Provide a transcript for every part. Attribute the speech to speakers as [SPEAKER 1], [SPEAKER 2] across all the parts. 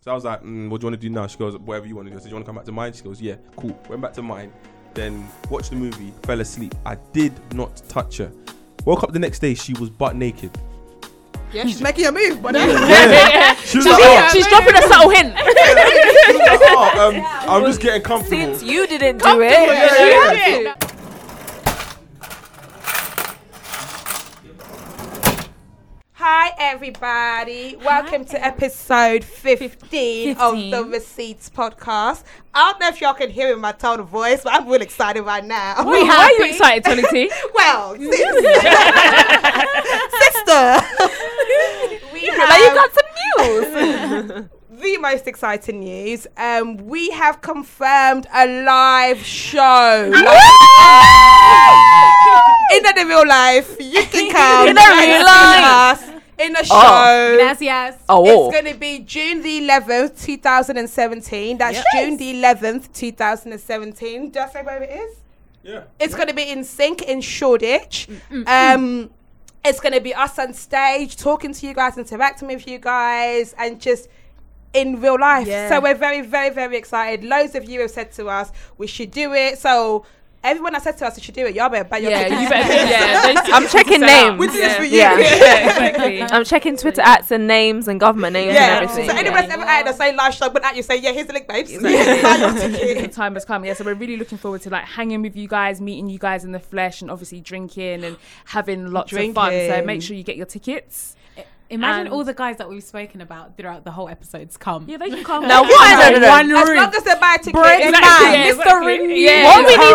[SPEAKER 1] So I was like, mm, what do you want to do now? She goes, whatever you want to do. I said, you want to come back to mine? She goes, yeah, cool. Went back to mine, then watched the movie, fell asleep. I did not touch her. Woke up the next day, she was butt naked.
[SPEAKER 2] Yeah, she's making a move, but
[SPEAKER 1] She was
[SPEAKER 3] She's,
[SPEAKER 1] like, oh,
[SPEAKER 3] she's dropping a subtle hint.
[SPEAKER 1] she was like, oh, um, I'm just getting comfortable.
[SPEAKER 4] Since you didn't do it,
[SPEAKER 1] Yeah, yeah, yeah.
[SPEAKER 2] Hi everybody. Welcome to episode 15, of
[SPEAKER 4] 15.
[SPEAKER 2] the Receipts podcast. I don't know if y'all can hear in my tone of voice, but I'm really excited right now.
[SPEAKER 3] We
[SPEAKER 4] why are you
[SPEAKER 3] happy.
[SPEAKER 4] excited, Tony T?
[SPEAKER 2] well, sis- sister. we
[SPEAKER 4] Like you
[SPEAKER 2] have
[SPEAKER 4] got some news.
[SPEAKER 2] the most exciting news. Um, we have confirmed a live show. in the real life, you can come
[SPEAKER 4] In the
[SPEAKER 2] and
[SPEAKER 4] real
[SPEAKER 2] see
[SPEAKER 4] life. Ah.
[SPEAKER 2] us in a show.
[SPEAKER 3] Gracias.
[SPEAKER 4] Oh,
[SPEAKER 2] It's going to be June the 11th, 2017. That's June the 11th, 2017. Did I say where it is?
[SPEAKER 1] Yeah.
[SPEAKER 2] It's going to be in Sync in Shoreditch.
[SPEAKER 3] Mm,
[SPEAKER 2] Um, it's going to be us on stage talking to you guys, interacting with you guys, and just in real life.
[SPEAKER 3] Yeah.
[SPEAKER 2] So we're very, very, very excited. Loads of you have said to us, we should do it. So everyone that said to us, we should do it. Y'all better buy your
[SPEAKER 3] Yeah,
[SPEAKER 2] tickets.
[SPEAKER 3] you better. Yeah, those
[SPEAKER 4] I'm
[SPEAKER 3] tickets
[SPEAKER 4] checking
[SPEAKER 3] are set up.
[SPEAKER 4] names.
[SPEAKER 2] We did this for you.
[SPEAKER 4] Yeah.
[SPEAKER 3] Yeah, exactly.
[SPEAKER 4] I'm checking Twitter ads and names and government names
[SPEAKER 2] Yeah.
[SPEAKER 4] and
[SPEAKER 2] So
[SPEAKER 4] everything.
[SPEAKER 2] anyone
[SPEAKER 4] yeah.
[SPEAKER 2] that's ever at the same live show, but at you say, yeah, here's the link, babes.
[SPEAKER 3] Exactly.
[SPEAKER 2] Buy your
[SPEAKER 3] the
[SPEAKER 2] ticket.
[SPEAKER 3] time has come. Yeah, so we're really looking forward to like hanging with you guys, meeting you guys in the flesh, and obviously drinking and having lots of fun. So
[SPEAKER 2] Drinking.
[SPEAKER 3] make sure you get your tickets.
[SPEAKER 5] Imagine
[SPEAKER 3] And-
[SPEAKER 5] all the guys that we've spoken about throughout the whole episode's come.
[SPEAKER 3] Yeah, they can come.
[SPEAKER 4] Now what? Oh, No, no, no.
[SPEAKER 5] One
[SPEAKER 2] As
[SPEAKER 5] room.
[SPEAKER 2] long as they buy a ticket,
[SPEAKER 5] Break
[SPEAKER 2] it's
[SPEAKER 5] that
[SPEAKER 2] fine.
[SPEAKER 5] down.
[SPEAKER 3] Yeah.
[SPEAKER 4] What we need to do?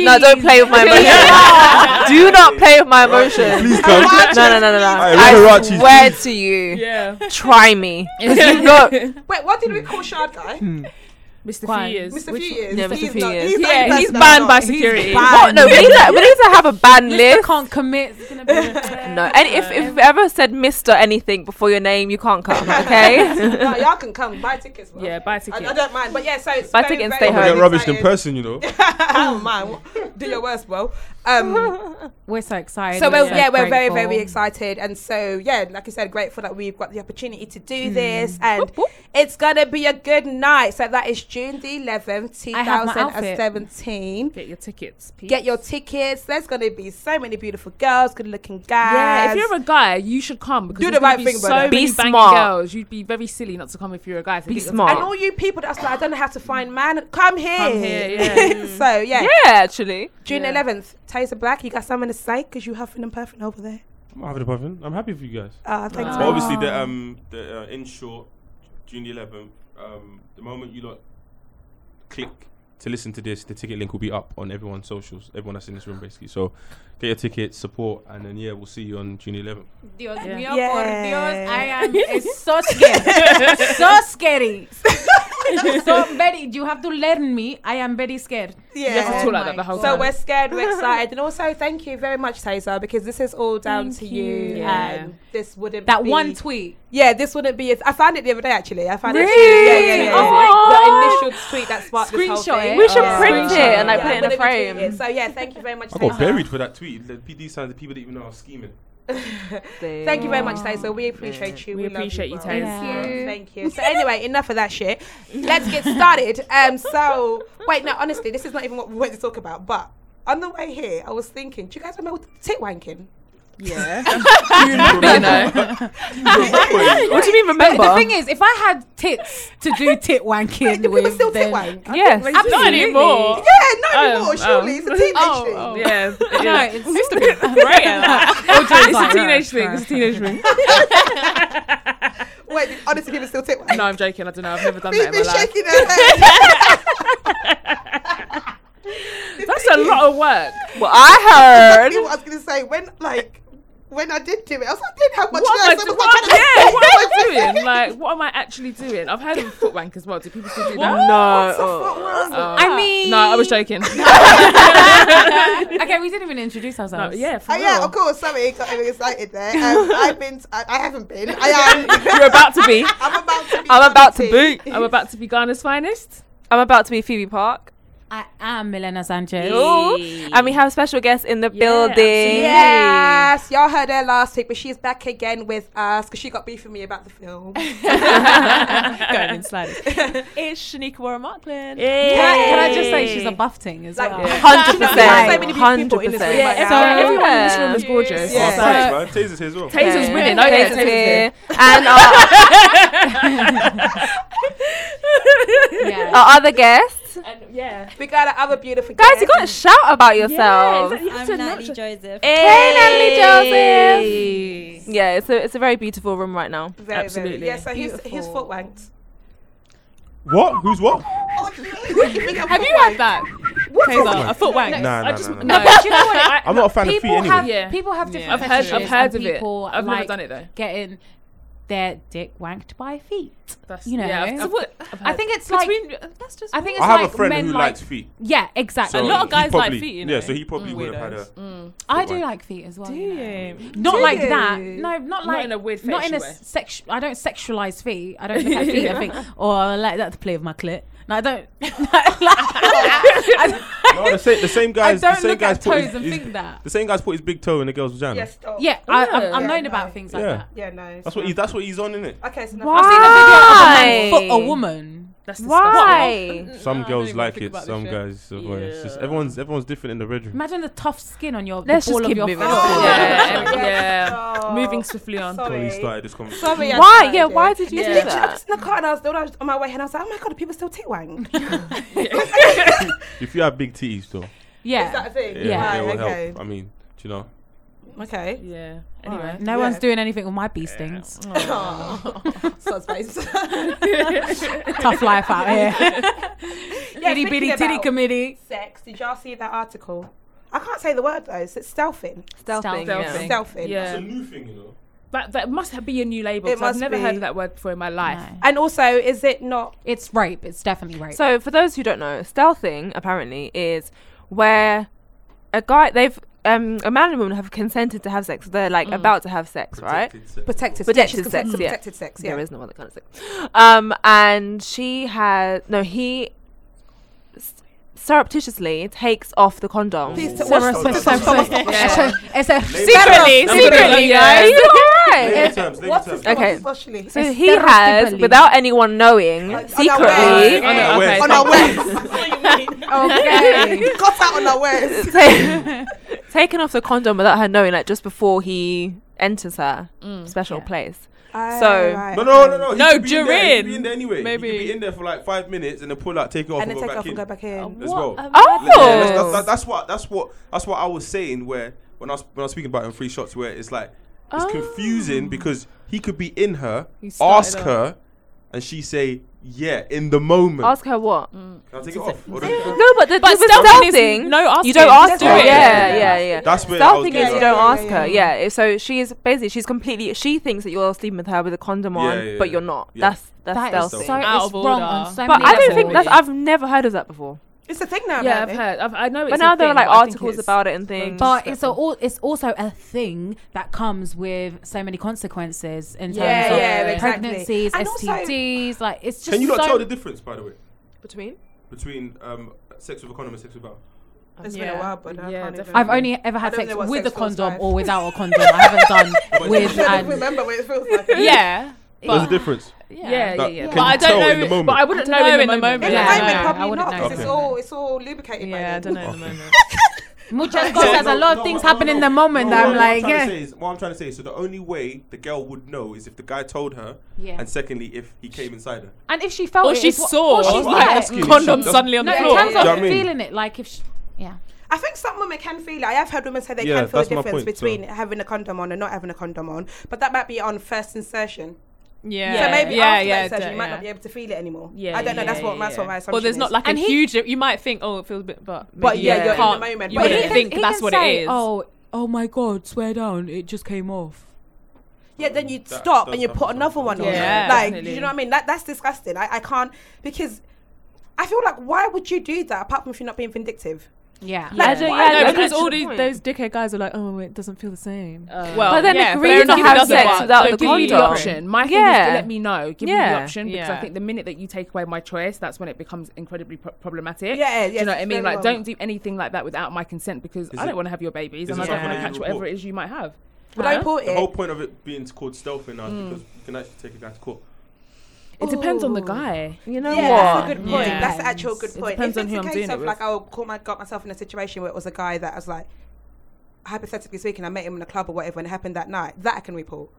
[SPEAKER 5] Karachi.
[SPEAKER 4] No, don't play with my emotions. do not play with my emotions.
[SPEAKER 1] Please come.
[SPEAKER 2] Karachi.
[SPEAKER 4] No, no, no, no, no.
[SPEAKER 1] Aye,
[SPEAKER 4] I
[SPEAKER 1] Karachi,
[SPEAKER 4] swear to you,
[SPEAKER 3] Yeah.
[SPEAKER 4] try me. 'Cause you got
[SPEAKER 2] Wait, what did we call Shard guy?
[SPEAKER 3] Mr.
[SPEAKER 5] Why?
[SPEAKER 3] Fears.
[SPEAKER 2] Mr.
[SPEAKER 3] Which-
[SPEAKER 2] Fears.
[SPEAKER 4] Yeah, Mr.
[SPEAKER 2] He's
[SPEAKER 4] Fears.
[SPEAKER 2] not- he's not
[SPEAKER 3] Yeah,
[SPEAKER 2] the
[SPEAKER 3] he's
[SPEAKER 2] best
[SPEAKER 3] banned
[SPEAKER 2] man,
[SPEAKER 3] by
[SPEAKER 2] no.
[SPEAKER 3] security.
[SPEAKER 2] He's
[SPEAKER 3] What?
[SPEAKER 4] what? No, we need to, we need to have a ban
[SPEAKER 5] Mister
[SPEAKER 4] list.
[SPEAKER 5] can't commit. It's gonna be
[SPEAKER 4] No, and if if you've ever said Mister anything before your name, you can't come. Okay.
[SPEAKER 2] No, y'all can come buy tickets. bro.
[SPEAKER 3] Yeah, buy a
[SPEAKER 2] I,
[SPEAKER 3] ticket.
[SPEAKER 2] I don't mind, but yeah, so it's
[SPEAKER 4] Buy
[SPEAKER 2] very,
[SPEAKER 4] ticket and
[SPEAKER 2] very
[SPEAKER 4] stay
[SPEAKER 1] I get
[SPEAKER 4] home.
[SPEAKER 1] rubbished in
[SPEAKER 2] exciting.
[SPEAKER 1] person, you know.
[SPEAKER 2] I don't mind. Do your worst, bro. Um,
[SPEAKER 5] we're so excited.
[SPEAKER 2] so we're,
[SPEAKER 5] so
[SPEAKER 2] yeah, we're very, very
[SPEAKER 5] grateful.
[SPEAKER 2] excited, and so yeah, like you said, grateful that we've got the opportunity to do this, and it's gonna be a good night. So that is June the eleventh, two
[SPEAKER 5] I have my
[SPEAKER 2] thousand
[SPEAKER 5] outfit.
[SPEAKER 2] and seventeen.
[SPEAKER 3] Get your tickets. Please.
[SPEAKER 2] Get your tickets. There's gonna be so many beautiful girls, good-looking guys.
[SPEAKER 3] Yeah, if you're a guy, you should come because
[SPEAKER 2] Do
[SPEAKER 3] there's
[SPEAKER 2] the right
[SPEAKER 3] gonna
[SPEAKER 2] thing,
[SPEAKER 3] so
[SPEAKER 2] brother.
[SPEAKER 3] many
[SPEAKER 4] Be
[SPEAKER 3] banging
[SPEAKER 4] smart.
[SPEAKER 3] girls. You'd be very silly not to come if you're a guy. So
[SPEAKER 4] Be
[SPEAKER 3] get your-
[SPEAKER 4] smart.
[SPEAKER 2] And all you people that's like, I don't know how to find man, come here.
[SPEAKER 3] Come here, yeah.
[SPEAKER 2] so yeah,
[SPEAKER 4] Yeah, actually.
[SPEAKER 2] June
[SPEAKER 3] Yeah.
[SPEAKER 2] eleventh, Taser Black, you got something to say because you huffing and puffing over there.
[SPEAKER 1] I'm having a puffin. I'm happy for you guys.
[SPEAKER 2] Ah, thanks.
[SPEAKER 1] But
[SPEAKER 2] man.
[SPEAKER 1] obviously, the um, the uh, in short, June the 11th. Um, the moment you lot click to listen to this, the ticket link will be up on everyone's socials. Everyone that's in this room, basically. So get your tickets, support, and then yeah, we'll see you on June the 11th.
[SPEAKER 5] Dios
[SPEAKER 3] Yeah.
[SPEAKER 5] mío, por
[SPEAKER 2] Yeah.
[SPEAKER 5] Dios, I am it's so scared. so scary. so very. You have to learn me. I am very scared.
[SPEAKER 2] Yeah.
[SPEAKER 3] You have to
[SPEAKER 5] Oh
[SPEAKER 3] talk like
[SPEAKER 5] my
[SPEAKER 3] that the whole
[SPEAKER 2] So
[SPEAKER 3] time.
[SPEAKER 2] we're scared, we're excited, and also thank you very much, Taser, because this is all down to you,
[SPEAKER 5] you.
[SPEAKER 2] and this wouldn't
[SPEAKER 5] That
[SPEAKER 2] be-
[SPEAKER 5] one tweet.
[SPEAKER 2] Yeah, this wouldn't be. I found it the other day actually. I found
[SPEAKER 4] Really?
[SPEAKER 2] it. Yeah, yeah, yeah.
[SPEAKER 4] Oh.
[SPEAKER 2] The initial tweet that sparked this whole
[SPEAKER 5] Screenshot
[SPEAKER 2] thing.
[SPEAKER 5] it. We
[SPEAKER 4] should print
[SPEAKER 3] it and, like,
[SPEAKER 2] Yeah.
[SPEAKER 4] put it in a
[SPEAKER 2] Wouldn't be
[SPEAKER 4] frame.
[SPEAKER 2] tweeted. So yeah, thank you very much.
[SPEAKER 1] I got
[SPEAKER 2] Taser.
[SPEAKER 1] buried for that tweet. The PD signs the people that even know are scheming.
[SPEAKER 2] Thank you very much, Taser. We appreciate you.
[SPEAKER 3] We
[SPEAKER 2] love
[SPEAKER 3] appreciate you,
[SPEAKER 2] bro.
[SPEAKER 3] Taser.
[SPEAKER 5] Thank
[SPEAKER 2] Yeah, Thank you. So anyway, enough of that shit. Let's get started. Um, so wait, no, honestly, this is not even what we wanted to talk about. But on the way here, I was thinking, do you guys remember tit wanking?
[SPEAKER 4] What do you mean?
[SPEAKER 5] But
[SPEAKER 4] Remember?
[SPEAKER 5] the thing is, if I had tits to do tit wanking
[SPEAKER 2] Do people
[SPEAKER 5] with,
[SPEAKER 2] still tit
[SPEAKER 5] then-
[SPEAKER 2] wank?
[SPEAKER 4] yes.
[SPEAKER 3] Not
[SPEAKER 5] Absolutely.
[SPEAKER 3] anymore.
[SPEAKER 2] Yeah, not anymore.
[SPEAKER 3] Oh,
[SPEAKER 2] Surely
[SPEAKER 3] oh.
[SPEAKER 2] it's a teenage
[SPEAKER 5] Oh,
[SPEAKER 2] thing.
[SPEAKER 5] oh.
[SPEAKER 3] Yeah. it
[SPEAKER 5] No,
[SPEAKER 3] is.
[SPEAKER 5] it's used to be
[SPEAKER 3] Right. it's a teenage thing.
[SPEAKER 5] right,
[SPEAKER 3] It's a teenage thing.
[SPEAKER 2] Wait, honestly, people still tit wank.
[SPEAKER 3] No, I'm joking. I don't know. I've never done
[SPEAKER 2] She's
[SPEAKER 3] that in
[SPEAKER 2] been
[SPEAKER 3] my life.
[SPEAKER 2] shaking her head.
[SPEAKER 3] That's a lot of work.
[SPEAKER 4] Well, I
[SPEAKER 2] Exactly
[SPEAKER 4] heard.
[SPEAKER 2] what I was gonna say when like. When I did do it, I was like, I didn't have much
[SPEAKER 3] What am I
[SPEAKER 2] nerves.
[SPEAKER 3] doing?
[SPEAKER 2] was like,
[SPEAKER 3] What- yeah, what
[SPEAKER 2] I
[SPEAKER 3] am I doing? Like, what am I actually doing? I've heard of foot wank as well. Do people still do
[SPEAKER 4] No.
[SPEAKER 3] that?
[SPEAKER 2] What was it?
[SPEAKER 3] Oh.
[SPEAKER 5] I mean,
[SPEAKER 3] No, I was joking.
[SPEAKER 5] okay, we didn't even introduce
[SPEAKER 3] No,
[SPEAKER 5] ourselves.
[SPEAKER 3] yeah, for
[SPEAKER 2] Oh, yeah,
[SPEAKER 3] real.
[SPEAKER 2] of course. Sorry, got a bit excited there. Um, I've been. I, I haven't been. I am.
[SPEAKER 4] You're about to be.
[SPEAKER 2] I'm about to. Be
[SPEAKER 4] I'm about to
[SPEAKER 2] boot.
[SPEAKER 4] boot.
[SPEAKER 3] I'm about to be Ghana's finest.
[SPEAKER 4] I'm about to be Phoebe Park.
[SPEAKER 5] I am Milena Sanchez.
[SPEAKER 4] Ooh. And we have special guests in the
[SPEAKER 3] Yeah,
[SPEAKER 4] building.
[SPEAKER 3] absolutely.
[SPEAKER 2] Yes, y'all heard her last week, but she's back again with us because she got beef with me about the film.
[SPEAKER 5] Going in sliding.
[SPEAKER 4] It's Shaniqua Warren Marklin.
[SPEAKER 5] Can, I, can I just say she's a buff thing as
[SPEAKER 2] Like,
[SPEAKER 5] well?
[SPEAKER 2] yeah.
[SPEAKER 4] Hundred
[SPEAKER 2] There's so many
[SPEAKER 4] percent.
[SPEAKER 2] beautiful people
[SPEAKER 4] Hundred
[SPEAKER 2] in this
[SPEAKER 4] percent.
[SPEAKER 2] room right
[SPEAKER 3] Yeah,
[SPEAKER 2] So-
[SPEAKER 3] everyone, everyone in this
[SPEAKER 4] Yeah.
[SPEAKER 3] room is gorgeous.
[SPEAKER 1] Oh,
[SPEAKER 2] Yeah.
[SPEAKER 1] thanks, man. Taser's here as well.
[SPEAKER 3] Taser's
[SPEAKER 4] Yeah.
[SPEAKER 3] winning. Oh, yeah,
[SPEAKER 4] Taser's
[SPEAKER 3] Taser's
[SPEAKER 4] here. And our,
[SPEAKER 5] Yeah.
[SPEAKER 4] our other guests.
[SPEAKER 3] yeah.
[SPEAKER 2] We got our other beautiful
[SPEAKER 4] Guys, you
[SPEAKER 2] guest.
[SPEAKER 4] gotta shout about yourself.
[SPEAKER 3] exactly. You have
[SPEAKER 6] I'm
[SPEAKER 3] to
[SPEAKER 6] Natalie
[SPEAKER 3] nurture-
[SPEAKER 6] Joseph.
[SPEAKER 4] Hey,
[SPEAKER 3] eh?
[SPEAKER 4] Natalie Joseph. Yeah, it's a, it's a very beautiful room right now.
[SPEAKER 2] Very, very-
[SPEAKER 3] Absolutely.
[SPEAKER 2] Yeah, so he's, he's
[SPEAKER 3] Beautiful.
[SPEAKER 2] foot wanked.
[SPEAKER 1] What? Who's what?
[SPEAKER 2] Oh,
[SPEAKER 3] Have you heard that?
[SPEAKER 1] wank?
[SPEAKER 5] Taser, a foot wank.
[SPEAKER 1] Nah, nah,
[SPEAKER 3] I just
[SPEAKER 1] nah, nah.
[SPEAKER 3] no.
[SPEAKER 5] You know what?
[SPEAKER 1] I'm not a fan of feet
[SPEAKER 5] people
[SPEAKER 1] anyway.
[SPEAKER 5] have
[SPEAKER 3] Yeah.
[SPEAKER 5] people have different.
[SPEAKER 3] I've heard, I've
[SPEAKER 5] fetishes
[SPEAKER 3] heard
[SPEAKER 5] and
[SPEAKER 3] of it.
[SPEAKER 5] people
[SPEAKER 3] I've never
[SPEAKER 5] like
[SPEAKER 3] done it though.
[SPEAKER 5] Getting their dick wanked by feet.
[SPEAKER 3] That's,
[SPEAKER 5] you know,
[SPEAKER 3] yeah, I've-
[SPEAKER 5] so
[SPEAKER 3] I've-
[SPEAKER 5] what-
[SPEAKER 3] I've
[SPEAKER 5] I
[SPEAKER 3] heard.
[SPEAKER 5] think it's like
[SPEAKER 6] Between, that's just
[SPEAKER 5] I think it's
[SPEAKER 1] I have
[SPEAKER 5] like
[SPEAKER 1] a friend
[SPEAKER 5] men
[SPEAKER 1] who
[SPEAKER 5] like,
[SPEAKER 1] likes feet.
[SPEAKER 5] Yeah, exactly.
[SPEAKER 1] So
[SPEAKER 6] lot of
[SPEAKER 1] he
[SPEAKER 6] guys like
[SPEAKER 1] probably-
[SPEAKER 6] feet, you know.
[SPEAKER 1] Yeah, so he probably would have had a.
[SPEAKER 5] I
[SPEAKER 1] foot
[SPEAKER 5] do
[SPEAKER 1] wank.
[SPEAKER 5] like feet as well.
[SPEAKER 6] do
[SPEAKER 5] you know.
[SPEAKER 6] you?
[SPEAKER 5] Not
[SPEAKER 2] Do
[SPEAKER 5] like that.
[SPEAKER 2] you?
[SPEAKER 5] No, not like
[SPEAKER 3] in a weird
[SPEAKER 5] Not in a
[SPEAKER 3] fetishy way.
[SPEAKER 5] sexual. I don't sexualize feet. I don't look at feet. I think, oh, I like that to play with my clit. No, I don't. I don't-
[SPEAKER 1] No, the same, the same
[SPEAKER 5] I
[SPEAKER 1] guys. the
[SPEAKER 5] don't
[SPEAKER 1] same
[SPEAKER 5] look
[SPEAKER 1] guys
[SPEAKER 5] at
[SPEAKER 1] put his-
[SPEAKER 5] toes and
[SPEAKER 1] his-
[SPEAKER 5] think that.
[SPEAKER 1] The same guys put his big toe in the girl's vagina.
[SPEAKER 2] Yeah, stop.
[SPEAKER 5] Yeah, I, I'm, I'm
[SPEAKER 2] Yeah,
[SPEAKER 5] known
[SPEAKER 2] no.
[SPEAKER 5] about things like
[SPEAKER 1] Yeah.
[SPEAKER 5] that.
[SPEAKER 2] Yeah, no. it's
[SPEAKER 1] That's what
[SPEAKER 2] not.
[SPEAKER 1] he, that's what he's on, isn't it?
[SPEAKER 2] Okay, so
[SPEAKER 4] Wow.
[SPEAKER 2] now.
[SPEAKER 5] I've seen a video of a
[SPEAKER 4] Why?
[SPEAKER 5] man foot a woman.
[SPEAKER 3] That's
[SPEAKER 4] Why?
[SPEAKER 1] Some
[SPEAKER 6] I don't
[SPEAKER 1] girls
[SPEAKER 6] even
[SPEAKER 1] like
[SPEAKER 6] think
[SPEAKER 1] it,
[SPEAKER 6] about this
[SPEAKER 1] some
[SPEAKER 6] shit.
[SPEAKER 1] guys avoid it. It's just
[SPEAKER 6] Yeah.
[SPEAKER 1] everyone's everyone's different in the bedroom.
[SPEAKER 5] Imagine the tough skin on your the
[SPEAKER 4] Let's just
[SPEAKER 5] ball of
[SPEAKER 4] keep
[SPEAKER 5] your
[SPEAKER 4] moving
[SPEAKER 5] foot.
[SPEAKER 4] on.
[SPEAKER 3] Yeah,
[SPEAKER 2] Yeah.
[SPEAKER 3] yeah.
[SPEAKER 2] Oh.
[SPEAKER 3] Moving swiftly on.
[SPEAKER 2] Sorry.
[SPEAKER 1] Totally started this conversation.
[SPEAKER 2] Sorry, I
[SPEAKER 4] Why?
[SPEAKER 2] tried
[SPEAKER 4] Yeah,
[SPEAKER 2] it.
[SPEAKER 4] why did you
[SPEAKER 2] It's
[SPEAKER 4] do
[SPEAKER 2] literally- I was
[SPEAKER 4] that?
[SPEAKER 2] just in the car and I was, when I was on my way and I was like, oh my god, do people still tit wang?
[SPEAKER 1] If you have big titties, though,
[SPEAKER 5] Yeah.
[SPEAKER 2] Is that a thing?
[SPEAKER 1] yeah,
[SPEAKER 5] Yeah.
[SPEAKER 1] it
[SPEAKER 2] Right,
[SPEAKER 1] will
[SPEAKER 2] okay.
[SPEAKER 1] help. I mean, do you know?
[SPEAKER 2] Okay.
[SPEAKER 3] Yeah.
[SPEAKER 5] Anyway,
[SPEAKER 3] Anyway.
[SPEAKER 5] no
[SPEAKER 2] Yeah.
[SPEAKER 5] one's doing anything with my bee stings.
[SPEAKER 2] Oh, so space.
[SPEAKER 5] Tough life out here. Itty
[SPEAKER 2] speaking
[SPEAKER 5] bitty titty
[SPEAKER 2] about-
[SPEAKER 5] committee.
[SPEAKER 2] Sex. Did y'all see that article? I can't say the word though. It's it's stealthing.
[SPEAKER 4] Stealthing.
[SPEAKER 3] Stealthing.
[SPEAKER 4] Yeah.
[SPEAKER 2] Stealthing.
[SPEAKER 3] Yeah.
[SPEAKER 1] new thing, you know.
[SPEAKER 3] That, that must be a new label.
[SPEAKER 2] It
[SPEAKER 3] 'cause I've
[SPEAKER 2] must
[SPEAKER 3] never
[SPEAKER 2] be.
[SPEAKER 3] heard of that word before in my life.
[SPEAKER 2] And also, is it not?
[SPEAKER 5] It's rape. It's definitely rape.
[SPEAKER 4] So, for those who don't know, stealthing apparently is where a guy they've um a man and a woman have consented to have sex. They're like
[SPEAKER 3] Mm.
[SPEAKER 4] about to have sex, right?
[SPEAKER 2] Protected,
[SPEAKER 4] Protected
[SPEAKER 2] she's
[SPEAKER 4] sex,
[SPEAKER 2] consented to
[SPEAKER 4] yeah.
[SPEAKER 2] Protected sex.
[SPEAKER 4] There
[SPEAKER 2] Yeah.
[SPEAKER 4] is no other kind of sex. Um, and she had no he. s- Surreptitiously takes off the condom.
[SPEAKER 2] Please,
[SPEAKER 1] So
[SPEAKER 2] t- what's-
[SPEAKER 1] what's-
[SPEAKER 2] what's-
[SPEAKER 1] what's-
[SPEAKER 2] what's- what's-
[SPEAKER 5] It's a- it's a
[SPEAKER 4] secretly,
[SPEAKER 1] Number-
[SPEAKER 4] secretly,
[SPEAKER 3] number-
[SPEAKER 4] guys.
[SPEAKER 3] Yeah.
[SPEAKER 4] You alright?
[SPEAKER 1] Label terms, label
[SPEAKER 2] what's-
[SPEAKER 1] terms.
[SPEAKER 4] Okay.
[SPEAKER 2] what's- what's she-
[SPEAKER 4] So
[SPEAKER 5] It's
[SPEAKER 4] he
[SPEAKER 5] therapy
[SPEAKER 4] has,
[SPEAKER 5] belief.
[SPEAKER 4] without anyone knowing,
[SPEAKER 2] Like, on our
[SPEAKER 4] secretly
[SPEAKER 2] way.
[SPEAKER 1] Yeah.
[SPEAKER 3] okay.
[SPEAKER 1] Where's-
[SPEAKER 2] On our wares. Got out on our wares.
[SPEAKER 4] ta- taken off the condom without her knowing, like just before he enters her special place. So-
[SPEAKER 2] Alright.
[SPEAKER 1] No, no, no, no. he
[SPEAKER 6] No,
[SPEAKER 1] could be in there, he could
[SPEAKER 6] during.
[SPEAKER 1] be in there anyway. Maybe. He could
[SPEAKER 6] Maybe.
[SPEAKER 1] be in there for like five minutes and then pull out, take it off,
[SPEAKER 2] And
[SPEAKER 1] and,
[SPEAKER 2] then
[SPEAKER 1] go
[SPEAKER 2] take
[SPEAKER 1] back
[SPEAKER 2] off
[SPEAKER 1] in.
[SPEAKER 2] and go back in.
[SPEAKER 1] as
[SPEAKER 5] Oh,
[SPEAKER 1] well. Yeah, that's, that's,
[SPEAKER 4] Oh,
[SPEAKER 1] that's, that's what that's what that's what I was saying. Where when I was when I was speaking about it in free shots, where it's like it's
[SPEAKER 4] Oh.
[SPEAKER 1] confusing because he could be in her,
[SPEAKER 6] You started
[SPEAKER 1] ask
[SPEAKER 6] off.
[SPEAKER 1] her, and she say yeah in the moment.
[SPEAKER 4] ask her what?
[SPEAKER 1] Can I take it off? Or don't-
[SPEAKER 4] No, but the
[SPEAKER 6] But
[SPEAKER 4] but
[SPEAKER 6] stealthing is
[SPEAKER 4] stealthing,
[SPEAKER 6] no asking.
[SPEAKER 4] You don't ask
[SPEAKER 2] Do
[SPEAKER 4] her.
[SPEAKER 2] it.
[SPEAKER 4] Yeah,
[SPEAKER 2] Yeah.
[SPEAKER 4] yeah, yeah.
[SPEAKER 1] That's where I was
[SPEAKER 4] Stealthing
[SPEAKER 1] getting
[SPEAKER 4] is you
[SPEAKER 1] at.
[SPEAKER 4] don't
[SPEAKER 2] Yeah,
[SPEAKER 4] ask
[SPEAKER 2] yeah,
[SPEAKER 4] her.
[SPEAKER 2] yeah.
[SPEAKER 4] Yeah. if- So she is basically she's completely. She thinks that you're sleeping with her with a condom
[SPEAKER 1] Yeah,
[SPEAKER 4] on,
[SPEAKER 1] yeah,
[SPEAKER 4] but
[SPEAKER 1] yeah.
[SPEAKER 4] you're not.
[SPEAKER 1] Yeah.
[SPEAKER 4] That's that's
[SPEAKER 5] That is
[SPEAKER 4] stealthing.
[SPEAKER 5] so it's
[SPEAKER 1] Out
[SPEAKER 5] wrong
[SPEAKER 6] of order.
[SPEAKER 5] on so
[SPEAKER 4] but
[SPEAKER 5] many
[SPEAKER 4] I don't think
[SPEAKER 5] levels.
[SPEAKER 4] that's. I've never heard of that before.
[SPEAKER 2] It's a thing now.
[SPEAKER 3] Yeah, I've
[SPEAKER 2] apparently.
[SPEAKER 3] heard. I've, I know. It's
[SPEAKER 4] But
[SPEAKER 3] a
[SPEAKER 4] now there
[SPEAKER 3] thing,
[SPEAKER 4] are like
[SPEAKER 3] but I think
[SPEAKER 4] articles
[SPEAKER 3] it's-
[SPEAKER 4] about it and things.
[SPEAKER 5] But it's a, al- it's also a thing that comes with so many consequences in terms
[SPEAKER 2] Yeah,
[SPEAKER 5] of
[SPEAKER 2] yeah, exactly.
[SPEAKER 5] pregnancies,
[SPEAKER 2] And also-
[SPEAKER 5] STDs. like it's just
[SPEAKER 1] Can you not
[SPEAKER 5] so
[SPEAKER 1] tell the difference, by the way,
[SPEAKER 4] between.
[SPEAKER 1] between um, sex with a condom and sex without?
[SPEAKER 2] It's been
[SPEAKER 6] Yeah.
[SPEAKER 2] a while, but now I
[SPEAKER 3] Yeah,
[SPEAKER 2] can't even.
[SPEAKER 3] definitely.
[SPEAKER 5] I've only ever had
[SPEAKER 2] I don't
[SPEAKER 5] sex
[SPEAKER 2] know what
[SPEAKER 5] with a
[SPEAKER 2] sex feels
[SPEAKER 5] condom
[SPEAKER 2] like.
[SPEAKER 5] or without a condom. I haven't done
[SPEAKER 1] But
[SPEAKER 5] with
[SPEAKER 2] I don't
[SPEAKER 5] and
[SPEAKER 2] remember what it feels like.
[SPEAKER 6] yeah.
[SPEAKER 1] There's a
[SPEAKER 6] But,
[SPEAKER 1] difference.
[SPEAKER 3] Yeah, yeah, yeah.
[SPEAKER 1] That-
[SPEAKER 3] yeah.
[SPEAKER 1] Can you
[SPEAKER 6] But I don't
[SPEAKER 1] tell
[SPEAKER 6] know
[SPEAKER 1] in the
[SPEAKER 6] it-
[SPEAKER 1] moment?
[SPEAKER 3] But I wouldn't
[SPEAKER 6] I
[SPEAKER 3] know
[SPEAKER 6] don't
[SPEAKER 3] in the
[SPEAKER 6] know in the
[SPEAKER 3] moment.
[SPEAKER 2] In
[SPEAKER 6] Yeah,
[SPEAKER 2] the
[SPEAKER 6] I
[SPEAKER 2] moment,
[SPEAKER 6] know.
[SPEAKER 2] probably
[SPEAKER 5] I wouldn't
[SPEAKER 2] not
[SPEAKER 5] know.
[SPEAKER 2] because it's
[SPEAKER 1] Okay.
[SPEAKER 2] all it's all lubricated.
[SPEAKER 6] yeah, I
[SPEAKER 2] by then.
[SPEAKER 6] don't know in the moment.
[SPEAKER 5] muchas
[SPEAKER 2] No,
[SPEAKER 5] cosas.
[SPEAKER 1] no,
[SPEAKER 5] A lot
[SPEAKER 1] no,
[SPEAKER 5] of things
[SPEAKER 1] no,
[SPEAKER 5] happen
[SPEAKER 1] no,
[SPEAKER 5] in the
[SPEAKER 1] no,
[SPEAKER 5] moment
[SPEAKER 1] no,
[SPEAKER 5] that
[SPEAKER 1] what
[SPEAKER 5] I'm like,
[SPEAKER 1] trying to
[SPEAKER 5] yeah.
[SPEAKER 1] say is- what I'm trying to say is, so the only way the girl would know is if the guy told her,
[SPEAKER 5] Yeah.
[SPEAKER 1] and secondly, if he came inside her.
[SPEAKER 5] And if she felt
[SPEAKER 6] Or
[SPEAKER 5] it,
[SPEAKER 6] she
[SPEAKER 5] it's what-
[SPEAKER 6] saw
[SPEAKER 5] or she's
[SPEAKER 1] That's what I'm
[SPEAKER 5] like,
[SPEAKER 1] asking you.
[SPEAKER 6] condom
[SPEAKER 1] She-
[SPEAKER 6] suddenly on
[SPEAKER 5] no,
[SPEAKER 6] the
[SPEAKER 5] in
[SPEAKER 6] floor.
[SPEAKER 5] terms of
[SPEAKER 1] Yeah, I mean-
[SPEAKER 5] feeling it, like if she, yeah,
[SPEAKER 2] I think some women can feel it. I have heard women say they
[SPEAKER 1] Yeah,
[SPEAKER 2] can feel the
[SPEAKER 1] that's my
[SPEAKER 2] difference
[SPEAKER 1] point, so-
[SPEAKER 2] between having a condom on and not having a condom on, but that might be on first insertion.
[SPEAKER 6] Yeah.
[SPEAKER 2] so maybe
[SPEAKER 6] yeah,
[SPEAKER 2] after
[SPEAKER 6] yeah,
[SPEAKER 2] that insertion,
[SPEAKER 6] yeah,
[SPEAKER 2] you might
[SPEAKER 6] yeah.
[SPEAKER 2] not be able to feel it anymore.
[SPEAKER 3] Yeah,
[SPEAKER 2] I don't know.
[SPEAKER 3] yeah,
[SPEAKER 2] that's what
[SPEAKER 3] yeah,
[SPEAKER 2] that's what my assumption.
[SPEAKER 6] Well, there's not
[SPEAKER 2] is.
[SPEAKER 6] like
[SPEAKER 5] And
[SPEAKER 6] a
[SPEAKER 5] he-
[SPEAKER 6] huge. You might think, oh, it feels a bit, but
[SPEAKER 2] But
[SPEAKER 6] maybe
[SPEAKER 2] yeah,
[SPEAKER 6] you
[SPEAKER 2] you're in
[SPEAKER 6] can't-
[SPEAKER 2] the moment,
[SPEAKER 6] You
[SPEAKER 2] but
[SPEAKER 6] wouldn't
[SPEAKER 2] he can-
[SPEAKER 6] think that's what it is.
[SPEAKER 5] Oh, oh my God, swear down, it just came off.
[SPEAKER 2] yeah, then you
[SPEAKER 1] That
[SPEAKER 2] stop
[SPEAKER 1] does
[SPEAKER 2] and you
[SPEAKER 1] happen
[SPEAKER 2] put another one on.
[SPEAKER 6] Yeah,
[SPEAKER 2] like
[SPEAKER 6] definitely.
[SPEAKER 2] you know what I mean? That that's disgusting. I, I can't because I feel like why would you do that apart from if you're not being vindictive?
[SPEAKER 5] Yeah.
[SPEAKER 3] Yeah.
[SPEAKER 4] I don't-
[SPEAKER 3] Why?
[SPEAKER 4] yeah, I
[SPEAKER 6] no,
[SPEAKER 4] don't-
[SPEAKER 6] because
[SPEAKER 4] I
[SPEAKER 6] all
[SPEAKER 4] don't
[SPEAKER 6] the,
[SPEAKER 4] know.
[SPEAKER 6] those dickhead guys are like, oh, it doesn't feel the same.
[SPEAKER 3] Uh,
[SPEAKER 6] Well,
[SPEAKER 4] But then
[SPEAKER 6] yeah,
[SPEAKER 4] agree
[SPEAKER 6] they're
[SPEAKER 4] to
[SPEAKER 6] not
[SPEAKER 4] have
[SPEAKER 6] giving
[SPEAKER 4] sex
[SPEAKER 6] us the
[SPEAKER 4] without
[SPEAKER 6] butt.
[SPEAKER 4] the
[SPEAKER 6] They're giving you
[SPEAKER 3] the
[SPEAKER 4] condom.
[SPEAKER 3] option. My thing is
[SPEAKER 4] Yeah.
[SPEAKER 3] to let me know, give me
[SPEAKER 4] Yeah.
[SPEAKER 3] the option, because I
[SPEAKER 6] Yeah.
[SPEAKER 3] think the minute that you take away my choice, that's when it becomes incredibly pro- problematic.
[SPEAKER 2] Yeah,
[SPEAKER 3] Do
[SPEAKER 2] yes,
[SPEAKER 3] you know what I mean?
[SPEAKER 2] very
[SPEAKER 3] Like,
[SPEAKER 2] well.
[SPEAKER 3] don't do anything like that without my consent, because I
[SPEAKER 1] it-
[SPEAKER 3] don't want to have your babies,
[SPEAKER 1] is
[SPEAKER 3] and
[SPEAKER 1] it
[SPEAKER 3] I don't
[SPEAKER 1] something
[SPEAKER 3] want
[SPEAKER 1] that
[SPEAKER 3] to
[SPEAKER 1] you
[SPEAKER 3] catch whatever
[SPEAKER 1] report?
[SPEAKER 3] it is you might have.
[SPEAKER 2] Would I
[SPEAKER 3] Huh?
[SPEAKER 2] report
[SPEAKER 1] The whole
[SPEAKER 2] it?
[SPEAKER 1] point of it being called stealthing now is
[SPEAKER 4] Mm.
[SPEAKER 1] because you can actually take a guy to court.
[SPEAKER 3] It depends on the
[SPEAKER 2] Ooh.
[SPEAKER 3] guy.
[SPEAKER 4] You know
[SPEAKER 2] Yeah,
[SPEAKER 4] what?
[SPEAKER 2] that's a good
[SPEAKER 3] Yeah.
[SPEAKER 2] point. That's an actual good
[SPEAKER 3] It
[SPEAKER 2] point.
[SPEAKER 3] depends
[SPEAKER 2] if
[SPEAKER 3] on
[SPEAKER 2] it's
[SPEAKER 3] who
[SPEAKER 2] a
[SPEAKER 3] I'm
[SPEAKER 2] case
[SPEAKER 3] doing it
[SPEAKER 2] of
[SPEAKER 3] with.
[SPEAKER 2] like, I caught my, got myself in a situation where it was a guy that I was like, hypothetically speaking, I met him in a club or whatever, and it happened that night. That I can report.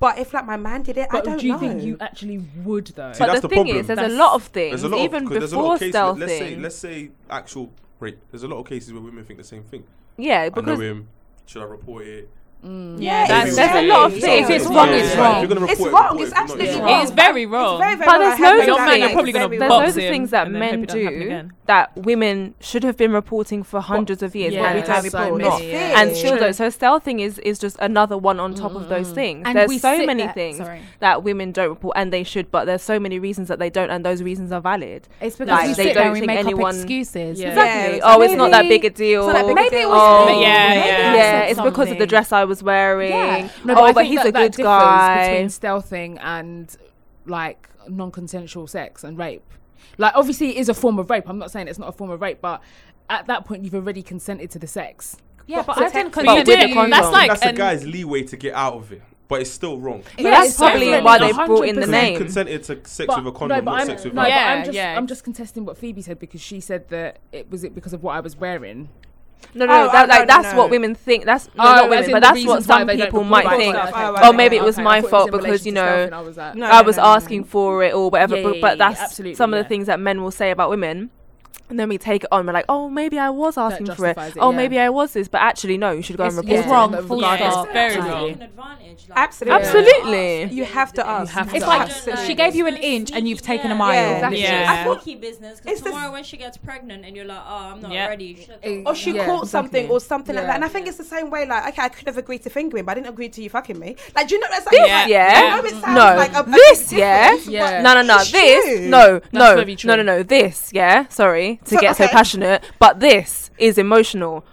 [SPEAKER 2] But if like my man did it, I
[SPEAKER 3] But
[SPEAKER 2] don't
[SPEAKER 3] do you
[SPEAKER 2] know.
[SPEAKER 3] think you actually would though?
[SPEAKER 1] See,
[SPEAKER 4] But
[SPEAKER 1] that's the
[SPEAKER 4] the, thing
[SPEAKER 1] problem.
[SPEAKER 4] is, there's a
[SPEAKER 3] That's-
[SPEAKER 4] lot of things,
[SPEAKER 1] There's a lot
[SPEAKER 4] even
[SPEAKER 1] of, 'cause there's a lot
[SPEAKER 4] before
[SPEAKER 1] of cases. let-
[SPEAKER 4] stealthing.
[SPEAKER 1] Let's say, let's say actual rape. There's a lot of cases where women think the same thing.
[SPEAKER 4] yeah,
[SPEAKER 1] I know
[SPEAKER 4] because
[SPEAKER 1] him. Should I report it?
[SPEAKER 2] yeah,
[SPEAKER 4] that's-
[SPEAKER 2] it's
[SPEAKER 4] there's a
[SPEAKER 2] very-
[SPEAKER 4] lot of things.
[SPEAKER 2] yeah,
[SPEAKER 4] If it's wrong,
[SPEAKER 1] yeah,
[SPEAKER 4] it's
[SPEAKER 1] right.
[SPEAKER 4] wrong.
[SPEAKER 1] If you're gonna
[SPEAKER 2] It's
[SPEAKER 1] report it,
[SPEAKER 2] wrong,
[SPEAKER 1] report
[SPEAKER 2] it's
[SPEAKER 1] it. If not,
[SPEAKER 2] absolutely
[SPEAKER 1] it's
[SPEAKER 2] wrong.
[SPEAKER 1] not.
[SPEAKER 6] It is very wrong.
[SPEAKER 2] very, very
[SPEAKER 4] But
[SPEAKER 2] wrong.
[SPEAKER 4] there's
[SPEAKER 2] I had
[SPEAKER 4] loads
[SPEAKER 2] that
[SPEAKER 4] of
[SPEAKER 2] night.
[SPEAKER 4] things. You're
[SPEAKER 6] probably gonna
[SPEAKER 2] Very
[SPEAKER 4] there's
[SPEAKER 2] wrong.
[SPEAKER 6] box
[SPEAKER 4] loads of
[SPEAKER 6] him,
[SPEAKER 4] things that
[SPEAKER 6] and then hope
[SPEAKER 4] men
[SPEAKER 6] it doesn't happen
[SPEAKER 4] do
[SPEAKER 6] again.
[SPEAKER 4] that women should have been reporting for hundreds of years,
[SPEAKER 3] Yeah,
[SPEAKER 4] but we
[SPEAKER 3] there's
[SPEAKER 4] don't
[SPEAKER 3] so
[SPEAKER 4] report.
[SPEAKER 3] many,
[SPEAKER 4] not.
[SPEAKER 3] yeah.
[SPEAKER 4] And
[SPEAKER 2] It's
[SPEAKER 4] still,
[SPEAKER 2] true.
[SPEAKER 4] though, so stealthing is is just another one on top of those things.
[SPEAKER 5] And
[SPEAKER 4] there's
[SPEAKER 5] we
[SPEAKER 4] so
[SPEAKER 5] sit
[SPEAKER 4] many
[SPEAKER 5] there-
[SPEAKER 4] things
[SPEAKER 5] sorry.
[SPEAKER 4] that women don't report, and they should, but there's so many reasons that they don't, and those reasons are valid.
[SPEAKER 5] It's because
[SPEAKER 4] Like, they
[SPEAKER 5] we sit
[SPEAKER 4] don't
[SPEAKER 5] there and we
[SPEAKER 4] think
[SPEAKER 5] make
[SPEAKER 4] anyone-
[SPEAKER 5] up excuses.
[SPEAKER 3] Yeah.
[SPEAKER 4] Exactly.
[SPEAKER 2] it's
[SPEAKER 4] oh,
[SPEAKER 2] like
[SPEAKER 4] it's not that
[SPEAKER 5] maybe-
[SPEAKER 4] big a deal.
[SPEAKER 2] not that big a
[SPEAKER 5] Maybe it
[SPEAKER 2] deal.
[SPEAKER 5] was.
[SPEAKER 4] Oh,
[SPEAKER 5] me.
[SPEAKER 6] yeah,
[SPEAKER 5] Maybe
[SPEAKER 6] yeah.
[SPEAKER 5] I
[SPEAKER 4] yeah,
[SPEAKER 5] said
[SPEAKER 4] it's because of the
[SPEAKER 5] something.
[SPEAKER 4] dress I was wearing.
[SPEAKER 5] Yeah.
[SPEAKER 3] No,
[SPEAKER 4] oh,
[SPEAKER 3] I
[SPEAKER 4] but,
[SPEAKER 3] think
[SPEAKER 4] he's
[SPEAKER 3] that-
[SPEAKER 4] a
[SPEAKER 3] that
[SPEAKER 4] good
[SPEAKER 3] differs
[SPEAKER 4] guy.
[SPEAKER 3] Between stealthing and like non-consensual sex and rape, like obviously it is a form of rape. I'm not saying it's not a form of rape, but at that point you've already consented to the sex.
[SPEAKER 5] Yeah, but
[SPEAKER 2] But
[SPEAKER 5] I didn't
[SPEAKER 2] technically-
[SPEAKER 4] But
[SPEAKER 5] consent
[SPEAKER 4] with
[SPEAKER 5] to
[SPEAKER 4] the
[SPEAKER 5] you.
[SPEAKER 4] condom.
[SPEAKER 6] That's like
[SPEAKER 1] That's a
[SPEAKER 6] an-
[SPEAKER 1] guy's leeway to get out of it, but it's still wrong.
[SPEAKER 4] Yeah, that's
[SPEAKER 3] it's
[SPEAKER 4] probably
[SPEAKER 3] definitely
[SPEAKER 4] why they brought in the
[SPEAKER 3] 100%
[SPEAKER 1] You
[SPEAKER 4] name.
[SPEAKER 1] consented to sex
[SPEAKER 3] But-
[SPEAKER 1] with a
[SPEAKER 3] no,
[SPEAKER 1] condom,
[SPEAKER 3] but
[SPEAKER 1] not
[SPEAKER 3] I'm,
[SPEAKER 1] sex with
[SPEAKER 3] no,
[SPEAKER 1] a
[SPEAKER 3] but
[SPEAKER 6] Yeah.
[SPEAKER 3] I'm just,
[SPEAKER 6] yeah.
[SPEAKER 3] I'm just contesting what Phoebe said because she said that it was it because of what I was wearing.
[SPEAKER 4] No, no, no,
[SPEAKER 2] Oh,
[SPEAKER 4] that,
[SPEAKER 2] oh,
[SPEAKER 4] like,
[SPEAKER 2] no, no,
[SPEAKER 4] that's
[SPEAKER 2] no.
[SPEAKER 4] what women think. That's no,
[SPEAKER 3] Oh,
[SPEAKER 4] not
[SPEAKER 3] as
[SPEAKER 4] women,
[SPEAKER 3] in
[SPEAKER 4] but
[SPEAKER 3] the
[SPEAKER 4] that's what
[SPEAKER 3] reasons why
[SPEAKER 4] some
[SPEAKER 3] they don't
[SPEAKER 4] people
[SPEAKER 3] report
[SPEAKER 4] might
[SPEAKER 3] it.
[SPEAKER 4] think.
[SPEAKER 2] Okay, okay,
[SPEAKER 4] Oh,
[SPEAKER 2] okay,
[SPEAKER 4] maybe it was
[SPEAKER 3] okay. I
[SPEAKER 4] my
[SPEAKER 3] thought was
[SPEAKER 4] fault
[SPEAKER 3] in
[SPEAKER 4] because
[SPEAKER 3] relation
[SPEAKER 4] you
[SPEAKER 3] to stealth
[SPEAKER 4] know
[SPEAKER 3] and I was like,
[SPEAKER 2] No,
[SPEAKER 4] I was
[SPEAKER 2] no, no, no.
[SPEAKER 4] asking for it or whatever.
[SPEAKER 3] Yeah,
[SPEAKER 4] but,
[SPEAKER 3] yeah,
[SPEAKER 4] but
[SPEAKER 3] yeah,
[SPEAKER 4] that's
[SPEAKER 3] absolutely,
[SPEAKER 4] some of the
[SPEAKER 3] yeah.
[SPEAKER 4] things that men will say about women. And then we take it on. We're like, oh, maybe I was asking for it.
[SPEAKER 3] justifies it,
[SPEAKER 4] oh,
[SPEAKER 3] yeah.
[SPEAKER 4] maybe I was this. But actually, no, you should go and report
[SPEAKER 5] It's
[SPEAKER 4] it.
[SPEAKER 5] wrong,
[SPEAKER 3] Yeah.
[SPEAKER 5] full
[SPEAKER 3] Yeah,
[SPEAKER 5] stop.
[SPEAKER 6] it's very
[SPEAKER 3] Absolutely.
[SPEAKER 6] wrong.
[SPEAKER 7] an advantage. Like,
[SPEAKER 2] Absolutely.
[SPEAKER 4] Absolutely.
[SPEAKER 2] You have to ask.
[SPEAKER 3] have
[SPEAKER 5] It's
[SPEAKER 3] to
[SPEAKER 5] like
[SPEAKER 2] ask.
[SPEAKER 5] she gave you an inch and you've taken a mile.
[SPEAKER 2] Yeah, exactly.
[SPEAKER 6] Yeah.
[SPEAKER 2] I thought
[SPEAKER 7] sneaky business.
[SPEAKER 2] It's
[SPEAKER 7] Because
[SPEAKER 2] the-
[SPEAKER 7] tomorrow when she gets pregnant and you're like, oh, I'm not
[SPEAKER 6] Yeah.
[SPEAKER 7] ready. Oh, Shut
[SPEAKER 3] Eh,
[SPEAKER 7] up.
[SPEAKER 2] or she
[SPEAKER 3] Yeah,
[SPEAKER 2] caught something
[SPEAKER 3] exactly.
[SPEAKER 2] or something like
[SPEAKER 3] Yeah.
[SPEAKER 2] that. And I think it's the same way. Like, okay, I could have agreed to fingering, but I didn't agree to you fucking me. Like, do you know that's like,
[SPEAKER 4] Yeah.
[SPEAKER 6] Yeah.
[SPEAKER 2] I know it sounds
[SPEAKER 4] No.
[SPEAKER 2] like a- a bit
[SPEAKER 4] this, yeah.
[SPEAKER 2] different, but
[SPEAKER 3] Yeah.
[SPEAKER 4] No, no, no.
[SPEAKER 2] it's
[SPEAKER 4] This,
[SPEAKER 2] you.
[SPEAKER 4] no, no,
[SPEAKER 3] very true.
[SPEAKER 4] no, no, no. This, yeah. Sorry to
[SPEAKER 2] So-
[SPEAKER 4] get so
[SPEAKER 2] okay.
[SPEAKER 4] passionate, but this is emotional.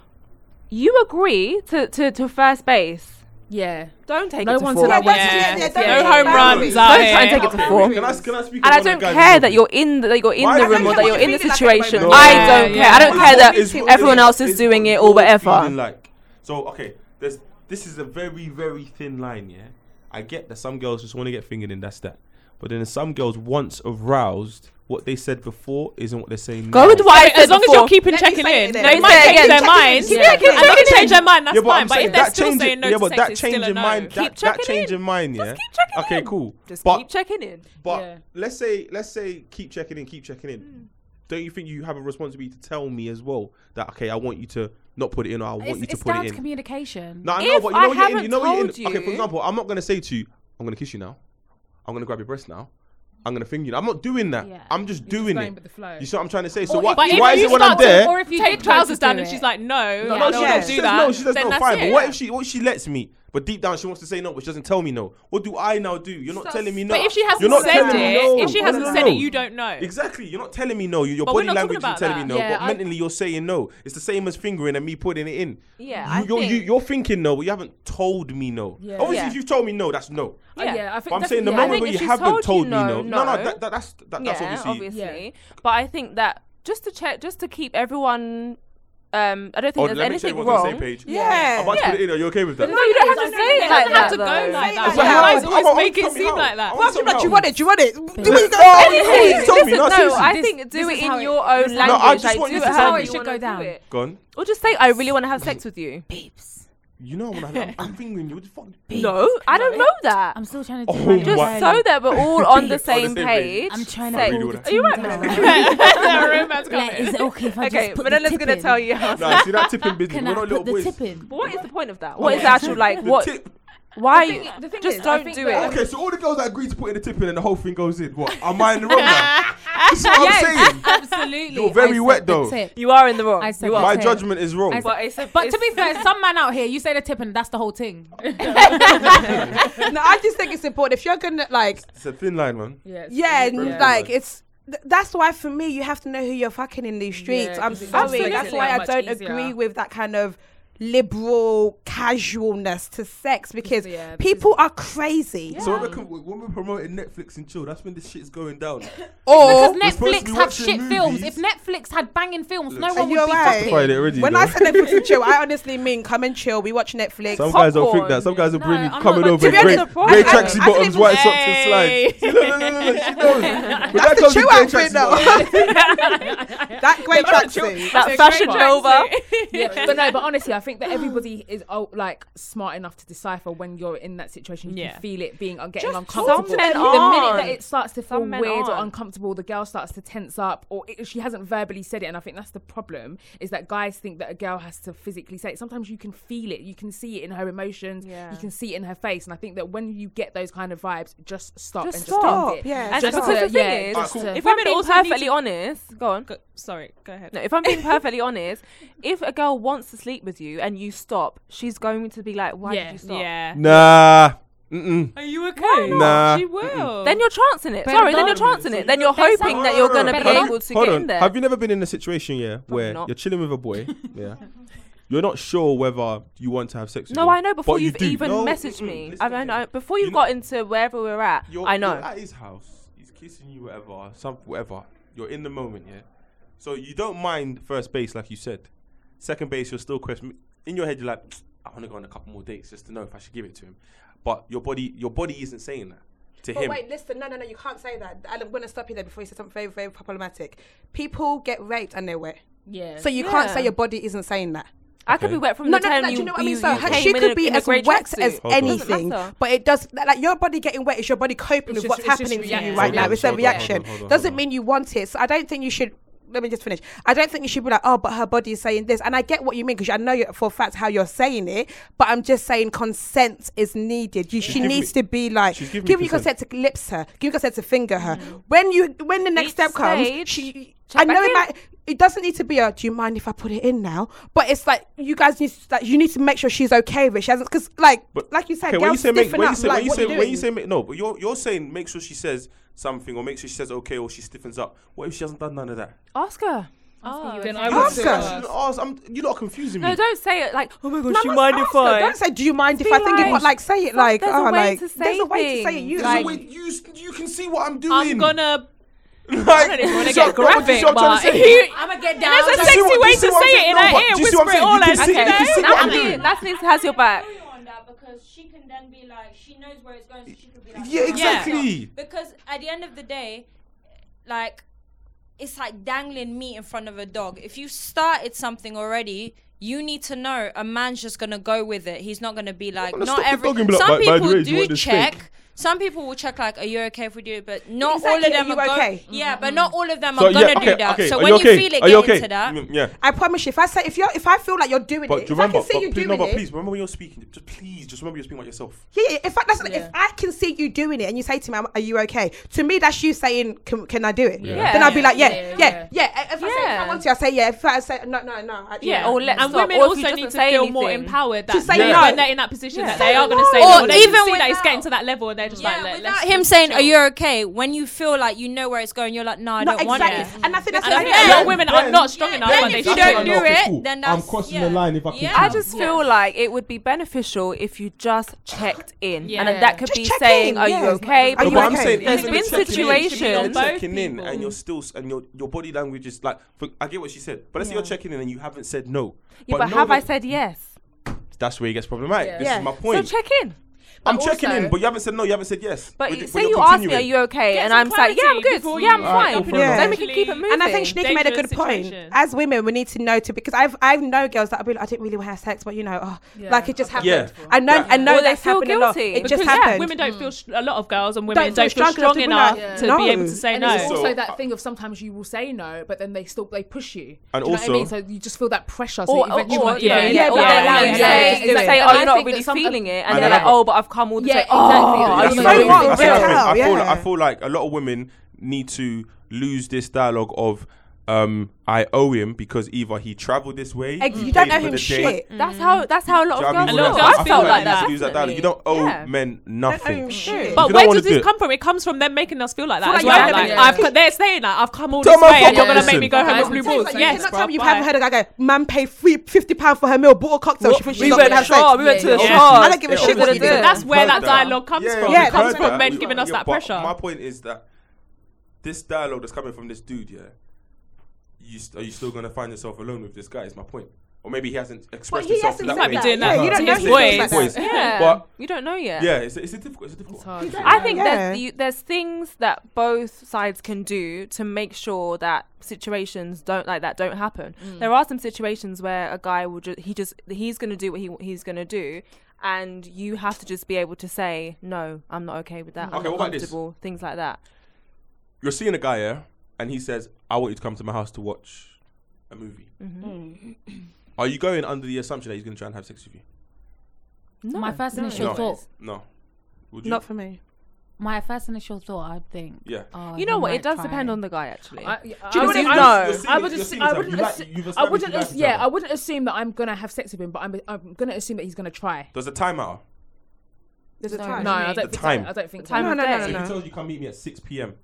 [SPEAKER 4] You agree to to, to first base.
[SPEAKER 3] Yeah.
[SPEAKER 4] Don't take
[SPEAKER 3] No
[SPEAKER 4] it to
[SPEAKER 3] one
[SPEAKER 4] four.
[SPEAKER 3] said I
[SPEAKER 2] Yeah,
[SPEAKER 3] was-
[SPEAKER 2] that's-
[SPEAKER 6] Yeah.
[SPEAKER 2] yeah, yeah, don't
[SPEAKER 6] No
[SPEAKER 2] take
[SPEAKER 6] home
[SPEAKER 2] boundaries.
[SPEAKER 6] runs out
[SPEAKER 4] Don't try and
[SPEAKER 6] here.
[SPEAKER 4] take it to four.
[SPEAKER 1] Can I, can I speak
[SPEAKER 4] And I
[SPEAKER 1] on one
[SPEAKER 4] don't
[SPEAKER 1] of the guys'
[SPEAKER 4] care that
[SPEAKER 1] movie?
[SPEAKER 4] you're in the, that you're in
[SPEAKER 1] Why-
[SPEAKER 4] the
[SPEAKER 1] I
[SPEAKER 4] room
[SPEAKER 1] don't
[SPEAKER 4] or
[SPEAKER 1] care
[SPEAKER 4] that
[SPEAKER 1] what
[SPEAKER 4] you're
[SPEAKER 2] you
[SPEAKER 4] in the
[SPEAKER 2] feel like about
[SPEAKER 4] situation.
[SPEAKER 2] it.
[SPEAKER 4] I
[SPEAKER 6] Yeah,
[SPEAKER 4] don't care.
[SPEAKER 6] yeah.
[SPEAKER 4] I don't
[SPEAKER 1] What-
[SPEAKER 4] care
[SPEAKER 1] what
[SPEAKER 4] that
[SPEAKER 1] is- what
[SPEAKER 4] everyone
[SPEAKER 1] is-
[SPEAKER 4] else is doing it or
[SPEAKER 1] your
[SPEAKER 4] whatever.
[SPEAKER 1] feeling Like, so okay, there's this is a very very thin line. Yeah, I get that some girls just want to get fingered and that's that, but then some girls once aroused, what they said before isn't what they're saying.
[SPEAKER 4] Go
[SPEAKER 1] now.
[SPEAKER 4] with what I said
[SPEAKER 6] as long as
[SPEAKER 4] before.
[SPEAKER 6] you're keeping
[SPEAKER 2] Let me
[SPEAKER 6] checking
[SPEAKER 2] say it
[SPEAKER 6] in,
[SPEAKER 2] then.
[SPEAKER 6] they
[SPEAKER 4] Let me
[SPEAKER 6] might
[SPEAKER 4] say it
[SPEAKER 6] change
[SPEAKER 4] again.
[SPEAKER 6] their minds.
[SPEAKER 2] Keep
[SPEAKER 6] And
[SPEAKER 2] checking in,
[SPEAKER 6] they
[SPEAKER 2] check
[SPEAKER 6] can change their mind. That's
[SPEAKER 1] Yeah, but
[SPEAKER 6] fine.
[SPEAKER 1] I'm
[SPEAKER 6] But
[SPEAKER 1] saying
[SPEAKER 6] if they're
[SPEAKER 1] that
[SPEAKER 6] still
[SPEAKER 1] change.
[SPEAKER 6] saying no
[SPEAKER 1] yeah,
[SPEAKER 6] to
[SPEAKER 1] but
[SPEAKER 6] sex,
[SPEAKER 1] that
[SPEAKER 6] it's
[SPEAKER 1] change
[SPEAKER 6] still a
[SPEAKER 1] in
[SPEAKER 6] no.
[SPEAKER 1] mind.
[SPEAKER 4] Keep
[SPEAKER 1] That, that
[SPEAKER 4] checking
[SPEAKER 1] change
[SPEAKER 4] in.
[SPEAKER 1] in mind. Yeah.
[SPEAKER 4] keep checking
[SPEAKER 1] okay,
[SPEAKER 4] in.
[SPEAKER 1] cool.
[SPEAKER 4] Just
[SPEAKER 1] but
[SPEAKER 4] keep checking in.
[SPEAKER 1] but
[SPEAKER 3] Yeah.
[SPEAKER 1] let's say let's say keep checking in, keep checking in.
[SPEAKER 6] Hmm.
[SPEAKER 1] Don't you think you have a responsibility to tell me as well that okay, I want you to not put it in, or I want you
[SPEAKER 5] It's,
[SPEAKER 1] to
[SPEAKER 5] it's
[SPEAKER 1] put
[SPEAKER 5] down
[SPEAKER 1] it
[SPEAKER 5] to
[SPEAKER 1] in.
[SPEAKER 5] communication.
[SPEAKER 1] No, I know,
[SPEAKER 4] If
[SPEAKER 1] but you
[SPEAKER 4] I
[SPEAKER 1] know, what you're in, you
[SPEAKER 4] haven't
[SPEAKER 1] know what you're
[SPEAKER 4] told
[SPEAKER 1] in. Okay, for
[SPEAKER 4] you-
[SPEAKER 1] example, I'm not gonna say to you, I'm gonna kiss you now. I'm gonna grab your breast now. I'm gonna finger you. now." I'm not doing that.
[SPEAKER 5] Yeah.
[SPEAKER 1] I'm just
[SPEAKER 3] You're just
[SPEAKER 1] doing
[SPEAKER 3] going
[SPEAKER 1] it.
[SPEAKER 3] with the flow.
[SPEAKER 1] You see what I'm trying to say? So
[SPEAKER 5] Or
[SPEAKER 1] why,
[SPEAKER 5] if you-
[SPEAKER 1] why
[SPEAKER 5] if
[SPEAKER 1] is
[SPEAKER 5] you
[SPEAKER 1] it when I'm
[SPEAKER 5] start to-
[SPEAKER 1] there?
[SPEAKER 5] or if you
[SPEAKER 6] take
[SPEAKER 5] did try to
[SPEAKER 6] trousers down
[SPEAKER 5] do
[SPEAKER 6] and
[SPEAKER 5] it.
[SPEAKER 6] she's like, no,
[SPEAKER 2] No, no,
[SPEAKER 6] I don't
[SPEAKER 2] she says-
[SPEAKER 6] want to
[SPEAKER 1] she
[SPEAKER 6] do
[SPEAKER 1] says
[SPEAKER 6] that.
[SPEAKER 1] no. She says
[SPEAKER 6] then
[SPEAKER 1] no.
[SPEAKER 6] that's
[SPEAKER 1] Fine,
[SPEAKER 6] it.
[SPEAKER 1] but what if she what if she lets me? But deep down, she wants to say no, but she doesn't tell me no. What do I now do? You're not
[SPEAKER 2] So-
[SPEAKER 1] telling me no.
[SPEAKER 6] But if she
[SPEAKER 1] You're
[SPEAKER 6] hasn't
[SPEAKER 1] not
[SPEAKER 6] said
[SPEAKER 1] telling me no.
[SPEAKER 6] it, if she
[SPEAKER 1] No,
[SPEAKER 6] hasn't
[SPEAKER 1] no, no,
[SPEAKER 6] said
[SPEAKER 1] no.
[SPEAKER 6] it, you don't know.
[SPEAKER 1] Exactly. You're not telling me no. Your, your
[SPEAKER 6] But we're
[SPEAKER 1] body
[SPEAKER 6] not talking
[SPEAKER 1] language isn't
[SPEAKER 6] about
[SPEAKER 1] telling me
[SPEAKER 6] that.
[SPEAKER 1] no,
[SPEAKER 3] Yeah,
[SPEAKER 1] but
[SPEAKER 3] I-
[SPEAKER 1] mentally you're saying no. It's the same as fingering and me putting it in.
[SPEAKER 4] Yeah, I
[SPEAKER 1] You, you're, you,
[SPEAKER 4] think-
[SPEAKER 1] you're thinking no, but you haven't told me no.
[SPEAKER 3] Yeah.
[SPEAKER 1] Obviously,
[SPEAKER 4] Yeah.
[SPEAKER 1] if you've told me no, that's no.
[SPEAKER 3] Oh,
[SPEAKER 4] Yeah.
[SPEAKER 3] yeah, I think
[SPEAKER 1] But I'm saying the
[SPEAKER 4] I
[SPEAKER 3] definitely-
[SPEAKER 1] moment
[SPEAKER 4] think
[SPEAKER 1] where
[SPEAKER 4] if
[SPEAKER 1] you
[SPEAKER 4] she's
[SPEAKER 1] haven't
[SPEAKER 4] told you
[SPEAKER 1] told, me no,
[SPEAKER 4] no,
[SPEAKER 1] no, no,
[SPEAKER 4] no.
[SPEAKER 1] that, that, that's that, that's
[SPEAKER 4] yeah,
[SPEAKER 1] obviously.
[SPEAKER 3] Yeah.
[SPEAKER 4] But I think that just to check, just to keep everyone. Um, I don't think
[SPEAKER 1] Oh,
[SPEAKER 4] there's
[SPEAKER 1] let me check
[SPEAKER 4] anything
[SPEAKER 1] what's
[SPEAKER 4] wrong.
[SPEAKER 1] on the same page.
[SPEAKER 2] Yeah.
[SPEAKER 1] I'm about
[SPEAKER 4] Yeah.
[SPEAKER 1] to put it in. Are you okay with that?
[SPEAKER 4] No, you don't have to say it
[SPEAKER 6] You
[SPEAKER 4] like
[SPEAKER 6] don't have
[SPEAKER 4] that.
[SPEAKER 6] to go
[SPEAKER 4] though.
[SPEAKER 6] like that.
[SPEAKER 2] Say
[SPEAKER 6] You
[SPEAKER 2] that.
[SPEAKER 6] guys
[SPEAKER 1] How-
[SPEAKER 6] always
[SPEAKER 1] how-
[SPEAKER 6] make
[SPEAKER 1] tell
[SPEAKER 6] it
[SPEAKER 1] me
[SPEAKER 6] seem
[SPEAKER 1] how.
[SPEAKER 6] like that.
[SPEAKER 1] How-
[SPEAKER 2] Well, do you know, do you
[SPEAKER 1] how-
[SPEAKER 2] want it? Do you want it? Do we go?
[SPEAKER 4] Anything.
[SPEAKER 1] Tell me, no,
[SPEAKER 4] Listen, no,
[SPEAKER 1] seriously.
[SPEAKER 4] I
[SPEAKER 5] This-
[SPEAKER 4] think do
[SPEAKER 5] this
[SPEAKER 4] it
[SPEAKER 5] is
[SPEAKER 4] in
[SPEAKER 5] how it-
[SPEAKER 4] your own
[SPEAKER 5] this is how-
[SPEAKER 4] language.
[SPEAKER 1] No, I just
[SPEAKER 4] like,
[SPEAKER 1] want-
[SPEAKER 4] do
[SPEAKER 1] this
[SPEAKER 4] it
[SPEAKER 1] is
[SPEAKER 4] how
[SPEAKER 1] how
[SPEAKER 4] you
[SPEAKER 5] it should
[SPEAKER 4] wanna
[SPEAKER 5] go
[SPEAKER 4] do
[SPEAKER 5] down.
[SPEAKER 4] it.
[SPEAKER 1] Go on.
[SPEAKER 4] Or just say, I really want to have sex with you.
[SPEAKER 1] You know, when I'm, I'm fingering you, what the fuck?
[SPEAKER 4] No, I don't know that.
[SPEAKER 5] I'm still trying to do
[SPEAKER 1] Oh
[SPEAKER 5] my
[SPEAKER 1] my-
[SPEAKER 4] Just
[SPEAKER 5] just
[SPEAKER 4] so that we're all on the
[SPEAKER 1] On the
[SPEAKER 4] same
[SPEAKER 1] same page.
[SPEAKER 4] page.
[SPEAKER 5] I'm trying
[SPEAKER 4] Say-
[SPEAKER 5] to
[SPEAKER 1] really
[SPEAKER 5] hold
[SPEAKER 1] wanna-
[SPEAKER 5] the
[SPEAKER 4] Are you
[SPEAKER 5] team
[SPEAKER 4] right,
[SPEAKER 5] down.
[SPEAKER 4] Manella?
[SPEAKER 6] Their romance
[SPEAKER 5] Like, is
[SPEAKER 6] coming.
[SPEAKER 5] it okay if I
[SPEAKER 4] Okay,
[SPEAKER 5] just put the
[SPEAKER 4] Manella's
[SPEAKER 5] tip
[SPEAKER 4] gonna
[SPEAKER 5] in?
[SPEAKER 4] tell you how. to-
[SPEAKER 1] Nah, see that tipping business.
[SPEAKER 5] Can
[SPEAKER 1] We're
[SPEAKER 5] I
[SPEAKER 1] not little
[SPEAKER 5] put the
[SPEAKER 1] boys.
[SPEAKER 5] tip in?
[SPEAKER 4] What is the point of that? What
[SPEAKER 1] Oh, yeah.
[SPEAKER 4] is the actual like?
[SPEAKER 1] The
[SPEAKER 4] What?
[SPEAKER 1] tip.
[SPEAKER 4] Why? you-
[SPEAKER 3] thing- the thing
[SPEAKER 4] Just
[SPEAKER 3] is, I
[SPEAKER 4] don't
[SPEAKER 3] think
[SPEAKER 4] do
[SPEAKER 3] that-
[SPEAKER 4] it.
[SPEAKER 1] Okay, so all the girls that agreed to put in the tip in and the whole thing goes in. What? Am I in the wrong now? That's what I'm saying.
[SPEAKER 5] Absolutely.
[SPEAKER 1] You're very
[SPEAKER 5] I said
[SPEAKER 1] wet,
[SPEAKER 5] the
[SPEAKER 1] though.
[SPEAKER 5] tip.
[SPEAKER 4] You are in the wrong.
[SPEAKER 5] I said
[SPEAKER 4] You
[SPEAKER 5] the
[SPEAKER 4] are.
[SPEAKER 1] My
[SPEAKER 5] tip.
[SPEAKER 1] judgment is wrong.
[SPEAKER 5] I said-
[SPEAKER 4] But it's a-
[SPEAKER 5] But to
[SPEAKER 4] it's-
[SPEAKER 5] be fair, some man out here, you say the tip and that's the whole thing.
[SPEAKER 2] No, I just think it's important if you're gonna like,
[SPEAKER 1] It's a thin line, man.
[SPEAKER 3] Yeah, it's-
[SPEAKER 2] yeah,
[SPEAKER 1] Yeah.
[SPEAKER 2] like it's th- that's why for me you have to know who you're fucking in these streets.
[SPEAKER 3] Yeah,
[SPEAKER 2] I'm
[SPEAKER 3] 'cause it's
[SPEAKER 2] sorry, that's
[SPEAKER 3] absolutely
[SPEAKER 2] why I
[SPEAKER 3] much
[SPEAKER 2] don't
[SPEAKER 3] easier.
[SPEAKER 2] agree with that kind of liberal casualness to sex because
[SPEAKER 3] Yeah, because-
[SPEAKER 2] people are crazy.
[SPEAKER 1] So when we're, com- when we're promoting Netflix and chill, that's when the shit's going down.
[SPEAKER 2] Or
[SPEAKER 5] Because
[SPEAKER 1] We're supposed to
[SPEAKER 5] Netflix
[SPEAKER 1] be
[SPEAKER 5] have
[SPEAKER 1] watching
[SPEAKER 5] shit films. If
[SPEAKER 1] movies.
[SPEAKER 5] Netflix had banging films, no
[SPEAKER 1] Look,
[SPEAKER 5] one
[SPEAKER 2] are
[SPEAKER 5] would be
[SPEAKER 2] you alright?
[SPEAKER 5] fucking.
[SPEAKER 1] Tried it already.
[SPEAKER 2] when
[SPEAKER 1] though.
[SPEAKER 2] I said Netflix and chill, I honestly mean come and chill. We watch Netflix.
[SPEAKER 1] Some guys don't think
[SPEAKER 4] popcorn.
[SPEAKER 1] that. Some guys are
[SPEAKER 5] No,
[SPEAKER 1] bringing
[SPEAKER 5] I'm
[SPEAKER 1] coming
[SPEAKER 5] not-
[SPEAKER 1] over
[SPEAKER 2] To
[SPEAKER 1] in
[SPEAKER 2] be
[SPEAKER 1] grey,
[SPEAKER 2] honest,
[SPEAKER 1] grey
[SPEAKER 2] I- I-
[SPEAKER 1] tracksudes,
[SPEAKER 2] I
[SPEAKER 1] bottoms,
[SPEAKER 2] didn't-
[SPEAKER 1] white socks, and
[SPEAKER 4] Hey.
[SPEAKER 1] slides. No, no, no, no, no, she knows. But
[SPEAKER 2] That's
[SPEAKER 1] that
[SPEAKER 2] the
[SPEAKER 1] comes
[SPEAKER 2] chill
[SPEAKER 1] with grey tracksuits
[SPEAKER 2] outfit, though. that grey tracksuit.
[SPEAKER 4] That
[SPEAKER 3] It's
[SPEAKER 4] fashion
[SPEAKER 3] great.
[SPEAKER 4] Nova.
[SPEAKER 3] yeah. But no, but honestly, I think that everybody is oh, like smart enough to decipher when you're in that situation. You
[SPEAKER 6] Yeah.
[SPEAKER 3] can feel it being uh, getting
[SPEAKER 4] Some
[SPEAKER 3] uncomfortable.
[SPEAKER 4] men
[SPEAKER 3] the minute that
[SPEAKER 4] aren't.
[SPEAKER 3] it starts to feel
[SPEAKER 4] Some men
[SPEAKER 3] weird or
[SPEAKER 4] aren't.
[SPEAKER 3] uncomfortable, the girl starts to tense up, or it, she hasn't verbally said it. And I think that's the problem: is that guys think that a girl has to physically say it. Sometimes you can feel it, you can see it in her emotions,
[SPEAKER 4] Yeah.
[SPEAKER 3] you can see it in her face. And I think that when you get those kind of vibes, just stop
[SPEAKER 4] Just
[SPEAKER 3] and
[SPEAKER 4] stop,
[SPEAKER 3] just end it.
[SPEAKER 2] yeah.
[SPEAKER 4] And
[SPEAKER 3] Just
[SPEAKER 4] because
[SPEAKER 3] to-
[SPEAKER 4] the thing
[SPEAKER 3] yeah,
[SPEAKER 4] is,
[SPEAKER 3] just
[SPEAKER 1] Alright,
[SPEAKER 3] to-
[SPEAKER 1] cool.
[SPEAKER 4] If
[SPEAKER 6] Women
[SPEAKER 4] I'm being
[SPEAKER 6] also need
[SPEAKER 4] perfectly
[SPEAKER 6] to-
[SPEAKER 4] honest, go on.
[SPEAKER 6] Go, sorry, go ahead.
[SPEAKER 4] No, if I'm being perfectly honest, if a girl wants to sleep with you and you stop, she's going to be like, "Why
[SPEAKER 3] Yeah.
[SPEAKER 4] did you stop?"
[SPEAKER 6] Yeah.
[SPEAKER 1] Nah. Mm-mm.
[SPEAKER 6] Are you okay?
[SPEAKER 1] Nah.
[SPEAKER 6] She will.
[SPEAKER 4] Then you're chancing it.
[SPEAKER 5] But
[SPEAKER 4] Sorry, then
[SPEAKER 5] no.
[SPEAKER 4] you're chancing it. Then you're hoping that you're gonna be
[SPEAKER 5] But
[SPEAKER 4] able to
[SPEAKER 1] Hold
[SPEAKER 4] get
[SPEAKER 1] on.
[SPEAKER 4] in there.
[SPEAKER 1] Have you never been in a situation, yeah, where
[SPEAKER 4] not.
[SPEAKER 1] you're chilling with a boy, yeah, you're not sure whether you want to have sex with
[SPEAKER 4] No,
[SPEAKER 1] him,
[SPEAKER 4] I know before
[SPEAKER 1] but you
[SPEAKER 4] you've
[SPEAKER 1] do.
[SPEAKER 4] even
[SPEAKER 1] No,
[SPEAKER 4] messaged
[SPEAKER 1] mm-mm.
[SPEAKER 4] me.
[SPEAKER 1] Listen
[SPEAKER 4] I
[SPEAKER 1] to me.
[SPEAKER 4] mean, I, before you
[SPEAKER 1] You know-
[SPEAKER 4] got into wherever we're at,
[SPEAKER 1] You're,
[SPEAKER 4] I know.
[SPEAKER 1] You're at his house. He's kissing you, whatever, some whatever. You're in the moment, yeah. So you don't mind first base, like you said. Second base, you're still question. In your head, you're like, I want to go on a couple more dates just to know if I should give it to him. But your body, your body isn't saying that to
[SPEAKER 2] But
[SPEAKER 1] him.
[SPEAKER 2] wait, listen, no, no, no, you can't say that. And I'm going to stop you there before you say something very, very problematic. People get raped and they're wet.
[SPEAKER 3] Yeah.
[SPEAKER 2] So you can't say your body isn't saying that.
[SPEAKER 4] I could
[SPEAKER 1] Okay.
[SPEAKER 4] be wet from
[SPEAKER 2] No,
[SPEAKER 4] the
[SPEAKER 2] no, no,
[SPEAKER 4] time
[SPEAKER 2] no, do
[SPEAKER 4] you,
[SPEAKER 2] you know what I mean?
[SPEAKER 4] you-
[SPEAKER 2] So
[SPEAKER 4] you
[SPEAKER 2] her-
[SPEAKER 4] came
[SPEAKER 2] she
[SPEAKER 4] in
[SPEAKER 2] could
[SPEAKER 4] in a-
[SPEAKER 2] be
[SPEAKER 4] in a
[SPEAKER 2] as
[SPEAKER 4] grey
[SPEAKER 2] wet
[SPEAKER 4] tracksuit.
[SPEAKER 2] as
[SPEAKER 1] Hold on.
[SPEAKER 2] anything,
[SPEAKER 4] Doesn't matter.
[SPEAKER 2] but it does like your body getting wet is your body coping with
[SPEAKER 3] It's just-
[SPEAKER 2] what's
[SPEAKER 3] it's just
[SPEAKER 2] happening to you
[SPEAKER 3] reacting.
[SPEAKER 2] right
[SPEAKER 3] Hold
[SPEAKER 2] now.
[SPEAKER 3] on,
[SPEAKER 2] It's a
[SPEAKER 3] hold on, hold on,
[SPEAKER 2] reaction.
[SPEAKER 1] hold on,
[SPEAKER 2] Doesn't
[SPEAKER 1] hold on.
[SPEAKER 2] mean you want it. So I don't think you should. Let me just finish. I don't think you should be like, oh, but her body is saying this, and I get what you mean because I know you- for a fact how you're saying it. But I'm just saying consent is needed. You, she
[SPEAKER 1] giving
[SPEAKER 2] needs
[SPEAKER 1] me-
[SPEAKER 2] to be like,
[SPEAKER 1] she's giving me
[SPEAKER 2] giving you
[SPEAKER 1] consent.
[SPEAKER 2] consent to lips her, giving you consent to finger her.
[SPEAKER 4] Mm-hmm.
[SPEAKER 2] When you when the next
[SPEAKER 4] Each
[SPEAKER 2] step comes,
[SPEAKER 4] stage,
[SPEAKER 2] she.
[SPEAKER 4] check
[SPEAKER 2] I know
[SPEAKER 4] back
[SPEAKER 2] it
[SPEAKER 4] in.
[SPEAKER 2] might it doesn't need to be a do you mind if I put it in now? But it's like you guys need to like, you need to make sure she's okay with it. She hasn't because like
[SPEAKER 1] But-
[SPEAKER 2] like you said,
[SPEAKER 1] Okay,
[SPEAKER 2] girls
[SPEAKER 1] when you say make,
[SPEAKER 2] stiffen
[SPEAKER 1] when you
[SPEAKER 2] up,
[SPEAKER 1] say
[SPEAKER 2] like,
[SPEAKER 1] when you
[SPEAKER 2] what
[SPEAKER 1] say
[SPEAKER 2] are
[SPEAKER 1] when you
[SPEAKER 2] doing?
[SPEAKER 1] say make, no, but you're you're saying make sure she says something or make sure she says okay or she stiffens up. What if she hasn't done none of that?
[SPEAKER 4] Ask her.
[SPEAKER 3] Then I would
[SPEAKER 2] Ask
[SPEAKER 3] say uh,
[SPEAKER 2] her.
[SPEAKER 3] that.
[SPEAKER 1] She asked- I'm- you're not confusing me.
[SPEAKER 4] No, don't say it like, "Oh my god,
[SPEAKER 2] No,
[SPEAKER 4] she
[SPEAKER 2] no,
[SPEAKER 4] mind
[SPEAKER 2] ask
[SPEAKER 4] if
[SPEAKER 2] her.
[SPEAKER 4] I?"
[SPEAKER 2] Don't say do you mind if I
[SPEAKER 4] Be
[SPEAKER 2] think it?
[SPEAKER 4] like-
[SPEAKER 2] But like say it
[SPEAKER 4] Fuck,
[SPEAKER 2] like
[SPEAKER 4] there's a
[SPEAKER 2] oh
[SPEAKER 4] way
[SPEAKER 2] like
[SPEAKER 4] to say
[SPEAKER 2] there's a way to say it.
[SPEAKER 4] things.
[SPEAKER 2] You
[SPEAKER 1] There's a
[SPEAKER 2] like,
[SPEAKER 1] way- you, s- you can see what I'm doing.
[SPEAKER 6] I'm gonna.
[SPEAKER 1] Like,
[SPEAKER 6] I don't even want to
[SPEAKER 1] so what-
[SPEAKER 6] get
[SPEAKER 1] what you
[SPEAKER 6] graphic,
[SPEAKER 1] see what I'm trying
[SPEAKER 6] but
[SPEAKER 1] to say?
[SPEAKER 5] I'm gonna get down.
[SPEAKER 6] there's a
[SPEAKER 1] You see
[SPEAKER 6] sexy
[SPEAKER 1] what-
[SPEAKER 6] way
[SPEAKER 1] you see
[SPEAKER 6] to
[SPEAKER 1] what I'm
[SPEAKER 6] say it
[SPEAKER 1] saying?
[SPEAKER 6] in
[SPEAKER 1] No,
[SPEAKER 6] her
[SPEAKER 1] but
[SPEAKER 6] ear,
[SPEAKER 1] do you see what I'm
[SPEAKER 6] whisper
[SPEAKER 1] saying?
[SPEAKER 6] it
[SPEAKER 1] You
[SPEAKER 6] all out.
[SPEAKER 1] can see- you can see
[SPEAKER 6] Okay.
[SPEAKER 1] what I'm
[SPEAKER 4] Natalie,
[SPEAKER 1] doing.
[SPEAKER 4] Natalie has your back.
[SPEAKER 7] agree on that because she can then be like, she knows where it's going, so she could be like,
[SPEAKER 1] Yeah,
[SPEAKER 7] "No,
[SPEAKER 1] exactly.
[SPEAKER 7] no." Because at the end of the day, like, it's like dangling meat in front of a dog. If you started something already. You need to know a man's just gonna go with it. He's not gonna be like
[SPEAKER 1] gonna
[SPEAKER 7] not
[SPEAKER 1] stop the
[SPEAKER 7] every.
[SPEAKER 1] dog and be like,
[SPEAKER 7] Some
[SPEAKER 1] "By- by the
[SPEAKER 7] people
[SPEAKER 1] way, do you want
[SPEAKER 7] do
[SPEAKER 1] this
[SPEAKER 7] check.
[SPEAKER 1] steak?"
[SPEAKER 7] Some people will check like, "Are you okay if we do it?" But not all
[SPEAKER 2] Exactly,
[SPEAKER 7] of them
[SPEAKER 2] are
[SPEAKER 7] are,
[SPEAKER 2] you
[SPEAKER 7] go-
[SPEAKER 2] okay? Mm-hmm.
[SPEAKER 7] Yeah, but not all of them
[SPEAKER 1] So,
[SPEAKER 7] are gonna
[SPEAKER 1] yeah, okay,
[SPEAKER 7] do that.
[SPEAKER 1] okay.
[SPEAKER 7] So
[SPEAKER 1] Are
[SPEAKER 7] when you,
[SPEAKER 1] okay?
[SPEAKER 7] feel it,
[SPEAKER 1] Are
[SPEAKER 7] get
[SPEAKER 1] you okay?
[SPEAKER 7] into that.
[SPEAKER 1] Mm, Yeah.
[SPEAKER 2] I promise you, if I say if you if I feel like you're doing
[SPEAKER 1] But
[SPEAKER 2] it,
[SPEAKER 1] do you
[SPEAKER 2] if I
[SPEAKER 1] remember,
[SPEAKER 2] can see
[SPEAKER 1] but
[SPEAKER 2] you
[SPEAKER 1] please,
[SPEAKER 2] doing
[SPEAKER 1] no, but
[SPEAKER 2] it,
[SPEAKER 1] please, remember when you're speaking, just please, just remember you're speaking about yourself.
[SPEAKER 2] yeah, yeah. In fact, that's if I can see you doing it and you say to me, "Am- "Are you okay?" To me, that's you saying, "Can, can I do it?"
[SPEAKER 1] Yeah.
[SPEAKER 2] Then I'll be like, "Yeah,
[SPEAKER 3] Yeah,
[SPEAKER 2] yeah,
[SPEAKER 3] yeah,
[SPEAKER 2] yeah." If I say if I
[SPEAKER 4] Yeah.
[SPEAKER 2] want to, I say yeah. If I say no, no, no, I,
[SPEAKER 6] Yeah,
[SPEAKER 4] or let's
[SPEAKER 6] and
[SPEAKER 4] stop,
[SPEAKER 6] women
[SPEAKER 4] or if he
[SPEAKER 6] also
[SPEAKER 4] doesn't
[SPEAKER 6] need to feel
[SPEAKER 4] say
[SPEAKER 6] more
[SPEAKER 4] anything.
[SPEAKER 6] empowered. That
[SPEAKER 2] Just say
[SPEAKER 6] when
[SPEAKER 1] no.
[SPEAKER 6] they're in that position,
[SPEAKER 4] Yeah.
[SPEAKER 6] that they
[SPEAKER 2] Say
[SPEAKER 6] are going to say,
[SPEAKER 7] no.
[SPEAKER 6] no.
[SPEAKER 7] Or
[SPEAKER 6] they can
[SPEAKER 7] even
[SPEAKER 6] see that it's
[SPEAKER 7] without-
[SPEAKER 6] getting to that level, and they're just
[SPEAKER 7] Yeah,
[SPEAKER 6] like, let,
[SPEAKER 7] without
[SPEAKER 6] let's
[SPEAKER 7] him
[SPEAKER 6] just
[SPEAKER 7] saying,
[SPEAKER 6] chill.
[SPEAKER 7] "Are you okay?" When you feel like you know where it's going, you're like, "No, I
[SPEAKER 2] No,
[SPEAKER 7] don't want
[SPEAKER 2] exactly.
[SPEAKER 7] it."
[SPEAKER 2] And I think that's
[SPEAKER 6] And I think
[SPEAKER 2] yeah.
[SPEAKER 6] a lot of women are
[SPEAKER 1] Then-
[SPEAKER 6] not strong
[SPEAKER 7] Yeah,
[SPEAKER 6] enough.
[SPEAKER 7] then
[SPEAKER 6] and they
[SPEAKER 7] if
[SPEAKER 6] feel
[SPEAKER 7] you
[SPEAKER 6] like
[SPEAKER 7] don't do
[SPEAKER 6] they're not.
[SPEAKER 7] it, then that's-
[SPEAKER 1] I'm crossing
[SPEAKER 7] yeah.
[SPEAKER 1] the line if I can.
[SPEAKER 7] Yeah.
[SPEAKER 4] I just feel like it would be beneficial if you just checked in, and
[SPEAKER 3] Yeah.
[SPEAKER 4] then that could
[SPEAKER 2] Just
[SPEAKER 4] be
[SPEAKER 2] check
[SPEAKER 4] saying,
[SPEAKER 2] in,
[SPEAKER 4] "Are
[SPEAKER 2] yeah.
[SPEAKER 4] you okay?"
[SPEAKER 1] No,
[SPEAKER 2] No, Are
[SPEAKER 4] But
[SPEAKER 2] you
[SPEAKER 1] but I'm
[SPEAKER 2] okay?
[SPEAKER 1] saying
[SPEAKER 4] There's
[SPEAKER 1] even
[SPEAKER 4] been
[SPEAKER 1] if you're checking in-
[SPEAKER 4] situations-
[SPEAKER 1] you're
[SPEAKER 6] Both
[SPEAKER 1] checking in,
[SPEAKER 6] people.
[SPEAKER 1] and you're still s- and your your body language is like. For, I get what she said, but let's say you're checking in and you haven't said no.
[SPEAKER 4] yeah, but
[SPEAKER 1] know
[SPEAKER 4] have I
[SPEAKER 1] that-
[SPEAKER 4] said yes?
[SPEAKER 1] That's where it gets problematic. This
[SPEAKER 2] Yeah.
[SPEAKER 1] is my
[SPEAKER 4] So
[SPEAKER 1] point.
[SPEAKER 4] check in.
[SPEAKER 1] I'm
[SPEAKER 3] But
[SPEAKER 1] checking
[SPEAKER 3] also-
[SPEAKER 1] in, but you haven't said no. You haven't said yes. But
[SPEAKER 4] But you-
[SPEAKER 1] you-
[SPEAKER 4] say
[SPEAKER 1] you're
[SPEAKER 4] you ask me, "Are
[SPEAKER 1] continuing.
[SPEAKER 4] you okay?"
[SPEAKER 6] Get
[SPEAKER 4] and
[SPEAKER 6] some
[SPEAKER 4] I'm saying, "Yeah, I'm
[SPEAKER 6] clarity
[SPEAKER 4] good.
[SPEAKER 6] before
[SPEAKER 4] Yeah, I'm
[SPEAKER 6] you-
[SPEAKER 1] Alright,
[SPEAKER 4] fine."
[SPEAKER 1] cool, fair
[SPEAKER 2] enough.
[SPEAKER 4] Then we can keep it moving.
[SPEAKER 2] And I think Shanika made a good
[SPEAKER 6] Dangerous
[SPEAKER 2] point.
[SPEAKER 6] situation.
[SPEAKER 2] As women, we need to know to because I've I've known girls that will be like, I didn't really want to have sex, but you know, oh,
[SPEAKER 3] Yeah.
[SPEAKER 2] like it just happened.
[SPEAKER 1] Yeah.
[SPEAKER 2] I know, I know
[SPEAKER 4] Or they
[SPEAKER 2] that's
[SPEAKER 4] feel
[SPEAKER 2] happened a lot.
[SPEAKER 4] guilty.
[SPEAKER 2] It
[SPEAKER 6] Because
[SPEAKER 2] just
[SPEAKER 6] yeah,
[SPEAKER 2] happened.
[SPEAKER 6] women don't feel sh- a lot of girls and women
[SPEAKER 2] Don't
[SPEAKER 6] don't,
[SPEAKER 2] feel
[SPEAKER 6] feel strong,
[SPEAKER 2] strong enough
[SPEAKER 6] enough
[SPEAKER 2] to be
[SPEAKER 6] to,
[SPEAKER 2] like,
[SPEAKER 6] be
[SPEAKER 2] no.
[SPEAKER 6] able to say
[SPEAKER 3] And
[SPEAKER 6] no.
[SPEAKER 3] it's also
[SPEAKER 1] So,
[SPEAKER 3] that
[SPEAKER 1] uh,
[SPEAKER 3] thing of sometimes you will say no, but then they still they push you.
[SPEAKER 1] And
[SPEAKER 3] Do you know what I
[SPEAKER 1] also-
[SPEAKER 3] mean? so you just feel that pressure. So
[SPEAKER 4] Or, or,
[SPEAKER 3] eventually,
[SPEAKER 4] or,
[SPEAKER 3] you know,
[SPEAKER 6] yeah,
[SPEAKER 3] you
[SPEAKER 6] yeah,
[SPEAKER 3] let
[SPEAKER 4] or
[SPEAKER 3] it
[SPEAKER 4] they
[SPEAKER 3] down,
[SPEAKER 4] allow
[SPEAKER 3] "Oh, yeah,
[SPEAKER 4] you to say,
[SPEAKER 3] exactly.
[SPEAKER 4] say,
[SPEAKER 3] And
[SPEAKER 4] "Oh,
[SPEAKER 3] I
[SPEAKER 4] you're not
[SPEAKER 3] think
[SPEAKER 4] really
[SPEAKER 3] that some-
[SPEAKER 4] feeling it," and
[SPEAKER 1] I
[SPEAKER 4] they're like,
[SPEAKER 1] know.
[SPEAKER 4] "Oh, but I've come all the
[SPEAKER 3] Yeah,
[SPEAKER 4] way."
[SPEAKER 3] exactly.
[SPEAKER 4] Oh,
[SPEAKER 3] That's
[SPEAKER 4] you
[SPEAKER 3] what
[SPEAKER 4] know,
[SPEAKER 3] I
[SPEAKER 4] really
[SPEAKER 3] mean.
[SPEAKER 1] That's
[SPEAKER 4] feel
[SPEAKER 1] what
[SPEAKER 4] it."
[SPEAKER 1] I mean. I
[SPEAKER 2] Yeah.
[SPEAKER 1] feel, I feel like a lot of women need to lose this dialogue of um, I owe him because either he traveled this way.
[SPEAKER 2] Ex-
[SPEAKER 1] he
[SPEAKER 2] you don't
[SPEAKER 1] paid
[SPEAKER 2] know
[SPEAKER 1] for
[SPEAKER 2] him
[SPEAKER 1] the
[SPEAKER 2] shit.
[SPEAKER 5] Mm.
[SPEAKER 4] That's how. That's how a lot
[SPEAKER 1] Do you
[SPEAKER 4] of
[SPEAKER 1] know what I
[SPEAKER 4] girls.
[SPEAKER 1] mean?
[SPEAKER 6] A lot of
[SPEAKER 1] When I- I
[SPEAKER 4] feel.
[SPEAKER 6] girls
[SPEAKER 4] I
[SPEAKER 6] feel
[SPEAKER 4] felt
[SPEAKER 1] felt
[SPEAKER 4] like
[SPEAKER 6] like
[SPEAKER 1] that.
[SPEAKER 4] that.
[SPEAKER 6] that.
[SPEAKER 1] Lose that dialogue. You don't owe
[SPEAKER 4] Yeah.
[SPEAKER 1] men
[SPEAKER 2] Don't owe
[SPEAKER 1] nothing.
[SPEAKER 2] him shit.
[SPEAKER 1] If
[SPEAKER 6] But
[SPEAKER 1] you
[SPEAKER 6] where
[SPEAKER 1] don't wanna
[SPEAKER 6] does this
[SPEAKER 1] do it-
[SPEAKER 6] come from? It comes from them making us feel like that.
[SPEAKER 2] Feel
[SPEAKER 6] as
[SPEAKER 2] like
[SPEAKER 6] well.
[SPEAKER 2] you
[SPEAKER 6] Like,
[SPEAKER 2] have
[SPEAKER 6] I've,
[SPEAKER 2] to-
[SPEAKER 6] co- they're saying that I've come all
[SPEAKER 1] Tell
[SPEAKER 6] this
[SPEAKER 1] my
[SPEAKER 6] way and
[SPEAKER 1] fucking
[SPEAKER 6] you're gonna make me
[SPEAKER 1] listen.
[SPEAKER 6] go home with
[SPEAKER 3] Guys, tell
[SPEAKER 6] blue
[SPEAKER 3] you
[SPEAKER 6] balls.
[SPEAKER 2] Like,
[SPEAKER 3] like,
[SPEAKER 2] you
[SPEAKER 6] Yes,
[SPEAKER 2] cannot
[SPEAKER 6] bruv,
[SPEAKER 2] tell me you
[SPEAKER 6] bye.
[SPEAKER 2] haven't heard a guy go, man paid three, 50 pounds for her meal, bought a cocktail. she thinks she's
[SPEAKER 4] we
[SPEAKER 2] not
[SPEAKER 4] went
[SPEAKER 2] gonna
[SPEAKER 4] to
[SPEAKER 2] have sex.
[SPEAKER 4] shop. We went to the
[SPEAKER 2] Yeah.
[SPEAKER 4] shop.
[SPEAKER 2] I don't give a
[SPEAKER 4] It
[SPEAKER 2] shit
[SPEAKER 4] was
[SPEAKER 2] what you
[SPEAKER 4] gonna
[SPEAKER 2] do.
[SPEAKER 4] do.
[SPEAKER 6] That's where
[SPEAKER 1] heard
[SPEAKER 6] that
[SPEAKER 1] that.
[SPEAKER 6] dialogue comes
[SPEAKER 1] Yeah,
[SPEAKER 6] from.
[SPEAKER 1] yeah,
[SPEAKER 6] it
[SPEAKER 1] we've
[SPEAKER 6] comes
[SPEAKER 1] heard
[SPEAKER 6] from
[SPEAKER 1] that.
[SPEAKER 6] men
[SPEAKER 1] We've-
[SPEAKER 6] giving us
[SPEAKER 1] yeah,
[SPEAKER 6] that
[SPEAKER 1] but
[SPEAKER 6] pressure.
[SPEAKER 1] My point is that this dialogue that's coming from this dude, yeah. You st- are you still gonna find yourself alone with this guy? Is my point, or maybe he hasn't expressed
[SPEAKER 2] he
[SPEAKER 1] himself.
[SPEAKER 2] hasn't
[SPEAKER 6] You
[SPEAKER 1] that
[SPEAKER 6] might
[SPEAKER 1] way.
[SPEAKER 6] be doing
[SPEAKER 2] Yeah,
[SPEAKER 6] that.
[SPEAKER 2] you
[SPEAKER 6] to
[SPEAKER 2] don't
[SPEAKER 6] his
[SPEAKER 2] know he feels
[SPEAKER 6] voice.
[SPEAKER 2] like that.
[SPEAKER 4] Yeah.
[SPEAKER 1] But
[SPEAKER 4] you don't know yet.
[SPEAKER 1] yeah, it's, it's a difficult. It's a difficult. one.
[SPEAKER 4] I think
[SPEAKER 2] Yeah.
[SPEAKER 4] there's you, there's things that both sides can do to make sure that situations don't like that don't happen.
[SPEAKER 1] Mm.
[SPEAKER 4] There are some situations where a guy will just he just he's gonna do what he he's gonna do, and you have to just be able to say no, I'm not okay with that. I'm
[SPEAKER 1] Mm. Okay,
[SPEAKER 4] not
[SPEAKER 1] what about this?
[SPEAKER 4] comfortable," Things like that.
[SPEAKER 1] You're seeing a guy, yeah, and he says, "I want you to come to my house to watch a movie."
[SPEAKER 3] Mm-hmm.
[SPEAKER 1] Are you going under the assumption that he's gonna try and have sex with you?
[SPEAKER 4] No,
[SPEAKER 5] My first initial
[SPEAKER 1] no.
[SPEAKER 5] thought.
[SPEAKER 1] No. Would you?
[SPEAKER 2] Not for me.
[SPEAKER 5] My first initial thought, I think.
[SPEAKER 1] yeah.
[SPEAKER 5] Oh,
[SPEAKER 4] you know what? It does depend on the guy actually.
[SPEAKER 3] I,
[SPEAKER 4] you
[SPEAKER 3] I
[SPEAKER 4] know
[SPEAKER 3] would
[SPEAKER 4] what it
[SPEAKER 3] I
[SPEAKER 4] is?
[SPEAKER 1] You're
[SPEAKER 3] would- I
[SPEAKER 1] seeing
[SPEAKER 3] would
[SPEAKER 1] it- you're
[SPEAKER 3] assu-
[SPEAKER 1] seeing
[SPEAKER 3] I
[SPEAKER 1] something.
[SPEAKER 3] wouldn't
[SPEAKER 1] You like-
[SPEAKER 3] assu-
[SPEAKER 1] you've
[SPEAKER 3] I
[SPEAKER 1] established
[SPEAKER 3] wouldn't
[SPEAKER 1] you like
[SPEAKER 3] ass-
[SPEAKER 1] each
[SPEAKER 3] yeah
[SPEAKER 1] other.
[SPEAKER 3] I wouldn't assume that I'm gonna have sex with him but I'm I'm gonna assume that he's gonna try
[SPEAKER 1] Does the time matter?
[SPEAKER 2] There's a
[SPEAKER 5] No,
[SPEAKER 2] time.
[SPEAKER 3] no I don't
[SPEAKER 1] The
[SPEAKER 3] think
[SPEAKER 1] time.
[SPEAKER 3] so I don't think
[SPEAKER 4] Time
[SPEAKER 3] so.
[SPEAKER 2] no,
[SPEAKER 4] of
[SPEAKER 2] no, no,
[SPEAKER 4] day.
[SPEAKER 1] So if
[SPEAKER 2] no.
[SPEAKER 1] he tells you come meet me at six p.m.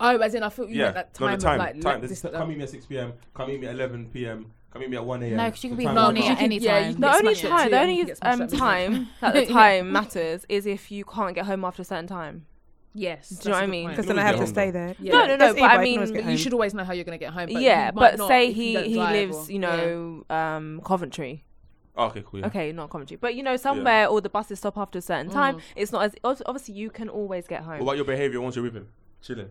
[SPEAKER 3] oh as in I thought you
[SPEAKER 1] yeah,
[SPEAKER 3] meant that
[SPEAKER 1] no,
[SPEAKER 3] time
[SPEAKER 1] the
[SPEAKER 3] of
[SPEAKER 1] time.
[SPEAKER 3] like
[SPEAKER 1] time.
[SPEAKER 3] let
[SPEAKER 1] This,
[SPEAKER 3] this
[SPEAKER 1] come meet me at six p.m. Come meet me at eleven p.m. Come meet me at one a.m.
[SPEAKER 5] No, 'cause you could be
[SPEAKER 1] The time
[SPEAKER 5] horny
[SPEAKER 1] matters.
[SPEAKER 5] at any time.
[SPEAKER 4] The
[SPEAKER 5] Get
[SPEAKER 4] only
[SPEAKER 5] smashed at
[SPEAKER 4] time, the
[SPEAKER 3] 2,
[SPEAKER 4] only
[SPEAKER 3] you get smashed
[SPEAKER 4] um,
[SPEAKER 3] at 2.
[SPEAKER 4] time that the time matters is if you can't get home after a certain time.
[SPEAKER 3] yes
[SPEAKER 4] Do you know what I mean?
[SPEAKER 2] Because then I have to stay there.
[SPEAKER 3] Yeah.
[SPEAKER 4] No, no, no.
[SPEAKER 2] That's
[SPEAKER 4] But
[SPEAKER 2] Eva,
[SPEAKER 4] I
[SPEAKER 2] I can always
[SPEAKER 4] mean,
[SPEAKER 2] get
[SPEAKER 3] you should always know how you're gonna get home but
[SPEAKER 4] yeah,
[SPEAKER 3] you might
[SPEAKER 4] but
[SPEAKER 3] not
[SPEAKER 4] say
[SPEAKER 3] if you
[SPEAKER 4] he
[SPEAKER 3] don't
[SPEAKER 4] he
[SPEAKER 3] drive
[SPEAKER 4] lives,
[SPEAKER 3] or-
[SPEAKER 4] you know, um, Coventry.
[SPEAKER 1] Oh, okay, cool. Yeah.
[SPEAKER 4] Okay, not Coventry, but you know, somewhere all the buses stop after a certain time.
[SPEAKER 3] Mm.
[SPEAKER 4] It's not as ob- obviously you can always get home.
[SPEAKER 1] What about your behavior once you're with him? Chilling.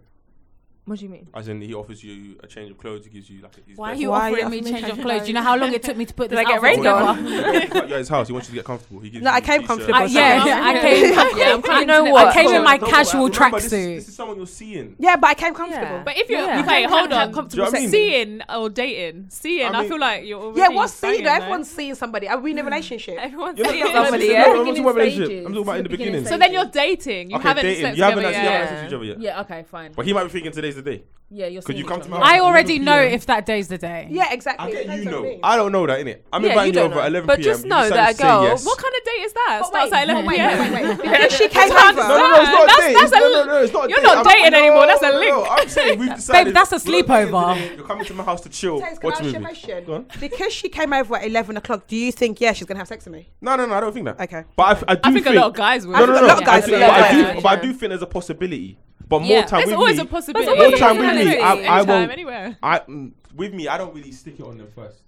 [SPEAKER 4] What do you mean?
[SPEAKER 1] As in, he offers you a change of clothes, he gives you like a.
[SPEAKER 5] Why are you
[SPEAKER 2] Why
[SPEAKER 5] offering
[SPEAKER 2] you
[SPEAKER 5] me
[SPEAKER 2] offering
[SPEAKER 5] change
[SPEAKER 2] change
[SPEAKER 5] of
[SPEAKER 2] of
[SPEAKER 5] clothes? You know how long it took me to put
[SPEAKER 4] Did
[SPEAKER 5] this
[SPEAKER 4] I get
[SPEAKER 5] outfit
[SPEAKER 4] rained
[SPEAKER 5] together?
[SPEAKER 4] on?
[SPEAKER 1] You're at his house, he wants you to get comfortable. He gives
[SPEAKER 2] No,
[SPEAKER 1] you
[SPEAKER 2] I
[SPEAKER 1] a
[SPEAKER 2] came
[SPEAKER 1] t-shirt.
[SPEAKER 2] comfortable.
[SPEAKER 5] I, yeah, I came. Yeah, I'm
[SPEAKER 4] You know
[SPEAKER 5] confident.
[SPEAKER 4] what?
[SPEAKER 5] I came in my
[SPEAKER 1] Don't worry,
[SPEAKER 5] casual
[SPEAKER 1] remember, this is- This
[SPEAKER 5] tracksuit.
[SPEAKER 1] is someone you're seeing.
[SPEAKER 2] Yeah, but I came comfortable.
[SPEAKER 4] Yeah.
[SPEAKER 6] But if you
[SPEAKER 4] Yeah. You
[SPEAKER 6] okay,
[SPEAKER 3] can
[SPEAKER 6] hold
[SPEAKER 3] have
[SPEAKER 6] on.
[SPEAKER 3] comfortable
[SPEAKER 1] Do you know what I
[SPEAKER 6] Seeing
[SPEAKER 1] mean?
[SPEAKER 6] or dating, seeing,
[SPEAKER 1] I
[SPEAKER 6] I,
[SPEAKER 1] mean-
[SPEAKER 6] feel like you're already
[SPEAKER 2] Yeah, what's seeing?
[SPEAKER 6] banging,
[SPEAKER 2] though?
[SPEAKER 6] though.
[SPEAKER 2] Everyone's seeing somebody. Are we in a relationship?
[SPEAKER 4] Everyone's
[SPEAKER 1] You're not-
[SPEAKER 4] seeing
[SPEAKER 1] no, no,
[SPEAKER 4] somebody.
[SPEAKER 1] no,
[SPEAKER 4] yeah?
[SPEAKER 1] no, I'm not talking about
[SPEAKER 3] Beginning
[SPEAKER 1] relationship. I'm talking about in the
[SPEAKER 3] stages.
[SPEAKER 1] beginning.
[SPEAKER 6] So then you're dating. You
[SPEAKER 1] okay,
[SPEAKER 6] haven't
[SPEAKER 1] dating.
[SPEAKER 6] sex
[SPEAKER 1] you haven't
[SPEAKER 6] together
[SPEAKER 1] actually
[SPEAKER 6] yet.
[SPEAKER 1] had sex with each other yet.
[SPEAKER 3] yeah okay fine
[SPEAKER 1] But he might be thinking today's the day.
[SPEAKER 3] yeah you're
[SPEAKER 1] Could you
[SPEAKER 3] seeing
[SPEAKER 1] come
[SPEAKER 3] each
[SPEAKER 1] to my
[SPEAKER 3] other.
[SPEAKER 1] house at
[SPEAKER 5] I already
[SPEAKER 1] 11
[SPEAKER 5] know
[SPEAKER 1] p.m.?
[SPEAKER 5] if that day's the day.
[SPEAKER 2] Yeah, exactly.
[SPEAKER 1] I get
[SPEAKER 2] Depends
[SPEAKER 1] you
[SPEAKER 2] on
[SPEAKER 1] know.
[SPEAKER 2] me.
[SPEAKER 1] I don't know that, innit? I'm
[SPEAKER 4] Yeah,
[SPEAKER 1] inviting
[SPEAKER 4] you
[SPEAKER 1] you
[SPEAKER 4] don't
[SPEAKER 1] over at
[SPEAKER 4] know.
[SPEAKER 1] 11
[SPEAKER 4] But
[SPEAKER 1] p.m.
[SPEAKER 4] just
[SPEAKER 1] you
[SPEAKER 4] know
[SPEAKER 1] decided
[SPEAKER 4] that a
[SPEAKER 1] to say
[SPEAKER 4] girl.
[SPEAKER 1] yes.
[SPEAKER 4] What kind of date is that?
[SPEAKER 2] But
[SPEAKER 4] Starts at
[SPEAKER 2] wait,
[SPEAKER 4] eleven
[SPEAKER 2] wait,
[SPEAKER 4] p.m.
[SPEAKER 2] wait, wait, wait. Because she came over.
[SPEAKER 1] No, no, no, it's not
[SPEAKER 6] That's-
[SPEAKER 1] a date.
[SPEAKER 6] that's
[SPEAKER 1] no,
[SPEAKER 6] a-
[SPEAKER 1] no, no, it's not a
[SPEAKER 6] you're
[SPEAKER 1] date.
[SPEAKER 6] not
[SPEAKER 1] I'm-
[SPEAKER 6] dating
[SPEAKER 1] no,
[SPEAKER 6] anymore, that's a
[SPEAKER 1] no, no,
[SPEAKER 6] link.
[SPEAKER 1] I'm saying we've decided.
[SPEAKER 5] that's a
[SPEAKER 1] we're not dating
[SPEAKER 5] sleepover.
[SPEAKER 1] today. You're coming to my house to chill.
[SPEAKER 2] Taze, can I
[SPEAKER 1] Watch a
[SPEAKER 2] ask you
[SPEAKER 1] movie.
[SPEAKER 2] a
[SPEAKER 1] Go
[SPEAKER 2] question?
[SPEAKER 1] on.
[SPEAKER 2] Because she came over at 11 o'clock, do you think, yeah, she's going to have sex with me?
[SPEAKER 1] No, no, no, I don't think that.
[SPEAKER 2] Okay.
[SPEAKER 1] But I f- I, do
[SPEAKER 6] I think a lot of guys would.
[SPEAKER 1] No, no, no.
[SPEAKER 2] a lot of guys
[SPEAKER 1] I think-
[SPEAKER 2] would.
[SPEAKER 1] but, I do,
[SPEAKER 4] Yeah.
[SPEAKER 1] but I do think there's a possibility. But more
[SPEAKER 5] Yeah.
[SPEAKER 1] time
[SPEAKER 6] There's
[SPEAKER 1] with
[SPEAKER 6] always
[SPEAKER 1] me,
[SPEAKER 6] a possibility.
[SPEAKER 1] More
[SPEAKER 4] always
[SPEAKER 1] time with
[SPEAKER 4] a
[SPEAKER 1] me,
[SPEAKER 4] possibility.
[SPEAKER 1] I,
[SPEAKER 4] Any
[SPEAKER 1] I
[SPEAKER 6] Anytime,
[SPEAKER 1] won't.
[SPEAKER 6] anywhere.
[SPEAKER 1] I mm, with me, I don't really stick it on them first.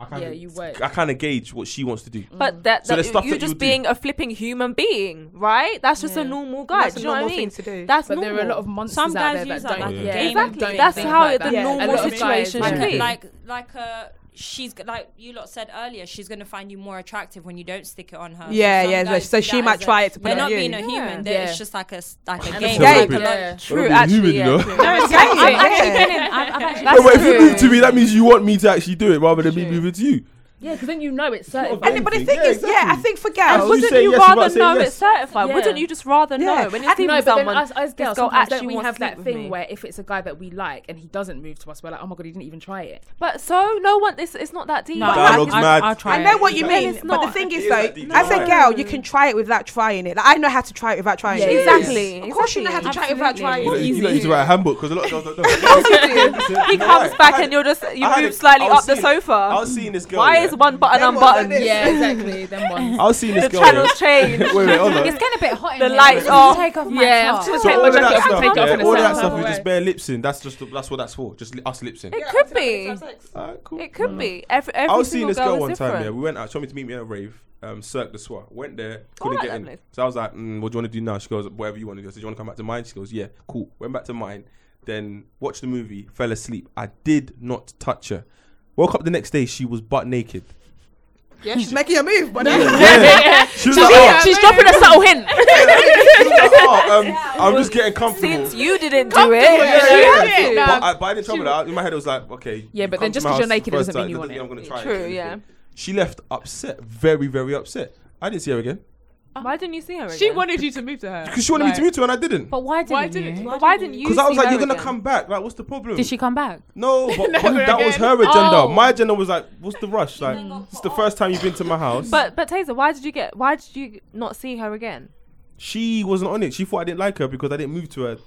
[SPEAKER 1] I kind
[SPEAKER 3] yeah
[SPEAKER 1] of,
[SPEAKER 3] you wait
[SPEAKER 1] I kind of gauge what she wants to do.
[SPEAKER 3] Mm.
[SPEAKER 4] But that,
[SPEAKER 1] So
[SPEAKER 4] that
[SPEAKER 1] there's stuff
[SPEAKER 4] you're
[SPEAKER 1] that you
[SPEAKER 4] just
[SPEAKER 1] would do.
[SPEAKER 4] being a flipping human being, right? That's just a
[SPEAKER 3] Yeah.
[SPEAKER 4] normal guy.
[SPEAKER 2] That's a
[SPEAKER 4] Do you know what I
[SPEAKER 2] normal
[SPEAKER 4] mean?
[SPEAKER 2] thing to do.
[SPEAKER 4] That's
[SPEAKER 3] but
[SPEAKER 4] normal.
[SPEAKER 3] there are a lot of monsters
[SPEAKER 7] Some
[SPEAKER 3] out there
[SPEAKER 7] guys
[SPEAKER 3] that
[SPEAKER 7] use
[SPEAKER 3] don't
[SPEAKER 7] that
[SPEAKER 1] like a
[SPEAKER 4] game.
[SPEAKER 3] yeah, don't
[SPEAKER 4] Exactly.
[SPEAKER 3] think
[SPEAKER 4] That's
[SPEAKER 3] like
[SPEAKER 4] how
[SPEAKER 3] that.
[SPEAKER 4] the
[SPEAKER 3] Yeah.
[SPEAKER 2] normal
[SPEAKER 3] A lot of
[SPEAKER 4] situation
[SPEAKER 3] guys,
[SPEAKER 4] should
[SPEAKER 3] yeah.
[SPEAKER 4] be.
[SPEAKER 7] Like, like uh, she's g- like you lot said earlier. She's gonna find you more attractive when you don't stick it on her.
[SPEAKER 2] Yeah,
[SPEAKER 7] Some
[SPEAKER 2] yeah, so-
[SPEAKER 7] guys
[SPEAKER 2] so
[SPEAKER 7] do
[SPEAKER 2] she
[SPEAKER 7] that
[SPEAKER 2] might
[SPEAKER 7] as a-
[SPEAKER 2] try it to put
[SPEAKER 7] They're
[SPEAKER 2] it
[SPEAKER 7] not
[SPEAKER 2] on you.
[SPEAKER 7] being a
[SPEAKER 4] Yeah.
[SPEAKER 7] human.
[SPEAKER 3] Yeah.
[SPEAKER 7] they're It's just like a s- like a
[SPEAKER 1] And
[SPEAKER 7] game.
[SPEAKER 1] it's
[SPEAKER 2] Yeah.
[SPEAKER 7] Like,
[SPEAKER 1] stupid.
[SPEAKER 3] Yeah.
[SPEAKER 4] True,
[SPEAKER 1] being
[SPEAKER 4] actually,
[SPEAKER 1] human,
[SPEAKER 4] yeah,
[SPEAKER 1] you know?
[SPEAKER 4] true.
[SPEAKER 5] No, it's
[SPEAKER 2] Yeah.
[SPEAKER 5] actually,
[SPEAKER 2] Yeah.
[SPEAKER 5] I'm actually
[SPEAKER 2] Yeah.
[SPEAKER 5] feeling. I'm, I'm actually.
[SPEAKER 4] That's
[SPEAKER 1] no, but if you
[SPEAKER 4] true.
[SPEAKER 1] move to me, that means you want me to actually do it rather than me moving to you.
[SPEAKER 3] Yeah, because then you know it's certain.
[SPEAKER 1] But
[SPEAKER 2] And, but the
[SPEAKER 1] anything.
[SPEAKER 2] thing
[SPEAKER 1] Yeah,
[SPEAKER 2] is, yeah, I
[SPEAKER 1] exactly.
[SPEAKER 2] think for
[SPEAKER 1] And
[SPEAKER 2] girls,
[SPEAKER 1] would-
[SPEAKER 4] Wouldn't
[SPEAKER 1] say
[SPEAKER 4] you
[SPEAKER 1] yes without
[SPEAKER 4] rather
[SPEAKER 1] saying
[SPEAKER 4] know
[SPEAKER 1] yes.
[SPEAKER 4] it's certified?
[SPEAKER 3] Yeah.
[SPEAKER 4] Wouldn't you just rather
[SPEAKER 2] Yeah.
[SPEAKER 4] know when
[SPEAKER 3] I
[SPEAKER 4] you're
[SPEAKER 3] think
[SPEAKER 4] sleeping
[SPEAKER 3] no,
[SPEAKER 4] with
[SPEAKER 3] but then
[SPEAKER 4] someone?
[SPEAKER 3] us, as
[SPEAKER 4] this
[SPEAKER 3] girls,
[SPEAKER 4] girl
[SPEAKER 3] sometimes don't
[SPEAKER 4] actually
[SPEAKER 3] we
[SPEAKER 4] wants
[SPEAKER 3] have
[SPEAKER 4] to
[SPEAKER 3] that
[SPEAKER 4] sleep with
[SPEAKER 3] thing
[SPEAKER 4] me?
[SPEAKER 3] where if it's a guy that we like and he doesn't move to us, we're like, oh my god, he didn't even try it.
[SPEAKER 4] But so no one. It's it's not that deep.
[SPEAKER 5] No,
[SPEAKER 4] But
[SPEAKER 1] Dialogue.
[SPEAKER 4] like,
[SPEAKER 1] Dialogue's
[SPEAKER 5] I-
[SPEAKER 1] mad.
[SPEAKER 5] I'll try
[SPEAKER 2] I know
[SPEAKER 5] it.
[SPEAKER 2] what you
[SPEAKER 4] But
[SPEAKER 2] mean,
[SPEAKER 4] it's
[SPEAKER 2] but the
[SPEAKER 4] not.
[SPEAKER 2] thing
[SPEAKER 1] It
[SPEAKER 2] is
[SPEAKER 1] is
[SPEAKER 2] though,
[SPEAKER 1] that deep.
[SPEAKER 2] as a
[SPEAKER 1] No.
[SPEAKER 2] girl, you can try it without trying it. Like, I know how to try it without trying
[SPEAKER 3] Yeah.
[SPEAKER 2] it.
[SPEAKER 4] Exactly.
[SPEAKER 2] Of course, you know how to try it without
[SPEAKER 1] You know,
[SPEAKER 2] trying it.
[SPEAKER 1] you know, you need to write a handbook because a lot of girls don't know.
[SPEAKER 4] He comes back and you're just you
[SPEAKER 1] I had
[SPEAKER 4] move
[SPEAKER 1] a-
[SPEAKER 4] slightly
[SPEAKER 1] I was
[SPEAKER 4] up the
[SPEAKER 1] seeing-
[SPEAKER 4] sofa.
[SPEAKER 1] I was seeing this girl.
[SPEAKER 4] Why
[SPEAKER 1] yeah.
[SPEAKER 4] is one button
[SPEAKER 2] Then what,
[SPEAKER 4] unbuttoned?
[SPEAKER 2] then it-
[SPEAKER 3] Yeah, exactly. Then one.
[SPEAKER 1] I was seeing this
[SPEAKER 4] The
[SPEAKER 1] girl. yeah.
[SPEAKER 4] channels change.
[SPEAKER 1] Wait, wait, hold on.
[SPEAKER 5] It's getting a bit hot in
[SPEAKER 4] The
[SPEAKER 5] here.
[SPEAKER 4] lights
[SPEAKER 5] Let
[SPEAKER 4] off.
[SPEAKER 5] me Take off my
[SPEAKER 3] Yeah, I'm
[SPEAKER 5] top.
[SPEAKER 3] just
[SPEAKER 1] So
[SPEAKER 3] take
[SPEAKER 1] all
[SPEAKER 3] my
[SPEAKER 1] of that
[SPEAKER 3] jacket off
[SPEAKER 1] stuff,
[SPEAKER 3] and take it off in
[SPEAKER 1] yeah,
[SPEAKER 3] a
[SPEAKER 1] all of
[SPEAKER 3] certain
[SPEAKER 1] that stuff
[SPEAKER 3] way.
[SPEAKER 1] is just bare lip sync. That's just that's what that's for. Just li- us lip sync.
[SPEAKER 4] It could be.
[SPEAKER 1] Alright, cool.
[SPEAKER 4] It could be. Every, every
[SPEAKER 1] I was seeing
[SPEAKER 4] single
[SPEAKER 1] this girl, one
[SPEAKER 4] is
[SPEAKER 1] time.
[SPEAKER 4] different.
[SPEAKER 1] Yeah, we went out. She wanted to meet me at a rave, um, Cirque du Soir. Went there, Oh,
[SPEAKER 4] I
[SPEAKER 1] couldn't
[SPEAKER 4] like
[SPEAKER 1] get
[SPEAKER 4] that
[SPEAKER 1] in.
[SPEAKER 4] place.
[SPEAKER 1] So I was like, mm, "What do you want to do now?" She goes, "Whatever you want to do." I said, "Do you want to come back to mine?" She goes, "Yeah, cool." Went back to mine. Then watched the movie, fell asleep. I did not touch her. Woke up the next day, she was butt naked.
[SPEAKER 2] Yeah, she's making a move, but
[SPEAKER 1] She was like, oh,
[SPEAKER 3] She's dropping a subtle hint.
[SPEAKER 1] she was like, oh, um, I'm just getting comfortable.
[SPEAKER 4] Since you didn't do it, you
[SPEAKER 1] yeah,
[SPEAKER 4] had to.
[SPEAKER 1] But I, but I didn't trouble that. In my head, it was like, okay.
[SPEAKER 3] Yeah,
[SPEAKER 1] you
[SPEAKER 3] but
[SPEAKER 1] come
[SPEAKER 3] then just
[SPEAKER 1] to my
[SPEAKER 3] 'cause you're
[SPEAKER 1] house
[SPEAKER 3] naked
[SPEAKER 1] first
[SPEAKER 3] doesn't
[SPEAKER 1] time,
[SPEAKER 3] mean you
[SPEAKER 1] doesn't
[SPEAKER 3] want
[SPEAKER 1] mean I'm gonna try
[SPEAKER 4] True,
[SPEAKER 1] it.
[SPEAKER 4] yeah.
[SPEAKER 1] She left upset, very, very upset. I didn't see her again.
[SPEAKER 4] Why didn't you see her? Again?
[SPEAKER 6] She wanted you to move to her.
[SPEAKER 1] Because she wanted me
[SPEAKER 6] Like,
[SPEAKER 1] to meet her and I didn't.
[SPEAKER 5] But why didn't,
[SPEAKER 6] Why didn't?
[SPEAKER 5] you?
[SPEAKER 6] you?
[SPEAKER 4] Why didn't you?
[SPEAKER 1] Because I was
[SPEAKER 4] see
[SPEAKER 1] like,
[SPEAKER 4] her
[SPEAKER 1] you're gonna
[SPEAKER 4] again?
[SPEAKER 1] come back. Like, what's the problem?
[SPEAKER 5] Did she come back?
[SPEAKER 1] No, but, but
[SPEAKER 6] Never
[SPEAKER 1] that was
[SPEAKER 6] again.
[SPEAKER 1] her agenda.
[SPEAKER 6] Oh.
[SPEAKER 1] My agenda was like, what's the rush? Like, it's the first time you've been to my house.
[SPEAKER 4] But but Taser, why did you get? Why did you not see her again?
[SPEAKER 1] she wasn't on it. She thought I didn't like her because I didn't move to her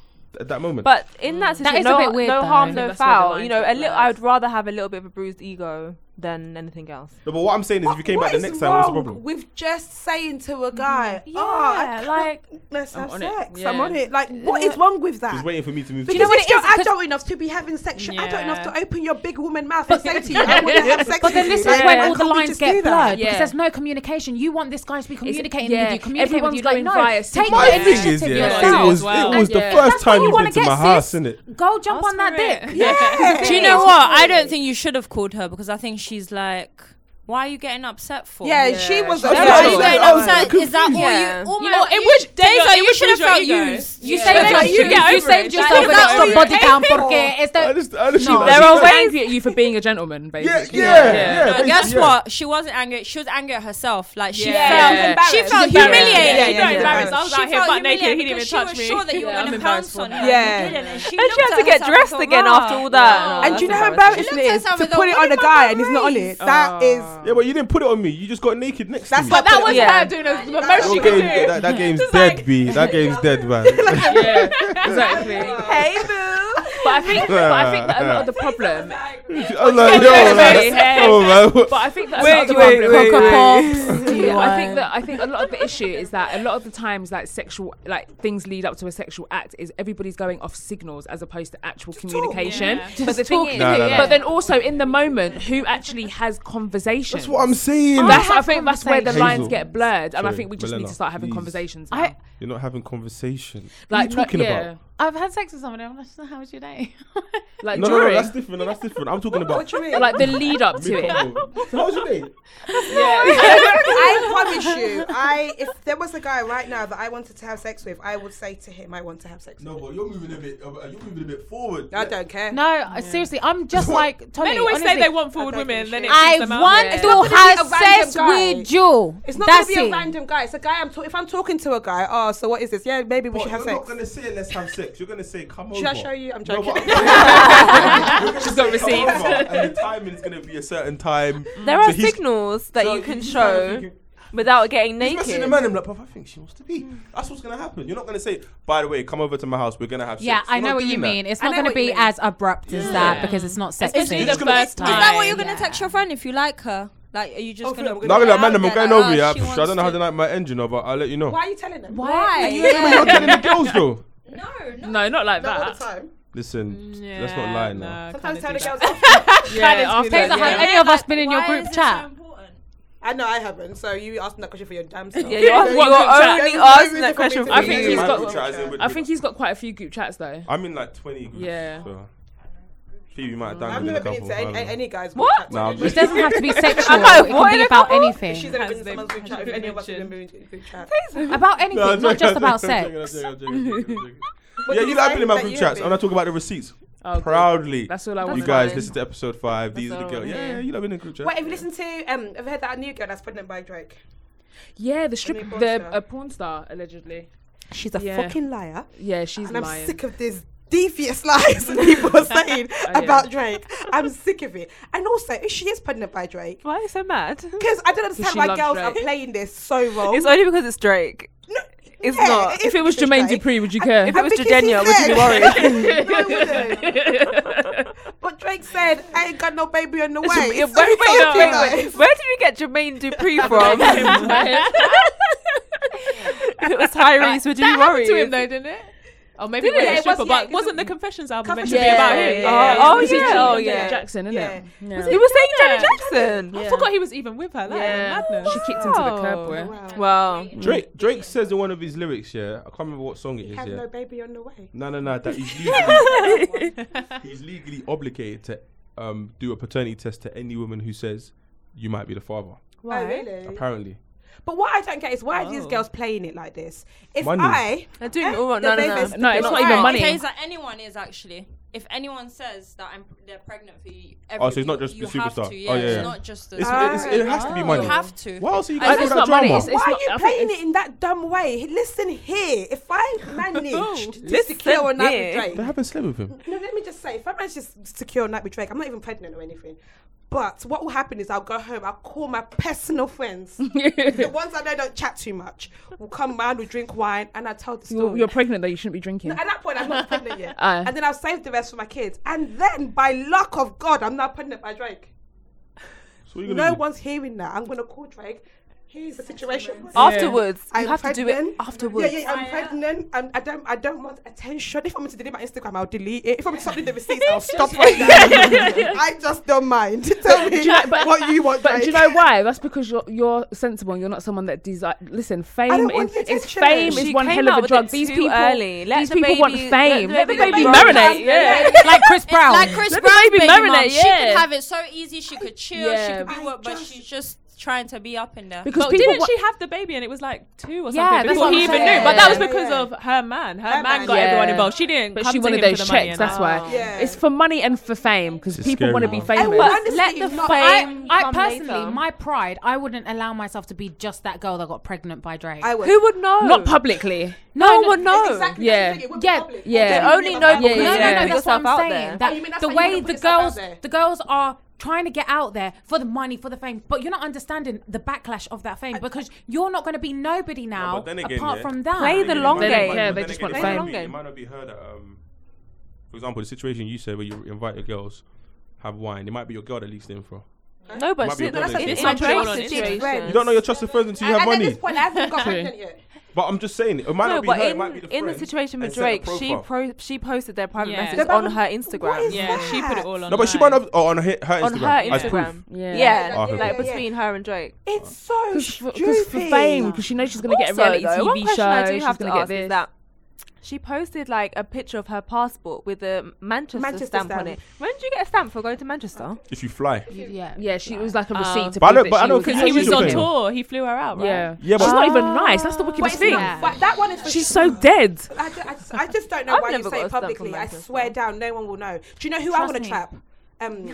[SPEAKER 1] at that moment.
[SPEAKER 4] But in that situation,
[SPEAKER 5] is a
[SPEAKER 4] no,
[SPEAKER 5] bit weird
[SPEAKER 4] no
[SPEAKER 5] though. I
[SPEAKER 4] harm,
[SPEAKER 5] think
[SPEAKER 4] no
[SPEAKER 3] that's where the
[SPEAKER 4] foul.
[SPEAKER 3] line
[SPEAKER 4] You know, a
[SPEAKER 3] should
[SPEAKER 4] little.
[SPEAKER 3] lie.
[SPEAKER 4] I would rather have a little bit of a bruised ego than anything else.
[SPEAKER 1] no, but what I'm saying is, if you came back the
[SPEAKER 2] is
[SPEAKER 1] next time, what's the
[SPEAKER 2] wrong
[SPEAKER 1] problem?
[SPEAKER 2] With just saying to a guy,
[SPEAKER 5] Yeah,
[SPEAKER 2] oh, I
[SPEAKER 5] like,
[SPEAKER 2] like let's have
[SPEAKER 3] on it."
[SPEAKER 2] sex.
[SPEAKER 3] Yeah.
[SPEAKER 2] I'm on it. Like, what is wrong with that?
[SPEAKER 1] She's waiting for me to move.
[SPEAKER 2] Because
[SPEAKER 1] to
[SPEAKER 5] know what
[SPEAKER 2] if
[SPEAKER 5] it is?
[SPEAKER 2] you're
[SPEAKER 5] 'Cause-
[SPEAKER 2] adult enough to be having sex, you're adult enough
[SPEAKER 6] Yeah.
[SPEAKER 2] to open your big woman mouth and say to you, I want to have sex
[SPEAKER 5] But then
[SPEAKER 2] with
[SPEAKER 5] this
[SPEAKER 2] you.
[SPEAKER 5] is
[SPEAKER 2] Like,
[SPEAKER 5] when
[SPEAKER 2] why
[SPEAKER 5] all the
[SPEAKER 2] can't we
[SPEAKER 5] lines
[SPEAKER 2] just
[SPEAKER 5] get
[SPEAKER 2] do that?
[SPEAKER 5] blurred because
[SPEAKER 3] Yeah.
[SPEAKER 5] there's no communication. You want this guy to be communicating
[SPEAKER 3] yeah,
[SPEAKER 5] with you. Communicating
[SPEAKER 3] everyone's
[SPEAKER 5] with you. Like,
[SPEAKER 3] going
[SPEAKER 5] no,
[SPEAKER 3] via
[SPEAKER 5] take
[SPEAKER 3] My
[SPEAKER 5] the
[SPEAKER 3] thing is,
[SPEAKER 5] initiative
[SPEAKER 3] yeah,
[SPEAKER 5] yourself.
[SPEAKER 1] it was,
[SPEAKER 6] Wow.
[SPEAKER 1] it was the
[SPEAKER 3] Yeah.
[SPEAKER 1] first
[SPEAKER 5] That's what
[SPEAKER 1] time
[SPEAKER 5] you
[SPEAKER 1] you've
[SPEAKER 5] wanna
[SPEAKER 1] been to
[SPEAKER 5] get,
[SPEAKER 1] my house,
[SPEAKER 5] sis.
[SPEAKER 1] isn't it?
[SPEAKER 5] Go jump
[SPEAKER 6] Ask
[SPEAKER 5] on that
[SPEAKER 6] for
[SPEAKER 5] dick.
[SPEAKER 6] it.
[SPEAKER 2] Yeah.
[SPEAKER 7] Do you know what? I don't think you should have called her because I think she's like, why are you getting upset for?
[SPEAKER 2] Yeah, she was.
[SPEAKER 3] she-
[SPEAKER 2] upset.
[SPEAKER 7] Why are
[SPEAKER 1] I
[SPEAKER 7] you
[SPEAKER 1] was-
[SPEAKER 7] getting
[SPEAKER 1] I was
[SPEAKER 7] upset? Is that all
[SPEAKER 4] Yeah.
[SPEAKER 7] you? All
[SPEAKER 6] You
[SPEAKER 7] my,
[SPEAKER 6] know, it would-
[SPEAKER 7] Days
[SPEAKER 6] it
[SPEAKER 7] you
[SPEAKER 6] would
[SPEAKER 7] should have
[SPEAKER 6] bruise your
[SPEAKER 7] felt
[SPEAKER 6] ego.
[SPEAKER 7] used. You
[SPEAKER 3] Yeah.
[SPEAKER 7] should
[SPEAKER 3] But
[SPEAKER 7] have felt
[SPEAKER 6] you
[SPEAKER 7] used.
[SPEAKER 6] get
[SPEAKER 5] You
[SPEAKER 6] over
[SPEAKER 5] saved
[SPEAKER 6] it.
[SPEAKER 5] yourself
[SPEAKER 6] That's
[SPEAKER 5] a
[SPEAKER 6] not
[SPEAKER 5] extra
[SPEAKER 6] all
[SPEAKER 5] body
[SPEAKER 6] you-
[SPEAKER 5] down
[SPEAKER 6] Hey,
[SPEAKER 5] porque
[SPEAKER 1] I
[SPEAKER 5] este.
[SPEAKER 1] just, I just,
[SPEAKER 5] No.
[SPEAKER 1] I
[SPEAKER 4] There
[SPEAKER 1] just-
[SPEAKER 4] are
[SPEAKER 3] She's
[SPEAKER 4] ways-
[SPEAKER 3] angry at you for being a gentleman,
[SPEAKER 1] yeah,
[SPEAKER 3] basically.
[SPEAKER 1] yeah,
[SPEAKER 6] Yeah.
[SPEAKER 1] yeah.
[SPEAKER 7] But guess
[SPEAKER 1] yeah.
[SPEAKER 7] what? She wasn't angry. She was angry at herself. Like she
[SPEAKER 6] Yeah.
[SPEAKER 7] felt.
[SPEAKER 6] Yeah.
[SPEAKER 7] She
[SPEAKER 2] She's
[SPEAKER 7] felt
[SPEAKER 2] embarrassed.
[SPEAKER 7] humiliated.
[SPEAKER 2] Yeah, yeah,
[SPEAKER 6] you
[SPEAKER 2] yeah,
[SPEAKER 6] got
[SPEAKER 2] yeah.
[SPEAKER 6] embarrassed. I was
[SPEAKER 7] She
[SPEAKER 6] out here
[SPEAKER 7] felt
[SPEAKER 6] butt naked.
[SPEAKER 7] humiliated
[SPEAKER 6] He didn't even
[SPEAKER 7] because she
[SPEAKER 6] touch me.
[SPEAKER 7] was sure that you were
[SPEAKER 3] Yeah, I'm
[SPEAKER 7] going to
[SPEAKER 3] embarrassed for
[SPEAKER 7] pounce on
[SPEAKER 3] her.
[SPEAKER 7] her.
[SPEAKER 2] Yeah.
[SPEAKER 7] You didn't. And she,
[SPEAKER 4] And she
[SPEAKER 7] looked
[SPEAKER 4] had to
[SPEAKER 7] at
[SPEAKER 4] get
[SPEAKER 7] herself and
[SPEAKER 4] dressed
[SPEAKER 7] thought,
[SPEAKER 4] again
[SPEAKER 7] "Rah."
[SPEAKER 4] after all that.
[SPEAKER 2] And do you know how
[SPEAKER 4] embarrassing.
[SPEAKER 2] Oh, embarrassing it
[SPEAKER 7] She
[SPEAKER 2] is
[SPEAKER 7] looked at
[SPEAKER 2] to
[SPEAKER 7] herself
[SPEAKER 2] put
[SPEAKER 7] and
[SPEAKER 2] it
[SPEAKER 7] go,
[SPEAKER 2] on a
[SPEAKER 7] "What am I
[SPEAKER 2] guy and he's not on
[SPEAKER 7] raised?"
[SPEAKER 2] it. That is.
[SPEAKER 1] Yeah, but you didn't put it on me. You just got naked next
[SPEAKER 2] That's
[SPEAKER 1] to me.
[SPEAKER 6] But that was
[SPEAKER 4] Yeah.
[SPEAKER 6] her doing as the
[SPEAKER 2] That's
[SPEAKER 6] most
[SPEAKER 1] Your
[SPEAKER 6] she
[SPEAKER 2] okay.
[SPEAKER 6] could
[SPEAKER 1] game,
[SPEAKER 6] do.
[SPEAKER 1] that, that game's
[SPEAKER 6] Just
[SPEAKER 1] dead,
[SPEAKER 6] like-
[SPEAKER 1] B. That game's dead, man.
[SPEAKER 3] yeah, exactly.
[SPEAKER 2] Hey boo.
[SPEAKER 3] But I think, but I think that a lot of the
[SPEAKER 1] Uh,
[SPEAKER 3] problem.
[SPEAKER 1] I'm like, Oh, yo,
[SPEAKER 3] Hey,
[SPEAKER 1] like,
[SPEAKER 3] hey.
[SPEAKER 1] oh, man. what-
[SPEAKER 3] But I think that a lot of the
[SPEAKER 5] wait,
[SPEAKER 3] problem.
[SPEAKER 5] wait, wait. Do you
[SPEAKER 3] Yeah, I think
[SPEAKER 5] want-
[SPEAKER 3] that I think a lot of the issue is that a lot of the times like sexual like things lead up to a sexual act is everybody's going off signals as opposed to actual communication.
[SPEAKER 6] Yeah.
[SPEAKER 3] But the thing is,
[SPEAKER 1] No, no, no.
[SPEAKER 3] but then also in the moment, who actually has conversations?
[SPEAKER 1] That's what I'm saying.
[SPEAKER 3] That's I
[SPEAKER 5] have
[SPEAKER 3] think that's where the
[SPEAKER 1] conversations.
[SPEAKER 3] lines
[SPEAKER 1] Hazel,
[SPEAKER 3] get blurred, and I
[SPEAKER 1] sorry,
[SPEAKER 3] think we just need
[SPEAKER 1] Malena,
[SPEAKER 3] to start having
[SPEAKER 1] please.
[SPEAKER 3] conversations.
[SPEAKER 5] I-
[SPEAKER 3] now.
[SPEAKER 1] You're not having conversation. What are
[SPEAKER 3] like
[SPEAKER 1] you talking
[SPEAKER 3] like, yeah.
[SPEAKER 1] about?
[SPEAKER 5] I've had sex with somebody. I'm like, "So how was your day?
[SPEAKER 3] like
[SPEAKER 1] No, no, no,
[SPEAKER 3] during,
[SPEAKER 1] that's different. No, that's different. I'm talking about.
[SPEAKER 2] What do you mean?
[SPEAKER 3] like the lead up to it.
[SPEAKER 1] Mid-combo. So how was your day?
[SPEAKER 2] I promise you, I if there was a guy right now that I wanted to have sex with, I would say to him, I want to have sex. with
[SPEAKER 1] No, but you're moving a bit. Uh, you're moving a bit forward.
[SPEAKER 2] you. I don't care.
[SPEAKER 5] No, uh, seriously, I'm just like Tommy.
[SPEAKER 6] Men always say
[SPEAKER 5] honestly,
[SPEAKER 6] they want forward
[SPEAKER 2] I don't
[SPEAKER 6] women,
[SPEAKER 2] give a
[SPEAKER 6] then
[SPEAKER 2] shit.
[SPEAKER 6] it
[SPEAKER 5] I
[SPEAKER 6] takes them out.
[SPEAKER 5] want
[SPEAKER 6] Yeah.
[SPEAKER 2] not
[SPEAKER 5] to
[SPEAKER 2] gonna
[SPEAKER 5] have
[SPEAKER 2] be a random
[SPEAKER 5] sex
[SPEAKER 2] guy.
[SPEAKER 5] with you.
[SPEAKER 2] It's not
[SPEAKER 5] That's
[SPEAKER 2] gonna be
[SPEAKER 5] it.
[SPEAKER 2] a random guy. It's a guy I'm. Ta- if I'm talking to a guy, oh, so what is this? Yeah, maybe we should have sex.
[SPEAKER 1] gonna say let's have sex. You're gonna say come
[SPEAKER 2] Should I show you? I'm
[SPEAKER 1] No,
[SPEAKER 2] joking.
[SPEAKER 1] but- You're gonna
[SPEAKER 3] She's
[SPEAKER 1] say,
[SPEAKER 3] got receipts.
[SPEAKER 1] "Come over," And the timing is gonna be a certain time.
[SPEAKER 4] There are
[SPEAKER 1] So he's-
[SPEAKER 4] signals that
[SPEAKER 1] so
[SPEAKER 4] you can
[SPEAKER 1] he's kind of
[SPEAKER 4] show
[SPEAKER 1] thinking-
[SPEAKER 4] without getting
[SPEAKER 1] He's messaging the
[SPEAKER 4] naked.
[SPEAKER 1] man. I'm like, but I think she wants to be. That's what's gonna happen. You're not gonna say, by the way, come over to my house. We're gonna have
[SPEAKER 5] Yeah,
[SPEAKER 1] sex.
[SPEAKER 5] I
[SPEAKER 1] You're not
[SPEAKER 5] know what you
[SPEAKER 1] doing that.
[SPEAKER 5] mean. It's
[SPEAKER 2] I
[SPEAKER 5] not
[SPEAKER 2] know
[SPEAKER 5] going to
[SPEAKER 2] what you
[SPEAKER 5] be
[SPEAKER 2] mean.
[SPEAKER 5] as abrupt as that because it's not sexy.
[SPEAKER 1] You're
[SPEAKER 6] Especially
[SPEAKER 1] just
[SPEAKER 6] the
[SPEAKER 1] gonna-
[SPEAKER 6] first
[SPEAKER 7] Is
[SPEAKER 6] time.
[SPEAKER 7] that what you're gonna
[SPEAKER 5] Yeah.
[SPEAKER 7] text your friend if you like her? Like, are you just
[SPEAKER 2] Oh,
[SPEAKER 7] gonna?
[SPEAKER 2] Phil,
[SPEAKER 7] put
[SPEAKER 2] I'm
[SPEAKER 1] No,
[SPEAKER 7] it
[SPEAKER 1] I'm gonna
[SPEAKER 7] out
[SPEAKER 1] man them. I'm
[SPEAKER 7] there,
[SPEAKER 1] going
[SPEAKER 7] like,
[SPEAKER 1] over
[SPEAKER 7] "Ah,
[SPEAKER 1] here.
[SPEAKER 7] she
[SPEAKER 1] I
[SPEAKER 7] wants
[SPEAKER 1] don't know how
[SPEAKER 7] to-"
[SPEAKER 1] to like my engine, though, but I'll let you know.
[SPEAKER 2] Why are you telling him?
[SPEAKER 7] Why?
[SPEAKER 1] You're not telling the girls though.
[SPEAKER 7] No, no.
[SPEAKER 3] No, not like
[SPEAKER 2] Not all the
[SPEAKER 3] that.
[SPEAKER 2] time.
[SPEAKER 1] Listen, let's not lie now.
[SPEAKER 2] Sometimes tell the girls.
[SPEAKER 3] Yeah, after,
[SPEAKER 5] Taser,
[SPEAKER 3] yeah.
[SPEAKER 5] have any of us been in
[SPEAKER 7] Why
[SPEAKER 5] your
[SPEAKER 7] is
[SPEAKER 5] group
[SPEAKER 7] it
[SPEAKER 5] chat?
[SPEAKER 7] So important?
[SPEAKER 2] I know I haven't. So you asking that question for your damn self.
[SPEAKER 4] Yeah, you're,
[SPEAKER 3] What
[SPEAKER 4] you're
[SPEAKER 3] group chat?
[SPEAKER 4] only
[SPEAKER 2] There's no
[SPEAKER 4] asking
[SPEAKER 2] reason
[SPEAKER 4] that
[SPEAKER 2] for me
[SPEAKER 4] question.
[SPEAKER 2] to
[SPEAKER 4] for
[SPEAKER 3] I
[SPEAKER 4] me.
[SPEAKER 3] think he's
[SPEAKER 1] My
[SPEAKER 3] got-
[SPEAKER 1] group chat is in with
[SPEAKER 3] I
[SPEAKER 1] the-
[SPEAKER 3] think he's got quite a few group chats though.
[SPEAKER 1] I'm in like 20 groups.
[SPEAKER 3] Yeah.
[SPEAKER 1] So. Few you might have done
[SPEAKER 2] I've
[SPEAKER 1] within
[SPEAKER 2] never
[SPEAKER 1] a
[SPEAKER 2] been
[SPEAKER 1] couple.
[SPEAKER 2] into any,
[SPEAKER 1] I don't know.
[SPEAKER 2] any guys.
[SPEAKER 4] What?
[SPEAKER 2] group chat.
[SPEAKER 1] Nah, I'm
[SPEAKER 5] It
[SPEAKER 1] just-
[SPEAKER 5] doesn't have to be sexual.
[SPEAKER 4] I can't
[SPEAKER 5] It
[SPEAKER 4] avoid
[SPEAKER 5] can be
[SPEAKER 4] it,
[SPEAKER 5] about
[SPEAKER 4] come on.
[SPEAKER 2] She's
[SPEAKER 5] anything.
[SPEAKER 2] never been
[SPEAKER 6] Has
[SPEAKER 2] in someone's
[SPEAKER 6] been-
[SPEAKER 2] group chat. If
[SPEAKER 6] has
[SPEAKER 2] any
[SPEAKER 6] been
[SPEAKER 2] of us have
[SPEAKER 6] mentioned.
[SPEAKER 2] been in group chat.
[SPEAKER 5] About
[SPEAKER 1] No, I'm
[SPEAKER 5] anything, not
[SPEAKER 1] joking,
[SPEAKER 5] just
[SPEAKER 1] I'm
[SPEAKER 5] about
[SPEAKER 1] joking, I'm
[SPEAKER 5] sex.
[SPEAKER 1] joking, I'm joking, I'm joking, I'm joking.
[SPEAKER 2] What
[SPEAKER 1] Yeah,
[SPEAKER 2] did
[SPEAKER 1] you
[SPEAKER 2] say
[SPEAKER 1] like been in my
[SPEAKER 2] that
[SPEAKER 1] group
[SPEAKER 2] you
[SPEAKER 1] chats.
[SPEAKER 2] been?
[SPEAKER 1] And I talk about the receipts.
[SPEAKER 3] Oh,
[SPEAKER 1] Proudly.
[SPEAKER 3] That's all I
[SPEAKER 1] You
[SPEAKER 3] want.
[SPEAKER 1] guys
[SPEAKER 4] fine.
[SPEAKER 1] listen to episode five. These
[SPEAKER 3] That's
[SPEAKER 1] are the
[SPEAKER 3] all
[SPEAKER 1] girls.
[SPEAKER 3] right.
[SPEAKER 1] Yeah, yeah, you love been in group chat.
[SPEAKER 2] Wait, have you listened to um? Have you heard that new girl that's pregnant by Drake?
[SPEAKER 3] Yeah, the strip,
[SPEAKER 2] porn
[SPEAKER 3] the
[SPEAKER 2] star.
[SPEAKER 3] a porn star allegedly.
[SPEAKER 2] She's a
[SPEAKER 3] Yeah.
[SPEAKER 2] fucking liar.
[SPEAKER 3] Yeah, she's
[SPEAKER 2] and I'm
[SPEAKER 3] lying.
[SPEAKER 2] sick of these devious lies that people are saying
[SPEAKER 3] yeah.
[SPEAKER 2] about Drake. I'm sick of it. And also, if she is pregnant by Drake,
[SPEAKER 4] Why are you so mad?
[SPEAKER 2] because I don't understand
[SPEAKER 3] she
[SPEAKER 2] why
[SPEAKER 3] loves
[SPEAKER 2] girls
[SPEAKER 3] Drake.
[SPEAKER 2] are playing this so wrong.
[SPEAKER 4] It's only because it's Drake.
[SPEAKER 2] No,
[SPEAKER 4] it's
[SPEAKER 2] yeah,
[SPEAKER 4] not.
[SPEAKER 2] is
[SPEAKER 3] if it was
[SPEAKER 2] because
[SPEAKER 3] Jermaine
[SPEAKER 2] Drake.
[SPEAKER 3] Dupri, would you care?
[SPEAKER 4] If it was
[SPEAKER 2] And because
[SPEAKER 4] Jadenia,
[SPEAKER 2] he
[SPEAKER 4] would
[SPEAKER 2] said-
[SPEAKER 4] you be worried?
[SPEAKER 2] No, I wouldn't. but Drake said, I ain't got no baby on the way.
[SPEAKER 4] Wait, wait,
[SPEAKER 2] So
[SPEAKER 4] wait,
[SPEAKER 2] it's all
[SPEAKER 4] wait,
[SPEAKER 2] nice.
[SPEAKER 4] wait. Where did you get Jermaine Dupree from? If it was Tyrese. Would you
[SPEAKER 6] that
[SPEAKER 4] be worried?
[SPEAKER 6] happened to him though, didn't it? Or maybe
[SPEAKER 2] Did
[SPEAKER 6] it was
[SPEAKER 2] it?
[SPEAKER 6] a
[SPEAKER 2] It was,
[SPEAKER 6] stripper,
[SPEAKER 2] yeah,
[SPEAKER 6] but
[SPEAKER 2] 'cause
[SPEAKER 6] wasn't
[SPEAKER 2] it-
[SPEAKER 6] the confessions album meant to
[SPEAKER 2] Yeah,
[SPEAKER 6] be about him?
[SPEAKER 3] yeah,
[SPEAKER 4] yeah.
[SPEAKER 6] Oh,
[SPEAKER 4] Oh,
[SPEAKER 6] yeah.
[SPEAKER 4] yeah.
[SPEAKER 6] Oh,
[SPEAKER 4] Oh, yeah.
[SPEAKER 3] Jackson, isn't
[SPEAKER 2] Yeah.
[SPEAKER 3] it? Yeah.
[SPEAKER 4] He was saying Janet
[SPEAKER 6] Yeah.
[SPEAKER 4] Jackson.
[SPEAKER 6] I forgot he was even with her. That
[SPEAKER 3] Yeah.
[SPEAKER 6] is madness.
[SPEAKER 3] She kicked him to the curb.
[SPEAKER 4] Wow.
[SPEAKER 3] Where?
[SPEAKER 4] Wow.
[SPEAKER 1] Drake Drake says in one of his lyrics, yeah, I can't remember what song it is,
[SPEAKER 2] Have
[SPEAKER 1] yeah.
[SPEAKER 2] no baby on the way.
[SPEAKER 1] No, no, no. That he's legally, he's legally obligated to um, do a paternity test to any woman who says you might be the father.
[SPEAKER 2] Oh, really?
[SPEAKER 1] Apparently,
[SPEAKER 2] But what I don't get is why are these girls playing it like this? If
[SPEAKER 1] Money.
[SPEAKER 2] I,
[SPEAKER 4] They're doing
[SPEAKER 2] Eh?
[SPEAKER 4] all right.
[SPEAKER 2] The
[SPEAKER 4] No, no,
[SPEAKER 2] baby's-
[SPEAKER 4] no.
[SPEAKER 3] No, it's
[SPEAKER 2] It's
[SPEAKER 3] not even
[SPEAKER 2] alright.
[SPEAKER 3] money.
[SPEAKER 7] Okay, is that anyone is actually? if anyone says that I'm they're pregnant for you,
[SPEAKER 1] Oh, so it's not
[SPEAKER 7] every-
[SPEAKER 1] just
[SPEAKER 7] you
[SPEAKER 1] the
[SPEAKER 7] have
[SPEAKER 1] superstar.
[SPEAKER 7] To,
[SPEAKER 1] Oh,
[SPEAKER 7] yeah,
[SPEAKER 1] yeah, yeah.
[SPEAKER 7] It's not just the.
[SPEAKER 1] It's,
[SPEAKER 2] Ah,
[SPEAKER 1] it's, it has to be money.
[SPEAKER 7] You have to.
[SPEAKER 1] Why else are you
[SPEAKER 4] And
[SPEAKER 1] guys
[SPEAKER 4] it's
[SPEAKER 1] all that
[SPEAKER 4] not money,
[SPEAKER 1] drama?
[SPEAKER 4] it's-
[SPEAKER 2] Why
[SPEAKER 4] not- I
[SPEAKER 2] are you
[SPEAKER 4] think
[SPEAKER 2] playing
[SPEAKER 4] it's-
[SPEAKER 2] it in that dumb way? He- Listen here, if I managed to
[SPEAKER 4] Listen
[SPEAKER 2] secure a night
[SPEAKER 4] here.
[SPEAKER 2] with
[SPEAKER 1] They
[SPEAKER 2] Drake,
[SPEAKER 1] haven't slept with him.
[SPEAKER 2] no, let me just say, if I managed to s- secure a night with Drake, I'm not even pregnant or anything. But what will happen is I'll go home, I'll call my personal friends, the ones I know don't chat too much, will come round, we'll drink wine, and I'll tell the story.
[SPEAKER 3] You're, you're pregnant though. You shouldn't be drinking.
[SPEAKER 2] At that point, I'm not pregnant yet.
[SPEAKER 3] Aye.
[SPEAKER 2] and then I'll save the rest for my kids. And then, by luck of God, I'm now pregnant by Drake.
[SPEAKER 1] So what are you gonna
[SPEAKER 2] No
[SPEAKER 1] do?
[SPEAKER 2] one's hearing that. I'm going to call Drake. Here's the situation.
[SPEAKER 4] Afterwards,
[SPEAKER 2] I'm
[SPEAKER 4] you have to do it
[SPEAKER 2] pregnant.
[SPEAKER 4] afterwards.
[SPEAKER 2] Yeah, yeah, I'm pregnant. I'm, I don't, I don't want attention. If I'm to delete my Instagram, I'll delete it. If I'm to stop the receipts, I'll stop right now. I just don't mind. Tell me
[SPEAKER 3] Do you know- but-
[SPEAKER 2] what you want.
[SPEAKER 3] But do you
[SPEAKER 2] Drake.
[SPEAKER 3] know why? That's because you're you're sensible and you're not someone that desire. Listen, fame
[SPEAKER 2] don't want
[SPEAKER 3] is,
[SPEAKER 2] the
[SPEAKER 3] is
[SPEAKER 2] attention.
[SPEAKER 3] fame
[SPEAKER 4] She
[SPEAKER 3] is one
[SPEAKER 4] came
[SPEAKER 3] hell
[SPEAKER 4] out
[SPEAKER 3] of a
[SPEAKER 4] with
[SPEAKER 3] drug.
[SPEAKER 4] it
[SPEAKER 3] These
[SPEAKER 4] too
[SPEAKER 3] people,
[SPEAKER 4] early. Let
[SPEAKER 3] these
[SPEAKER 4] the
[SPEAKER 3] people want
[SPEAKER 4] baby-
[SPEAKER 3] fame.
[SPEAKER 4] let
[SPEAKER 3] Let
[SPEAKER 4] the
[SPEAKER 3] the
[SPEAKER 4] baby
[SPEAKER 3] baby
[SPEAKER 4] marinate.
[SPEAKER 3] marinate. Yeah.
[SPEAKER 5] like Chris Brown.
[SPEAKER 7] Like Chris
[SPEAKER 3] Let the
[SPEAKER 7] Brown,
[SPEAKER 3] baby
[SPEAKER 7] baby
[SPEAKER 3] marinate,
[SPEAKER 7] mum. She could
[SPEAKER 3] yeah.
[SPEAKER 7] have it so easy. She could chill.
[SPEAKER 3] Yeah.
[SPEAKER 7] She could
[SPEAKER 2] I
[SPEAKER 7] do what, but
[SPEAKER 2] just-
[SPEAKER 7] she's just trying to be up in there.
[SPEAKER 3] Because
[SPEAKER 6] But
[SPEAKER 3] people
[SPEAKER 6] didn't
[SPEAKER 3] wa-
[SPEAKER 6] she have the baby and it was like two or something
[SPEAKER 3] Yeah, that's
[SPEAKER 6] before
[SPEAKER 3] what
[SPEAKER 6] he
[SPEAKER 3] I'm
[SPEAKER 6] even
[SPEAKER 3] saying.
[SPEAKER 6] knew? But that was
[SPEAKER 2] Yeah,
[SPEAKER 6] because
[SPEAKER 2] yeah.
[SPEAKER 6] of her man. Her,
[SPEAKER 2] Her
[SPEAKER 6] man,
[SPEAKER 2] man.
[SPEAKER 6] got
[SPEAKER 2] Yeah.
[SPEAKER 6] everyone involved. She didn't.
[SPEAKER 3] But
[SPEAKER 6] come
[SPEAKER 3] she
[SPEAKER 6] to
[SPEAKER 3] wanted
[SPEAKER 6] him for
[SPEAKER 3] those
[SPEAKER 6] the money
[SPEAKER 3] checks.
[SPEAKER 6] and
[SPEAKER 3] That's
[SPEAKER 6] all.
[SPEAKER 3] why
[SPEAKER 2] Oh. Yeah.
[SPEAKER 3] it's for money and for fame because
[SPEAKER 1] It's
[SPEAKER 3] people
[SPEAKER 1] scary,
[SPEAKER 3] want to be
[SPEAKER 1] man.
[SPEAKER 2] I
[SPEAKER 3] famous.
[SPEAKER 2] would
[SPEAKER 4] But let
[SPEAKER 2] honestly
[SPEAKER 4] the
[SPEAKER 2] not-
[SPEAKER 4] fame-
[SPEAKER 2] I,
[SPEAKER 5] I
[SPEAKER 4] Come
[SPEAKER 5] personally,
[SPEAKER 4] later.
[SPEAKER 5] my pride, I wouldn't allow myself to be just that girl that got pregnant by Drake.
[SPEAKER 2] I would.
[SPEAKER 4] Who would know?
[SPEAKER 3] Not publicly.
[SPEAKER 4] No one would know.
[SPEAKER 2] Exactly.
[SPEAKER 3] Yeah.
[SPEAKER 2] It would be
[SPEAKER 5] Yeah,
[SPEAKER 2] public.
[SPEAKER 3] yeah.
[SPEAKER 2] Then
[SPEAKER 3] They
[SPEAKER 2] you
[SPEAKER 4] only
[SPEAKER 2] knew
[SPEAKER 4] know
[SPEAKER 2] about
[SPEAKER 4] because
[SPEAKER 2] it.
[SPEAKER 4] Yeah,
[SPEAKER 5] no,
[SPEAKER 4] yeah.
[SPEAKER 5] no, no,
[SPEAKER 4] Put
[SPEAKER 5] that's what
[SPEAKER 4] yourself
[SPEAKER 5] I'm
[SPEAKER 4] out
[SPEAKER 5] saying.
[SPEAKER 4] there.
[SPEAKER 5] That
[SPEAKER 2] Oh, you mean that's
[SPEAKER 5] the
[SPEAKER 2] how you wanna
[SPEAKER 5] way
[SPEAKER 2] put
[SPEAKER 5] the
[SPEAKER 2] yourself out
[SPEAKER 5] girls,
[SPEAKER 2] there?
[SPEAKER 5] the girls are trying to get out there for the money, for the fame, but you're not understanding the backlash of that fame because you're not going to be nobody now
[SPEAKER 1] but then again,
[SPEAKER 5] apart
[SPEAKER 1] yeah.
[SPEAKER 5] from that.
[SPEAKER 4] Play the
[SPEAKER 1] Again, it
[SPEAKER 4] long
[SPEAKER 1] might not-
[SPEAKER 4] game.
[SPEAKER 1] but
[SPEAKER 3] Yeah,
[SPEAKER 1] then
[SPEAKER 3] they just
[SPEAKER 1] again,
[SPEAKER 3] want
[SPEAKER 1] it
[SPEAKER 3] the
[SPEAKER 1] might not
[SPEAKER 4] fame.
[SPEAKER 1] be- It might not be her that, um, for example, the situation you said where you invite a girls have wine. It might be your girl that leaks the info.
[SPEAKER 4] No, but
[SPEAKER 1] Might be
[SPEAKER 4] sit
[SPEAKER 1] a
[SPEAKER 4] in
[SPEAKER 1] problem. That's
[SPEAKER 4] a
[SPEAKER 2] a big
[SPEAKER 4] Drake's
[SPEAKER 2] friend.
[SPEAKER 4] situation.
[SPEAKER 1] You don't know your trusted friends until you have
[SPEAKER 2] And at
[SPEAKER 1] money.
[SPEAKER 2] this point, I haven't got pregnant yet.
[SPEAKER 1] but I'm just saying, it might
[SPEAKER 4] No,
[SPEAKER 1] not be her.
[SPEAKER 4] but
[SPEAKER 1] it
[SPEAKER 4] in,
[SPEAKER 1] might be the
[SPEAKER 4] in the
[SPEAKER 1] friend
[SPEAKER 4] situation with
[SPEAKER 1] and set the
[SPEAKER 4] Drake, she
[SPEAKER 1] profile.
[SPEAKER 4] pro- she posted their private
[SPEAKER 6] Yeah.
[SPEAKER 4] message
[SPEAKER 6] Yeah,
[SPEAKER 2] but
[SPEAKER 4] on her
[SPEAKER 2] what
[SPEAKER 4] Instagram.
[SPEAKER 2] is
[SPEAKER 6] Yeah, she put it all on.
[SPEAKER 1] No, but she might have oh, on her, her
[SPEAKER 4] On
[SPEAKER 1] Instagram.
[SPEAKER 4] her
[SPEAKER 1] as proof.
[SPEAKER 4] Instagram.
[SPEAKER 3] Yeah.
[SPEAKER 4] Yeah,
[SPEAKER 1] Yeah, yeah,
[SPEAKER 4] like
[SPEAKER 2] yeah, yeah.
[SPEAKER 4] between her and Drake.
[SPEAKER 2] It's so
[SPEAKER 3] Because for,
[SPEAKER 2] stupid.
[SPEAKER 3] 'cause for fame, because she knows she's going to get a
[SPEAKER 4] Also,
[SPEAKER 3] reality
[SPEAKER 4] though, one
[SPEAKER 3] TV
[SPEAKER 4] question
[SPEAKER 3] show.
[SPEAKER 4] I do
[SPEAKER 3] she's
[SPEAKER 4] have to
[SPEAKER 3] going to get
[SPEAKER 4] ask
[SPEAKER 3] this.
[SPEAKER 4] is that she posted like a picture of her passport with a Manchester,
[SPEAKER 2] Manchester
[SPEAKER 4] stamp, on
[SPEAKER 2] stamp.
[SPEAKER 4] it. When did you get a stamp for going to Manchester?
[SPEAKER 1] If you fly.
[SPEAKER 5] Yeah.
[SPEAKER 3] yeah, she it was
[SPEAKER 4] Um,
[SPEAKER 3] like a receipt. to
[SPEAKER 1] But I
[SPEAKER 3] prove
[SPEAKER 1] don't-
[SPEAKER 3] that
[SPEAKER 1] but I
[SPEAKER 3] she
[SPEAKER 1] don't think
[SPEAKER 3] was
[SPEAKER 6] Because he
[SPEAKER 1] She's
[SPEAKER 6] was on
[SPEAKER 1] okay.
[SPEAKER 6] tour. He flew her out, right?
[SPEAKER 3] Yeah,
[SPEAKER 1] Yeah, but-
[SPEAKER 3] she's not even nice. That's the
[SPEAKER 2] But,
[SPEAKER 3] wickedest
[SPEAKER 2] it's
[SPEAKER 3] thing.
[SPEAKER 2] not, but that one is for
[SPEAKER 3] She's so dead.
[SPEAKER 2] I, ju- I just, I just don't know
[SPEAKER 4] I've
[SPEAKER 2] why you
[SPEAKER 4] never
[SPEAKER 2] say
[SPEAKER 4] got a
[SPEAKER 2] it
[SPEAKER 4] stamp on
[SPEAKER 2] publicly.
[SPEAKER 4] my
[SPEAKER 2] I
[SPEAKER 4] Christmas
[SPEAKER 2] swear down, no one will know. Do you know who I
[SPEAKER 5] Trust
[SPEAKER 2] want to
[SPEAKER 5] me.
[SPEAKER 2] trap? Um,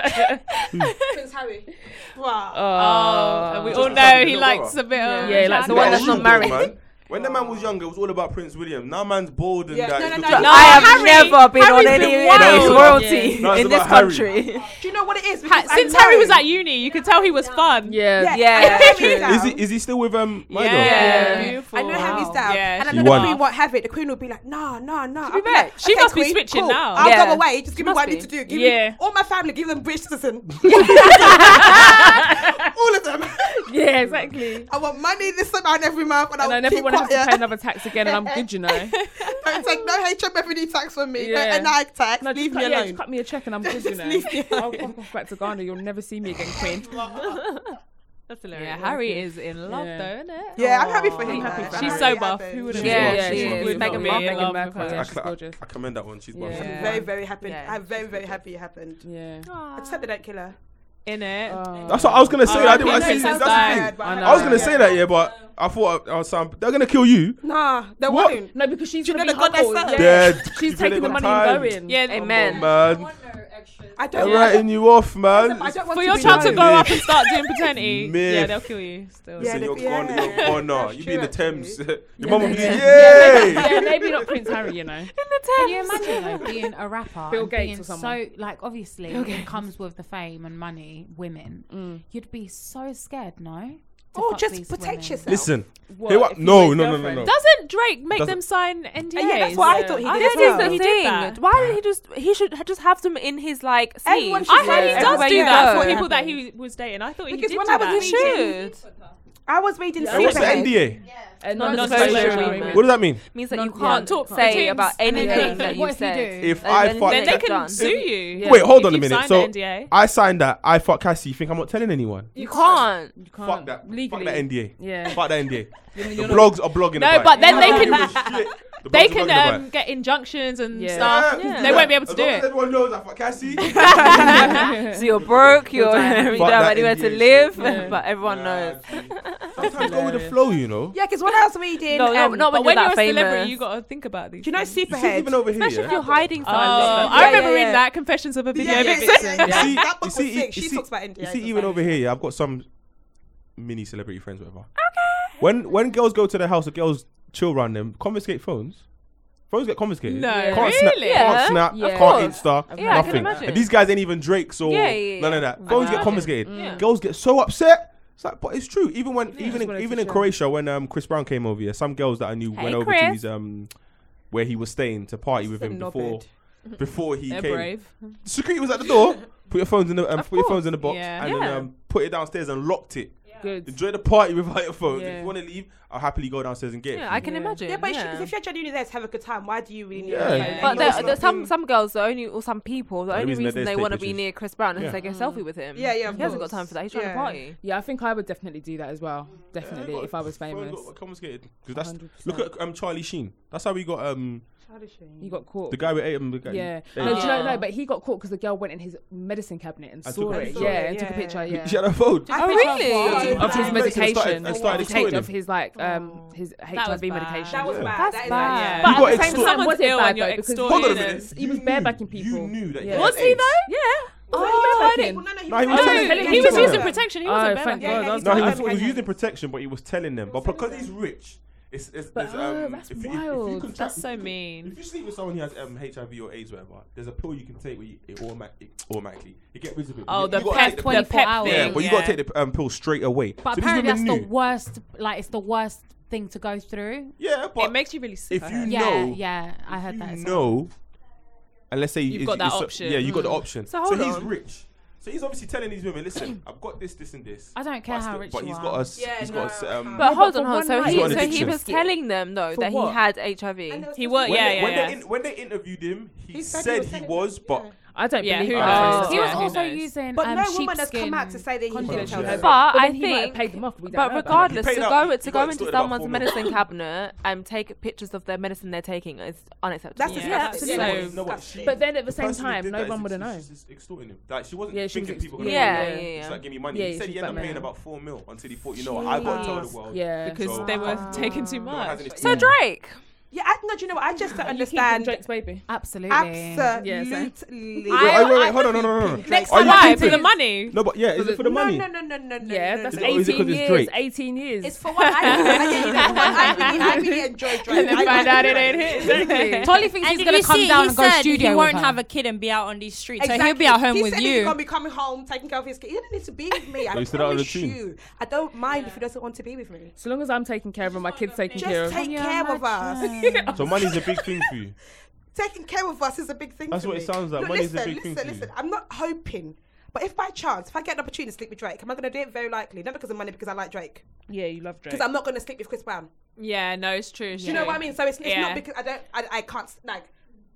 [SPEAKER 2] Prince Harry. Bruh.
[SPEAKER 6] Oh, and we all
[SPEAKER 1] Just
[SPEAKER 6] know
[SPEAKER 1] like
[SPEAKER 6] he
[SPEAKER 1] the
[SPEAKER 6] likes
[SPEAKER 1] little
[SPEAKER 6] a bit of.
[SPEAKER 3] Yeah, he likes
[SPEAKER 1] You
[SPEAKER 4] one
[SPEAKER 1] got
[SPEAKER 4] that's not
[SPEAKER 1] rude,
[SPEAKER 4] married.
[SPEAKER 1] man. When the man was younger, it was all about Prince William. Now man's bald and
[SPEAKER 2] Yeah,
[SPEAKER 1] that.
[SPEAKER 2] no, no,
[SPEAKER 1] It's
[SPEAKER 2] no,
[SPEAKER 1] looking-
[SPEAKER 2] no,
[SPEAKER 4] I have
[SPEAKER 6] Harry-
[SPEAKER 4] never been
[SPEAKER 6] Harry's
[SPEAKER 4] on
[SPEAKER 6] been
[SPEAKER 4] any
[SPEAKER 6] wild.
[SPEAKER 4] any royalty
[SPEAKER 1] No, it's
[SPEAKER 4] in this
[SPEAKER 1] about Harry.
[SPEAKER 4] country.
[SPEAKER 2] Do you know what it is?
[SPEAKER 6] Ha-
[SPEAKER 2] Because I
[SPEAKER 6] Since Harry
[SPEAKER 2] know-
[SPEAKER 6] was at uni, you could tell he was fun.
[SPEAKER 3] Yeah.
[SPEAKER 4] Yeah,
[SPEAKER 2] I know
[SPEAKER 4] that's
[SPEAKER 2] Harry's
[SPEAKER 4] true.
[SPEAKER 2] down.
[SPEAKER 1] Is he, is he still with um? My
[SPEAKER 6] Yeah,
[SPEAKER 1] girl?
[SPEAKER 6] beautiful.
[SPEAKER 2] I know Harry's down.
[SPEAKER 6] Yeah,
[SPEAKER 2] and I
[SPEAKER 1] she
[SPEAKER 2] know the
[SPEAKER 1] won.
[SPEAKER 2] queen won't have it. The queen will be like, nah, nah, nah. I'll
[SPEAKER 6] fair,
[SPEAKER 2] like,
[SPEAKER 6] she
[SPEAKER 2] "Okay,
[SPEAKER 6] must be
[SPEAKER 2] queen,
[SPEAKER 6] switching
[SPEAKER 2] cool.
[SPEAKER 6] now."
[SPEAKER 2] I'll
[SPEAKER 4] Yeah.
[SPEAKER 2] go away. Just
[SPEAKER 4] She
[SPEAKER 2] give me
[SPEAKER 4] must
[SPEAKER 2] what I need
[SPEAKER 4] be.
[SPEAKER 2] to do. Give
[SPEAKER 6] Yeah.
[SPEAKER 2] me all my family. Give them British citizen. all of them.
[SPEAKER 3] Yeah, exactly.
[SPEAKER 2] I want money this amount every month, and,
[SPEAKER 3] And
[SPEAKER 2] I'll
[SPEAKER 3] I never
[SPEAKER 2] keep
[SPEAKER 3] want to have to
[SPEAKER 2] quiet.
[SPEAKER 3] pay another tax again, and I'm good, you know.
[SPEAKER 2] Don't take no HMFD tax from me.
[SPEAKER 3] Yeah.
[SPEAKER 2] No NI tax.
[SPEAKER 3] No,
[SPEAKER 2] Leave
[SPEAKER 3] just
[SPEAKER 2] me
[SPEAKER 3] cut, yeah, just
[SPEAKER 2] alone.
[SPEAKER 3] cut me a check and I'm good, you
[SPEAKER 2] Just
[SPEAKER 3] know.
[SPEAKER 2] leave me
[SPEAKER 3] I'll walk off back to Ghana. You'll never see me again, Queen.
[SPEAKER 6] That's hilarious. Yeah, Harry is in love
[SPEAKER 3] Yeah.
[SPEAKER 6] though, isn't it?
[SPEAKER 2] Yeah, I'm happy for
[SPEAKER 3] I'm
[SPEAKER 2] him.
[SPEAKER 3] happy for
[SPEAKER 2] though.
[SPEAKER 3] Harry.
[SPEAKER 6] She's
[SPEAKER 2] I'm
[SPEAKER 6] so buff.
[SPEAKER 2] happy.
[SPEAKER 6] Who would
[SPEAKER 4] Yeah,
[SPEAKER 6] have
[SPEAKER 4] she
[SPEAKER 3] she
[SPEAKER 4] is.
[SPEAKER 3] would
[SPEAKER 4] Meghan
[SPEAKER 3] not be
[SPEAKER 4] Markle.
[SPEAKER 3] in
[SPEAKER 6] Meghan
[SPEAKER 3] love
[SPEAKER 6] Markle,
[SPEAKER 3] with her.
[SPEAKER 6] yeah.
[SPEAKER 3] Yeah,
[SPEAKER 1] I,
[SPEAKER 3] she's
[SPEAKER 1] cla-
[SPEAKER 3] gorgeous.
[SPEAKER 1] I commend that one. She's one.
[SPEAKER 3] Yeah.
[SPEAKER 2] I'm very, very happy.
[SPEAKER 4] Yeah,
[SPEAKER 2] I'm very, very happy it happened.
[SPEAKER 3] Yeah. Oh.
[SPEAKER 2] Except they don't kill her.
[SPEAKER 6] in it?
[SPEAKER 1] That's what I was gonna say. I, didn't,
[SPEAKER 6] I
[SPEAKER 1] I,
[SPEAKER 6] know
[SPEAKER 1] see, that's
[SPEAKER 6] it sounds
[SPEAKER 1] the
[SPEAKER 6] bad,
[SPEAKER 1] thing.
[SPEAKER 2] but
[SPEAKER 3] I know.
[SPEAKER 1] I was gonna
[SPEAKER 3] Yeah.
[SPEAKER 1] say that, yeah, but I thought I was some. They're gonna kill you.
[SPEAKER 2] Nah, they
[SPEAKER 1] What?
[SPEAKER 2] won't.
[SPEAKER 3] No, because she's
[SPEAKER 2] Do you
[SPEAKER 3] gonna
[SPEAKER 2] know
[SPEAKER 3] be
[SPEAKER 2] the God
[SPEAKER 3] humble.
[SPEAKER 2] that
[SPEAKER 3] Yeah.
[SPEAKER 1] Dead.
[SPEAKER 2] serves?
[SPEAKER 3] She's
[SPEAKER 1] You've
[SPEAKER 3] taking
[SPEAKER 1] been there
[SPEAKER 3] the money
[SPEAKER 1] one
[SPEAKER 3] and
[SPEAKER 1] time.
[SPEAKER 3] going. Oh,
[SPEAKER 6] Yeah,
[SPEAKER 4] Amen.
[SPEAKER 1] Man,
[SPEAKER 2] I don't
[SPEAKER 1] they're
[SPEAKER 2] want-
[SPEAKER 1] writing you off, man.
[SPEAKER 2] I don't want
[SPEAKER 6] For
[SPEAKER 2] to
[SPEAKER 6] your
[SPEAKER 2] be
[SPEAKER 6] child to
[SPEAKER 2] known.
[SPEAKER 6] grow up and start doing paternity,
[SPEAKER 1] Myth.
[SPEAKER 6] yeah, they'll kill you still.
[SPEAKER 1] It's
[SPEAKER 2] Yeah,
[SPEAKER 1] in
[SPEAKER 2] the-
[SPEAKER 1] your
[SPEAKER 2] yeah.
[SPEAKER 1] corner. Your corner.
[SPEAKER 2] That's
[SPEAKER 1] You be in the
[SPEAKER 2] true,
[SPEAKER 1] Thames.
[SPEAKER 2] actually.
[SPEAKER 1] Your mum will be like,
[SPEAKER 3] Yeah,
[SPEAKER 1] yay.
[SPEAKER 3] maybe not Prince Harry, you know.
[SPEAKER 5] Can you imagine though, being a rapper,
[SPEAKER 3] Bill
[SPEAKER 5] and
[SPEAKER 3] Gates
[SPEAKER 5] being
[SPEAKER 3] or someone.
[SPEAKER 5] so like obviously it comes with the fame and money, women. You'd be so scared, no? To
[SPEAKER 2] Oh,
[SPEAKER 5] fuck
[SPEAKER 2] just
[SPEAKER 5] these
[SPEAKER 2] protect
[SPEAKER 5] women.
[SPEAKER 2] yourself.
[SPEAKER 1] Listen.
[SPEAKER 3] What,
[SPEAKER 1] Hey, what?
[SPEAKER 3] if you
[SPEAKER 1] No,
[SPEAKER 3] were
[SPEAKER 1] no, no, no,
[SPEAKER 3] girlfriend?
[SPEAKER 1] no.
[SPEAKER 6] Doesn't Drake make
[SPEAKER 1] Doesn't-
[SPEAKER 6] them sign NDAs?
[SPEAKER 2] yeah, that's what I thought he
[SPEAKER 6] I
[SPEAKER 2] did as
[SPEAKER 6] think
[SPEAKER 2] well.
[SPEAKER 4] This
[SPEAKER 6] he's the
[SPEAKER 4] is
[SPEAKER 2] He
[SPEAKER 4] the
[SPEAKER 6] thing.
[SPEAKER 4] thing. Why didn't he just? He should ha- just have them in his like sleeve.
[SPEAKER 2] Everyone should
[SPEAKER 6] I
[SPEAKER 2] Yeah.
[SPEAKER 6] heard he
[SPEAKER 2] Yeah.
[SPEAKER 6] does
[SPEAKER 4] Everywhere
[SPEAKER 6] do
[SPEAKER 4] you
[SPEAKER 6] that. I
[SPEAKER 4] go.
[SPEAKER 6] thought people that he was dating. I thought he
[SPEAKER 2] Because
[SPEAKER 6] did
[SPEAKER 2] when
[SPEAKER 6] do
[SPEAKER 2] I was
[SPEAKER 6] that.
[SPEAKER 2] in
[SPEAKER 4] He
[SPEAKER 2] should.
[SPEAKER 4] should.
[SPEAKER 2] I was reading
[SPEAKER 1] Hey, what's the
[SPEAKER 2] Superhead.
[SPEAKER 1] NDA?
[SPEAKER 3] A
[SPEAKER 4] Non-disclosure
[SPEAKER 3] non-disclosure
[SPEAKER 4] agreement.
[SPEAKER 3] agreement.
[SPEAKER 1] What does that mean?
[SPEAKER 4] means that you
[SPEAKER 3] Non- yeah,
[SPEAKER 4] can't
[SPEAKER 6] talk
[SPEAKER 4] say
[SPEAKER 6] to
[SPEAKER 4] about
[SPEAKER 6] teams.
[SPEAKER 4] anything
[SPEAKER 6] Yeah.
[SPEAKER 4] that you
[SPEAKER 5] What if you
[SPEAKER 4] said.
[SPEAKER 5] do?
[SPEAKER 1] If I fuck
[SPEAKER 6] Then they
[SPEAKER 1] that-
[SPEAKER 6] can
[SPEAKER 4] done.
[SPEAKER 6] sue you.
[SPEAKER 3] Yeah.
[SPEAKER 1] Wait, hold
[SPEAKER 6] If
[SPEAKER 1] on a
[SPEAKER 6] you've
[SPEAKER 1] minute.
[SPEAKER 6] signed
[SPEAKER 1] So
[SPEAKER 6] the NDA.
[SPEAKER 1] I signed that. I fuck Cassie. You think I'm not telling anyone?
[SPEAKER 4] You can't.
[SPEAKER 3] You can't.
[SPEAKER 1] Fuck that.
[SPEAKER 3] Legally.
[SPEAKER 1] Fuck that NDA.
[SPEAKER 3] Yeah.
[SPEAKER 1] Fuck that NDA. The blogs are blogging.
[SPEAKER 6] No,
[SPEAKER 1] about
[SPEAKER 6] but
[SPEAKER 1] it.
[SPEAKER 6] then they
[SPEAKER 1] I don't
[SPEAKER 6] can-
[SPEAKER 1] give a shit. The
[SPEAKER 6] They
[SPEAKER 1] blogs are blogging
[SPEAKER 6] can
[SPEAKER 1] about it.
[SPEAKER 6] um, get injunctions and
[SPEAKER 3] Yeah.
[SPEAKER 6] stuff.
[SPEAKER 1] Yeah.
[SPEAKER 6] They won't be able to
[SPEAKER 1] As
[SPEAKER 6] do
[SPEAKER 1] long as
[SPEAKER 6] it.
[SPEAKER 1] Everyone knows I fuck Cassie.
[SPEAKER 4] So you're broke. You're you
[SPEAKER 1] Fuck
[SPEAKER 4] don't have
[SPEAKER 1] that
[SPEAKER 4] anywhere to
[SPEAKER 1] NDA
[SPEAKER 4] live.
[SPEAKER 1] shit.
[SPEAKER 4] But everyone knows.
[SPEAKER 1] Nah, Sometimes go with the flow, you know.
[SPEAKER 2] Yeah, because when I was reading,
[SPEAKER 4] No, no,
[SPEAKER 2] um,
[SPEAKER 4] not
[SPEAKER 6] But
[SPEAKER 4] when
[SPEAKER 6] when
[SPEAKER 4] you're
[SPEAKER 6] you're a
[SPEAKER 4] that
[SPEAKER 6] celebrity,
[SPEAKER 4] famous.
[SPEAKER 6] you gotta think about these.
[SPEAKER 2] do you know
[SPEAKER 6] things.
[SPEAKER 1] You
[SPEAKER 2] Superhead?
[SPEAKER 1] see, even over here,
[SPEAKER 4] Especially if
[SPEAKER 1] yeah?
[SPEAKER 4] you're hiding
[SPEAKER 6] Oh,
[SPEAKER 4] something.
[SPEAKER 6] I
[SPEAKER 4] Yeah,
[SPEAKER 6] remember
[SPEAKER 4] yeah,
[SPEAKER 6] reading
[SPEAKER 4] yeah.
[SPEAKER 6] that Confessions of a Video
[SPEAKER 2] yeah,
[SPEAKER 6] Vixen.
[SPEAKER 2] Vixen.
[SPEAKER 6] Yeah.
[SPEAKER 2] Yeah.
[SPEAKER 1] You see-
[SPEAKER 2] That
[SPEAKER 1] you
[SPEAKER 2] book
[SPEAKER 1] see-
[SPEAKER 2] was sick.
[SPEAKER 1] you
[SPEAKER 2] She
[SPEAKER 1] see-
[SPEAKER 2] talks about India.
[SPEAKER 1] You see,
[SPEAKER 2] It's
[SPEAKER 1] even
[SPEAKER 2] fine.
[SPEAKER 1] over here, yeah, I've got some mini celebrity friends, whatever. Okay. When when girls go to their house, the girls chill around them, confiscate phones. Phones get confiscated.
[SPEAKER 6] No.
[SPEAKER 1] can't Snap,
[SPEAKER 4] Really?
[SPEAKER 1] can't snap,
[SPEAKER 3] Yeah. Of
[SPEAKER 1] can't Insta,
[SPEAKER 4] Yeah, I can
[SPEAKER 1] nothing.
[SPEAKER 4] imagine.
[SPEAKER 1] and these guys ain't even Drakes or
[SPEAKER 4] Yeah, yeah, yeah.
[SPEAKER 1] none of that. Phones
[SPEAKER 4] I can
[SPEAKER 1] get
[SPEAKER 4] imagine.
[SPEAKER 1] confiscated.
[SPEAKER 4] Yeah.
[SPEAKER 1] Girls get so upset. It's like, but it's true. Even when, even
[SPEAKER 3] Just
[SPEAKER 1] in,
[SPEAKER 3] wanted
[SPEAKER 1] even
[SPEAKER 3] to
[SPEAKER 1] in
[SPEAKER 3] share.
[SPEAKER 1] Croatia, when um Chris Brown came over here, some girls that I knew went over to
[SPEAKER 4] Chris.
[SPEAKER 1] his um where he was staying to party with him before before he
[SPEAKER 6] They're
[SPEAKER 1] came
[SPEAKER 6] brave.
[SPEAKER 1] security was at the door. Put your phones in the um, put your phones in the box
[SPEAKER 6] Yeah.
[SPEAKER 1] and then
[SPEAKER 4] Yeah.
[SPEAKER 1] um, put it downstairs and locked it.
[SPEAKER 3] Good.
[SPEAKER 1] Enjoy the party without your phones. If
[SPEAKER 6] Yeah.
[SPEAKER 1] you want to leave, I'll happily go downstairs and get
[SPEAKER 4] Yeah,
[SPEAKER 1] it. for
[SPEAKER 4] I
[SPEAKER 1] you.
[SPEAKER 4] can imagine.
[SPEAKER 2] Yeah, but it's-
[SPEAKER 4] yeah.
[SPEAKER 2] if you're genuinely there to have a good time, why do you really need
[SPEAKER 1] Yeah.
[SPEAKER 2] a
[SPEAKER 1] Yeah.
[SPEAKER 2] phone?
[SPEAKER 1] But
[SPEAKER 2] And
[SPEAKER 4] But
[SPEAKER 2] you're
[SPEAKER 4] there,
[SPEAKER 2] not
[SPEAKER 4] there's some
[SPEAKER 2] doing-
[SPEAKER 4] some girls, the only or some people,
[SPEAKER 1] The
[SPEAKER 4] the only
[SPEAKER 1] reason that
[SPEAKER 4] reason
[SPEAKER 1] they
[SPEAKER 4] they
[SPEAKER 1] take
[SPEAKER 4] want to be
[SPEAKER 1] pictures.
[SPEAKER 4] near Chris Brown is
[SPEAKER 1] Yeah.
[SPEAKER 4] to get a selfie with him.
[SPEAKER 2] Yeah, yeah, of
[SPEAKER 4] He hasn't got
[SPEAKER 2] course.
[SPEAKER 4] time for that. He's trying
[SPEAKER 2] Yeah.
[SPEAKER 4] to party.
[SPEAKER 3] Yeah, I think I would definitely do that as well.
[SPEAKER 1] Yeah,
[SPEAKER 3] Definitely,
[SPEAKER 1] got-
[SPEAKER 3] if I was
[SPEAKER 1] phone
[SPEAKER 3] famous.
[SPEAKER 1] got confiscated. 'Cause that's-
[SPEAKER 3] 100%.
[SPEAKER 1] look at um Charlie Sheen. That's how we got um
[SPEAKER 3] You got caught.
[SPEAKER 1] the guy with Adam. The guy
[SPEAKER 3] yeah.
[SPEAKER 1] Yeah.
[SPEAKER 3] No, do you know,
[SPEAKER 6] Yeah.
[SPEAKER 3] no, but he got caught because the girl went in his medicine cabinet and,
[SPEAKER 1] And
[SPEAKER 3] saw
[SPEAKER 1] took a
[SPEAKER 3] it.
[SPEAKER 1] picture.
[SPEAKER 3] Yeah, and took a
[SPEAKER 2] Yeah.
[SPEAKER 3] picture. Yeah.
[SPEAKER 1] She had a phone.
[SPEAKER 2] I think
[SPEAKER 4] really?
[SPEAKER 2] that's
[SPEAKER 1] Yeah,
[SPEAKER 2] bad.
[SPEAKER 1] And
[SPEAKER 3] of his
[SPEAKER 1] started- and
[SPEAKER 3] medication,
[SPEAKER 1] started
[SPEAKER 3] of his,
[SPEAKER 1] exploiting
[SPEAKER 3] of
[SPEAKER 1] him.
[SPEAKER 3] his like um his HIV
[SPEAKER 6] was bad.
[SPEAKER 3] medication.
[SPEAKER 2] That was
[SPEAKER 1] Yeah.
[SPEAKER 2] bad.
[SPEAKER 4] That's
[SPEAKER 2] that is
[SPEAKER 4] bad.
[SPEAKER 2] bad.
[SPEAKER 3] But
[SPEAKER 1] You
[SPEAKER 3] at
[SPEAKER 1] got
[SPEAKER 3] the same
[SPEAKER 1] extort-
[SPEAKER 3] time, was
[SPEAKER 6] Someone's
[SPEAKER 3] it
[SPEAKER 6] ill
[SPEAKER 3] bad
[SPEAKER 6] and you're
[SPEAKER 3] though? Because
[SPEAKER 6] extorting
[SPEAKER 1] Hold on a
[SPEAKER 3] he
[SPEAKER 1] minute.
[SPEAKER 3] was- he was
[SPEAKER 1] You
[SPEAKER 3] barebacking
[SPEAKER 1] knew-
[SPEAKER 3] people.
[SPEAKER 1] You knew that.
[SPEAKER 3] Yeah.
[SPEAKER 1] had
[SPEAKER 3] Was
[SPEAKER 6] he
[SPEAKER 1] AIDS.
[SPEAKER 6] though?
[SPEAKER 3] Yeah.
[SPEAKER 2] Oh,
[SPEAKER 3] barebacking.
[SPEAKER 2] no, no,
[SPEAKER 1] No,
[SPEAKER 2] he
[SPEAKER 1] he was
[SPEAKER 2] was barebacking.
[SPEAKER 1] telling-
[SPEAKER 2] Yeah,
[SPEAKER 1] he
[SPEAKER 6] He
[SPEAKER 1] was
[SPEAKER 6] was
[SPEAKER 1] telling
[SPEAKER 6] using
[SPEAKER 1] them.
[SPEAKER 6] protection. He
[SPEAKER 3] Oh,
[SPEAKER 6] wasn't
[SPEAKER 3] thank
[SPEAKER 6] bareback.
[SPEAKER 2] Yeah, yeah,
[SPEAKER 3] God. I was
[SPEAKER 2] he's
[SPEAKER 1] No, he was, he
[SPEAKER 2] barebacking.
[SPEAKER 1] was using protection, but he was telling them. But
[SPEAKER 2] was telling
[SPEAKER 1] because he's rich, it's it's. it's,
[SPEAKER 3] oh,
[SPEAKER 1] um,
[SPEAKER 3] that's
[SPEAKER 1] if you- if you
[SPEAKER 3] wild.
[SPEAKER 1] contract-
[SPEAKER 6] That's so
[SPEAKER 1] if you-
[SPEAKER 6] mean.
[SPEAKER 1] If you sleep with someone who has um, HIV or AIDS, whatever, there's a pill you can take where you, it automatically, automatically you get rid of it.
[SPEAKER 6] Oh,
[SPEAKER 1] you,
[SPEAKER 6] the
[SPEAKER 1] you gotta
[SPEAKER 6] pep
[SPEAKER 1] take the
[SPEAKER 5] 24 hours.
[SPEAKER 1] Yeah,
[SPEAKER 5] thing,
[SPEAKER 1] but you gotta take the um, pill straight away.
[SPEAKER 5] But
[SPEAKER 1] So these
[SPEAKER 5] apparently that's
[SPEAKER 1] women
[SPEAKER 5] the
[SPEAKER 1] knew.
[SPEAKER 5] worst. Like it's the worst thing to go through.
[SPEAKER 1] Yeah, but
[SPEAKER 6] It makes you really sick.
[SPEAKER 1] if you
[SPEAKER 5] Yeah,
[SPEAKER 1] know,
[SPEAKER 5] yeah. I
[SPEAKER 1] if
[SPEAKER 5] heard that.
[SPEAKER 1] you
[SPEAKER 5] as well.
[SPEAKER 1] know, and let's say
[SPEAKER 6] You've
[SPEAKER 1] it's-
[SPEAKER 6] got that
[SPEAKER 1] it's-
[SPEAKER 6] option.
[SPEAKER 1] Yeah, you got the
[SPEAKER 6] Mm.
[SPEAKER 1] option.
[SPEAKER 6] So
[SPEAKER 1] So,
[SPEAKER 6] hold
[SPEAKER 1] he's
[SPEAKER 6] on.
[SPEAKER 1] rich. So he's obviously telling these women, listen, I've got this, this, and this.
[SPEAKER 5] I don't care
[SPEAKER 1] but
[SPEAKER 5] how
[SPEAKER 1] still-
[SPEAKER 5] rich
[SPEAKER 1] but
[SPEAKER 5] you
[SPEAKER 1] he's
[SPEAKER 5] are.
[SPEAKER 1] got a, s-
[SPEAKER 2] Yeah,
[SPEAKER 1] he's
[SPEAKER 2] no,
[SPEAKER 1] got a s-
[SPEAKER 2] I
[SPEAKER 1] um,
[SPEAKER 4] But
[SPEAKER 3] but
[SPEAKER 4] hold
[SPEAKER 3] for
[SPEAKER 4] on, hold on.
[SPEAKER 3] one
[SPEAKER 4] So
[SPEAKER 3] night-
[SPEAKER 4] he,
[SPEAKER 1] He's got an
[SPEAKER 4] so he
[SPEAKER 1] addiction.
[SPEAKER 4] was telling them though
[SPEAKER 3] For
[SPEAKER 4] that
[SPEAKER 3] what?
[SPEAKER 4] he had
[SPEAKER 2] And they
[SPEAKER 4] HIV.
[SPEAKER 2] were
[SPEAKER 6] He
[SPEAKER 2] supposed
[SPEAKER 6] was-
[SPEAKER 2] to-
[SPEAKER 1] when,
[SPEAKER 6] yeah,
[SPEAKER 1] they,
[SPEAKER 6] yeah,
[SPEAKER 1] when,
[SPEAKER 6] yeah.
[SPEAKER 1] They in, when they interviewed him, he,
[SPEAKER 2] He
[SPEAKER 1] said,
[SPEAKER 2] said he was
[SPEAKER 1] he
[SPEAKER 2] telling-
[SPEAKER 1] was, but
[SPEAKER 3] I don't
[SPEAKER 6] Yeah,
[SPEAKER 3] believe
[SPEAKER 6] who
[SPEAKER 3] that.
[SPEAKER 6] knows?
[SPEAKER 5] He was
[SPEAKER 6] Yeah.
[SPEAKER 5] also
[SPEAKER 6] Who knows?
[SPEAKER 5] using.
[SPEAKER 2] But
[SPEAKER 5] um,
[SPEAKER 2] no woman has come out to
[SPEAKER 5] sheepskin
[SPEAKER 2] say that he was
[SPEAKER 5] condoms.
[SPEAKER 1] HIV.
[SPEAKER 2] HIV.
[SPEAKER 4] But I
[SPEAKER 3] then he might
[SPEAKER 4] think,
[SPEAKER 3] have paid them off. We don't
[SPEAKER 4] but
[SPEAKER 3] know about that.
[SPEAKER 4] regardless,
[SPEAKER 1] He
[SPEAKER 4] to
[SPEAKER 1] paid out-
[SPEAKER 4] go
[SPEAKER 1] he
[SPEAKER 4] to
[SPEAKER 1] got
[SPEAKER 4] go into
[SPEAKER 1] extorted about
[SPEAKER 4] someone's
[SPEAKER 1] four million.
[SPEAKER 4] medicine cabinet and take pictures of their medicine they're taking is unacceptable.
[SPEAKER 2] That's
[SPEAKER 6] Yeah,
[SPEAKER 2] disgusting.
[SPEAKER 6] absolutely.
[SPEAKER 2] Yeah,
[SPEAKER 1] No, what,
[SPEAKER 2] disgusting.
[SPEAKER 1] she-
[SPEAKER 3] But then at the same
[SPEAKER 1] person who
[SPEAKER 3] time,
[SPEAKER 1] did
[SPEAKER 3] no
[SPEAKER 1] that
[SPEAKER 3] one
[SPEAKER 1] is
[SPEAKER 3] would have
[SPEAKER 1] ex-
[SPEAKER 3] known.
[SPEAKER 1] She's just extorting him. Like she wasn't
[SPEAKER 3] Yeah, she was
[SPEAKER 1] thinking
[SPEAKER 3] ex-
[SPEAKER 1] people were gonna
[SPEAKER 4] yeah,
[SPEAKER 1] pay
[SPEAKER 4] yeah,
[SPEAKER 1] her.
[SPEAKER 4] yeah.
[SPEAKER 1] She's like, give me money.
[SPEAKER 3] Yeah,
[SPEAKER 1] he said
[SPEAKER 3] she's
[SPEAKER 1] he ended up
[SPEAKER 3] blackmailing
[SPEAKER 1] paying
[SPEAKER 3] her.
[SPEAKER 1] about four mil until he thought, you know what, I've got to tell the world.
[SPEAKER 3] Yeah.
[SPEAKER 6] because
[SPEAKER 1] So-
[SPEAKER 6] they were taking too
[SPEAKER 1] No one has
[SPEAKER 6] much.
[SPEAKER 1] any-
[SPEAKER 4] So Drake,
[SPEAKER 2] Yeah, I, no, do you know what? I just don't understand.
[SPEAKER 3] Drake's baby.
[SPEAKER 5] Absolutely.
[SPEAKER 2] Absolutely.
[SPEAKER 3] Yeah, same.
[SPEAKER 1] Wait,
[SPEAKER 2] I-
[SPEAKER 1] wait, wait, hold on, no, no, no, no.
[SPEAKER 2] Next
[SPEAKER 1] Are you
[SPEAKER 2] time I
[SPEAKER 6] Why?
[SPEAKER 1] kidding
[SPEAKER 6] For
[SPEAKER 2] do
[SPEAKER 6] the
[SPEAKER 2] it-
[SPEAKER 6] money.
[SPEAKER 1] No, but yeah, is it for the money?
[SPEAKER 2] No, no, no, no, no.
[SPEAKER 3] Yeah,
[SPEAKER 2] no,
[SPEAKER 3] that's
[SPEAKER 2] no.
[SPEAKER 1] it- is it 'cause
[SPEAKER 3] 18
[SPEAKER 1] it's
[SPEAKER 3] years.
[SPEAKER 1] Drake?
[SPEAKER 3] 18 years.
[SPEAKER 2] It's for what I I, get you that one. I, really, I really enjoy
[SPEAKER 6] And
[SPEAKER 2] Drake.
[SPEAKER 6] then
[SPEAKER 2] I
[SPEAKER 6] find
[SPEAKER 2] really
[SPEAKER 6] out it
[SPEAKER 2] enjoy
[SPEAKER 6] ain't his. Exactly.
[SPEAKER 5] Totally thinks he's gonna come down and go studio.
[SPEAKER 7] he
[SPEAKER 5] with
[SPEAKER 7] won't
[SPEAKER 5] her.
[SPEAKER 7] have a kid and be out on these streets,
[SPEAKER 2] Exactly.
[SPEAKER 7] so he'll be at home
[SPEAKER 2] he
[SPEAKER 7] with
[SPEAKER 2] said
[SPEAKER 7] you.
[SPEAKER 2] He's gonna be coming home, taking care of his kid. He doesn't need to be with me. I
[SPEAKER 1] They said that on the
[SPEAKER 2] promise
[SPEAKER 1] tune.
[SPEAKER 2] you. I don't mind if he doesn't want to be with me.
[SPEAKER 3] so long as I'm taking care of him, my kids taking care
[SPEAKER 2] Just
[SPEAKER 3] of. him.
[SPEAKER 2] take care of us.
[SPEAKER 1] So money's a big thing for you.
[SPEAKER 2] Taking care of us is a big thing.
[SPEAKER 1] That's
[SPEAKER 2] to
[SPEAKER 1] what
[SPEAKER 2] me.
[SPEAKER 1] it sounds like.
[SPEAKER 2] Look,
[SPEAKER 1] Money's a
[SPEAKER 2] listen,
[SPEAKER 1] big thing
[SPEAKER 2] listen,
[SPEAKER 1] to you.
[SPEAKER 2] listen. I'm not hoping, but if by chance, if I get an opportunity to sleep with Drake, am I gonna do it? Very likely, not because of money, because I like Drake.
[SPEAKER 6] Yeah, you love Drake.
[SPEAKER 2] Because I'm not gonna sleep with Chris Brown.
[SPEAKER 6] Yeah, no, it's true.
[SPEAKER 2] Do you know what I mean? So it's, it's
[SPEAKER 6] Yeah.
[SPEAKER 2] not because I don't, I, I can't, like,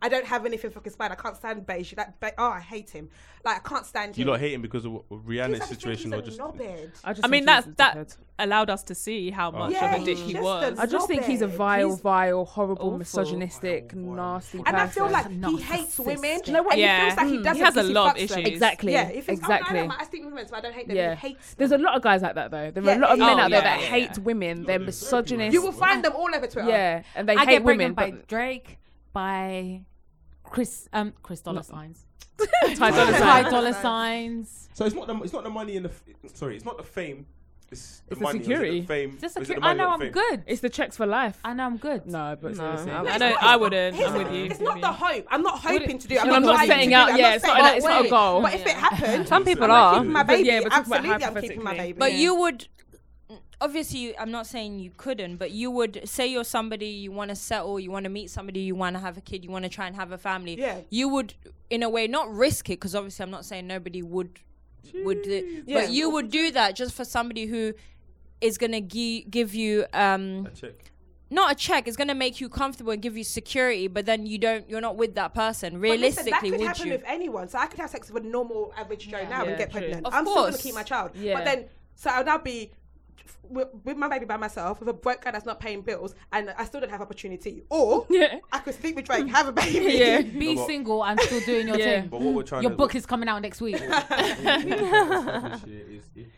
[SPEAKER 2] I don't have anything for Chris Brown. I can't stand beige. That, be- oh, I hate him. Like, I can't stand
[SPEAKER 1] You
[SPEAKER 2] him.
[SPEAKER 1] lot hating because of what-
[SPEAKER 2] He's
[SPEAKER 1] Rihanna's
[SPEAKER 2] like, I think
[SPEAKER 1] situation
[SPEAKER 2] he's
[SPEAKER 1] or
[SPEAKER 2] a
[SPEAKER 1] just.
[SPEAKER 2] knobhead.
[SPEAKER 3] I, just
[SPEAKER 6] I
[SPEAKER 3] think
[SPEAKER 6] mean, that's
[SPEAKER 3] he's a dickhead.
[SPEAKER 6] that allowed us to see how much
[SPEAKER 2] Yeah,
[SPEAKER 6] of a dick
[SPEAKER 2] he's
[SPEAKER 6] he
[SPEAKER 2] just
[SPEAKER 6] was.
[SPEAKER 2] a-
[SPEAKER 3] I just think he's a
[SPEAKER 2] knobhead.
[SPEAKER 3] vile,
[SPEAKER 2] He's
[SPEAKER 3] vile, horrible,
[SPEAKER 6] awful.
[SPEAKER 3] misogynistic,
[SPEAKER 1] Vile, vile.
[SPEAKER 3] nasty
[SPEAKER 2] And I
[SPEAKER 3] person.
[SPEAKER 2] feel like he
[SPEAKER 5] Narcissistic.
[SPEAKER 2] hates women.
[SPEAKER 5] Do
[SPEAKER 2] You know what?
[SPEAKER 6] Yeah.
[SPEAKER 2] Yeah. He feels like he
[SPEAKER 6] Mm.
[SPEAKER 2] doesn't.
[SPEAKER 6] He has a
[SPEAKER 2] because
[SPEAKER 6] lot of
[SPEAKER 2] fucks them.
[SPEAKER 6] issues.
[SPEAKER 3] exactly,
[SPEAKER 2] Yeah, he thinks,
[SPEAKER 3] exactly.
[SPEAKER 2] Oh, no, no, I sleep with women, so I don't hate them.
[SPEAKER 3] yeah,
[SPEAKER 2] He hates
[SPEAKER 3] there's
[SPEAKER 2] them.
[SPEAKER 3] a lot of guys like that though. There are
[SPEAKER 2] Yeah,
[SPEAKER 3] a lot of
[SPEAKER 2] yeah,
[SPEAKER 3] men
[SPEAKER 6] yeah.
[SPEAKER 3] out there
[SPEAKER 6] Oh,
[SPEAKER 3] that
[SPEAKER 6] yeah,
[SPEAKER 3] hate women.
[SPEAKER 1] there's
[SPEAKER 3] They're
[SPEAKER 1] therapy
[SPEAKER 3] misogynist.
[SPEAKER 1] ones.
[SPEAKER 2] You will find them all over Twitter.
[SPEAKER 3] yeah, and they
[SPEAKER 5] I
[SPEAKER 3] hate
[SPEAKER 5] get
[SPEAKER 3] women.
[SPEAKER 5] pregnant by
[SPEAKER 3] But
[SPEAKER 5] Drake by Chris um Chris dollar signs.
[SPEAKER 6] Ty Dolla
[SPEAKER 2] Sign.
[SPEAKER 5] Ty dollar signs.
[SPEAKER 1] So it's not the it's not the money and the f- sorry, it's not the fame. It's the
[SPEAKER 3] It's the
[SPEAKER 1] money. or is it
[SPEAKER 3] security.
[SPEAKER 1] The fame.
[SPEAKER 5] Just
[SPEAKER 1] or
[SPEAKER 5] a
[SPEAKER 1] is it the
[SPEAKER 5] cute, I
[SPEAKER 1] money or
[SPEAKER 5] know
[SPEAKER 1] the
[SPEAKER 5] I'm
[SPEAKER 1] fame?
[SPEAKER 5] good.
[SPEAKER 3] it's the checks for life.
[SPEAKER 5] I know I'm good.
[SPEAKER 3] No, but seriously,
[SPEAKER 4] no,
[SPEAKER 6] I
[SPEAKER 2] It's
[SPEAKER 6] don't.
[SPEAKER 2] not-
[SPEAKER 6] I wouldn't.
[SPEAKER 2] Here's the
[SPEAKER 6] I'm with
[SPEAKER 2] thing,
[SPEAKER 6] you.
[SPEAKER 2] It's not the hope. I'm not hoping to do it.
[SPEAKER 3] I'm not
[SPEAKER 2] trying to
[SPEAKER 3] setting
[SPEAKER 2] do it.
[SPEAKER 3] out-
[SPEAKER 2] I'm
[SPEAKER 3] yeah,
[SPEAKER 2] not
[SPEAKER 3] it's not
[SPEAKER 2] saying
[SPEAKER 3] a- it's not a
[SPEAKER 2] wait.
[SPEAKER 3] goal.
[SPEAKER 2] But if it happened,
[SPEAKER 4] Some people
[SPEAKER 2] I'm
[SPEAKER 4] are.
[SPEAKER 2] keeping my baby.
[SPEAKER 3] Yeah, but talk about
[SPEAKER 2] absolutely, I'm keeping my
[SPEAKER 3] hypothetically.
[SPEAKER 2] baby.
[SPEAKER 7] But you would, obviously, you- I'm not saying you couldn't, but you would say you're somebody you want to settle, you want to meet somebody, you want to have a kid, you want to try and have a family.
[SPEAKER 2] Yeah.
[SPEAKER 7] You would, in a way, not risk it because obviously I'm not saying nobody would would, do,
[SPEAKER 2] Yeah.
[SPEAKER 7] but you would do that just for somebody who is gonna gi- give you um
[SPEAKER 1] A check.
[SPEAKER 7] not a check it's gonna make you comfortable and give you security but then you don't you're not with that person
[SPEAKER 2] But listen,
[SPEAKER 7] realistically
[SPEAKER 2] that could
[SPEAKER 7] would
[SPEAKER 2] happen
[SPEAKER 7] you
[SPEAKER 2] with anyone. So I could have sex with a normal average Joe now
[SPEAKER 3] Yeah,
[SPEAKER 2] and get
[SPEAKER 3] true.
[SPEAKER 2] pregnant.
[SPEAKER 7] Of
[SPEAKER 2] I'm still going
[SPEAKER 7] course.
[SPEAKER 2] to keep my child.
[SPEAKER 3] Yeah.
[SPEAKER 2] But then, so I'll now be with, with my baby by myself with a broke guy that's not paying bills, and I still don't have opportunity. Or
[SPEAKER 3] Yeah.
[SPEAKER 2] I could sleep with Drake, have a baby.
[SPEAKER 3] Yeah.
[SPEAKER 5] Be
[SPEAKER 1] No, but-
[SPEAKER 5] single and still doing your
[SPEAKER 3] Yeah.
[SPEAKER 5] thing.
[SPEAKER 1] But what we're trying
[SPEAKER 5] Your
[SPEAKER 1] to
[SPEAKER 5] book is coming out next week.
[SPEAKER 1] TV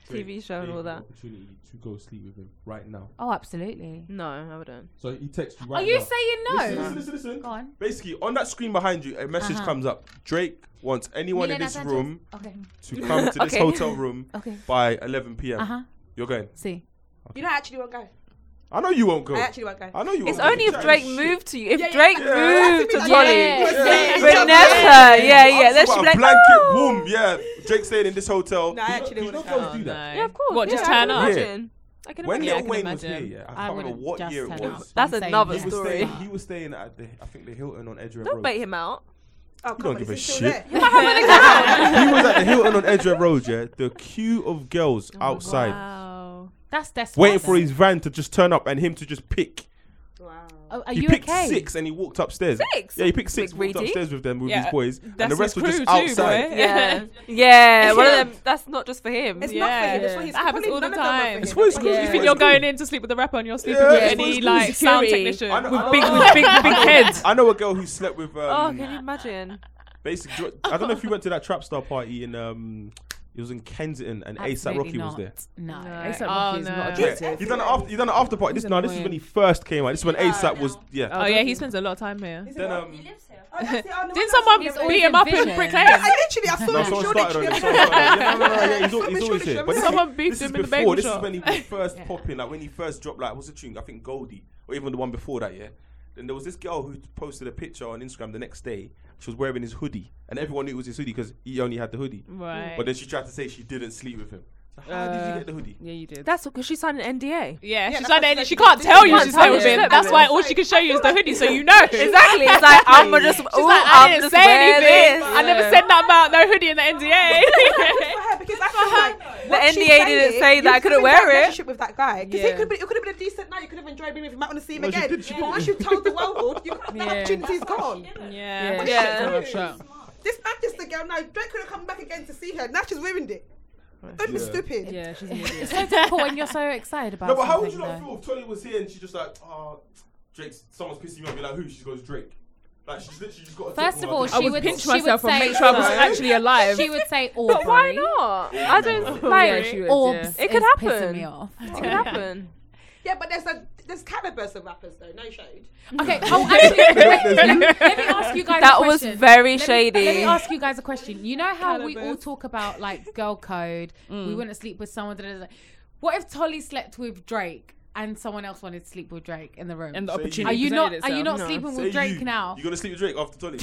[SPEAKER 4] TV show and all that.
[SPEAKER 1] Opportunity to go sleep with him right now.
[SPEAKER 5] Oh, absolutely.
[SPEAKER 4] No, I wouldn't.
[SPEAKER 1] So he texts
[SPEAKER 4] Oh,
[SPEAKER 1] you right
[SPEAKER 5] Are you
[SPEAKER 1] now.
[SPEAKER 5] saying
[SPEAKER 1] Listen,
[SPEAKER 5] no?
[SPEAKER 1] listen, listen, listen.
[SPEAKER 5] Go on.
[SPEAKER 1] Basically, on that screen behind you, a message
[SPEAKER 5] Uh-huh.
[SPEAKER 1] comes up. Drake wants anyone in
[SPEAKER 5] Milena
[SPEAKER 1] this
[SPEAKER 5] Sanchez.
[SPEAKER 1] room
[SPEAKER 5] Okay.
[SPEAKER 1] to come to this
[SPEAKER 4] Okay. Uh-huh.
[SPEAKER 1] hotel room
[SPEAKER 5] Okay.
[SPEAKER 1] by 11 p.m.
[SPEAKER 5] Uh huh.
[SPEAKER 1] You're going.
[SPEAKER 5] See.
[SPEAKER 2] You know, I actually won't go.
[SPEAKER 1] I know you won't go.
[SPEAKER 2] I actually won't go. Oh,
[SPEAKER 1] I know you
[SPEAKER 4] It's
[SPEAKER 1] won't go.
[SPEAKER 4] only
[SPEAKER 1] You're
[SPEAKER 4] if Drake
[SPEAKER 1] chatting shit.
[SPEAKER 4] moved to you. If
[SPEAKER 2] Yeah, yeah.
[SPEAKER 4] Drake
[SPEAKER 1] Yeah.
[SPEAKER 4] moved to
[SPEAKER 2] Yeah.
[SPEAKER 4] Dolly,
[SPEAKER 2] Yeah.
[SPEAKER 4] Vanessa, yeah, yeah,
[SPEAKER 1] Ask
[SPEAKER 4] then
[SPEAKER 1] you about
[SPEAKER 4] she'd be like,
[SPEAKER 1] a blanket
[SPEAKER 4] oh.
[SPEAKER 1] room. Yeah, Drake stayed in this hotel.
[SPEAKER 2] No, I
[SPEAKER 1] You know-
[SPEAKER 2] actually
[SPEAKER 1] you know
[SPEAKER 2] wouldn't
[SPEAKER 1] girls
[SPEAKER 2] go.
[SPEAKER 1] do that.
[SPEAKER 6] Yeah,
[SPEAKER 4] of course.
[SPEAKER 6] What, just
[SPEAKER 4] I can
[SPEAKER 6] turn up?
[SPEAKER 4] imagine. I can
[SPEAKER 1] When
[SPEAKER 4] imagine.
[SPEAKER 6] I
[SPEAKER 1] Lil
[SPEAKER 6] can
[SPEAKER 1] Wayne was here,
[SPEAKER 6] imagine.
[SPEAKER 1] yeah, I
[SPEAKER 5] I
[SPEAKER 1] can't remember
[SPEAKER 5] wouldn't
[SPEAKER 1] what
[SPEAKER 5] just
[SPEAKER 1] year it
[SPEAKER 5] turn up.
[SPEAKER 1] was.
[SPEAKER 4] That's
[SPEAKER 5] Insane,
[SPEAKER 4] another
[SPEAKER 5] yeah.
[SPEAKER 1] He was,
[SPEAKER 4] story.
[SPEAKER 1] staying, he was staying at the, I think the Hilton on Edgware
[SPEAKER 4] Don't
[SPEAKER 1] Road.
[SPEAKER 4] bait him out.
[SPEAKER 1] You
[SPEAKER 2] Oh,
[SPEAKER 1] don't
[SPEAKER 2] come on,
[SPEAKER 1] give
[SPEAKER 2] is
[SPEAKER 1] a
[SPEAKER 2] it still
[SPEAKER 1] shit.
[SPEAKER 2] there?
[SPEAKER 1] he was at the Hilton on Edgware Road. Yeah, the queue of girls
[SPEAKER 6] Oh,
[SPEAKER 1] outside
[SPEAKER 4] Wow.
[SPEAKER 5] That's that's
[SPEAKER 1] waiting for his van to just turn up and him to just pick.
[SPEAKER 2] Wow.
[SPEAKER 5] Are, Oh, are
[SPEAKER 1] he
[SPEAKER 5] you
[SPEAKER 1] picked
[SPEAKER 5] okay?
[SPEAKER 1] six and he walked upstairs.
[SPEAKER 4] Six?
[SPEAKER 1] Yeah, he picked six,
[SPEAKER 4] Big
[SPEAKER 1] walked
[SPEAKER 4] Reedy.
[SPEAKER 1] upstairs with them with
[SPEAKER 6] Yeah,
[SPEAKER 1] his boys, and
[SPEAKER 6] That's
[SPEAKER 1] the rest
[SPEAKER 6] his
[SPEAKER 1] were just
[SPEAKER 6] crew too,
[SPEAKER 1] outside.
[SPEAKER 6] boy.
[SPEAKER 4] Yeah. yeah. One of them. That's not just for him.
[SPEAKER 2] It's
[SPEAKER 6] Yeah.
[SPEAKER 2] not for him. It's for his
[SPEAKER 6] That happens
[SPEAKER 2] probably
[SPEAKER 6] all the
[SPEAKER 2] none of them are for
[SPEAKER 6] time.
[SPEAKER 2] him.
[SPEAKER 6] It's
[SPEAKER 1] for his
[SPEAKER 2] That's
[SPEAKER 1] crew,
[SPEAKER 2] why
[SPEAKER 1] it's
[SPEAKER 6] You
[SPEAKER 1] for
[SPEAKER 6] think
[SPEAKER 1] his
[SPEAKER 6] you're
[SPEAKER 1] crew.
[SPEAKER 6] going in to sleep with the rapper and you're sleeping
[SPEAKER 1] Yeah,
[SPEAKER 6] with
[SPEAKER 1] it's
[SPEAKER 6] any
[SPEAKER 1] for
[SPEAKER 6] like sound
[SPEAKER 4] security.
[SPEAKER 6] technician
[SPEAKER 1] I know- I
[SPEAKER 6] with
[SPEAKER 1] know-
[SPEAKER 6] big, with big, big heads.
[SPEAKER 1] I know a girl who slept with.
[SPEAKER 4] Oh,
[SPEAKER 1] Um,
[SPEAKER 4] can you imagine?
[SPEAKER 1] basically, I don't know if you went to that trap star party in. Um, it was in Kensington, and ASAP Rocky was there.
[SPEAKER 5] No.
[SPEAKER 4] No.
[SPEAKER 5] ASAP
[SPEAKER 6] Oh,
[SPEAKER 5] Rocky is
[SPEAKER 6] no.
[SPEAKER 5] not
[SPEAKER 6] Yeah.
[SPEAKER 1] Yeah,
[SPEAKER 5] attractive.
[SPEAKER 1] you done an after. You done an after party. This no, this is when he first came out. This is when ASAP was. Yeah.
[SPEAKER 6] Oh yeah, he spends a lot of time here.
[SPEAKER 2] Is it
[SPEAKER 1] Then
[SPEAKER 2] not?
[SPEAKER 1] um,
[SPEAKER 7] He lives here.
[SPEAKER 2] Oh, that's it. Oh, no
[SPEAKER 6] Didn't
[SPEAKER 2] wonder
[SPEAKER 6] someone
[SPEAKER 2] I was
[SPEAKER 5] always
[SPEAKER 6] beat him up in
[SPEAKER 5] envision.
[SPEAKER 6] Brick
[SPEAKER 2] Yeah,
[SPEAKER 6] Lane?
[SPEAKER 2] I literally, I
[SPEAKER 1] No,
[SPEAKER 2] saw him.
[SPEAKER 1] someone
[SPEAKER 2] Sure,
[SPEAKER 1] started on
[SPEAKER 2] literally,
[SPEAKER 1] it.
[SPEAKER 2] I
[SPEAKER 1] Someone started on it. Yeah,
[SPEAKER 2] saw
[SPEAKER 1] no, no, no, yeah, he's,
[SPEAKER 2] Show
[SPEAKER 1] al-
[SPEAKER 2] me,
[SPEAKER 1] he's
[SPEAKER 2] show
[SPEAKER 1] always
[SPEAKER 2] me,
[SPEAKER 1] here.
[SPEAKER 2] show
[SPEAKER 1] But
[SPEAKER 2] me.
[SPEAKER 1] this is-
[SPEAKER 6] Someone beefed
[SPEAKER 1] this is
[SPEAKER 6] him in the
[SPEAKER 1] before.
[SPEAKER 6] bagel
[SPEAKER 1] This is
[SPEAKER 6] shop.
[SPEAKER 1] when he first popping. Like when he first dropped. Like what's the tune? I think Goldie, or even the one before that. Yeah. Then there was this girl who posted a picture on Instagram the next day. She was wearing his hoodie, and everyone knew it was his hoodie because he only had the hoodie.
[SPEAKER 6] Right.
[SPEAKER 1] But then she tried to say she didn't sleep with him. So how did you
[SPEAKER 6] Uh,
[SPEAKER 1] get the hoodie?
[SPEAKER 3] Yeah, you did.
[SPEAKER 4] That's because she signed an NDA.
[SPEAKER 6] Yeah, she's
[SPEAKER 2] that's
[SPEAKER 6] like
[SPEAKER 2] what
[SPEAKER 6] that.
[SPEAKER 2] she
[SPEAKER 6] She
[SPEAKER 2] said.
[SPEAKER 6] can't
[SPEAKER 2] She
[SPEAKER 6] tell
[SPEAKER 2] can't
[SPEAKER 6] you she's
[SPEAKER 4] tell
[SPEAKER 6] slept
[SPEAKER 4] you
[SPEAKER 6] with
[SPEAKER 4] she
[SPEAKER 6] him.
[SPEAKER 4] slept
[SPEAKER 6] That's
[SPEAKER 4] with
[SPEAKER 6] why
[SPEAKER 4] him.
[SPEAKER 6] all she can show you is the hoodie, so you know.
[SPEAKER 4] Exactly. It's like I'm just.
[SPEAKER 6] She's
[SPEAKER 4] ooh,
[SPEAKER 6] like, I
[SPEAKER 4] I'm
[SPEAKER 6] didn't
[SPEAKER 4] just
[SPEAKER 6] say
[SPEAKER 4] wearing
[SPEAKER 6] anything.
[SPEAKER 4] this.
[SPEAKER 6] I never said nothing about no hoodie in the NDA.
[SPEAKER 2] Good for her, because I feel like
[SPEAKER 4] The
[SPEAKER 2] what she's
[SPEAKER 4] NDA didn't
[SPEAKER 2] saying,
[SPEAKER 4] say
[SPEAKER 2] you
[SPEAKER 4] that I
[SPEAKER 2] was
[SPEAKER 4] couldn't
[SPEAKER 2] in
[SPEAKER 4] wear
[SPEAKER 2] that
[SPEAKER 4] it.
[SPEAKER 2] relationship with that guy because
[SPEAKER 6] Yeah.
[SPEAKER 2] could it could have been a decent night. You could have enjoyed being with him. You might want to see him
[SPEAKER 1] No, she
[SPEAKER 2] again.
[SPEAKER 1] did, she
[SPEAKER 2] But
[SPEAKER 1] did.
[SPEAKER 2] once you've told the world, you that
[SPEAKER 3] Yeah.
[SPEAKER 2] opportunity's gone.
[SPEAKER 6] yeah.
[SPEAKER 3] Yeah.
[SPEAKER 4] Yeah.
[SPEAKER 3] Rough shot.
[SPEAKER 2] This not just the girl now. Drake could have come back again to see her. Now she's ruined it. Don't be
[SPEAKER 1] Yeah.
[SPEAKER 2] stupid.
[SPEAKER 3] Yeah, she's an idiot.
[SPEAKER 5] It's so difficult when you're so excited about
[SPEAKER 1] No, but how would you
[SPEAKER 5] something,
[SPEAKER 1] not
[SPEAKER 5] though.
[SPEAKER 1] feel if Tony was here and she's just like, oh, Drake's, someone's pissing me off. You're like, who? She goes, Drake. Like, she's literally just got a
[SPEAKER 5] First
[SPEAKER 1] tip on
[SPEAKER 5] of
[SPEAKER 1] her
[SPEAKER 5] all,
[SPEAKER 1] thing.
[SPEAKER 5] she
[SPEAKER 3] I would
[SPEAKER 5] would-
[SPEAKER 3] pinch
[SPEAKER 5] she would
[SPEAKER 3] myself and
[SPEAKER 5] say-
[SPEAKER 3] make sure I was
[SPEAKER 1] Right.
[SPEAKER 3] actually alive.
[SPEAKER 5] She would say Aubrey.
[SPEAKER 4] But why not? I don't
[SPEAKER 3] Yeah,
[SPEAKER 4] like.
[SPEAKER 3] she
[SPEAKER 4] It
[SPEAKER 3] would,
[SPEAKER 5] Or
[SPEAKER 3] yeah.
[SPEAKER 4] It could happen.
[SPEAKER 5] Me off.
[SPEAKER 4] could happen.
[SPEAKER 2] Yeah, but there's a there's calibers of rappers though. No shade.
[SPEAKER 5] Okay. Oh, actually,
[SPEAKER 1] There's-
[SPEAKER 5] let, me- let me ask you guys.
[SPEAKER 4] That
[SPEAKER 5] a
[SPEAKER 4] was
[SPEAKER 5] question.
[SPEAKER 4] very
[SPEAKER 5] Let me-
[SPEAKER 4] shady.
[SPEAKER 5] let me ask you guys a question. You know how we all
[SPEAKER 6] Cannabis.
[SPEAKER 5] talk about like girl code. We wouldn't sleep with someone. Da, da, da. What if Tolly slept with Drake and someone else wanted to sleep with Drake in the room?
[SPEAKER 6] And the
[SPEAKER 1] So you-
[SPEAKER 6] opportunity.
[SPEAKER 5] are you
[SPEAKER 6] presented
[SPEAKER 5] not?
[SPEAKER 6] Itself.
[SPEAKER 5] Are you not
[SPEAKER 4] No.
[SPEAKER 5] sleeping
[SPEAKER 1] Say
[SPEAKER 5] with Drake
[SPEAKER 1] you.
[SPEAKER 5] now?
[SPEAKER 1] You're going to sleep with Drake after Tolly?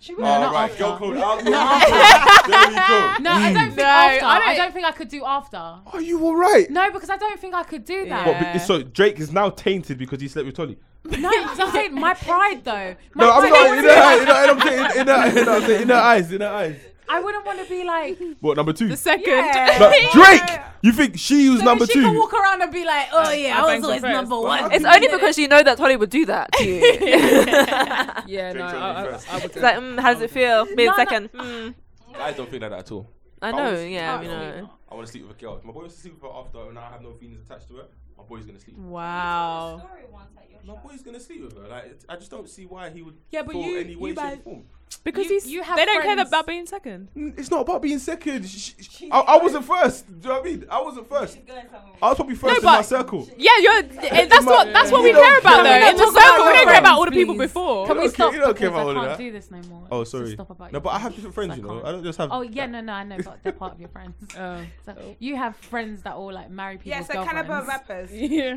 [SPEAKER 5] She
[SPEAKER 1] All Oh,
[SPEAKER 5] would
[SPEAKER 1] right,
[SPEAKER 5] not
[SPEAKER 1] girl
[SPEAKER 5] after.
[SPEAKER 1] code out. you're out. There we go. Hmm.
[SPEAKER 5] No, I don't think
[SPEAKER 6] No,
[SPEAKER 5] after.
[SPEAKER 6] I
[SPEAKER 5] I
[SPEAKER 6] don't-
[SPEAKER 5] don't, think I could do after.
[SPEAKER 1] Are you all right?
[SPEAKER 5] No, because I don't think I could do that.
[SPEAKER 1] What, be- so Drake is now tainted because he slept with Tolly.
[SPEAKER 5] No, because I'm saying my pride though. My
[SPEAKER 1] No, I'm
[SPEAKER 5] pride-
[SPEAKER 1] not. In her eyes, in her, I'm saying, in her, in her, I'm saying, in her eyes, in her eyes.
[SPEAKER 5] I wouldn't want to be like.
[SPEAKER 1] What number two?
[SPEAKER 6] The second.
[SPEAKER 1] Like, Drake. You think she was
[SPEAKER 5] So
[SPEAKER 1] number
[SPEAKER 5] she
[SPEAKER 1] two?
[SPEAKER 5] can walk around and be like, oh yeah,
[SPEAKER 6] I
[SPEAKER 5] I, was
[SPEAKER 6] banged her
[SPEAKER 5] always
[SPEAKER 6] first.
[SPEAKER 5] number one.
[SPEAKER 4] It's only because you know that Tolly would do that to you. it's
[SPEAKER 3] Yeah, no,
[SPEAKER 1] Drake Jordan
[SPEAKER 3] I, I,
[SPEAKER 1] first.
[SPEAKER 3] I would.
[SPEAKER 4] like, mm, how does it feel? Being
[SPEAKER 5] No, no.
[SPEAKER 4] second. Mm,
[SPEAKER 1] Guys don't think like that at all.
[SPEAKER 4] I
[SPEAKER 1] I
[SPEAKER 4] know.
[SPEAKER 1] was-
[SPEAKER 4] Yeah,
[SPEAKER 1] I
[SPEAKER 4] you
[SPEAKER 1] was-
[SPEAKER 4] know.
[SPEAKER 1] I want to sleep with a girl. If my boy wants to sleep with her after, and I have no feelings attached to her, my boy's gonna sleep.
[SPEAKER 6] Wow.
[SPEAKER 7] Story once at your
[SPEAKER 1] My
[SPEAKER 7] shop.
[SPEAKER 1] boy's gonna sleep with her. Like, it- I just don't see why he would.
[SPEAKER 6] Yeah, but
[SPEAKER 1] feel
[SPEAKER 6] you-
[SPEAKER 1] any way,
[SPEAKER 6] you
[SPEAKER 1] shape, or
[SPEAKER 6] guys-
[SPEAKER 1] form.
[SPEAKER 6] Because
[SPEAKER 5] You-
[SPEAKER 6] he's.
[SPEAKER 5] you have
[SPEAKER 6] they don't care
[SPEAKER 5] friends.
[SPEAKER 6] about being second.
[SPEAKER 1] N- It's not about being second. Sh- sh- I, I wasn't first. Do you know what I mean? I wasn't first.
[SPEAKER 7] She's going somewhere.
[SPEAKER 1] I was probably first in
[SPEAKER 6] but-
[SPEAKER 1] my circle.
[SPEAKER 6] Yeah, you're. That's
[SPEAKER 1] my-
[SPEAKER 6] what. That's what we
[SPEAKER 1] Can we
[SPEAKER 6] care about
[SPEAKER 1] not-
[SPEAKER 6] though. In the
[SPEAKER 5] talk about
[SPEAKER 6] circle, we
[SPEAKER 5] our
[SPEAKER 6] don't care about all the
[SPEAKER 5] friends,
[SPEAKER 6] people
[SPEAKER 5] please?
[SPEAKER 6] before.
[SPEAKER 5] Can we
[SPEAKER 1] Okay,
[SPEAKER 5] stop?
[SPEAKER 1] you don't care
[SPEAKER 5] because
[SPEAKER 1] about all
[SPEAKER 5] I
[SPEAKER 1] of
[SPEAKER 5] can't
[SPEAKER 1] that.
[SPEAKER 5] do this no more.
[SPEAKER 1] Oh,
[SPEAKER 5] So
[SPEAKER 1] sorry.
[SPEAKER 5] stop about
[SPEAKER 1] No,
[SPEAKER 5] your
[SPEAKER 1] but I have
[SPEAKER 5] friends.
[SPEAKER 1] different friends,
[SPEAKER 5] I
[SPEAKER 1] you know.
[SPEAKER 5] can't.
[SPEAKER 1] I don't just have.
[SPEAKER 5] Oh yeah, no, no, I know, but they're part of your friends.
[SPEAKER 6] Oh.
[SPEAKER 5] So you have friends that all like marry people.
[SPEAKER 2] Yeah, so caliber of rappers.
[SPEAKER 6] Yeah.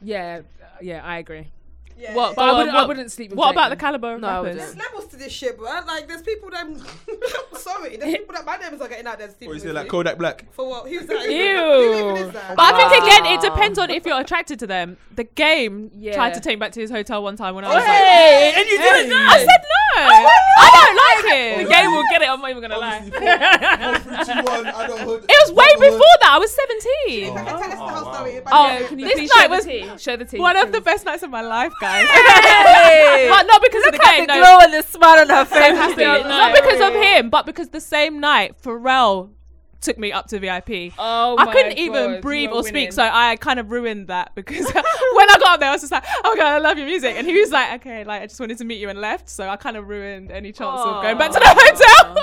[SPEAKER 3] Yeah, yeah, I agree.
[SPEAKER 2] Yeah.
[SPEAKER 6] What?
[SPEAKER 3] But I wouldn't. I wouldn't sleep with.
[SPEAKER 6] What
[SPEAKER 3] Drake,
[SPEAKER 6] about the
[SPEAKER 3] man.
[SPEAKER 6] caliber of
[SPEAKER 4] No, I
[SPEAKER 6] rappers?
[SPEAKER 4] wouldn't.
[SPEAKER 2] There's levels to this shit, bro. Like, there's people that. sorry, there's people that my names are getting out there.
[SPEAKER 1] What you say, like Kodak Black?
[SPEAKER 2] For what? Who's that? Who even
[SPEAKER 6] Ew.
[SPEAKER 2] is that?
[SPEAKER 6] But I think again, it
[SPEAKER 4] Wow.
[SPEAKER 6] depends on if you're attracted to them. The game
[SPEAKER 3] Yeah.
[SPEAKER 6] tried to take me back to his hotel one time when I was like,
[SPEAKER 3] Hey, and you didn't know.
[SPEAKER 6] Oh, I said no. I don't like it. The game will get it. I'm not even gonna lie.
[SPEAKER 1] Obviously, four-
[SPEAKER 6] it
[SPEAKER 1] four, three, two, one, adulthood-
[SPEAKER 6] was way
[SPEAKER 1] adulthood.
[SPEAKER 6] before that. I was 17.
[SPEAKER 2] I can tell us the whole story. but
[SPEAKER 6] Oh,
[SPEAKER 2] yeah.
[SPEAKER 6] can you
[SPEAKER 3] This
[SPEAKER 6] please
[SPEAKER 3] night
[SPEAKER 6] show
[SPEAKER 3] was
[SPEAKER 6] the tea?
[SPEAKER 3] show the tea.
[SPEAKER 6] One of the best nights of my life, guys.
[SPEAKER 4] Hey!
[SPEAKER 6] but not because of the
[SPEAKER 4] Look at
[SPEAKER 6] game.
[SPEAKER 4] the
[SPEAKER 6] No,
[SPEAKER 4] glow and the smile on her face.
[SPEAKER 6] Fantastic.
[SPEAKER 4] No.
[SPEAKER 6] Not because of him, but because the same night, Pharrell took me up to VIP.
[SPEAKER 3] Oh
[SPEAKER 6] I
[SPEAKER 3] my
[SPEAKER 6] couldn't even
[SPEAKER 3] God,
[SPEAKER 6] breathe
[SPEAKER 3] you
[SPEAKER 6] or
[SPEAKER 3] are
[SPEAKER 6] speak,
[SPEAKER 3] winning.
[SPEAKER 6] so I kind of ruined that because when I got up there, I was just like, "Oh god, I love your music," and he was like, "Okay, like I just wanted to meet you and left," so I kind of ruined any chance of going back to the hotel.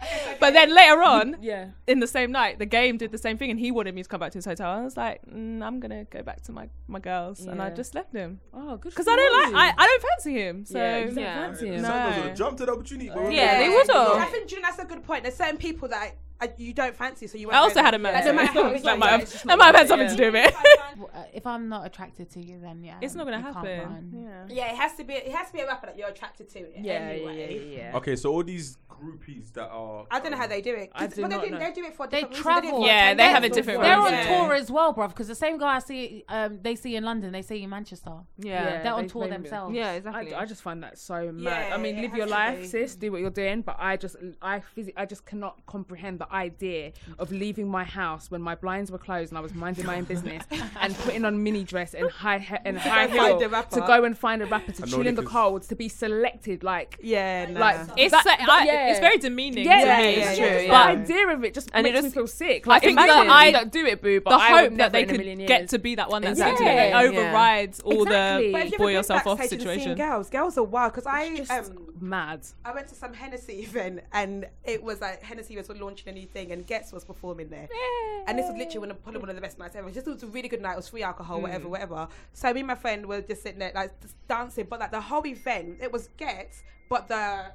[SPEAKER 6] but then later on,
[SPEAKER 3] Yeah.
[SPEAKER 6] in the same night, the game did the same thing, and he wanted me to come back to his hotel. I was like, mm, "I'm gonna go back to my my girls," and I
[SPEAKER 3] Yeah.
[SPEAKER 6] just left him
[SPEAKER 3] Oh, good.
[SPEAKER 6] because I don't like I, I don't fancy him. So
[SPEAKER 3] yeah, you don't
[SPEAKER 4] Yeah.
[SPEAKER 3] fancy him.
[SPEAKER 6] No.
[SPEAKER 1] Sometimes would have jumped at the opportunity. but-
[SPEAKER 4] Yeah, they would
[SPEAKER 2] I
[SPEAKER 4] have.
[SPEAKER 2] think June, that's a good point. There's certain people that I, I, you don't fancy, so you.
[SPEAKER 6] I also had a man.
[SPEAKER 2] Like,
[SPEAKER 6] so
[SPEAKER 2] no matter
[SPEAKER 6] it's not-
[SPEAKER 2] how
[SPEAKER 6] it's
[SPEAKER 2] you
[SPEAKER 6] like might
[SPEAKER 2] do it,
[SPEAKER 6] have-
[SPEAKER 2] it's just not
[SPEAKER 6] that might have
[SPEAKER 2] gonna
[SPEAKER 6] had something to do with it.
[SPEAKER 5] W- uh, If I'm not attracted to you, then yeah,
[SPEAKER 6] It's not gonna
[SPEAKER 5] you can't
[SPEAKER 6] happen.
[SPEAKER 5] run.
[SPEAKER 6] Yeah.
[SPEAKER 2] Yeah, it has to be. It has to be a rapper that you're attracted to.
[SPEAKER 3] Yeah,
[SPEAKER 2] anyway.
[SPEAKER 3] yeah, yeah, yeah.
[SPEAKER 1] Okay, so all these groupies that are.
[SPEAKER 2] I don't know how they do it. 'Cause
[SPEAKER 6] I do
[SPEAKER 2] what
[SPEAKER 6] not
[SPEAKER 2] they do,
[SPEAKER 6] know.
[SPEAKER 2] they do it for
[SPEAKER 5] They
[SPEAKER 2] different reasons. do it
[SPEAKER 5] travel.
[SPEAKER 2] for
[SPEAKER 6] Yeah, they have a
[SPEAKER 2] attendance.
[SPEAKER 6] different
[SPEAKER 5] They're
[SPEAKER 6] reason.
[SPEAKER 5] on
[SPEAKER 6] Yeah.
[SPEAKER 5] tour as well, bruv, because the same guy I see, um, they see in London, they see in Manchester.
[SPEAKER 4] Yeah.
[SPEAKER 5] They're on
[SPEAKER 3] they-
[SPEAKER 5] tour
[SPEAKER 3] they-
[SPEAKER 5] themselves.
[SPEAKER 4] Yeah,
[SPEAKER 3] I,
[SPEAKER 4] exactly.
[SPEAKER 3] I just find that so mad.
[SPEAKER 2] Yeah,
[SPEAKER 3] I mean,
[SPEAKER 2] it
[SPEAKER 3] live
[SPEAKER 2] has
[SPEAKER 3] your
[SPEAKER 2] to
[SPEAKER 3] life,
[SPEAKER 2] be.
[SPEAKER 3] sis. Do what you're doing, but I just, I, phys- I just cannot comprehend the idea of leaving my house when my blinds were closed and I was minding my own business and putting on mini dress and high he- and high
[SPEAKER 2] go find
[SPEAKER 3] heel
[SPEAKER 2] a rapper.
[SPEAKER 3] to go and find a rapper to
[SPEAKER 1] know
[SPEAKER 3] chill in the
[SPEAKER 1] niggas.
[SPEAKER 3] colds to be selected. Like,
[SPEAKER 2] Yeah, nah.
[SPEAKER 3] like
[SPEAKER 6] It's
[SPEAKER 3] that-
[SPEAKER 6] so-
[SPEAKER 3] that-
[SPEAKER 6] I-
[SPEAKER 3] yeah.
[SPEAKER 6] it's very demeaning.
[SPEAKER 3] Yeah,
[SPEAKER 6] to
[SPEAKER 3] yeah,
[SPEAKER 6] me.
[SPEAKER 3] yeah,
[SPEAKER 2] It's
[SPEAKER 3] yeah.
[SPEAKER 2] true,
[SPEAKER 3] The
[SPEAKER 2] yeah.
[SPEAKER 3] idea of it just
[SPEAKER 6] And it
[SPEAKER 3] makes me
[SPEAKER 6] just-
[SPEAKER 3] feel sick. Like,
[SPEAKER 6] think
[SPEAKER 3] imagine
[SPEAKER 6] that I-
[SPEAKER 3] that do it, boo, but
[SPEAKER 6] the
[SPEAKER 3] I
[SPEAKER 6] hope
[SPEAKER 3] would
[SPEAKER 6] that
[SPEAKER 3] never
[SPEAKER 6] they
[SPEAKER 3] in a
[SPEAKER 6] could
[SPEAKER 3] million
[SPEAKER 6] get
[SPEAKER 3] years.
[SPEAKER 6] to be that one that's
[SPEAKER 3] Exactly.
[SPEAKER 6] actually
[SPEAKER 3] Yeah.
[SPEAKER 6] like, overrides all
[SPEAKER 3] Exactly. But
[SPEAKER 2] But if
[SPEAKER 6] the
[SPEAKER 2] you've
[SPEAKER 6] boy
[SPEAKER 2] ever been
[SPEAKER 6] yourself off
[SPEAKER 2] backstage and seen
[SPEAKER 6] situation.
[SPEAKER 2] Girls, girls are wild because I
[SPEAKER 3] Just
[SPEAKER 2] um,
[SPEAKER 3] mad.
[SPEAKER 2] I went to some Hennessy event and it was like Hennessy was launching a new thing and Gets was performing there. And this was literally one of, probably one of the best nights ever. Just it was a really good night. It was free alcohol,
[SPEAKER 1] Mm.
[SPEAKER 2] whatever, whatever. So me and my friend were just sitting there like just dancing, but like the whole event it was Gets, but the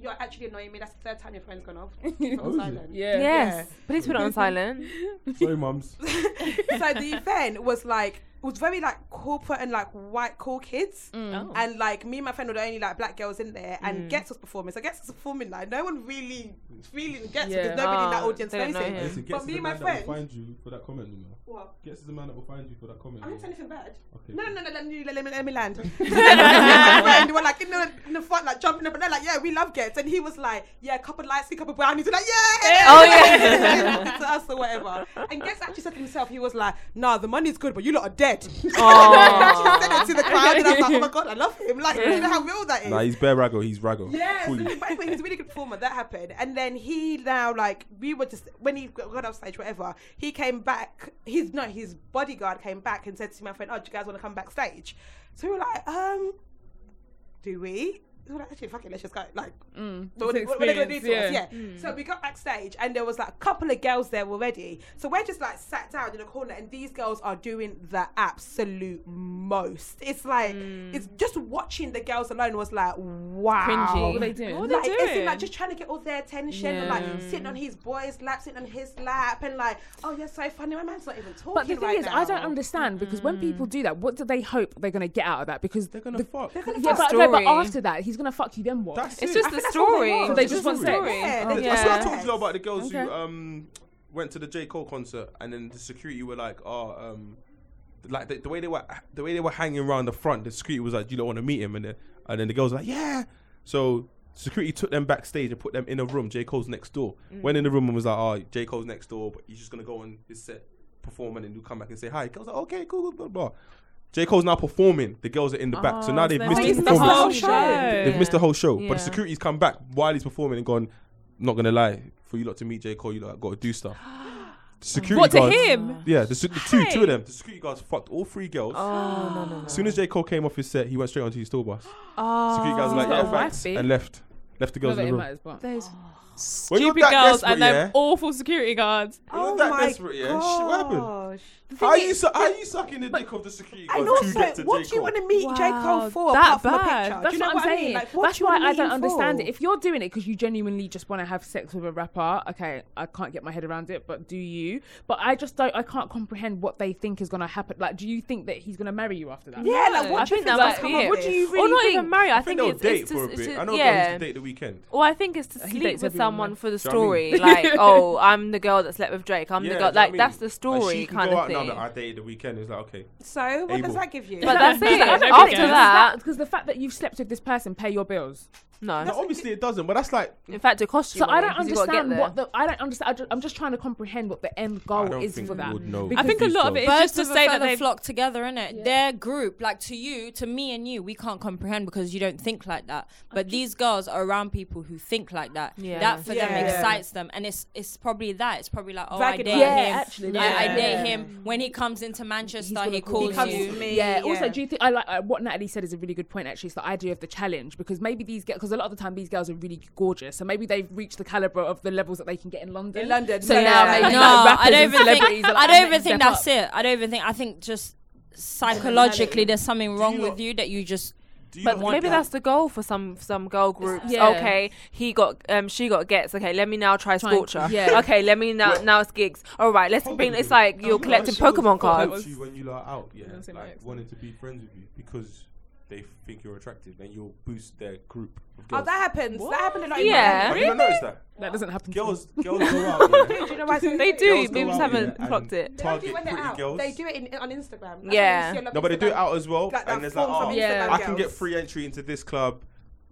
[SPEAKER 2] you're actually annoying me. That's the third time your phone's gone off. Keep it
[SPEAKER 1] Oh,
[SPEAKER 2] on
[SPEAKER 1] is it?
[SPEAKER 2] silent.
[SPEAKER 3] Yeah.
[SPEAKER 4] Yes. Please put it on silent.
[SPEAKER 1] Sorry, mums.
[SPEAKER 2] so the event was like it was very like corporate and like white cool kids
[SPEAKER 4] Mm.
[SPEAKER 2] and like me and my friend were the only like black girls in there and Gets was performing so Gets was performing like no one really feeling Gets
[SPEAKER 3] Yeah.
[SPEAKER 2] because nobody in that
[SPEAKER 4] Ah,
[SPEAKER 2] audience
[SPEAKER 4] they don't
[SPEAKER 2] knows
[SPEAKER 4] know him.
[SPEAKER 2] him
[SPEAKER 1] Listen,
[SPEAKER 2] but
[SPEAKER 1] Gets is the
[SPEAKER 2] me and my
[SPEAKER 1] man that
[SPEAKER 2] friend
[SPEAKER 1] will find you for that comment, you know.
[SPEAKER 2] What?
[SPEAKER 1] Gets is the man that will find you for that comment.
[SPEAKER 2] I
[SPEAKER 1] you
[SPEAKER 2] didn't
[SPEAKER 1] know.
[SPEAKER 2] say anything bad
[SPEAKER 1] Okay.
[SPEAKER 2] no no no no let me, let me, let me land Me and my friend were like in the, in the front like jumping up and they're like yeah we love Gets and he was like yeah couple lights couple brownies we're like yeah
[SPEAKER 4] Oh, yeah.
[SPEAKER 2] to us or whatever and Gets actually said to himself he was like nah the money's good but you lot are dead
[SPEAKER 4] Oh.
[SPEAKER 2] she said it to the crowd, and I was like, oh my god, I love him. Like, you know how real that is.
[SPEAKER 1] Nah, he's bare raggle. He's raggle.
[SPEAKER 2] yeah, so
[SPEAKER 1] Fully.
[SPEAKER 2] he- but he's a really good performer. That happened, and then he now like we were just when he got got off stage, whatever. He came back. His no, his bodyguard came back and said to my friend, "Oh, do you guys want to come backstage?" So we were like, "Um, do we?" We were like, actually, fuck it, let's just go. Like, what,
[SPEAKER 3] it's an
[SPEAKER 2] what, what are they gonna do to us?
[SPEAKER 3] Mm, experience, Mm.
[SPEAKER 2] Yeah. So we got backstage, and there was like a couple of girls there already. So we're just like sat down in a corner, and these girls are doing the absolute most. It's like
[SPEAKER 3] Mm.
[SPEAKER 2] it's just watching the girls alone was like, wow,
[SPEAKER 3] What were they doing?
[SPEAKER 6] What
[SPEAKER 2] like
[SPEAKER 6] they
[SPEAKER 2] it's in,
[SPEAKER 6] doing?
[SPEAKER 2] like just trying to get all their attention and like sitting on his boy's lap, sitting on his lap, and like, oh, you're so funny. My man's not even talking.
[SPEAKER 3] But the thing
[SPEAKER 2] right
[SPEAKER 3] is,
[SPEAKER 2] now.
[SPEAKER 3] I don't understand because when people do that, what do they hope they're going to get out of that? Because
[SPEAKER 1] They're gonna
[SPEAKER 3] the-
[SPEAKER 1] fuck.
[SPEAKER 2] They're gonna
[SPEAKER 3] yeah,
[SPEAKER 2] fuck-
[SPEAKER 3] but, no, but
[SPEAKER 4] Story.
[SPEAKER 3] after that, he's going to fuck you. Then what?
[SPEAKER 1] That's
[SPEAKER 4] It's
[SPEAKER 1] it.
[SPEAKER 4] just the story.
[SPEAKER 2] want.
[SPEAKER 3] They just want
[SPEAKER 2] Yeah, they
[SPEAKER 4] Oh,
[SPEAKER 2] just
[SPEAKER 1] I
[SPEAKER 4] yeah.
[SPEAKER 1] swear I
[SPEAKER 2] want
[SPEAKER 1] told you
[SPEAKER 2] sex.
[SPEAKER 1] about the girls who
[SPEAKER 3] Okay.
[SPEAKER 1] um went to the J Cole concert, and then the security were like, "Oh, um, like the, the way they were, the way they were hanging around the front, the security was like, you don't want to meet him,' and then and then the girls were like, yeah. So security took them backstage and put them in a room. J Cole's next door. Went in the room and was like, oh, J Cole's next door, but he's just gonna go on his set, perform, and then you come back and say hi. Girls like, okay, cool, cool, blah blah. J Cole's now performing. The girls are in the back, so now they've missed
[SPEAKER 6] he's
[SPEAKER 1] the
[SPEAKER 6] missed
[SPEAKER 1] performance.
[SPEAKER 6] the whole show.
[SPEAKER 1] They've missed the whole show. But
[SPEAKER 4] Yeah.
[SPEAKER 1] the security's come back while he's performing and gone, not gonna lie, for you lot to meet J. Cole, you lot got to do stuff. The security
[SPEAKER 6] What to
[SPEAKER 1] guards-
[SPEAKER 6] him?
[SPEAKER 1] Yeah, the, se- the two, two of them. The security guards fucked all three girls.
[SPEAKER 4] Oh no no no.
[SPEAKER 1] As soon as J. Cole came off his set, he went straight onto his tour bus.
[SPEAKER 4] Oh.
[SPEAKER 1] security guards were like,
[SPEAKER 3] He's got
[SPEAKER 1] yeah,
[SPEAKER 3] a wife,
[SPEAKER 1] thanks,
[SPEAKER 3] babe.
[SPEAKER 1] and left. Left the girls
[SPEAKER 3] Not that
[SPEAKER 1] in
[SPEAKER 3] it
[SPEAKER 1] the room.
[SPEAKER 3] matters, but
[SPEAKER 6] Those
[SPEAKER 1] When you're
[SPEAKER 6] stupid
[SPEAKER 1] that
[SPEAKER 6] girls
[SPEAKER 1] desperate,
[SPEAKER 6] and them
[SPEAKER 1] yeah?
[SPEAKER 6] awful security guards.
[SPEAKER 1] You're
[SPEAKER 2] Oh
[SPEAKER 1] that
[SPEAKER 2] my
[SPEAKER 1] desperate, yeah? Shit, what happened?
[SPEAKER 2] gosh.
[SPEAKER 1] How are you, su- how you sucking the dick of the security
[SPEAKER 2] And
[SPEAKER 1] guards to get
[SPEAKER 2] also,
[SPEAKER 1] to
[SPEAKER 2] what
[SPEAKER 1] J.
[SPEAKER 2] do you
[SPEAKER 1] Cole?
[SPEAKER 2] want to meet J. Cole
[SPEAKER 6] Wow,
[SPEAKER 2] for?
[SPEAKER 6] that
[SPEAKER 2] apart from a
[SPEAKER 6] bad.
[SPEAKER 2] picture? Do
[SPEAKER 3] That's
[SPEAKER 2] you know
[SPEAKER 3] what I'm
[SPEAKER 2] I mean?
[SPEAKER 3] saying.
[SPEAKER 2] Like, what
[SPEAKER 3] That's
[SPEAKER 2] do you
[SPEAKER 3] why
[SPEAKER 2] wanna
[SPEAKER 3] I
[SPEAKER 2] meet
[SPEAKER 3] don't
[SPEAKER 2] him
[SPEAKER 3] understand
[SPEAKER 2] for?
[SPEAKER 3] it. If you're doing it because you genuinely just want to have sex with a rapper, okay, I can't get my head around it, but do you? But I just don't, I can't comprehend what they think is going to happen. Like, do you think that he's going to marry you after that?
[SPEAKER 2] yeah, like,
[SPEAKER 4] No,
[SPEAKER 2] what
[SPEAKER 4] I
[SPEAKER 2] do you think
[SPEAKER 4] think that
[SPEAKER 2] that's
[SPEAKER 4] might be
[SPEAKER 2] come
[SPEAKER 4] it.
[SPEAKER 2] up with?
[SPEAKER 4] What do you
[SPEAKER 6] Or
[SPEAKER 4] really
[SPEAKER 6] not
[SPEAKER 4] think?
[SPEAKER 6] even marry. I
[SPEAKER 1] I think
[SPEAKER 6] think
[SPEAKER 1] they'll
[SPEAKER 6] it's,
[SPEAKER 1] date
[SPEAKER 6] it's,
[SPEAKER 1] for
[SPEAKER 6] to,
[SPEAKER 1] a
[SPEAKER 6] it's
[SPEAKER 1] bit.
[SPEAKER 6] to-
[SPEAKER 1] I know girls
[SPEAKER 4] yeah.
[SPEAKER 1] who date the weekend.
[SPEAKER 4] Well, I think it's to
[SPEAKER 3] He
[SPEAKER 4] sleep
[SPEAKER 3] dates
[SPEAKER 4] with
[SPEAKER 3] everyone,
[SPEAKER 4] someone
[SPEAKER 3] man.
[SPEAKER 4] for the
[SPEAKER 1] Do you know what I
[SPEAKER 4] story.
[SPEAKER 1] mean?
[SPEAKER 4] like, oh, I'm the girl that's slept with Drake. I'm
[SPEAKER 1] Yeah,
[SPEAKER 4] the
[SPEAKER 1] do you know
[SPEAKER 4] girl.
[SPEAKER 1] what I
[SPEAKER 4] Like,
[SPEAKER 1] mean?
[SPEAKER 4] that's the
[SPEAKER 1] Like,
[SPEAKER 4] story
[SPEAKER 1] she can
[SPEAKER 4] kind
[SPEAKER 1] go
[SPEAKER 4] of
[SPEAKER 1] out
[SPEAKER 4] thing.
[SPEAKER 1] now that I dated the weekend. It's like, okay.
[SPEAKER 2] So, what
[SPEAKER 1] Able.
[SPEAKER 2] does that give you?
[SPEAKER 4] But that's it.
[SPEAKER 6] Like, I don't
[SPEAKER 4] After
[SPEAKER 6] think it is.
[SPEAKER 4] that,
[SPEAKER 3] Because the fact that you've slept with this person, pay your bills.
[SPEAKER 4] No.
[SPEAKER 1] No, obviously it doesn't, but that's like
[SPEAKER 4] In fact, it costs you.
[SPEAKER 3] So I
[SPEAKER 4] money
[SPEAKER 3] don't
[SPEAKER 4] 'cause you gotta
[SPEAKER 3] understand
[SPEAKER 4] get
[SPEAKER 3] what
[SPEAKER 4] there.
[SPEAKER 3] the I don't understand. I just, I'm just trying to comprehend what the end
[SPEAKER 1] I
[SPEAKER 3] goal
[SPEAKER 1] don't
[SPEAKER 3] is
[SPEAKER 1] think
[SPEAKER 3] for
[SPEAKER 1] we
[SPEAKER 3] that.
[SPEAKER 1] would know.
[SPEAKER 3] Because
[SPEAKER 1] I
[SPEAKER 6] think a lot of it is-
[SPEAKER 7] Birds
[SPEAKER 6] just to
[SPEAKER 7] of a
[SPEAKER 6] say that
[SPEAKER 7] feather
[SPEAKER 6] they've-
[SPEAKER 7] flock together, innit? Their group, like to you, to me and you, we can't comprehend because you don't think like that. But these girls are around people who think like that.
[SPEAKER 4] Yeah.
[SPEAKER 7] That for
[SPEAKER 2] Yeah.
[SPEAKER 7] them excites them, and it's it's probably that. It's probably like, oh,
[SPEAKER 2] Ragged
[SPEAKER 7] I date
[SPEAKER 2] Yeah,
[SPEAKER 7] him.
[SPEAKER 3] actually,
[SPEAKER 7] I, I
[SPEAKER 6] yeah.
[SPEAKER 7] date him when he comes into Manchester.
[SPEAKER 3] gonna
[SPEAKER 7] He
[SPEAKER 3] call
[SPEAKER 7] calls
[SPEAKER 2] He comes to
[SPEAKER 7] you.
[SPEAKER 2] me.
[SPEAKER 3] Yeah. Also,
[SPEAKER 2] yeah.
[SPEAKER 3] do you think I like uh, what Natalie said is a really good point? Actually, it's the idea of the challenge because maybe these get because a lot of the time these girls are really gorgeous, so maybe they've reached the caliber of the levels that they can get in London.
[SPEAKER 2] In London,
[SPEAKER 3] So
[SPEAKER 2] yeah.
[SPEAKER 3] now
[SPEAKER 2] Yeah.
[SPEAKER 3] maybe
[SPEAKER 7] no,
[SPEAKER 3] like, rappers
[SPEAKER 7] I don't
[SPEAKER 3] and
[SPEAKER 7] even
[SPEAKER 3] celebrities
[SPEAKER 7] think.
[SPEAKER 3] are like,
[SPEAKER 7] I
[SPEAKER 3] I'm
[SPEAKER 7] don't even
[SPEAKER 3] gonna
[SPEAKER 7] think
[SPEAKER 3] step
[SPEAKER 7] that's
[SPEAKER 3] up.
[SPEAKER 7] it. I don't even think. I think just psychologically, there's something wrong
[SPEAKER 1] you
[SPEAKER 7] with
[SPEAKER 1] not-
[SPEAKER 7] you that you just.
[SPEAKER 1] do you
[SPEAKER 4] But
[SPEAKER 1] not
[SPEAKER 4] maybe
[SPEAKER 1] think-
[SPEAKER 4] that's the goal for some some girl groups.
[SPEAKER 3] Yeah.
[SPEAKER 4] Okay, he got um she got gets. Okay, let me now try
[SPEAKER 3] Try and-
[SPEAKER 4] Scorcher.
[SPEAKER 3] yeah.
[SPEAKER 4] Okay, let me now now it's gigs. All right, let's
[SPEAKER 1] Hold
[SPEAKER 4] bring.
[SPEAKER 1] on,
[SPEAKER 4] It's
[SPEAKER 1] dude.
[SPEAKER 4] like you're
[SPEAKER 1] I'm
[SPEAKER 4] collecting
[SPEAKER 1] sure
[SPEAKER 4] Pokemon
[SPEAKER 1] people approach
[SPEAKER 4] cards.
[SPEAKER 1] you when you are out, yeah,
[SPEAKER 6] gonna say my
[SPEAKER 1] like
[SPEAKER 6] ex.
[SPEAKER 1] wanting to be friends with you because they think you're attractive, then you'll boost their group. Of
[SPEAKER 2] Oh,
[SPEAKER 1] girls.
[SPEAKER 2] that happens. That happened a lot. in
[SPEAKER 4] Yeah.
[SPEAKER 1] Have
[SPEAKER 2] Miami.
[SPEAKER 1] you not noticed that?
[SPEAKER 3] That doesn't happen. to
[SPEAKER 1] Girls, girls go out. Yeah.
[SPEAKER 2] Do you know why?
[SPEAKER 4] They do.
[SPEAKER 1] Girls go
[SPEAKER 4] We just
[SPEAKER 1] out,
[SPEAKER 4] haven't
[SPEAKER 1] yeah, and
[SPEAKER 4] clocked it.
[SPEAKER 1] Target
[SPEAKER 2] when they're
[SPEAKER 1] pretty
[SPEAKER 2] out,
[SPEAKER 1] girls.
[SPEAKER 2] they do it in, on Instagram. That's what
[SPEAKER 4] Yeah.
[SPEAKER 2] you see a lot of
[SPEAKER 1] No, but they do it
[SPEAKER 2] Instagram.
[SPEAKER 1] out as well,
[SPEAKER 2] Like that
[SPEAKER 1] and it's like,
[SPEAKER 2] form
[SPEAKER 1] oh,
[SPEAKER 2] from
[SPEAKER 3] Yeah.
[SPEAKER 2] Instagram
[SPEAKER 1] I can get
[SPEAKER 2] girls.
[SPEAKER 1] free entry into this club.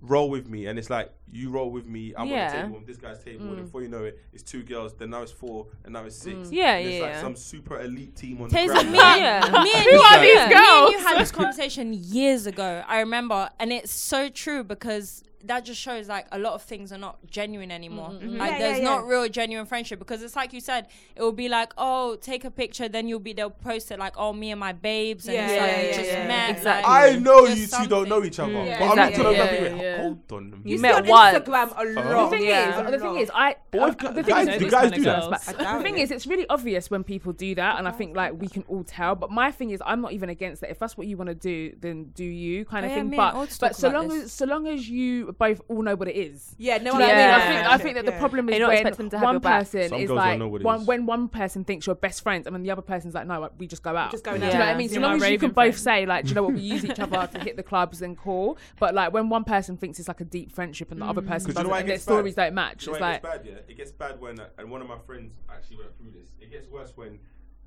[SPEAKER 1] Roll with me, and it's like you roll with me. I'm on
[SPEAKER 4] Yeah.
[SPEAKER 1] the table, on this guy's table, and before you know it, it's two girls. Then now it's four, and now it's six.
[SPEAKER 4] Yeah,
[SPEAKER 1] and It's
[SPEAKER 4] yeah,
[SPEAKER 1] like
[SPEAKER 4] yeah.
[SPEAKER 1] some super elite team on the
[SPEAKER 7] Taser,
[SPEAKER 1] ground.
[SPEAKER 7] me, and- me and you,
[SPEAKER 4] are these
[SPEAKER 7] Me and you had this conversation years ago. I remember, and it's so true because that just shows like a lot of things are not genuine anymore.
[SPEAKER 6] Mm-hmm.
[SPEAKER 7] Like
[SPEAKER 2] Yeah,
[SPEAKER 7] there's
[SPEAKER 2] yeah,
[SPEAKER 7] not
[SPEAKER 2] yeah.
[SPEAKER 7] real genuine friendship because it's like you said, it will be like, oh, take a picture, then you'll be they'll post it like, oh, me and my babes, and
[SPEAKER 2] Yeah,
[SPEAKER 7] it's like
[SPEAKER 2] yeah,
[SPEAKER 7] you
[SPEAKER 2] yeah,
[SPEAKER 7] just
[SPEAKER 2] yeah.
[SPEAKER 7] met.
[SPEAKER 4] Exactly.
[SPEAKER 1] I know
[SPEAKER 7] Just
[SPEAKER 1] you two don't know each other,
[SPEAKER 4] Yeah.
[SPEAKER 1] but I'm not
[SPEAKER 4] Exactly.
[SPEAKER 1] telling
[SPEAKER 3] Yeah,
[SPEAKER 1] them.
[SPEAKER 3] yeah.
[SPEAKER 1] Hold on,
[SPEAKER 4] You
[SPEAKER 1] you
[SPEAKER 4] met
[SPEAKER 2] on
[SPEAKER 4] once.
[SPEAKER 2] Instagram a
[SPEAKER 1] Oh.
[SPEAKER 2] lot.
[SPEAKER 3] The thing
[SPEAKER 4] Yeah.
[SPEAKER 3] is, the thing is, I
[SPEAKER 1] Boy,
[SPEAKER 3] uh,
[SPEAKER 1] guys-
[SPEAKER 3] the thing
[SPEAKER 1] guys-
[SPEAKER 3] is,
[SPEAKER 1] do
[SPEAKER 3] these
[SPEAKER 1] guys
[SPEAKER 3] kinda
[SPEAKER 1] do that?
[SPEAKER 3] girls, but
[SPEAKER 2] I
[SPEAKER 3] The thing
[SPEAKER 2] doubt
[SPEAKER 3] is, it's really obvious when people do that, and I think like we can all tell. But my thing is, I'm not even against that. If that's what you want to do, then do you kind of
[SPEAKER 7] Oh, yeah,
[SPEAKER 3] thing.
[SPEAKER 7] me and
[SPEAKER 3] but
[SPEAKER 7] Ods
[SPEAKER 3] but
[SPEAKER 7] talk
[SPEAKER 3] so
[SPEAKER 7] about
[SPEAKER 3] long
[SPEAKER 7] this.
[SPEAKER 3] as so long as you both all know what it is.
[SPEAKER 2] Yeah, no,
[SPEAKER 3] Do you know what I mean? I
[SPEAKER 4] Yeah.
[SPEAKER 3] think, I think that the problem is
[SPEAKER 4] They don't
[SPEAKER 3] when
[SPEAKER 4] expect them to have
[SPEAKER 3] one
[SPEAKER 4] your back.
[SPEAKER 3] person
[SPEAKER 1] Some girls
[SPEAKER 3] is
[SPEAKER 1] don't
[SPEAKER 3] like
[SPEAKER 1] know what it
[SPEAKER 3] one,
[SPEAKER 1] is.
[SPEAKER 3] when one person thinks you're best friends, and then the other person's like, no, like, we just go out.
[SPEAKER 2] Just going
[SPEAKER 3] do
[SPEAKER 2] out.
[SPEAKER 3] you know what I
[SPEAKER 4] Yeah.
[SPEAKER 3] mean? So
[SPEAKER 6] You're
[SPEAKER 3] long
[SPEAKER 6] my
[SPEAKER 3] as you can
[SPEAKER 6] raving
[SPEAKER 3] both
[SPEAKER 6] friend.
[SPEAKER 3] say like, do you know what, we use each other to hit the clubs and call. But like when one person thinks it's like a deep friendship and the other person
[SPEAKER 1] 'Cause you know
[SPEAKER 3] doesn't,
[SPEAKER 1] why it
[SPEAKER 3] and their
[SPEAKER 1] gets bad?
[SPEAKER 3] stories don't match.
[SPEAKER 1] know
[SPEAKER 3] It's
[SPEAKER 1] why it
[SPEAKER 3] like
[SPEAKER 1] gets bad, yeah? It gets bad when, uh, and one of my friends actually went through this. It gets worse when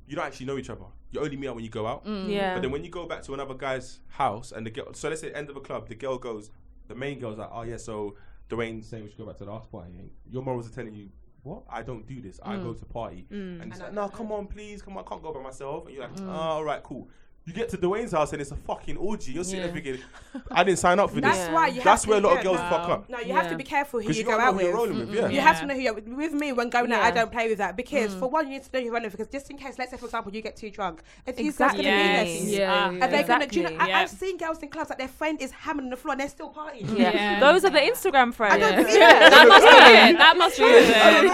[SPEAKER 1] you don't actually know each other. You only meet up when you go out.
[SPEAKER 4] Yeah.
[SPEAKER 1] But then when you go back to another guy's house and the girl, so let's say end of a club, the girl goes, the main girl's like, oh yeah, so Dwayne's saying we should go back to the after party. And your morals are telling you, what? I don't do this. I go to party. And it's like, no, come on, please, come on, I can't go by myself. And you're like, oh, all right, cool. You get to Dwayne's house and it's a fucking orgy. You're sitting
[SPEAKER 4] Yeah.
[SPEAKER 1] there thinking, I didn't sign up for
[SPEAKER 2] That's
[SPEAKER 1] this.
[SPEAKER 2] why you have
[SPEAKER 1] That's
[SPEAKER 2] to
[SPEAKER 1] where a lot of
[SPEAKER 2] get
[SPEAKER 1] girls
[SPEAKER 2] that.
[SPEAKER 1] fuck up.
[SPEAKER 2] No, you have to
[SPEAKER 3] Yeah.
[SPEAKER 2] be careful who
[SPEAKER 1] Because
[SPEAKER 2] you
[SPEAKER 1] you
[SPEAKER 2] go
[SPEAKER 1] don't know
[SPEAKER 2] out
[SPEAKER 1] who you're
[SPEAKER 2] with.
[SPEAKER 1] rolling with, yeah.
[SPEAKER 2] You have to know who you're with. With me, when going out, I
[SPEAKER 4] Yeah. Mm.
[SPEAKER 2] don't play with that because, for one, you need to know who you're running with. Because just in case, let's say, for example, you get too drunk. If these guys are going to be there,
[SPEAKER 4] Yes.
[SPEAKER 2] to you,
[SPEAKER 4] Yeah,
[SPEAKER 3] yeah,
[SPEAKER 2] and they're going to, do you know,
[SPEAKER 4] Exactly.
[SPEAKER 2] I,
[SPEAKER 6] Yeah.
[SPEAKER 2] I've seen girls in clubs that their friend is hammering the floor and they're still partying.
[SPEAKER 4] Yeah.
[SPEAKER 6] Yeah.
[SPEAKER 4] those are the Instagram friends.
[SPEAKER 2] don't see that.
[SPEAKER 4] Yeah, that must be it. That must be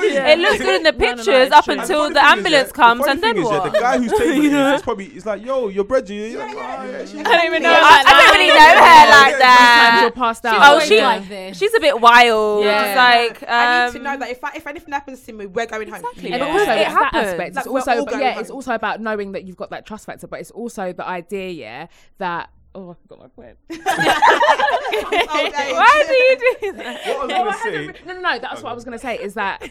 [SPEAKER 1] I don't know.
[SPEAKER 4] it. It looks good in the
[SPEAKER 3] No, no, no,
[SPEAKER 4] pictures
[SPEAKER 3] it's
[SPEAKER 4] up
[SPEAKER 3] true.
[SPEAKER 1] And
[SPEAKER 4] until
[SPEAKER 1] funny
[SPEAKER 4] the
[SPEAKER 1] thing is, yeah,
[SPEAKER 4] ambulance
[SPEAKER 1] the
[SPEAKER 4] comes,
[SPEAKER 1] funny
[SPEAKER 4] and then
[SPEAKER 1] thing is, yeah,
[SPEAKER 4] what?
[SPEAKER 1] the guy who's taking it
[SPEAKER 4] Yeah.
[SPEAKER 1] is, is probably he's like, yo, your bread, you. You're like,
[SPEAKER 2] yeah.
[SPEAKER 1] "Oh, yeah, she-
[SPEAKER 6] I don't even know.
[SPEAKER 4] I,
[SPEAKER 6] about
[SPEAKER 4] I
[SPEAKER 6] that.
[SPEAKER 4] don't really know
[SPEAKER 1] "Oh,
[SPEAKER 4] her like
[SPEAKER 3] sometimes
[SPEAKER 4] that.
[SPEAKER 3] you're passed out.
[SPEAKER 4] Oh,
[SPEAKER 5] always
[SPEAKER 4] she
[SPEAKER 5] like this.
[SPEAKER 4] she's a bit wild.
[SPEAKER 3] Yeah.
[SPEAKER 4] It's like um,
[SPEAKER 2] I need to know that if I, if anything happens to me, we're going home.
[SPEAKER 4] Exactly.
[SPEAKER 3] And
[SPEAKER 4] Yeah.
[SPEAKER 3] also,
[SPEAKER 4] It
[SPEAKER 3] it's that
[SPEAKER 4] happens.
[SPEAKER 3] aspect.
[SPEAKER 2] Like,
[SPEAKER 3] It's
[SPEAKER 2] we're
[SPEAKER 3] also,
[SPEAKER 2] all
[SPEAKER 3] but
[SPEAKER 2] going
[SPEAKER 3] yeah,
[SPEAKER 2] home.
[SPEAKER 3] it's also about knowing that you've got that trust factor, but it's also the idea, yeah, that oh, I forgot my point.
[SPEAKER 4] Why do you do that?
[SPEAKER 1] What I was
[SPEAKER 3] No,
[SPEAKER 1] gonna
[SPEAKER 3] I haven't
[SPEAKER 1] say,
[SPEAKER 3] re- no, no, no. That's what I was going to say is that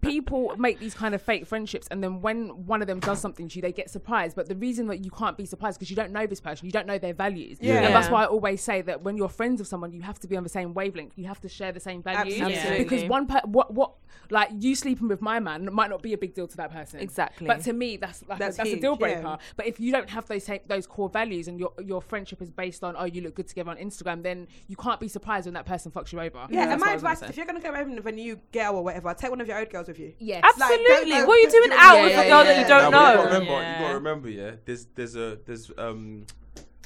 [SPEAKER 3] people make these kind of fake friendships, and then when one of them does something to you, they get surprised. But the reason that you can't be surprised because you don't know this person, you don't know their values,
[SPEAKER 1] Yeah.
[SPEAKER 3] and that's
[SPEAKER 4] Yeah.
[SPEAKER 3] why I always say that when you're friends with someone, you have to be on the same wavelength. You have to share the same values
[SPEAKER 4] Absolutely.
[SPEAKER 3] because one per- what what like you sleeping with my man might not be a big deal to that person
[SPEAKER 4] Exactly.
[SPEAKER 3] but to me that's like
[SPEAKER 2] That's
[SPEAKER 3] that's, a
[SPEAKER 2] huge,
[SPEAKER 3] deal
[SPEAKER 2] yeah.
[SPEAKER 3] breaker. But if you don't have those same, those core values and your your friendship is based on oh you look good together on Instagram, then you can't be surprised when that person fucks you over.
[SPEAKER 2] Yeah, and
[SPEAKER 3] That's what
[SPEAKER 2] my
[SPEAKER 3] I was gonna
[SPEAKER 2] advice is
[SPEAKER 3] say.
[SPEAKER 2] if you're going to go home with a new girl or whatever, take one of your old girls with you.
[SPEAKER 3] yes.
[SPEAKER 2] don't
[SPEAKER 4] Absolutely.
[SPEAKER 2] know-
[SPEAKER 4] what are you
[SPEAKER 2] don't
[SPEAKER 4] doing
[SPEAKER 2] do it.
[SPEAKER 4] out
[SPEAKER 3] Yeah,
[SPEAKER 4] with
[SPEAKER 3] yeah,
[SPEAKER 4] a girl that
[SPEAKER 3] yeah.
[SPEAKER 4] you
[SPEAKER 1] Nah,
[SPEAKER 4] don't
[SPEAKER 1] but You gotta
[SPEAKER 4] know?
[SPEAKER 1] remember,
[SPEAKER 6] Yeah.
[SPEAKER 1] you gotta remember, yeah. There's there's a there's um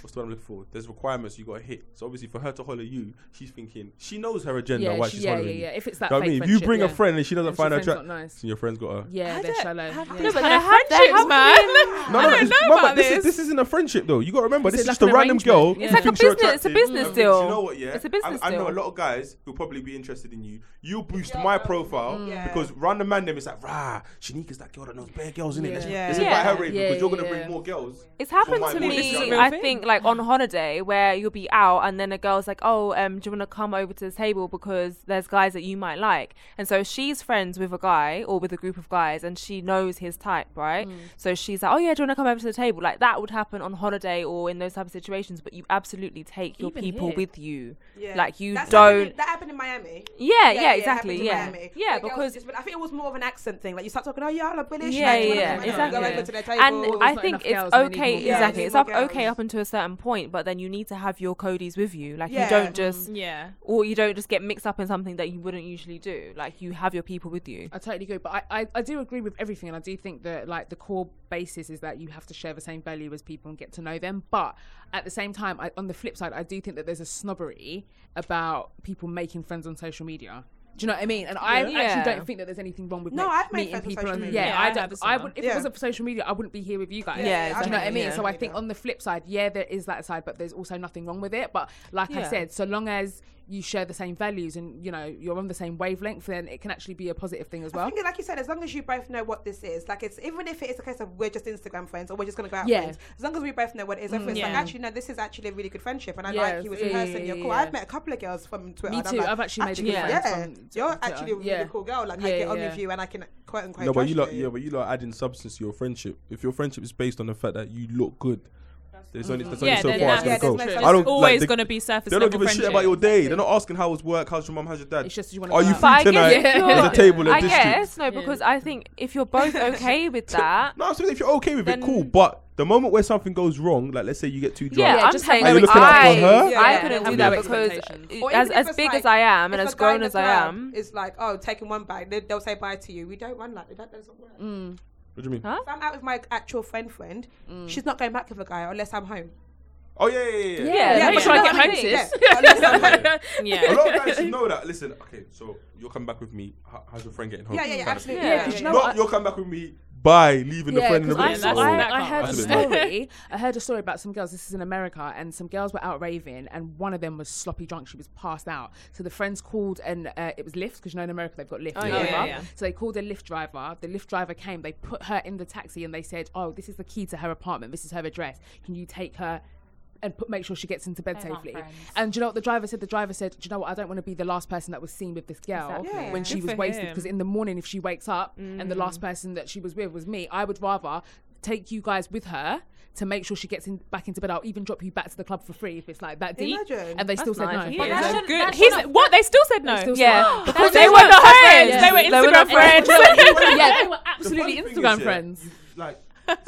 [SPEAKER 1] what's the word I'm looking for? There's requirements you gotta hit. So obviously for her to holler you, she's thinking she knows her agenda
[SPEAKER 3] yeah,
[SPEAKER 1] why
[SPEAKER 3] she-
[SPEAKER 1] she's
[SPEAKER 3] yeah,
[SPEAKER 1] hollering
[SPEAKER 3] yeah,
[SPEAKER 1] you.
[SPEAKER 3] yeah. If it's that,
[SPEAKER 1] You know what I
[SPEAKER 3] fake
[SPEAKER 1] mean? If you
[SPEAKER 3] friendship,
[SPEAKER 1] bring
[SPEAKER 3] yeah.
[SPEAKER 1] a friend and she doesn't
[SPEAKER 3] And she
[SPEAKER 1] find her
[SPEAKER 3] friend's
[SPEAKER 1] attractive,
[SPEAKER 3] not nice.
[SPEAKER 1] your friend's got her.
[SPEAKER 3] yeah, they're shallow. Yeah.
[SPEAKER 4] No, but
[SPEAKER 6] Kind
[SPEAKER 4] they
[SPEAKER 6] of
[SPEAKER 4] have they
[SPEAKER 6] friendships,
[SPEAKER 4] have
[SPEAKER 6] man.
[SPEAKER 1] No, no,
[SPEAKER 6] I don't
[SPEAKER 1] this,
[SPEAKER 6] know
[SPEAKER 1] remember,
[SPEAKER 6] about
[SPEAKER 1] this.
[SPEAKER 6] this.
[SPEAKER 1] Is, this isn't a friendship though. You got to remember, this
[SPEAKER 3] it
[SPEAKER 1] is
[SPEAKER 3] like
[SPEAKER 1] just a
[SPEAKER 3] an
[SPEAKER 1] random girl.
[SPEAKER 3] arrangement?
[SPEAKER 1] who
[SPEAKER 3] It's
[SPEAKER 4] like a
[SPEAKER 1] thinks you're
[SPEAKER 4] business- it's a
[SPEAKER 1] attractive.
[SPEAKER 4] business
[SPEAKER 1] And
[SPEAKER 4] deal.
[SPEAKER 1] You know what? Yeah,
[SPEAKER 4] It's a business
[SPEAKER 1] I, I know a
[SPEAKER 4] deal.
[SPEAKER 1] lot of guys who'll probably be interested in you. You boost my profile because random man them is like, rah, Shanika's that girl that knows bare girls, innit? Let's,
[SPEAKER 2] Yeah.
[SPEAKER 1] let's
[SPEAKER 4] Yeah.
[SPEAKER 1] invite her in
[SPEAKER 3] Yeah,
[SPEAKER 1] because you're gonna
[SPEAKER 3] yeah,
[SPEAKER 1] bring
[SPEAKER 3] yeah.
[SPEAKER 1] more girls.
[SPEAKER 4] It's happened
[SPEAKER 1] Oh my
[SPEAKER 4] to
[SPEAKER 1] God, this is a
[SPEAKER 4] me.
[SPEAKER 1] real
[SPEAKER 4] I
[SPEAKER 6] thing.
[SPEAKER 4] think like like on holiday where you'll be out and then a girl's like, oh, um, do you want to come over to the table because there's guys that you might like, and so she's friends with a guy or with a group of guys and she knows his type,
[SPEAKER 2] Mm.
[SPEAKER 4] right? So she's like, oh yeah, do you want to come over to the table? Like that would happen on holiday or in those type of situations, but you absolutely take your
[SPEAKER 3] Even
[SPEAKER 4] people
[SPEAKER 3] here.
[SPEAKER 4] with you,
[SPEAKER 2] Yeah.
[SPEAKER 4] like you
[SPEAKER 2] That's happened
[SPEAKER 4] don't.
[SPEAKER 2] in- that happened in Miami.
[SPEAKER 4] Yeah, yeah,
[SPEAKER 2] it happened
[SPEAKER 4] exactly.
[SPEAKER 2] in
[SPEAKER 4] Yeah,
[SPEAKER 2] Miami.
[SPEAKER 4] yeah,
[SPEAKER 2] The girls
[SPEAKER 4] because
[SPEAKER 2] just went- I think it was more of an accent thing. Like you start talking, oh yeah, I'm a British.
[SPEAKER 4] Yeah,
[SPEAKER 2] like, do you wanna
[SPEAKER 4] yeah,
[SPEAKER 2] come over and
[SPEAKER 4] exactly.
[SPEAKER 2] Go over to their table.
[SPEAKER 4] and I
[SPEAKER 3] not
[SPEAKER 4] think
[SPEAKER 3] enough
[SPEAKER 4] it's
[SPEAKER 3] girls and they need
[SPEAKER 4] okay.
[SPEAKER 3] more girls.
[SPEAKER 4] Exactly,
[SPEAKER 2] Yeah,
[SPEAKER 4] it's
[SPEAKER 2] they
[SPEAKER 4] up
[SPEAKER 2] need more
[SPEAKER 4] okay
[SPEAKER 2] girls.
[SPEAKER 4] up until a certain point, but then you need to have your codies with you. Like you
[SPEAKER 2] Yeah.
[SPEAKER 4] don't just
[SPEAKER 6] Yeah.
[SPEAKER 4] or you don't just get mixed up in something that you wouldn't usually do. Like you have your people with you.
[SPEAKER 3] I totally agree, but I, I, I do agree with everything, and I do think that like the core basis is that you have to share the same value as people and get to know them. But at the same time, I, on the flip side, I do think that there's a snobbery about people making friends on social media. Do you know what I mean? And I
[SPEAKER 4] Yeah.
[SPEAKER 3] actually don't think that there's anything wrong with
[SPEAKER 2] No,
[SPEAKER 3] me-
[SPEAKER 2] I've made
[SPEAKER 3] meeting
[SPEAKER 2] friends on
[SPEAKER 3] people.
[SPEAKER 2] social
[SPEAKER 3] and-
[SPEAKER 2] media.
[SPEAKER 3] yeah,
[SPEAKER 6] Yeah,
[SPEAKER 3] I
[SPEAKER 6] I have
[SPEAKER 3] don't.
[SPEAKER 6] as
[SPEAKER 3] I
[SPEAKER 6] well.
[SPEAKER 3] would if
[SPEAKER 2] Yeah.
[SPEAKER 3] it wasn't for social media, I wouldn't be here with you guys.
[SPEAKER 4] Yeah,
[SPEAKER 3] Do you know what I mean?
[SPEAKER 4] yeah.
[SPEAKER 3] So I think on the flip side, yeah, there is that side, but there's also nothing wrong with it. But like I
[SPEAKER 4] Yeah.
[SPEAKER 3] said, so long as you share the same values and you know you're on the same wavelength, then it can actually be a positive thing as well.
[SPEAKER 2] I think, like you said, as long as you both know what this is, like it's even if it is a case of we're just Instagram friends or we're just gonna go out
[SPEAKER 3] Yeah.
[SPEAKER 2] friends, as long as we both know what it is, if it's like
[SPEAKER 4] Mm.
[SPEAKER 6] Yeah.
[SPEAKER 2] actually no, this is actually a really good friendship, and I
[SPEAKER 3] Yeah,
[SPEAKER 2] like you as a
[SPEAKER 3] yeah,
[SPEAKER 2] person,
[SPEAKER 3] yeah,
[SPEAKER 2] you're cool.
[SPEAKER 3] yeah.
[SPEAKER 2] I've met a couple of girls from Twitter.
[SPEAKER 3] Me
[SPEAKER 2] and I'm
[SPEAKER 3] too.
[SPEAKER 2] like,
[SPEAKER 3] I've actually made a
[SPEAKER 2] actually,
[SPEAKER 3] good
[SPEAKER 2] yeah,
[SPEAKER 3] friend from
[SPEAKER 2] you're
[SPEAKER 3] Twitter.
[SPEAKER 2] actually a really
[SPEAKER 3] Yeah.
[SPEAKER 2] cool girl. Like I
[SPEAKER 3] Yeah,
[SPEAKER 2] get on
[SPEAKER 3] yeah.
[SPEAKER 2] with you, and I can quote unquote.
[SPEAKER 1] No, but you
[SPEAKER 2] trust
[SPEAKER 1] lot, yeah, but you lot are adding substance to your friendship. If your friendship is based on the fact that you look good, there's only there's
[SPEAKER 6] Yeah,
[SPEAKER 1] only so
[SPEAKER 6] then
[SPEAKER 1] far it's
[SPEAKER 6] that's
[SPEAKER 1] gonna
[SPEAKER 2] Yeah,
[SPEAKER 1] go.
[SPEAKER 2] there's
[SPEAKER 1] I
[SPEAKER 2] no substance.
[SPEAKER 6] It's
[SPEAKER 1] don't
[SPEAKER 6] always
[SPEAKER 1] like, they,
[SPEAKER 6] gonna be surface
[SPEAKER 1] They don't
[SPEAKER 6] level
[SPEAKER 1] give a
[SPEAKER 6] friendship.
[SPEAKER 1] shit about your day. They're not asking how's work, how's your mum, how's your dad.
[SPEAKER 3] It's just you want
[SPEAKER 1] Are you
[SPEAKER 3] go out.
[SPEAKER 1] free tonight?
[SPEAKER 3] Yeah.
[SPEAKER 1] There's a
[SPEAKER 3] you're-
[SPEAKER 1] table
[SPEAKER 4] I
[SPEAKER 1] in this street.
[SPEAKER 4] guess no, because I think if you're both okay with that,
[SPEAKER 1] No, I'm saying if you're okay with it,
[SPEAKER 4] Then-
[SPEAKER 1] cool. But the moment where something goes wrong, like let's say you get too drunk,
[SPEAKER 4] yeah,
[SPEAKER 3] Yeah,
[SPEAKER 4] I'm
[SPEAKER 3] just
[SPEAKER 4] saying
[SPEAKER 3] have
[SPEAKER 1] no Are you looking out for her?
[SPEAKER 4] I, I
[SPEAKER 3] Yeah,
[SPEAKER 4] couldn't
[SPEAKER 3] have
[SPEAKER 4] do
[SPEAKER 1] no
[SPEAKER 4] that because
[SPEAKER 3] expectations.
[SPEAKER 2] Or
[SPEAKER 4] as
[SPEAKER 2] even if
[SPEAKER 4] as
[SPEAKER 2] it's
[SPEAKER 4] big
[SPEAKER 2] like-
[SPEAKER 4] as I am and
[SPEAKER 2] if
[SPEAKER 4] as
[SPEAKER 2] a guy in
[SPEAKER 4] grown
[SPEAKER 2] the
[SPEAKER 4] as I
[SPEAKER 2] club
[SPEAKER 4] am,
[SPEAKER 2] is like, oh, taking one bag, they, they'll say bye to you. We don't run like that. That doesn't work.
[SPEAKER 1] What do you mean?
[SPEAKER 4] Huh?
[SPEAKER 2] If I'm out with my actual friend, friend, she's not going back with a guy unless I'm home.
[SPEAKER 1] Oh yeah, yeah, yeah. yeah.
[SPEAKER 4] Yeah,
[SPEAKER 3] Yeah,
[SPEAKER 4] but
[SPEAKER 3] make sure I
[SPEAKER 4] you
[SPEAKER 3] get
[SPEAKER 4] know
[SPEAKER 3] home,
[SPEAKER 4] what I
[SPEAKER 3] sis.
[SPEAKER 2] Yeah, unless I'm home.
[SPEAKER 1] A
[SPEAKER 6] Yeah.
[SPEAKER 1] lot of guys should know that. Listen, okay, so you're coming back with me. How, how's your friend getting home?
[SPEAKER 2] yeah, yeah, yeah,
[SPEAKER 1] Kind of thing.
[SPEAKER 2] absolutely.
[SPEAKER 4] Yeah,
[SPEAKER 2] Yeah,
[SPEAKER 4] because
[SPEAKER 2] yeah,
[SPEAKER 1] It's
[SPEAKER 2] yeah.
[SPEAKER 1] not you're coming back with me by leaving the friend in the
[SPEAKER 3] 'cause I
[SPEAKER 1] room.
[SPEAKER 6] Yeah,
[SPEAKER 3] saw-
[SPEAKER 1] Oh.
[SPEAKER 6] that's-
[SPEAKER 3] I, I heard a
[SPEAKER 1] that's a bit
[SPEAKER 3] story. I heard a story about some girls. This is in America, and some girls were out raving, and one of them was sloppy drunk. She was passed out. So the friends called, and uh, it was Lyft because you know in America they've got Lyft.
[SPEAKER 4] yeah.
[SPEAKER 3] or whatever.
[SPEAKER 6] Yeah, yeah.
[SPEAKER 3] So they called a Lyft driver. The Lyft driver came. They put her in the taxi, and they said, "Oh, this is the key to her apartment. This is her address. Can you take her?" And put, make sure she gets into bed
[SPEAKER 5] They're not
[SPEAKER 3] safely.
[SPEAKER 5] friends.
[SPEAKER 3] And do you know what the driver said? The driver said, "Do you know what? I don't want to be the last person that was seen with this girl
[SPEAKER 2] Exactly.
[SPEAKER 3] when
[SPEAKER 2] Yeah.
[SPEAKER 3] she
[SPEAKER 6] Good
[SPEAKER 3] was
[SPEAKER 6] for
[SPEAKER 3] wasted
[SPEAKER 6] him.
[SPEAKER 3] because in the morning if she wakes up and the last person that she was with was me, I would rather take you guys with her to make sure she gets in, back into bed. I'll even drop you back to the club for free if it's like that deep.
[SPEAKER 2] Imagine.
[SPEAKER 3] And they still said
[SPEAKER 4] nice.
[SPEAKER 3] no.
[SPEAKER 4] Yeah.
[SPEAKER 5] But
[SPEAKER 6] Yeah,
[SPEAKER 5] that
[SPEAKER 6] they're
[SPEAKER 5] should-
[SPEAKER 6] good.
[SPEAKER 5] that
[SPEAKER 6] He's-
[SPEAKER 5] shouldn't-
[SPEAKER 6] what they still said no.
[SPEAKER 3] They still said
[SPEAKER 4] yeah,
[SPEAKER 3] no.
[SPEAKER 4] because
[SPEAKER 6] They were not friends.
[SPEAKER 3] friends.
[SPEAKER 6] They were
[SPEAKER 4] They were not
[SPEAKER 6] Instagram friends.
[SPEAKER 3] yeah, they were
[SPEAKER 1] The
[SPEAKER 3] absolutely
[SPEAKER 1] funny thing
[SPEAKER 3] Instagram
[SPEAKER 1] is, yeah,
[SPEAKER 3] friends.
[SPEAKER 1] you- Like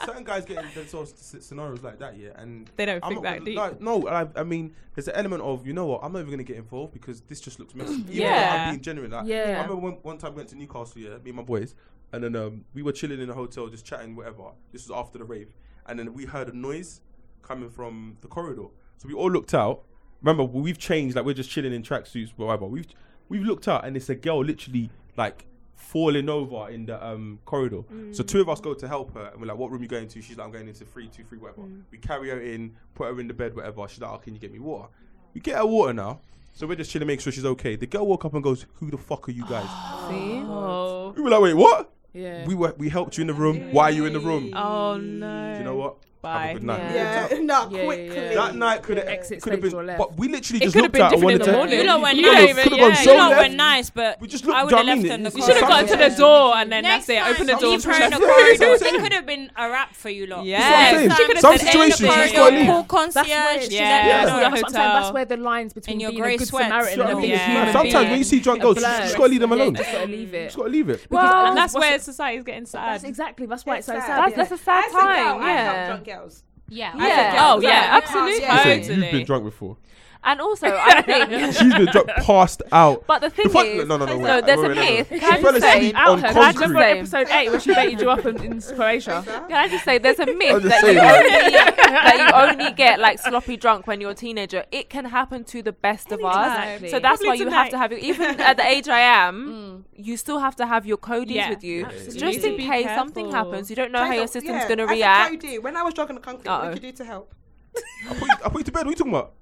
[SPEAKER 1] certain guys get in themselves to s- scenarios like that, yeah, and
[SPEAKER 6] They don't
[SPEAKER 1] I'm not
[SPEAKER 6] think that
[SPEAKER 1] gonna-
[SPEAKER 6] deep.
[SPEAKER 1] Like, no, I, I mean, there's an element of you know what, I'm not even gonna get involved because this just looks messy. Even though I'm
[SPEAKER 6] Yeah.
[SPEAKER 1] being genuine. Like,
[SPEAKER 3] Yeah.
[SPEAKER 1] I remember one, one time we went to Newcastle, yeah, me and my boys, and then um, we were chilling in a hotel, just chatting, whatever. This was after the rave, and then we heard a noise coming from the corridor. So we all looked out. Remember, we've changed, like we're just chilling in tracksuits, whatever. We've we've looked out, and it's a girl literally like falling over in the um, corridor. So two of us go to help her, and we're like, "What room you going to?" She's like, "I'm going into three, two, three, whatever."
[SPEAKER 2] Mm.
[SPEAKER 1] We carry her in, put her in the bed, whatever. She's like, oh, "Can you get me water?" We get her water now. So we're just chilling, make sure she's okay. The girl woke up and goes, "Who the fuck are you guys?"
[SPEAKER 4] see,
[SPEAKER 6] Oh.
[SPEAKER 1] We were like, "Wait, what?"
[SPEAKER 3] Yeah.
[SPEAKER 1] We were we helped you in the room. Why are you in the room?
[SPEAKER 6] Oh no.
[SPEAKER 1] Do you know what? Have
[SPEAKER 6] Bye.
[SPEAKER 1] a good night.
[SPEAKER 2] Yeah,
[SPEAKER 1] Good time.
[SPEAKER 2] no,
[SPEAKER 3] yeah, yeah.
[SPEAKER 2] quickly.
[SPEAKER 1] That night could have
[SPEAKER 3] Exit
[SPEAKER 1] could have
[SPEAKER 3] stage
[SPEAKER 1] been,
[SPEAKER 3] or left.
[SPEAKER 1] but we literally just
[SPEAKER 6] could've
[SPEAKER 1] looked
[SPEAKER 6] been
[SPEAKER 1] out and
[SPEAKER 6] different
[SPEAKER 1] wanted
[SPEAKER 6] in
[SPEAKER 1] to.
[SPEAKER 7] You
[SPEAKER 6] the morning.
[SPEAKER 7] lot went
[SPEAKER 1] you lot
[SPEAKER 7] nice.
[SPEAKER 1] could've gone
[SPEAKER 6] Yeah,
[SPEAKER 1] so
[SPEAKER 7] you lot
[SPEAKER 1] left.
[SPEAKER 7] were nice, but
[SPEAKER 1] We just
[SPEAKER 7] I
[SPEAKER 1] looked.
[SPEAKER 7] would
[SPEAKER 1] Do you
[SPEAKER 7] have
[SPEAKER 1] know what I
[SPEAKER 7] left
[SPEAKER 1] mean?
[SPEAKER 7] her in the
[SPEAKER 1] It's-
[SPEAKER 6] You
[SPEAKER 1] it's
[SPEAKER 6] should have
[SPEAKER 1] something-
[SPEAKER 6] gone to the door and then
[SPEAKER 7] Next
[SPEAKER 6] that's it.
[SPEAKER 7] time,
[SPEAKER 6] Open the door.
[SPEAKER 7] leave her in the
[SPEAKER 1] Yeah, that's
[SPEAKER 7] corridor.
[SPEAKER 1] what I'm
[SPEAKER 7] It
[SPEAKER 1] saying.
[SPEAKER 7] could have been a wrap for you lot.
[SPEAKER 6] That's what I'm
[SPEAKER 1] saying.
[SPEAKER 7] Next
[SPEAKER 1] Some
[SPEAKER 7] time, just end up
[SPEAKER 1] situations, she's
[SPEAKER 7] in a
[SPEAKER 1] gotta
[SPEAKER 7] corridor,
[SPEAKER 1] leave.
[SPEAKER 7] Call
[SPEAKER 3] where-
[SPEAKER 7] concierge. let
[SPEAKER 1] Yeah.
[SPEAKER 7] her know.
[SPEAKER 6] Yeah.
[SPEAKER 3] That's, what I'm saying.
[SPEAKER 6] hotel.
[SPEAKER 3] That's where the lines between
[SPEAKER 7] In your
[SPEAKER 3] being a
[SPEAKER 7] grey
[SPEAKER 3] good
[SPEAKER 7] sweats.
[SPEAKER 3] Samaritan
[SPEAKER 1] Do you know
[SPEAKER 3] and
[SPEAKER 1] what I mean?
[SPEAKER 3] being a
[SPEAKER 1] It's mad.
[SPEAKER 3] human
[SPEAKER 1] Sometimes
[SPEAKER 3] being.
[SPEAKER 1] when you see drunk girls, you just gotta leave them alone.
[SPEAKER 3] Yeah, just gotta leave it.
[SPEAKER 1] Just gotta leave it.
[SPEAKER 3] Because
[SPEAKER 6] And that's
[SPEAKER 3] otherwise-
[SPEAKER 6] where society's getting sad.
[SPEAKER 3] That's exactly. That's why it's so
[SPEAKER 2] It's sad,
[SPEAKER 3] sad.
[SPEAKER 2] yeah.
[SPEAKER 4] that's a sad
[SPEAKER 2] As a girl,
[SPEAKER 4] time.
[SPEAKER 2] I help
[SPEAKER 4] Yeah.
[SPEAKER 2] drunk girls.
[SPEAKER 5] Yeah.
[SPEAKER 2] I said,
[SPEAKER 4] Yeah.
[SPEAKER 6] Oh, yeah, absolutely.
[SPEAKER 2] Yeah.
[SPEAKER 1] Listen, You've
[SPEAKER 6] Totally.
[SPEAKER 1] been drunk before.
[SPEAKER 4] and also I think.
[SPEAKER 1] She's been drunk, passed out.
[SPEAKER 4] But the thing
[SPEAKER 1] fuck-
[SPEAKER 4] is,
[SPEAKER 1] no, no, no, wait,
[SPEAKER 4] no, there's
[SPEAKER 1] wait,
[SPEAKER 4] a
[SPEAKER 1] wait, wait,
[SPEAKER 4] myth.
[SPEAKER 1] wait.
[SPEAKER 4] Can I
[SPEAKER 1] She fell
[SPEAKER 4] just say,
[SPEAKER 1] asleep on
[SPEAKER 3] Can I remember
[SPEAKER 1] concrete.
[SPEAKER 4] Same.
[SPEAKER 3] episode eight when she baited you up in, in Croatia?
[SPEAKER 4] can I just say, there's a myth
[SPEAKER 1] was just
[SPEAKER 4] that you,
[SPEAKER 1] saying,
[SPEAKER 4] only,
[SPEAKER 1] like-
[SPEAKER 4] that you only get like sloppy drunk when you're a teenager. It can happen to the best of us.
[SPEAKER 3] Exactly.
[SPEAKER 4] So that's
[SPEAKER 6] Probably
[SPEAKER 4] why you have
[SPEAKER 6] tonight. Mm.
[SPEAKER 4] to have your, even at the age I am, you still have to have your codies
[SPEAKER 6] Yeah.
[SPEAKER 4] with you,
[SPEAKER 1] Absolutely.
[SPEAKER 4] just in
[SPEAKER 6] Be
[SPEAKER 4] case something
[SPEAKER 6] careful.
[SPEAKER 4] happens. You don't know how your system's going to
[SPEAKER 2] As a
[SPEAKER 4] react.
[SPEAKER 2] Cody, when I was drunk on the concrete, what
[SPEAKER 4] Uh-oh.
[SPEAKER 2] did you do to help?
[SPEAKER 1] I put, you, I put you to bed. What are you talking about?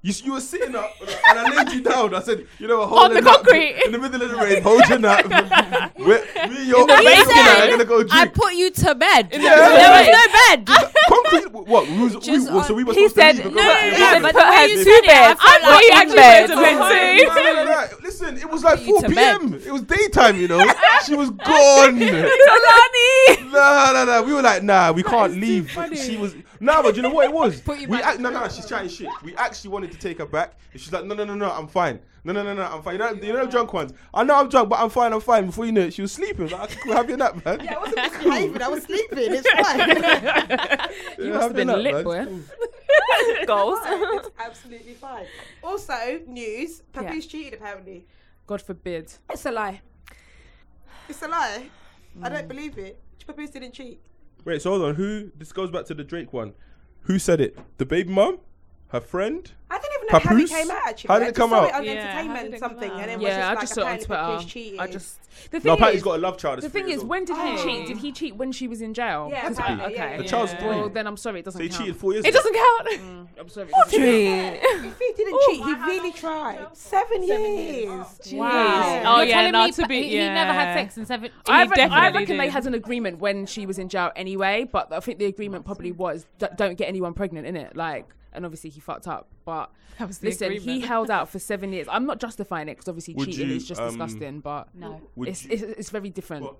[SPEAKER 1] You, s- you were sitting up and I laid you down. I said, you know, what, hold
[SPEAKER 6] On the
[SPEAKER 1] your nap.
[SPEAKER 6] concrete.
[SPEAKER 1] in the middle of the rain. Hold your nap. we me and your and
[SPEAKER 7] He
[SPEAKER 1] I are
[SPEAKER 7] said,
[SPEAKER 1] gonna go
[SPEAKER 7] I
[SPEAKER 1] drink.
[SPEAKER 7] put you to bed.
[SPEAKER 1] Yeah.
[SPEAKER 7] There was no bed.
[SPEAKER 1] Concrete Queen- what? We was, we,
[SPEAKER 7] Just
[SPEAKER 1] so
[SPEAKER 7] on-
[SPEAKER 1] we were
[SPEAKER 4] He
[SPEAKER 1] supposed to
[SPEAKER 4] said, no,
[SPEAKER 1] leave
[SPEAKER 4] no,
[SPEAKER 1] and
[SPEAKER 4] he
[SPEAKER 1] go
[SPEAKER 4] said,
[SPEAKER 1] back
[SPEAKER 4] put
[SPEAKER 1] to
[SPEAKER 4] her to bed.
[SPEAKER 6] I thought you actually went to bed too.
[SPEAKER 1] bed. No, no, no, no. Listen, it was like 4
[SPEAKER 7] to
[SPEAKER 1] p.m. It was daytime, you know. She was gone.
[SPEAKER 4] Solani!
[SPEAKER 1] Nah, nah, nah. We were like, nah, we can't leave. She was nah, but you know what it was?
[SPEAKER 7] Put you
[SPEAKER 1] we
[SPEAKER 7] back.
[SPEAKER 1] ac- no, no, no, she's chatting shit. We actually wanted to take her back. And she's like, no, no, no, no, I'm fine. No, no, no, no, I'm fine. You know, you know, drunk ones. I know I'm drunk, but I'm fine. I'm fine. Before you know it, she was sleeping. I was like, okay, cool, have your nap, man.
[SPEAKER 2] I wasn't misbehaving. I was sleeping. It's fine.
[SPEAKER 1] you
[SPEAKER 3] must have been lit, boy.
[SPEAKER 4] Goals.
[SPEAKER 2] it's absolutely fine. Also, news: Papi's cheated. Apparently,
[SPEAKER 3] God forbid.
[SPEAKER 2] it's a lie. It's a lie. I don't believe it. Papi's didn't cheat.
[SPEAKER 1] Wait, so hold on. Who? This goes back to the Drake one. Who said it? The baby mum, her friend.
[SPEAKER 2] I didn't even know how it
[SPEAKER 1] Papoose?
[SPEAKER 2] came out. Actually,
[SPEAKER 1] How did it
[SPEAKER 2] I just
[SPEAKER 1] come
[SPEAKER 2] saw
[SPEAKER 1] out?
[SPEAKER 2] It on
[SPEAKER 6] Yeah, how did
[SPEAKER 2] entertainment
[SPEAKER 6] it come
[SPEAKER 2] something,
[SPEAKER 6] out?
[SPEAKER 2] and it was
[SPEAKER 3] Yeah, I
[SPEAKER 2] just
[SPEAKER 3] just
[SPEAKER 2] like
[SPEAKER 3] saw it on
[SPEAKER 2] apparently Papi's
[SPEAKER 3] Twitter.
[SPEAKER 2] cheated.
[SPEAKER 3] I just the thing
[SPEAKER 1] No,
[SPEAKER 3] is,
[SPEAKER 1] Patty's got a love child.
[SPEAKER 3] the thing is, when did he cheat? Did he cheat when she was in jail?
[SPEAKER 2] Oh. Yeah,
[SPEAKER 3] 'Cause-
[SPEAKER 2] apparently, yeah,
[SPEAKER 3] okay.
[SPEAKER 2] yeah,
[SPEAKER 1] The child's yeah. three.
[SPEAKER 3] Well, then I'm sorry, it doesn't
[SPEAKER 1] they
[SPEAKER 3] count.
[SPEAKER 1] cheated four years.
[SPEAKER 6] It
[SPEAKER 1] ago.
[SPEAKER 6] doesn't count.
[SPEAKER 3] I'm sorry, it doesn't count.
[SPEAKER 2] If he didn't cheat, he really tried. Seven, years.
[SPEAKER 5] Wow.
[SPEAKER 6] Oh,
[SPEAKER 5] You're
[SPEAKER 6] yeah,
[SPEAKER 5] telling
[SPEAKER 6] no,
[SPEAKER 5] me
[SPEAKER 6] to
[SPEAKER 5] pa-
[SPEAKER 6] be-
[SPEAKER 5] he, he never
[SPEAKER 6] yeah.
[SPEAKER 5] had sex in seven.
[SPEAKER 3] I,
[SPEAKER 6] He
[SPEAKER 3] re- I
[SPEAKER 6] definitely
[SPEAKER 3] reckon they
[SPEAKER 6] did.
[SPEAKER 3] had an agreement when she was in jail anyway, but I think the agreement probably was d- don't get anyone pregnant in it. Like, and obviously he fucked up, but
[SPEAKER 6] That was the
[SPEAKER 3] listen, he
[SPEAKER 6] agreement.
[SPEAKER 3] held out for seven years. I'm not justifying it because obviously
[SPEAKER 1] Would
[SPEAKER 3] cheating
[SPEAKER 1] you,
[SPEAKER 3] is just
[SPEAKER 1] um,
[SPEAKER 3] disgusting, but
[SPEAKER 5] No.
[SPEAKER 1] Would
[SPEAKER 3] it's,
[SPEAKER 1] you-
[SPEAKER 3] it's it's very different.
[SPEAKER 1] What?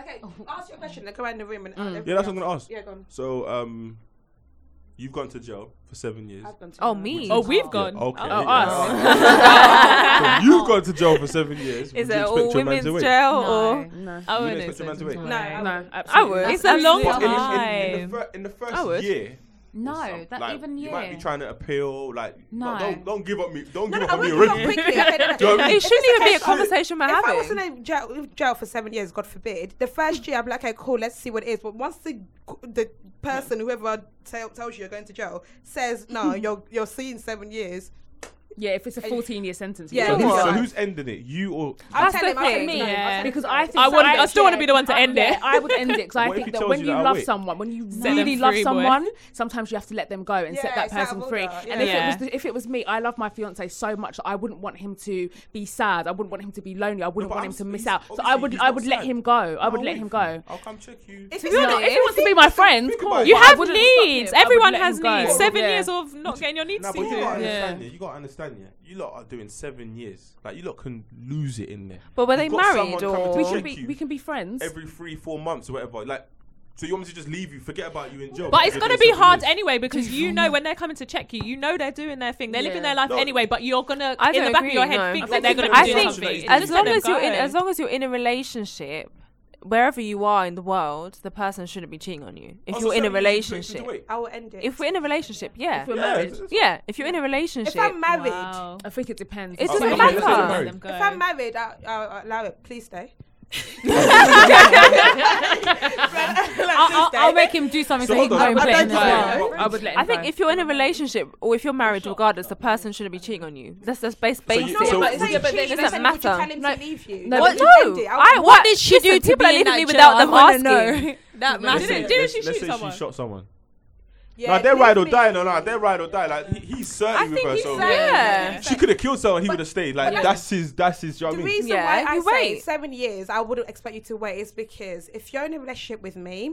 [SPEAKER 2] Okay, ask your question. Then go around the room and
[SPEAKER 1] yeah, that's what I'm gonna ask.
[SPEAKER 2] Yeah, go on.
[SPEAKER 1] So, um, you've gone to jail for seven years.
[SPEAKER 2] I've done
[SPEAKER 4] Oh, me.
[SPEAKER 6] Oh, we've gone.
[SPEAKER 1] Okay.
[SPEAKER 3] Oh, us.
[SPEAKER 1] So you've gone to jail for seven years.
[SPEAKER 4] Is
[SPEAKER 1] would
[SPEAKER 4] it
[SPEAKER 1] you
[SPEAKER 4] all
[SPEAKER 1] expect your man
[SPEAKER 4] women's
[SPEAKER 1] to
[SPEAKER 4] jail
[SPEAKER 1] wait?
[SPEAKER 4] or?
[SPEAKER 3] no,
[SPEAKER 1] wouldn't
[SPEAKER 6] I wouldn't.
[SPEAKER 1] expect a man to wait.
[SPEAKER 2] No, I
[SPEAKER 3] no,
[SPEAKER 2] wouldn't.
[SPEAKER 4] I
[SPEAKER 3] absolutely.
[SPEAKER 4] would.
[SPEAKER 6] It's a long
[SPEAKER 1] But in,
[SPEAKER 6] time.
[SPEAKER 1] in, in, the fir- in the
[SPEAKER 6] I
[SPEAKER 1] first
[SPEAKER 6] would.
[SPEAKER 1] year. or
[SPEAKER 5] No,
[SPEAKER 1] some-
[SPEAKER 5] that
[SPEAKER 1] like,
[SPEAKER 5] even year.
[SPEAKER 1] You might be trying to appeal. Like,
[SPEAKER 5] No.
[SPEAKER 1] don't don't give up me. Don't
[SPEAKER 2] No,
[SPEAKER 1] give up
[SPEAKER 2] no, I
[SPEAKER 1] on me
[SPEAKER 2] wouldn't
[SPEAKER 1] already.
[SPEAKER 2] go quickly. Okay, no, no.
[SPEAKER 1] Don't-
[SPEAKER 2] If
[SPEAKER 4] It
[SPEAKER 2] it's
[SPEAKER 4] shouldn't
[SPEAKER 2] a
[SPEAKER 4] even be a
[SPEAKER 2] case-
[SPEAKER 4] conversation we're
[SPEAKER 2] If I was
[SPEAKER 4] having.
[SPEAKER 2] in jail, jail for seven years, God forbid, the first year I'm like, okay, cool, let's see what it is. But once the the person, whoever tell, tells you you're going to jail, says, no, you're you're seeing seven years.
[SPEAKER 3] Yeah, if it's a 14 year sentence,
[SPEAKER 2] Yeah,
[SPEAKER 3] yeah,
[SPEAKER 1] So
[SPEAKER 2] Don't
[SPEAKER 1] who's, so
[SPEAKER 2] worry.
[SPEAKER 1] who's ending it? You or
[SPEAKER 2] I'll
[SPEAKER 4] That's
[SPEAKER 2] tell him.
[SPEAKER 4] the
[SPEAKER 2] I'll tell
[SPEAKER 4] thing.
[SPEAKER 2] him.
[SPEAKER 6] Yeah.
[SPEAKER 3] because I think
[SPEAKER 6] I
[SPEAKER 3] so
[SPEAKER 6] wouldn't- I still wanna be the one to
[SPEAKER 3] I-
[SPEAKER 6] end
[SPEAKER 3] yeah,
[SPEAKER 6] it.
[SPEAKER 3] I would end it because I
[SPEAKER 1] What if he
[SPEAKER 3] think that
[SPEAKER 1] tells
[SPEAKER 3] when
[SPEAKER 1] you
[SPEAKER 3] you
[SPEAKER 1] that,
[SPEAKER 3] love
[SPEAKER 1] wait?
[SPEAKER 3] someone, when you
[SPEAKER 6] them
[SPEAKER 3] really love
[SPEAKER 6] free, boy.
[SPEAKER 3] someone, sometimes you have to let them go and
[SPEAKER 2] Yeah,
[SPEAKER 3] set that
[SPEAKER 2] it's out
[SPEAKER 3] person
[SPEAKER 2] of
[SPEAKER 3] free.
[SPEAKER 2] order,
[SPEAKER 3] And if
[SPEAKER 6] yeah.
[SPEAKER 3] it was the, if it was me, I love my fiance so much that I wouldn't want him to be sad. I wouldn't want him to be lonely. I wouldn't
[SPEAKER 1] but
[SPEAKER 3] want
[SPEAKER 1] I'm
[SPEAKER 3] him to
[SPEAKER 1] s-
[SPEAKER 3] miss
[SPEAKER 1] he's-
[SPEAKER 3] out. So I
[SPEAKER 1] obviously
[SPEAKER 3] would
[SPEAKER 1] he's
[SPEAKER 3] I
[SPEAKER 1] not
[SPEAKER 3] would let
[SPEAKER 1] sad.
[SPEAKER 3] him go. I would
[SPEAKER 1] I'll
[SPEAKER 3] let
[SPEAKER 1] wait
[SPEAKER 3] him
[SPEAKER 1] for you.
[SPEAKER 3] go.
[SPEAKER 1] I'll come check you.
[SPEAKER 2] If it's
[SPEAKER 3] No,
[SPEAKER 2] not-
[SPEAKER 3] if he wants to be my friend,
[SPEAKER 1] Think
[SPEAKER 3] cool.
[SPEAKER 1] about it.
[SPEAKER 6] You
[SPEAKER 1] I
[SPEAKER 6] have
[SPEAKER 3] wouldn't stop him.
[SPEAKER 6] needs.
[SPEAKER 3] I would
[SPEAKER 6] Everyone
[SPEAKER 3] let
[SPEAKER 6] has
[SPEAKER 3] him go.
[SPEAKER 6] needs. Seven
[SPEAKER 3] Yeah.
[SPEAKER 6] years of not getting your needs
[SPEAKER 1] Nah, but you gotta
[SPEAKER 6] seen. Yeah.
[SPEAKER 1] understand yeah. You gotta understand yeah. You lot are doing seven years. Like you lot can lose it in there.
[SPEAKER 4] But were
[SPEAKER 1] You've
[SPEAKER 4] they
[SPEAKER 1] got someone
[SPEAKER 4] married
[SPEAKER 1] coming
[SPEAKER 4] or?
[SPEAKER 1] to
[SPEAKER 3] We
[SPEAKER 1] check
[SPEAKER 3] can be
[SPEAKER 1] you
[SPEAKER 3] we can be friends.
[SPEAKER 1] every three, four months or whatever. Like, so you want me to just leave you, forget about you in jail?
[SPEAKER 6] But
[SPEAKER 1] because
[SPEAKER 6] it's
[SPEAKER 1] you're
[SPEAKER 6] gonna
[SPEAKER 1] doing
[SPEAKER 6] be
[SPEAKER 1] seven
[SPEAKER 6] hard
[SPEAKER 1] years?
[SPEAKER 6] anyway because you know when they're coming to check you, you know they're doing their thing, they're living
[SPEAKER 3] Yeah.
[SPEAKER 6] their life
[SPEAKER 1] No.
[SPEAKER 6] anyway. But you're gonna
[SPEAKER 4] I
[SPEAKER 6] in the
[SPEAKER 4] don't
[SPEAKER 6] back
[SPEAKER 4] agree,
[SPEAKER 6] of your head
[SPEAKER 4] no.
[SPEAKER 6] think
[SPEAKER 1] I
[SPEAKER 6] that they're
[SPEAKER 1] think-
[SPEAKER 6] gonna
[SPEAKER 1] I
[SPEAKER 6] be doing
[SPEAKER 1] think
[SPEAKER 6] something.
[SPEAKER 1] as
[SPEAKER 6] Just
[SPEAKER 4] as
[SPEAKER 6] let
[SPEAKER 4] long
[SPEAKER 6] them
[SPEAKER 4] as you're in
[SPEAKER 6] go.
[SPEAKER 4] as long as you're in a relationship wherever you are in the world the person shouldn't be cheating on you if
[SPEAKER 1] Oh, so
[SPEAKER 4] you're
[SPEAKER 1] seven
[SPEAKER 4] in a
[SPEAKER 1] years is
[SPEAKER 4] relationship
[SPEAKER 1] expected to wait.
[SPEAKER 2] I will end it.
[SPEAKER 4] if we're in a relationship yeah
[SPEAKER 3] If we're
[SPEAKER 1] Yeah,
[SPEAKER 3] married,
[SPEAKER 1] it's-
[SPEAKER 4] yeah if you're in a relationship
[SPEAKER 2] if I'm married,
[SPEAKER 6] Wow.
[SPEAKER 3] I think it depends.
[SPEAKER 4] It
[SPEAKER 3] So
[SPEAKER 4] doesn't
[SPEAKER 3] many
[SPEAKER 4] matter.
[SPEAKER 3] different-
[SPEAKER 1] Let them
[SPEAKER 2] if I'm married, I, I'll allow it. Please stay.
[SPEAKER 5] I'll, I'll, I'll make him do something
[SPEAKER 1] So
[SPEAKER 5] so, he
[SPEAKER 1] hold
[SPEAKER 5] can
[SPEAKER 1] on.
[SPEAKER 5] go and
[SPEAKER 1] I
[SPEAKER 5] play
[SPEAKER 2] don't
[SPEAKER 5] in the
[SPEAKER 2] just
[SPEAKER 5] world.
[SPEAKER 2] know.
[SPEAKER 3] I would let him
[SPEAKER 4] I think
[SPEAKER 3] go.
[SPEAKER 4] if you're in a relationship or if you're married regardless the person shouldn't be cheating on you that's just base basic
[SPEAKER 1] So-
[SPEAKER 2] no,
[SPEAKER 1] so
[SPEAKER 2] but
[SPEAKER 1] would
[SPEAKER 2] it's not
[SPEAKER 1] you-
[SPEAKER 2] cheating.
[SPEAKER 4] It
[SPEAKER 2] They said,
[SPEAKER 4] doesn't
[SPEAKER 2] Would you
[SPEAKER 4] matter.
[SPEAKER 2] tell him to leave you?
[SPEAKER 3] no,
[SPEAKER 2] Would
[SPEAKER 4] what
[SPEAKER 2] you
[SPEAKER 4] no
[SPEAKER 2] end it?
[SPEAKER 4] I,
[SPEAKER 2] would-
[SPEAKER 4] what
[SPEAKER 7] did she do to
[SPEAKER 4] people
[SPEAKER 7] be
[SPEAKER 4] are
[SPEAKER 7] in
[SPEAKER 4] leaving
[SPEAKER 7] that
[SPEAKER 4] me
[SPEAKER 7] jail?
[SPEAKER 4] without
[SPEAKER 7] I
[SPEAKER 4] them
[SPEAKER 7] wanna know.
[SPEAKER 4] asking
[SPEAKER 7] That
[SPEAKER 1] Let's
[SPEAKER 7] matters.
[SPEAKER 1] say,
[SPEAKER 6] Didn't- didn't
[SPEAKER 1] let's-
[SPEAKER 6] she
[SPEAKER 1] let's
[SPEAKER 6] shoot
[SPEAKER 1] say
[SPEAKER 6] someone?
[SPEAKER 1] she shot someone.
[SPEAKER 2] Yeah,
[SPEAKER 1] Like, they're
[SPEAKER 2] leave
[SPEAKER 1] ride or
[SPEAKER 2] me.
[SPEAKER 1] die, no, no, they're ride or die. Like he, he's certain with her. So
[SPEAKER 4] yeah
[SPEAKER 1] she could have killed someone, he would have stayed. Like that's his, that's his. You know
[SPEAKER 2] The
[SPEAKER 1] what I mean?
[SPEAKER 2] reason
[SPEAKER 4] Yeah,
[SPEAKER 2] why I
[SPEAKER 4] you
[SPEAKER 2] say
[SPEAKER 4] wait.
[SPEAKER 2] seven years, I wouldn't expect you to wait, is because if you're in a relationship with me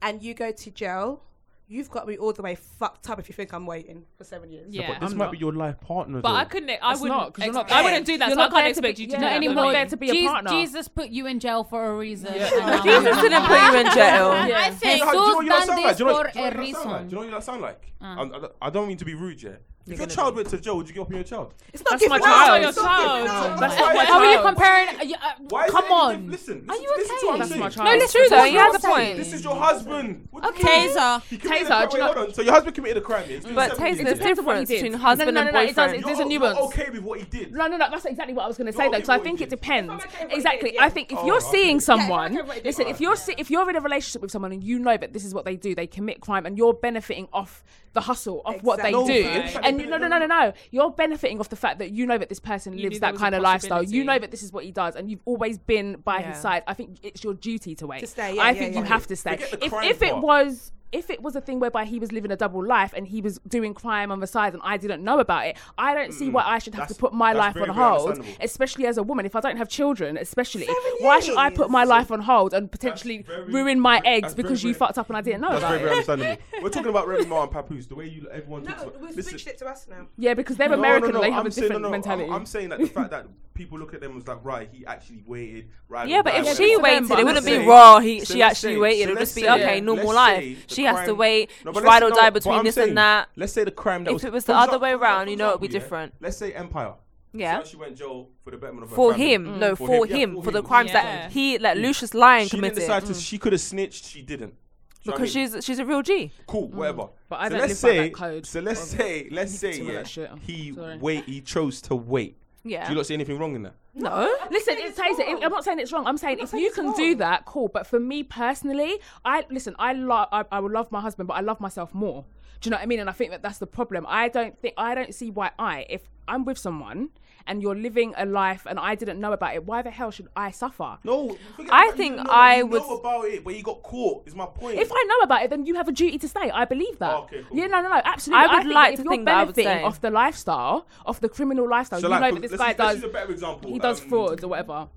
[SPEAKER 2] and you go to jail, you've got me all the way fucked up if you think I'm waiting for seven years.
[SPEAKER 1] Yeah,
[SPEAKER 6] Yeah.
[SPEAKER 1] but this
[SPEAKER 3] I'm
[SPEAKER 1] might
[SPEAKER 3] not.
[SPEAKER 1] be your life partner.
[SPEAKER 6] But I
[SPEAKER 1] though.
[SPEAKER 6] couldn't. e- I
[SPEAKER 3] It's not,
[SPEAKER 6] wouldn't.
[SPEAKER 3] 'cause you're not
[SPEAKER 6] ex- I
[SPEAKER 3] there.
[SPEAKER 6] wouldn't do that.
[SPEAKER 3] You're
[SPEAKER 6] So I
[SPEAKER 3] not there
[SPEAKER 6] can't
[SPEAKER 3] to
[SPEAKER 6] expect
[SPEAKER 3] be-
[SPEAKER 6] you to
[SPEAKER 3] yeah,
[SPEAKER 6] do that
[SPEAKER 3] not
[SPEAKER 6] for
[SPEAKER 3] anymore.
[SPEAKER 6] me.
[SPEAKER 3] there to be a
[SPEAKER 5] Jesus,
[SPEAKER 3] partner.
[SPEAKER 5] Jesus put you in jail for a reason.
[SPEAKER 4] Jesus didn't put you in jail
[SPEAKER 7] I
[SPEAKER 1] Do
[SPEAKER 7] think
[SPEAKER 1] you know how- do you know what you lot
[SPEAKER 5] done
[SPEAKER 1] sound like? Do you know
[SPEAKER 5] this for
[SPEAKER 1] what- do you know what you
[SPEAKER 5] a
[SPEAKER 1] lot sound like?
[SPEAKER 5] reason.
[SPEAKER 1] Do you know what you lot sound like? I'm- I don't- I don't mean to be rude, yeah. If your child went to jail, would you get up on your child?
[SPEAKER 2] It's not
[SPEAKER 3] That's
[SPEAKER 2] giving
[SPEAKER 3] my
[SPEAKER 2] up.
[SPEAKER 3] child.
[SPEAKER 2] It's not giving
[SPEAKER 6] That's
[SPEAKER 2] up.
[SPEAKER 1] That's
[SPEAKER 3] not
[SPEAKER 1] why-
[SPEAKER 3] my
[SPEAKER 5] How are you
[SPEAKER 3] child.
[SPEAKER 5] comparing? uh, you- uh,
[SPEAKER 1] Why is it
[SPEAKER 5] come
[SPEAKER 1] any
[SPEAKER 5] on.
[SPEAKER 1] diff- Listen,
[SPEAKER 5] Are
[SPEAKER 1] listen,
[SPEAKER 5] you
[SPEAKER 1] listen to
[SPEAKER 5] okay?
[SPEAKER 1] what I'm
[SPEAKER 3] That's my
[SPEAKER 1] saying.
[SPEAKER 3] child.
[SPEAKER 4] no it's true though he has a
[SPEAKER 1] This
[SPEAKER 4] point
[SPEAKER 1] is your husband. What do you mean?
[SPEAKER 7] Taser.
[SPEAKER 1] He committed a
[SPEAKER 3] Taser,
[SPEAKER 1] crime.
[SPEAKER 3] do
[SPEAKER 1] Wait,
[SPEAKER 3] you
[SPEAKER 1] hold
[SPEAKER 3] know-
[SPEAKER 1] on. So your husband committed a crime. yeah? It's been
[SPEAKER 4] But
[SPEAKER 1] seven
[SPEAKER 4] Taser,
[SPEAKER 1] years,
[SPEAKER 4] there's
[SPEAKER 1] yeah?
[SPEAKER 3] depends on what he
[SPEAKER 4] difference
[SPEAKER 3] did.
[SPEAKER 4] between
[SPEAKER 3] No, no,
[SPEAKER 4] husband
[SPEAKER 3] no,
[SPEAKER 4] and
[SPEAKER 3] no, it does-
[SPEAKER 4] boyfriend.
[SPEAKER 1] You're
[SPEAKER 3] There's a
[SPEAKER 1] o-
[SPEAKER 3] nuance.
[SPEAKER 1] You're okay with what he did.
[SPEAKER 3] No, no, no. That's exactly what I was going to say.
[SPEAKER 1] No,
[SPEAKER 3] Though,
[SPEAKER 1] it
[SPEAKER 3] so I
[SPEAKER 1] would
[SPEAKER 3] think
[SPEAKER 1] be.
[SPEAKER 3] it depends.
[SPEAKER 2] If I'm okay with it,
[SPEAKER 3] Exactly.
[SPEAKER 2] yeah.
[SPEAKER 3] I think if
[SPEAKER 1] Oh,
[SPEAKER 3] you're
[SPEAKER 1] okay.
[SPEAKER 3] seeing
[SPEAKER 1] Yeah,
[SPEAKER 2] if I'm
[SPEAKER 3] someone,
[SPEAKER 2] okay with it,
[SPEAKER 3] listen.
[SPEAKER 2] yeah.
[SPEAKER 3] If you're si- if you're in a relationship with someone and you know that this is what they do, they commit crime, and you're benefiting off the hustle of what they
[SPEAKER 1] Exactly.
[SPEAKER 3] do,
[SPEAKER 1] No, right.
[SPEAKER 3] and you, no, no, no, no, no, you're benefiting off the fact that you know that this person
[SPEAKER 6] You knew
[SPEAKER 3] lives
[SPEAKER 6] there
[SPEAKER 3] that
[SPEAKER 6] was a
[SPEAKER 3] kind of lifestyle. You
[SPEAKER 6] possibility.
[SPEAKER 3] know that this is what he does, and you've always been by
[SPEAKER 4] Yeah.
[SPEAKER 3] his side. I think it's your duty to wait.
[SPEAKER 2] To stay, yeah,
[SPEAKER 3] I
[SPEAKER 2] yeah,
[SPEAKER 3] think
[SPEAKER 2] yeah.
[SPEAKER 3] you have to stay.
[SPEAKER 1] Forget the
[SPEAKER 3] If
[SPEAKER 1] crime
[SPEAKER 3] if it
[SPEAKER 1] part.
[SPEAKER 3] was if it was a thing whereby he was living a double life and he was doing crime on the side and I didn't know about it, I don't see why I should have to
[SPEAKER 1] That's-
[SPEAKER 3] put my
[SPEAKER 1] that's
[SPEAKER 3] life
[SPEAKER 1] very,
[SPEAKER 3] on
[SPEAKER 1] very
[SPEAKER 3] hold,
[SPEAKER 1] understandable.
[SPEAKER 3] especially as a woman. If I don't have children, especially, why should I put my life on hold and potentially
[SPEAKER 1] very-
[SPEAKER 3] ruin my
[SPEAKER 1] very-
[SPEAKER 3] eggs
[SPEAKER 1] that's
[SPEAKER 3] because
[SPEAKER 1] very,
[SPEAKER 3] you
[SPEAKER 1] very-
[SPEAKER 3] fucked up and I didn't know
[SPEAKER 1] That's
[SPEAKER 3] about
[SPEAKER 1] very, very
[SPEAKER 3] it?
[SPEAKER 1] understandable. We're talking about Remy Ma and Papoose. The way you everyone talks
[SPEAKER 2] No,
[SPEAKER 1] about.
[SPEAKER 2] we've
[SPEAKER 1] Listen-
[SPEAKER 2] switched it to us now.
[SPEAKER 3] Yeah, because they're
[SPEAKER 1] No,
[SPEAKER 3] American,
[SPEAKER 1] no, no,
[SPEAKER 3] they have
[SPEAKER 1] I'm
[SPEAKER 3] a
[SPEAKER 1] saying-
[SPEAKER 3] different
[SPEAKER 1] no, no, I'm-
[SPEAKER 3] mentality.
[SPEAKER 1] I'm, saying that the fact that people look at them was like, right, he actually waited. Right,
[SPEAKER 4] Yeah, but
[SPEAKER 1] right,
[SPEAKER 4] if
[SPEAKER 1] right,
[SPEAKER 4] she
[SPEAKER 1] right.
[SPEAKER 4] waited,
[SPEAKER 3] but
[SPEAKER 4] it
[SPEAKER 3] let's
[SPEAKER 4] wouldn't be
[SPEAKER 1] say-
[SPEAKER 4] raw. He,
[SPEAKER 1] so
[SPEAKER 4] she
[SPEAKER 1] let's
[SPEAKER 4] actually
[SPEAKER 1] say-
[SPEAKER 4] waited.
[SPEAKER 1] so
[SPEAKER 4] It'd
[SPEAKER 1] let's
[SPEAKER 4] just be
[SPEAKER 1] say-
[SPEAKER 4] okay, normal
[SPEAKER 1] let's
[SPEAKER 4] life.
[SPEAKER 1] say the
[SPEAKER 4] She has to
[SPEAKER 1] crime-
[SPEAKER 4] wait,
[SPEAKER 1] No, but
[SPEAKER 4] ride
[SPEAKER 1] let's-
[SPEAKER 4] or
[SPEAKER 1] no,
[SPEAKER 4] die
[SPEAKER 1] but
[SPEAKER 4] between
[SPEAKER 1] I'm
[SPEAKER 4] this
[SPEAKER 1] saying,
[SPEAKER 4] and that.
[SPEAKER 1] Let's say the crime that
[SPEAKER 4] If
[SPEAKER 1] was.
[SPEAKER 4] it was the
[SPEAKER 1] for
[SPEAKER 4] other
[SPEAKER 1] exa-
[SPEAKER 4] way
[SPEAKER 1] for
[SPEAKER 4] round, you know, it
[SPEAKER 1] example,
[SPEAKER 4] would be
[SPEAKER 1] yeah,
[SPEAKER 4] different.
[SPEAKER 1] Let's say Empire.
[SPEAKER 4] Yeah.
[SPEAKER 1] So she went jail for the betterment of her
[SPEAKER 4] For
[SPEAKER 1] family.
[SPEAKER 4] him, no, for,
[SPEAKER 1] yeah,
[SPEAKER 4] him, for the
[SPEAKER 1] him.
[SPEAKER 4] crimes
[SPEAKER 6] Yeah.
[SPEAKER 4] that he, like Lucius Lyon,
[SPEAKER 1] She didn't
[SPEAKER 4] committed.
[SPEAKER 1] decide to. She could have snitched. She didn't. Do you know what I
[SPEAKER 4] Because
[SPEAKER 1] mean?
[SPEAKER 4] she's she's a real G.
[SPEAKER 1] cool, whatever.
[SPEAKER 3] But I
[SPEAKER 1] so
[SPEAKER 3] don't
[SPEAKER 1] let's
[SPEAKER 3] live by
[SPEAKER 1] say,
[SPEAKER 3] that code
[SPEAKER 1] So let's
[SPEAKER 3] of-
[SPEAKER 1] say, let's say,
[SPEAKER 3] about
[SPEAKER 1] yeah,
[SPEAKER 3] that shit. I'm
[SPEAKER 1] he
[SPEAKER 3] sorry.
[SPEAKER 1] wait. He chose to wait.
[SPEAKER 4] Yeah.
[SPEAKER 1] Do you not see anything wrong in that?
[SPEAKER 4] No.
[SPEAKER 3] Listen, it's taser. It- I'm not saying it's wrong. I'm saying if you can do that, cool. But for me personally, I listen. I love. I, I would love my husband, but I love myself more. Do you know what I mean? And I think that that's the problem. I don't think. I don't see why I, if I'm with someone and you're living a life and I didn't know about it, why the hell should I suffer?
[SPEAKER 1] No. forget
[SPEAKER 4] I
[SPEAKER 1] about it.
[SPEAKER 4] think
[SPEAKER 1] You know-
[SPEAKER 4] I
[SPEAKER 1] you
[SPEAKER 4] would-
[SPEAKER 1] know about it, but he got caught. Is my point.
[SPEAKER 3] If I know about it, then you have a duty to stay. I believe that.
[SPEAKER 1] Oh, okay, cool.
[SPEAKER 3] Yeah, no, no, no, absolutely.
[SPEAKER 4] I would like
[SPEAKER 3] think that
[SPEAKER 4] to
[SPEAKER 3] if you're
[SPEAKER 4] think that I would
[SPEAKER 3] benefiting
[SPEAKER 4] say.
[SPEAKER 3] off the lifestyle, off the criminal lifestyle,
[SPEAKER 1] So,
[SPEAKER 3] you
[SPEAKER 1] like,
[SPEAKER 3] know
[SPEAKER 1] for-
[SPEAKER 3] that this
[SPEAKER 1] let's
[SPEAKER 3] guy
[SPEAKER 1] use- let's
[SPEAKER 3] does.
[SPEAKER 1] use a better example.
[SPEAKER 3] He does
[SPEAKER 1] Um,
[SPEAKER 3] fraud or whatever.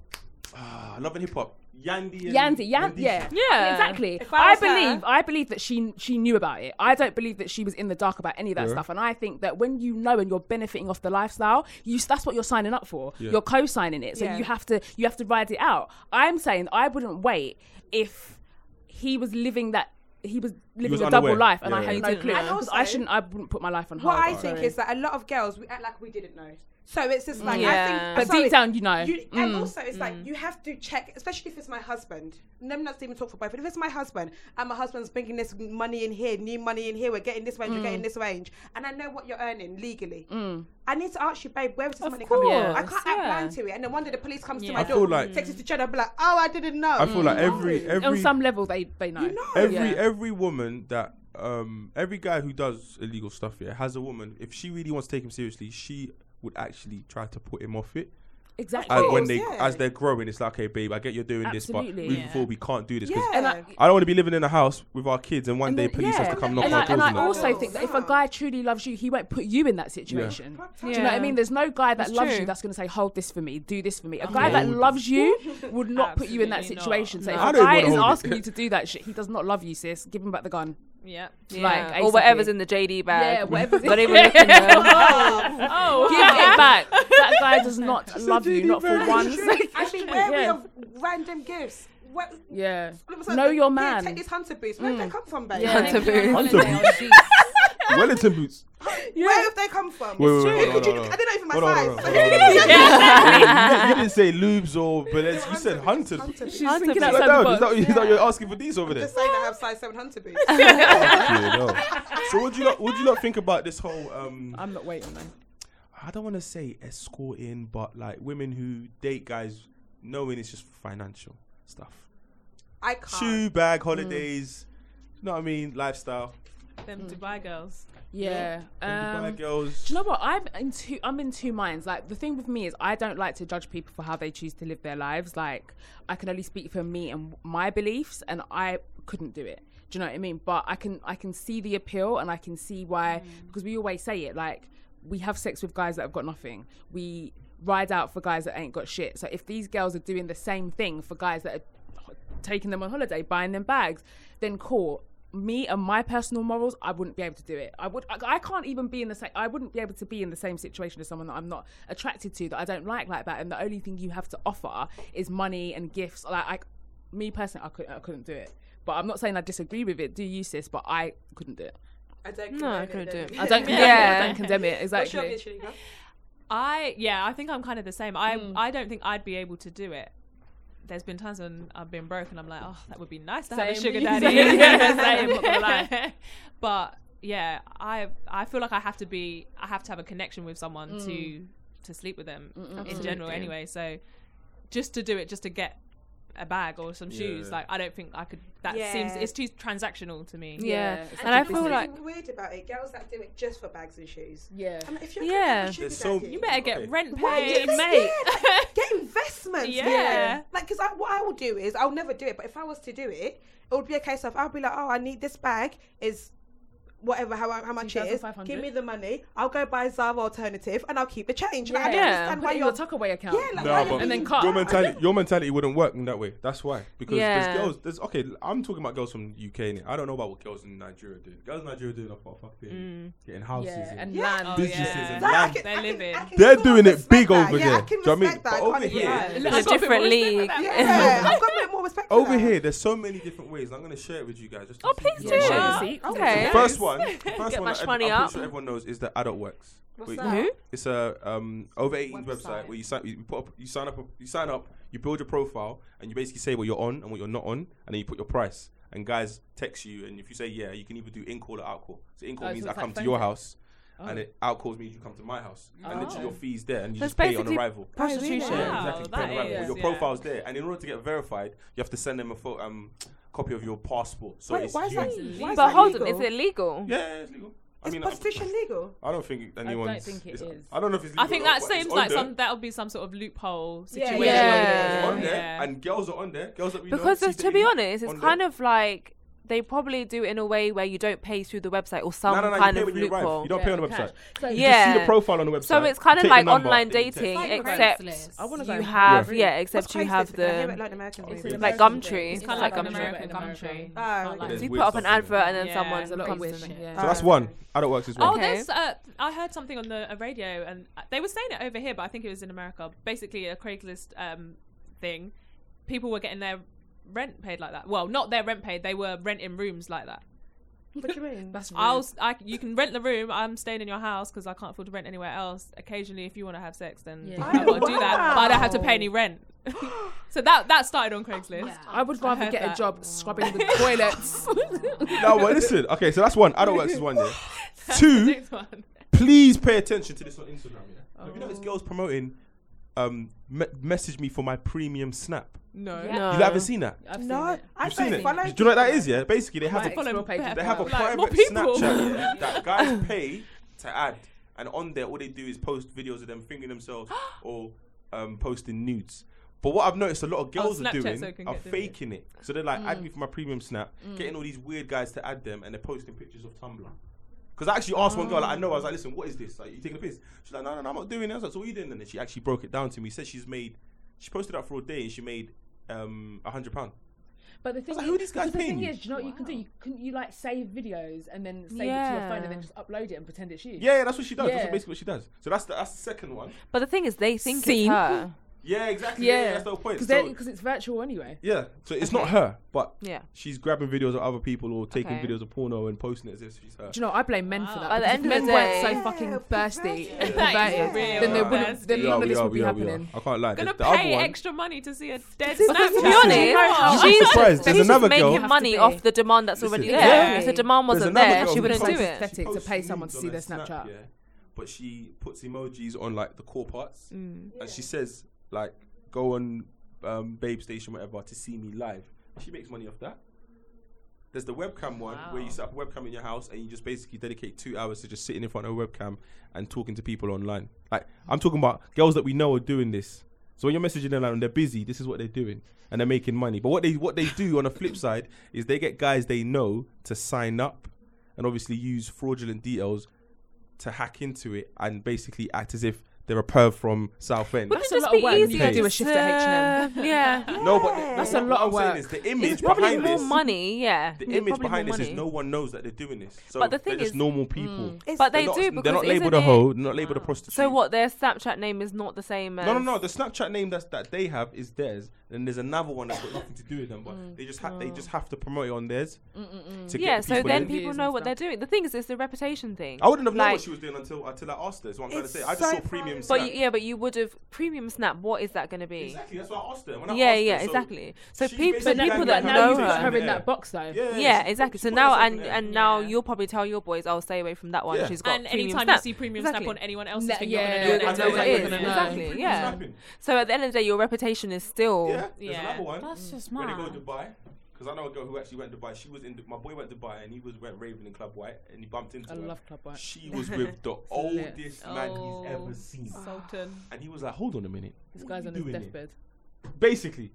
[SPEAKER 1] Ah, love and hip hop. Yandy. And
[SPEAKER 3] Yandy, Yandy, yeah,
[SPEAKER 1] Yandisha.
[SPEAKER 4] Yeah.
[SPEAKER 3] I mean, exactly.
[SPEAKER 2] I
[SPEAKER 3] I,
[SPEAKER 2] was
[SPEAKER 3] believe, I believe that she she knew about it. I don't believe that she was in the dark about any of that stuff. And I think that when you know and you're benefiting off the lifestyle, you that's what you're signing up for. You're co-signing it, so
[SPEAKER 2] Yeah.
[SPEAKER 3] you have to you have to ride it out. I'm saying I wouldn't wait if he was living that. He was living
[SPEAKER 1] was
[SPEAKER 3] a double
[SPEAKER 1] unaware.
[SPEAKER 3] life, and
[SPEAKER 1] Yeah,
[SPEAKER 3] I had
[SPEAKER 1] yeah.
[SPEAKER 3] no clue.
[SPEAKER 2] And
[SPEAKER 3] Because I
[SPEAKER 2] also-
[SPEAKER 3] shouldn't. I wouldn't put my life on hold.
[SPEAKER 2] What I think is that a lot of girls we act like we didn't know. So it's just like I think,
[SPEAKER 4] Yeah.
[SPEAKER 2] I'm
[SPEAKER 3] But
[SPEAKER 2] sorry,
[SPEAKER 3] deep down, you know. Mm.
[SPEAKER 2] You, and also, it's
[SPEAKER 1] Mm.
[SPEAKER 2] like you have to check, especially if it's my husband. No, I'm not even talk for both. But if it's my husband and my husband's bringing this money in here, new money in here, we're getting this range, we're
[SPEAKER 3] Mm.
[SPEAKER 2] getting this range, and I know what you're earning legally. I need to ask you, babe, where is this money coming from? I
[SPEAKER 4] course,
[SPEAKER 2] can't act
[SPEAKER 4] yeah.
[SPEAKER 2] blind to it, and then one day the police comes to my
[SPEAKER 1] I
[SPEAKER 2] door,
[SPEAKER 1] feel like-
[SPEAKER 2] takes us to jail, I'll be like, oh, I didn't know.
[SPEAKER 1] I feel like every
[SPEAKER 3] on
[SPEAKER 1] every
[SPEAKER 3] some level, they they know.
[SPEAKER 2] You know.
[SPEAKER 1] every
[SPEAKER 3] Yeah.
[SPEAKER 1] every woman that um every guy who does illegal stuff yeah has a woman if she really wants to take him seriously she would actually try to put him off it
[SPEAKER 3] exactly.
[SPEAKER 1] and when
[SPEAKER 2] course,
[SPEAKER 1] they
[SPEAKER 2] yeah.
[SPEAKER 1] as they're growing it's like okay babe i get you're doing this but
[SPEAKER 3] Absolutely.
[SPEAKER 1] moving forward we can't do this 'cause
[SPEAKER 2] Yeah.
[SPEAKER 3] And I-
[SPEAKER 1] i don't want to be living in a house with our kids and one day
[SPEAKER 3] then-
[SPEAKER 1] police has to come knock
[SPEAKER 3] and
[SPEAKER 1] on
[SPEAKER 3] I,
[SPEAKER 1] our doors
[SPEAKER 3] and I
[SPEAKER 1] and all.
[SPEAKER 3] also think that if a guy truly loves you, he won't put you in that situation. Do you know what I
[SPEAKER 4] Yeah.
[SPEAKER 3] mean? There's no guy that
[SPEAKER 4] It's
[SPEAKER 3] loves you
[SPEAKER 4] true.
[SPEAKER 3] that's going to say, "Hold this for me, do this for me." A guy that
[SPEAKER 1] Hold it.
[SPEAKER 3] loves you would not put you in that
[SPEAKER 6] Absolutely not.
[SPEAKER 3] situation. So
[SPEAKER 1] No. I
[SPEAKER 3] if a
[SPEAKER 1] don't
[SPEAKER 3] guy
[SPEAKER 1] wanna
[SPEAKER 3] is
[SPEAKER 1] hold it.
[SPEAKER 3] asking you to do that shit, he does not love you, sis. Give him back the gun.
[SPEAKER 6] Yeah.
[SPEAKER 3] Like,
[SPEAKER 4] or
[SPEAKER 3] ASAP.
[SPEAKER 4] whatever's in the JD bag.
[SPEAKER 3] Yeah, whatever's in-
[SPEAKER 4] Not even looking there.
[SPEAKER 3] Oh, give it back. That guy does not love you,
[SPEAKER 1] really
[SPEAKER 3] not for
[SPEAKER 1] very
[SPEAKER 3] one
[SPEAKER 2] True.
[SPEAKER 3] second.
[SPEAKER 2] I mean, wary
[SPEAKER 3] Yeah.
[SPEAKER 2] of random gifts. What,
[SPEAKER 3] Yeah.
[SPEAKER 2] all of a sudden,
[SPEAKER 3] Know your
[SPEAKER 2] Yeah,
[SPEAKER 3] man.
[SPEAKER 2] take this hunter boots. Where did they come from, babe?
[SPEAKER 3] Yeah.
[SPEAKER 4] Hunter boots.
[SPEAKER 1] Hunter
[SPEAKER 5] Oh,
[SPEAKER 1] boots. wellington boots
[SPEAKER 2] Where have they come from?
[SPEAKER 1] Wait, wait, wait,
[SPEAKER 2] Who
[SPEAKER 1] hold
[SPEAKER 2] could
[SPEAKER 1] on,
[SPEAKER 2] you-
[SPEAKER 1] hold
[SPEAKER 2] I
[SPEAKER 1] on.
[SPEAKER 2] don't know even my
[SPEAKER 1] Hold on, hold on,
[SPEAKER 2] size.
[SPEAKER 1] hold on, hold on. you, you didn't say lubes or billets you said hunter
[SPEAKER 2] Hunter boots.
[SPEAKER 3] She's thinking
[SPEAKER 1] Slow
[SPEAKER 3] outside
[SPEAKER 1] down,
[SPEAKER 3] the
[SPEAKER 1] is
[SPEAKER 3] box.
[SPEAKER 1] that, is that what you're asking for these over there
[SPEAKER 2] Just saying I have size seven hunter boots.
[SPEAKER 1] Yeah, no. so what do you not what do you not think about this whole um
[SPEAKER 3] I'm not waiting. Man.
[SPEAKER 1] I don't want to say escorting, but like women who date guys knowing it's just financial stuff.
[SPEAKER 2] I can't.
[SPEAKER 1] Shoe,
[SPEAKER 2] Mm.
[SPEAKER 1] bag, holidays, you know what I mean? Lifestyle.
[SPEAKER 6] Them Dubai girls.
[SPEAKER 3] Yeah.
[SPEAKER 1] Dubai
[SPEAKER 3] Um,
[SPEAKER 1] girls.
[SPEAKER 3] Do you know what? I'm in two. I'm in two minds. Like the thing with me is, I don't like to judge people for how they choose to live their lives. Like I can only speak for me and my beliefs, and I couldn't do it. Do you know what I mean? But I can. I can see the appeal, and I can see why. Because we always say it. Like we have sex with guys that have got nothing. We ride out for guys that ain't got shit. So if these girls are doing the same thing for guys that are taking them on holiday, buying them bags, then cool. Me and my personal morals, I wouldn't be able to do it. I would, I, I can't even be in the same. I wouldn't be able to be in the same situation as someone that I'm not attracted to, that I don't like like that. And the only thing you have to offer is money and gifts. Like, I, me personally, I couldn't, I couldn't do it. But I'm not saying I disagree with it. Do you, sis? But I couldn't do it.
[SPEAKER 2] I don't.
[SPEAKER 4] No, I
[SPEAKER 2] condone
[SPEAKER 4] couldn't do it.
[SPEAKER 3] I don't condemn it. I
[SPEAKER 4] Yeah.
[SPEAKER 3] don't condemn it.
[SPEAKER 2] What's your
[SPEAKER 3] Exactly.
[SPEAKER 2] view, Shalika?
[SPEAKER 6] I yeah, I think I'm kind of the same. I I don't think I'd be able to do it. There's been times when I've been broke and I'm like, oh, that would be nice to have a
[SPEAKER 3] Same.
[SPEAKER 6] sugar
[SPEAKER 3] Same. Same, not gonna
[SPEAKER 6] daddy.
[SPEAKER 3] lie.
[SPEAKER 6] but yeah, I I feel like I have to be I have to have a connection with someone to to sleep with them in general anyway. So just to do it, just to get a bag or some shoes,
[SPEAKER 1] Yeah.
[SPEAKER 6] like I don't think I could. That
[SPEAKER 2] Yeah.
[SPEAKER 6] seems it's too transactional to me.
[SPEAKER 4] Yeah.
[SPEAKER 3] it's
[SPEAKER 4] And I
[SPEAKER 3] just
[SPEAKER 4] feel
[SPEAKER 3] business.
[SPEAKER 4] like
[SPEAKER 2] Something weird about it. Girls that do it just for bags and shoes.
[SPEAKER 3] Yeah.
[SPEAKER 2] I mean, if you're
[SPEAKER 4] Yeah.
[SPEAKER 2] yeah.
[SPEAKER 1] There's so-
[SPEAKER 6] You better get
[SPEAKER 1] Okay.
[SPEAKER 6] rent
[SPEAKER 2] Why are you
[SPEAKER 6] paid,
[SPEAKER 2] just
[SPEAKER 6] mate.
[SPEAKER 2] scared? Get investment. compliments.
[SPEAKER 6] Yeah.
[SPEAKER 2] Like, because I, what I will do is, I'll never do it, but if I was to do it, it would be a case of, I'll be like, oh, I need this bag, is whatever, how, how much it is.
[SPEAKER 3] 2,500.
[SPEAKER 2] Give me the money, I'll go buy Zara alternative, and I'll keep the change. Like, I don't
[SPEAKER 4] Yeah.
[SPEAKER 2] understand
[SPEAKER 3] Put
[SPEAKER 2] why
[SPEAKER 3] it in your
[SPEAKER 2] you're.
[SPEAKER 3] tuckaway account.
[SPEAKER 2] yeah, like,
[SPEAKER 1] No,
[SPEAKER 2] why
[SPEAKER 1] but-
[SPEAKER 2] you're
[SPEAKER 3] And then
[SPEAKER 2] being-
[SPEAKER 3] cut.
[SPEAKER 1] Your mentality, your mentality wouldn't work in that way. That's why. Because
[SPEAKER 4] Yeah.
[SPEAKER 1] there's girls. There's okay. I'm talking about girls from UK. Innit? I don't know about what girls in Nigeria do. Girls in Nigeria doing a
[SPEAKER 4] Mm.
[SPEAKER 1] fucking getting houses.
[SPEAKER 3] Yeah,
[SPEAKER 1] and
[SPEAKER 3] and
[SPEAKER 2] Yeah.
[SPEAKER 3] land.
[SPEAKER 6] Oh,
[SPEAKER 1] businesses
[SPEAKER 6] yeah.
[SPEAKER 1] and
[SPEAKER 2] Like, I
[SPEAKER 1] land.
[SPEAKER 2] can-
[SPEAKER 6] They're
[SPEAKER 2] I can-
[SPEAKER 6] living.
[SPEAKER 2] I can
[SPEAKER 1] They're
[SPEAKER 2] sort
[SPEAKER 1] doing
[SPEAKER 2] of
[SPEAKER 1] it big
[SPEAKER 2] respect that.
[SPEAKER 1] over
[SPEAKER 2] Yeah, I
[SPEAKER 1] there. Do
[SPEAKER 2] can
[SPEAKER 1] you know what I mean?
[SPEAKER 2] respect
[SPEAKER 1] But
[SPEAKER 2] that. I
[SPEAKER 1] over
[SPEAKER 2] can't
[SPEAKER 1] here,
[SPEAKER 2] deny it.
[SPEAKER 4] It's a different league.
[SPEAKER 2] Yeah, I've got a bit more respect. for
[SPEAKER 1] over
[SPEAKER 2] that.
[SPEAKER 1] here, there's so many different ways. and I'm gonna share it with you guys. Just
[SPEAKER 4] Oh,
[SPEAKER 1] to see
[SPEAKER 4] please
[SPEAKER 1] your
[SPEAKER 4] do.
[SPEAKER 1] mind.
[SPEAKER 4] Yeah.
[SPEAKER 3] See?
[SPEAKER 4] Okay.
[SPEAKER 1] The first one, the first
[SPEAKER 4] Get
[SPEAKER 1] one
[SPEAKER 4] my
[SPEAKER 1] that ev-
[SPEAKER 4] shmoney
[SPEAKER 1] I'm
[SPEAKER 4] up.
[SPEAKER 1] pretty sure everyone knows is the Adult Works. What's
[SPEAKER 2] that? Who?
[SPEAKER 1] It's a um, over 18s website.
[SPEAKER 3] Website.
[SPEAKER 1] where you sign, you put up, you sign up, you sign up, you build your profile, and you basically say what you're on and what you're not on, and then you put your price. And guys text you, and if you say yeah, you can either do in call or out call. So in call
[SPEAKER 3] Oh, so
[SPEAKER 1] means I
[SPEAKER 3] it's like
[SPEAKER 1] come to
[SPEAKER 3] phone
[SPEAKER 1] your
[SPEAKER 3] call.
[SPEAKER 1] house, and it out calls means you come to my house, and literally your fees there, and you
[SPEAKER 4] So
[SPEAKER 1] just
[SPEAKER 4] it's
[SPEAKER 1] pay on
[SPEAKER 4] basically
[SPEAKER 1] arrival.
[SPEAKER 4] Prostitution.
[SPEAKER 1] Yeah,
[SPEAKER 6] Wow,
[SPEAKER 1] exactly.
[SPEAKER 6] that
[SPEAKER 1] Depending on
[SPEAKER 6] is-
[SPEAKER 1] your
[SPEAKER 6] yeah.
[SPEAKER 1] profile's there, and in order to get verified, you have to send them a pho- um, copy of your passport. So
[SPEAKER 2] Wait,
[SPEAKER 1] it's
[SPEAKER 2] why is
[SPEAKER 1] you.
[SPEAKER 2] that? Why is
[SPEAKER 4] But
[SPEAKER 2] that
[SPEAKER 4] hold
[SPEAKER 2] legal?
[SPEAKER 4] on, is it legal?
[SPEAKER 1] Yeah, yeah, it's legal. I
[SPEAKER 2] Is
[SPEAKER 1] mean, I-
[SPEAKER 2] prostitution legal?
[SPEAKER 1] I don't think anyone.
[SPEAKER 3] think it is.
[SPEAKER 1] I don't know if it's. Legal
[SPEAKER 6] I think
[SPEAKER 1] or not,
[SPEAKER 6] that
[SPEAKER 1] but it's
[SPEAKER 6] seems
[SPEAKER 1] on
[SPEAKER 6] like
[SPEAKER 1] there.
[SPEAKER 6] some that'll be some sort of loophole
[SPEAKER 2] Yeah,
[SPEAKER 6] situation.
[SPEAKER 4] yeah.
[SPEAKER 1] It's on there,
[SPEAKER 6] Yeah.
[SPEAKER 1] and girls are on there. Girls that we
[SPEAKER 4] Because
[SPEAKER 1] know,
[SPEAKER 4] it's- to be honest, it's kind
[SPEAKER 1] there.
[SPEAKER 4] of like they probably do it in a way where you don't pay through the website or some
[SPEAKER 1] No, no, no, you
[SPEAKER 4] um, kind
[SPEAKER 1] pay
[SPEAKER 4] of
[SPEAKER 1] when you arrive.
[SPEAKER 4] loophole.
[SPEAKER 1] You don't pay on the website.
[SPEAKER 3] So
[SPEAKER 1] You just see
[SPEAKER 4] Yeah.
[SPEAKER 1] the profile on the website.
[SPEAKER 4] So it's kind of
[SPEAKER 1] take the
[SPEAKER 4] like
[SPEAKER 1] number,
[SPEAKER 4] online
[SPEAKER 1] then you text.
[SPEAKER 4] dating,
[SPEAKER 5] Like
[SPEAKER 4] except
[SPEAKER 5] Craigslist.
[SPEAKER 3] I wanna go
[SPEAKER 4] you
[SPEAKER 3] and
[SPEAKER 4] have
[SPEAKER 3] have-
[SPEAKER 4] yeah,
[SPEAKER 2] What's
[SPEAKER 4] except you
[SPEAKER 2] crazy
[SPEAKER 4] have
[SPEAKER 2] is because I hear
[SPEAKER 4] the
[SPEAKER 2] it like American
[SPEAKER 3] It's
[SPEAKER 2] women.
[SPEAKER 3] an
[SPEAKER 4] like
[SPEAKER 3] American thing.
[SPEAKER 4] Gumtree.
[SPEAKER 3] It's
[SPEAKER 4] It's
[SPEAKER 3] kinda
[SPEAKER 4] like
[SPEAKER 3] like an
[SPEAKER 4] Gumtree.
[SPEAKER 5] American
[SPEAKER 3] American
[SPEAKER 5] Gumtree.
[SPEAKER 3] Gumtree.
[SPEAKER 2] Ah,
[SPEAKER 5] Not
[SPEAKER 2] okay.
[SPEAKER 5] like-
[SPEAKER 1] There's
[SPEAKER 4] so you put
[SPEAKER 1] weird
[SPEAKER 4] up an
[SPEAKER 1] stuff in there.
[SPEAKER 4] advert and then
[SPEAKER 6] Yeah,
[SPEAKER 4] someone
[SPEAKER 6] there's
[SPEAKER 3] a lot of
[SPEAKER 4] comes.
[SPEAKER 3] weird
[SPEAKER 4] to
[SPEAKER 3] shit,
[SPEAKER 4] me.
[SPEAKER 3] yeah.
[SPEAKER 1] So that's one. Adult works is
[SPEAKER 6] Oh,
[SPEAKER 1] one.
[SPEAKER 4] Okay.
[SPEAKER 6] there's. Uh, I heard something on the a radio, and uh, they were saying it over here, but I think it was in America. Basically, a Craigslist um, thing. People were getting their rent paid like that. Well, not their rent paid. They were renting rooms like that.
[SPEAKER 2] What do you mean?
[SPEAKER 3] That's rude.
[SPEAKER 6] I'll. I, you can rent the room. I'm staying in your house because I can't afford to rent anywhere else. Occasionally, if you want to have sex, then
[SPEAKER 3] Yeah.
[SPEAKER 6] I've got to do that. But I don't have to pay
[SPEAKER 2] Wow.
[SPEAKER 6] any rent. so that that started on Craigslist.
[SPEAKER 3] I would rather
[SPEAKER 6] heard
[SPEAKER 3] get
[SPEAKER 6] that.
[SPEAKER 3] a job scrubbing the toilets.
[SPEAKER 1] No, but listen. Okay, so that's one. Adult works is one. Yeah. Two.
[SPEAKER 6] Next one.
[SPEAKER 1] Please pay attention to this on Instagram. Yeah. Have you
[SPEAKER 4] Oh.
[SPEAKER 1] noticed girls promoting? Um, me- message me for my premium snap.
[SPEAKER 6] No.
[SPEAKER 4] No.
[SPEAKER 1] You haven't seen that?
[SPEAKER 3] I've
[SPEAKER 2] No, I
[SPEAKER 1] You've seen
[SPEAKER 2] don't
[SPEAKER 1] it.
[SPEAKER 2] follow.
[SPEAKER 1] Do you know what that is? Yeah. Basically, they have
[SPEAKER 3] My
[SPEAKER 1] a
[SPEAKER 3] explore page
[SPEAKER 6] better
[SPEAKER 3] as
[SPEAKER 1] They have a
[SPEAKER 3] well.
[SPEAKER 6] Like, more
[SPEAKER 1] private
[SPEAKER 6] people.
[SPEAKER 1] Snapchat yeah, that guys pay to add, and on there all they do is post videos of them fingering themselves or um, posting nudes. But what I've noticed a lot of girls are
[SPEAKER 6] Oh, Snapchat,
[SPEAKER 1] doing
[SPEAKER 6] so it can
[SPEAKER 1] are
[SPEAKER 6] get them, yeah. Mm.
[SPEAKER 1] faking it. So they're like, add me for my premium snap, getting all these weird guys to add them, and they're posting pictures of Tumblr. Because I actually asked one girl, like, I know, I was like, listen, what is this? Like, you taking a piss? She's like, no, no, no, I'm not doing it. I was like, so what are you doing? And then she actually broke it down to me. Said she's made, she posted that for a day and she made um, a hundred pound.
[SPEAKER 3] But the thing,
[SPEAKER 1] like,
[SPEAKER 3] is,
[SPEAKER 1] who these guys
[SPEAKER 3] because the thing
[SPEAKER 1] paying?
[SPEAKER 3] is, do you know what you can do? You can you like save videos and then save it to your phone
[SPEAKER 4] Yeah.
[SPEAKER 3] and then just upload it and pretend it's you.
[SPEAKER 1] Yeah, yeah, that's what she does. That's
[SPEAKER 3] Yeah.
[SPEAKER 1] basically what she does. So that's the, that's the second one.
[SPEAKER 4] But the thing is, they think
[SPEAKER 3] Seen.
[SPEAKER 4] it's her.
[SPEAKER 1] Yeah, exactly. Yeah, yeah,
[SPEAKER 3] yeah,
[SPEAKER 1] that's the whole point.
[SPEAKER 3] because
[SPEAKER 1] So,
[SPEAKER 3] it's virtual anyway.
[SPEAKER 1] yeah, so it's not her, but
[SPEAKER 4] Yeah.
[SPEAKER 1] she's grabbing videos of other people or taking
[SPEAKER 4] Okay.
[SPEAKER 1] videos of porno and posting it as if she's her.
[SPEAKER 3] Do you know? I blame men for that.
[SPEAKER 4] By the
[SPEAKER 3] because
[SPEAKER 4] end
[SPEAKER 3] if
[SPEAKER 4] of
[SPEAKER 3] men
[SPEAKER 4] the
[SPEAKER 3] weren't so
[SPEAKER 4] day-
[SPEAKER 3] fucking
[SPEAKER 2] Yeah,
[SPEAKER 3] thirsty and
[SPEAKER 2] perverted.
[SPEAKER 6] That is
[SPEAKER 3] perverted,
[SPEAKER 6] real
[SPEAKER 3] then they wouldn't.
[SPEAKER 6] thirsty.
[SPEAKER 3] Then
[SPEAKER 1] We
[SPEAKER 3] none
[SPEAKER 1] are,
[SPEAKER 3] of
[SPEAKER 1] we
[SPEAKER 3] this
[SPEAKER 1] are,
[SPEAKER 3] would be
[SPEAKER 1] we are, we
[SPEAKER 3] happening.
[SPEAKER 1] are. I can't lie.
[SPEAKER 6] Gonna
[SPEAKER 1] the, the
[SPEAKER 6] pay
[SPEAKER 1] other one,
[SPEAKER 6] extra money to see a
[SPEAKER 2] Because
[SPEAKER 6] dead snap.
[SPEAKER 4] To
[SPEAKER 2] to
[SPEAKER 4] be
[SPEAKER 2] be
[SPEAKER 4] honest,
[SPEAKER 1] You'd be
[SPEAKER 4] she's,
[SPEAKER 1] surprised. There's
[SPEAKER 4] she's
[SPEAKER 1] another
[SPEAKER 4] just making
[SPEAKER 1] girl-
[SPEAKER 4] money
[SPEAKER 3] Have to be.
[SPEAKER 4] off the demand that's
[SPEAKER 1] Listen,
[SPEAKER 4] already
[SPEAKER 1] yeah.
[SPEAKER 4] there.
[SPEAKER 1] Yeah.
[SPEAKER 4] If the demand
[SPEAKER 1] there's
[SPEAKER 4] wasn't
[SPEAKER 1] another
[SPEAKER 4] there,
[SPEAKER 1] girl
[SPEAKER 4] she
[SPEAKER 1] who
[SPEAKER 4] wouldn't do
[SPEAKER 1] posts-
[SPEAKER 4] it.
[SPEAKER 1] she
[SPEAKER 3] Pathetic to
[SPEAKER 1] posts
[SPEAKER 3] pay someone
[SPEAKER 1] nudes
[SPEAKER 3] to
[SPEAKER 1] on
[SPEAKER 3] see
[SPEAKER 1] her
[SPEAKER 3] their Snapchat.
[SPEAKER 1] yeah, but she puts emojis on like the core parts, and she says like, "Go on, um, Babe Station, whatever, to see me live." She makes money off that. There's the webcam one where you set up a webcam in your house and you just basically dedicate two hours to just sitting in front of a webcam and talking to people online. Like I'm talking about girls that we know are doing this. So when you're messaging them like, and they're busy, this is what they're doing and they're making money. But what they what they do on the flip side is they get guys they know to sign up and obviously use fraudulent details to hack into it and basically act as if they're a perv from Southend.
[SPEAKER 3] That's
[SPEAKER 4] It's
[SPEAKER 3] a
[SPEAKER 4] just
[SPEAKER 3] lot of
[SPEAKER 4] be
[SPEAKER 3] work when you
[SPEAKER 4] easier
[SPEAKER 3] go do a shift at
[SPEAKER 4] to- Yeah.
[SPEAKER 1] No, but the-
[SPEAKER 3] That's
[SPEAKER 1] what-
[SPEAKER 3] a
[SPEAKER 1] what
[SPEAKER 3] lot
[SPEAKER 1] I'm
[SPEAKER 3] of
[SPEAKER 1] saying
[SPEAKER 3] work.
[SPEAKER 1] is the image
[SPEAKER 4] It's probably
[SPEAKER 1] behind
[SPEAKER 4] more
[SPEAKER 1] this.
[SPEAKER 4] money, yeah.
[SPEAKER 1] The
[SPEAKER 4] It's
[SPEAKER 1] image
[SPEAKER 4] Mm, probably
[SPEAKER 1] behind
[SPEAKER 4] more
[SPEAKER 1] this is
[SPEAKER 4] money.
[SPEAKER 1] no one knows that they're doing this. So
[SPEAKER 4] But the thing
[SPEAKER 1] they're just
[SPEAKER 4] is-
[SPEAKER 1] normal people.
[SPEAKER 2] It's-
[SPEAKER 4] But they
[SPEAKER 1] they're not,
[SPEAKER 4] do
[SPEAKER 1] they're
[SPEAKER 4] because
[SPEAKER 1] not
[SPEAKER 4] isn't
[SPEAKER 1] labelled a
[SPEAKER 4] it-
[SPEAKER 1] hoe. They're not labelled a prostitute.
[SPEAKER 4] Mm. So what? Their Snapchat name is not the same as.
[SPEAKER 1] No, no, no. The Snapchat name that's, that they have is theirs, and there's another one that's got nothing to do with them. But they just ha- they just have to promote it on theirs to get
[SPEAKER 4] Mm, Yeah,
[SPEAKER 1] the
[SPEAKER 4] so
[SPEAKER 1] people
[SPEAKER 4] then
[SPEAKER 1] in.
[SPEAKER 4] people
[SPEAKER 3] and
[SPEAKER 4] know what
[SPEAKER 3] stuff.
[SPEAKER 4] they're doing. The thing is, it's the reputation thing.
[SPEAKER 1] I wouldn't have known
[SPEAKER 4] Like-
[SPEAKER 1] what she was doing until until I asked her. Is what I'm trying to
[SPEAKER 2] It's
[SPEAKER 1] say. I just
[SPEAKER 2] so
[SPEAKER 1] saw premium.
[SPEAKER 2] funny.
[SPEAKER 1] Snap.
[SPEAKER 4] But you, yeah, but you would have premium Snap. What is that going to be?
[SPEAKER 1] Exactly. That's why I asked her. When I
[SPEAKER 4] Yeah,
[SPEAKER 1] asked her,
[SPEAKER 4] yeah,
[SPEAKER 1] so
[SPEAKER 4] exactly. So
[SPEAKER 1] she
[SPEAKER 4] peop- so
[SPEAKER 1] basically
[SPEAKER 4] people
[SPEAKER 1] had
[SPEAKER 4] that
[SPEAKER 1] the
[SPEAKER 4] know
[SPEAKER 3] now you've got
[SPEAKER 1] accusation
[SPEAKER 4] her.
[SPEAKER 3] in
[SPEAKER 1] there.
[SPEAKER 3] that box though.
[SPEAKER 1] Yeah,
[SPEAKER 4] Yeah,
[SPEAKER 1] she-
[SPEAKER 4] exactly.
[SPEAKER 1] she
[SPEAKER 4] So
[SPEAKER 1] put
[SPEAKER 4] now
[SPEAKER 1] herself in
[SPEAKER 4] and
[SPEAKER 1] there.
[SPEAKER 4] and now
[SPEAKER 6] Yeah.
[SPEAKER 4] you'll probably tell your boys, "I'll stay away from that one."
[SPEAKER 1] Yeah.
[SPEAKER 4] She's got
[SPEAKER 6] And
[SPEAKER 4] premium
[SPEAKER 6] anytime
[SPEAKER 4] snap.
[SPEAKER 6] you see premium
[SPEAKER 4] exactly.
[SPEAKER 6] snap on anyone else's
[SPEAKER 3] No,
[SPEAKER 6] thing, you're
[SPEAKER 3] yeah,
[SPEAKER 6] gonna
[SPEAKER 1] Yeah,
[SPEAKER 6] know
[SPEAKER 1] I
[SPEAKER 6] that it's
[SPEAKER 1] know
[SPEAKER 6] not
[SPEAKER 1] what
[SPEAKER 6] you.
[SPEAKER 1] it is.
[SPEAKER 6] Gonna know.
[SPEAKER 4] Exactly,
[SPEAKER 1] Premium
[SPEAKER 4] yeah.
[SPEAKER 1] snapping.
[SPEAKER 4] So at the end of the day, your reputation is still.
[SPEAKER 1] Yeah, there's
[SPEAKER 6] Yeah.
[SPEAKER 1] another one.
[SPEAKER 5] That's just
[SPEAKER 1] When they
[SPEAKER 5] mad.
[SPEAKER 1] go to Dubai, because I know a girl who actually went to Dubai. She was in. My boy went to Dubai and he was went raving in Club White and he bumped into
[SPEAKER 3] I
[SPEAKER 1] her.
[SPEAKER 3] love Club White. Oh.
[SPEAKER 1] She was with the oldest man he's ever seen,
[SPEAKER 6] Sultan.
[SPEAKER 1] and he was like, "Hold on a minute,
[SPEAKER 3] This
[SPEAKER 1] what
[SPEAKER 3] guy's
[SPEAKER 1] you
[SPEAKER 3] on his
[SPEAKER 1] doing here?"
[SPEAKER 3] deathbed.
[SPEAKER 1] Basically,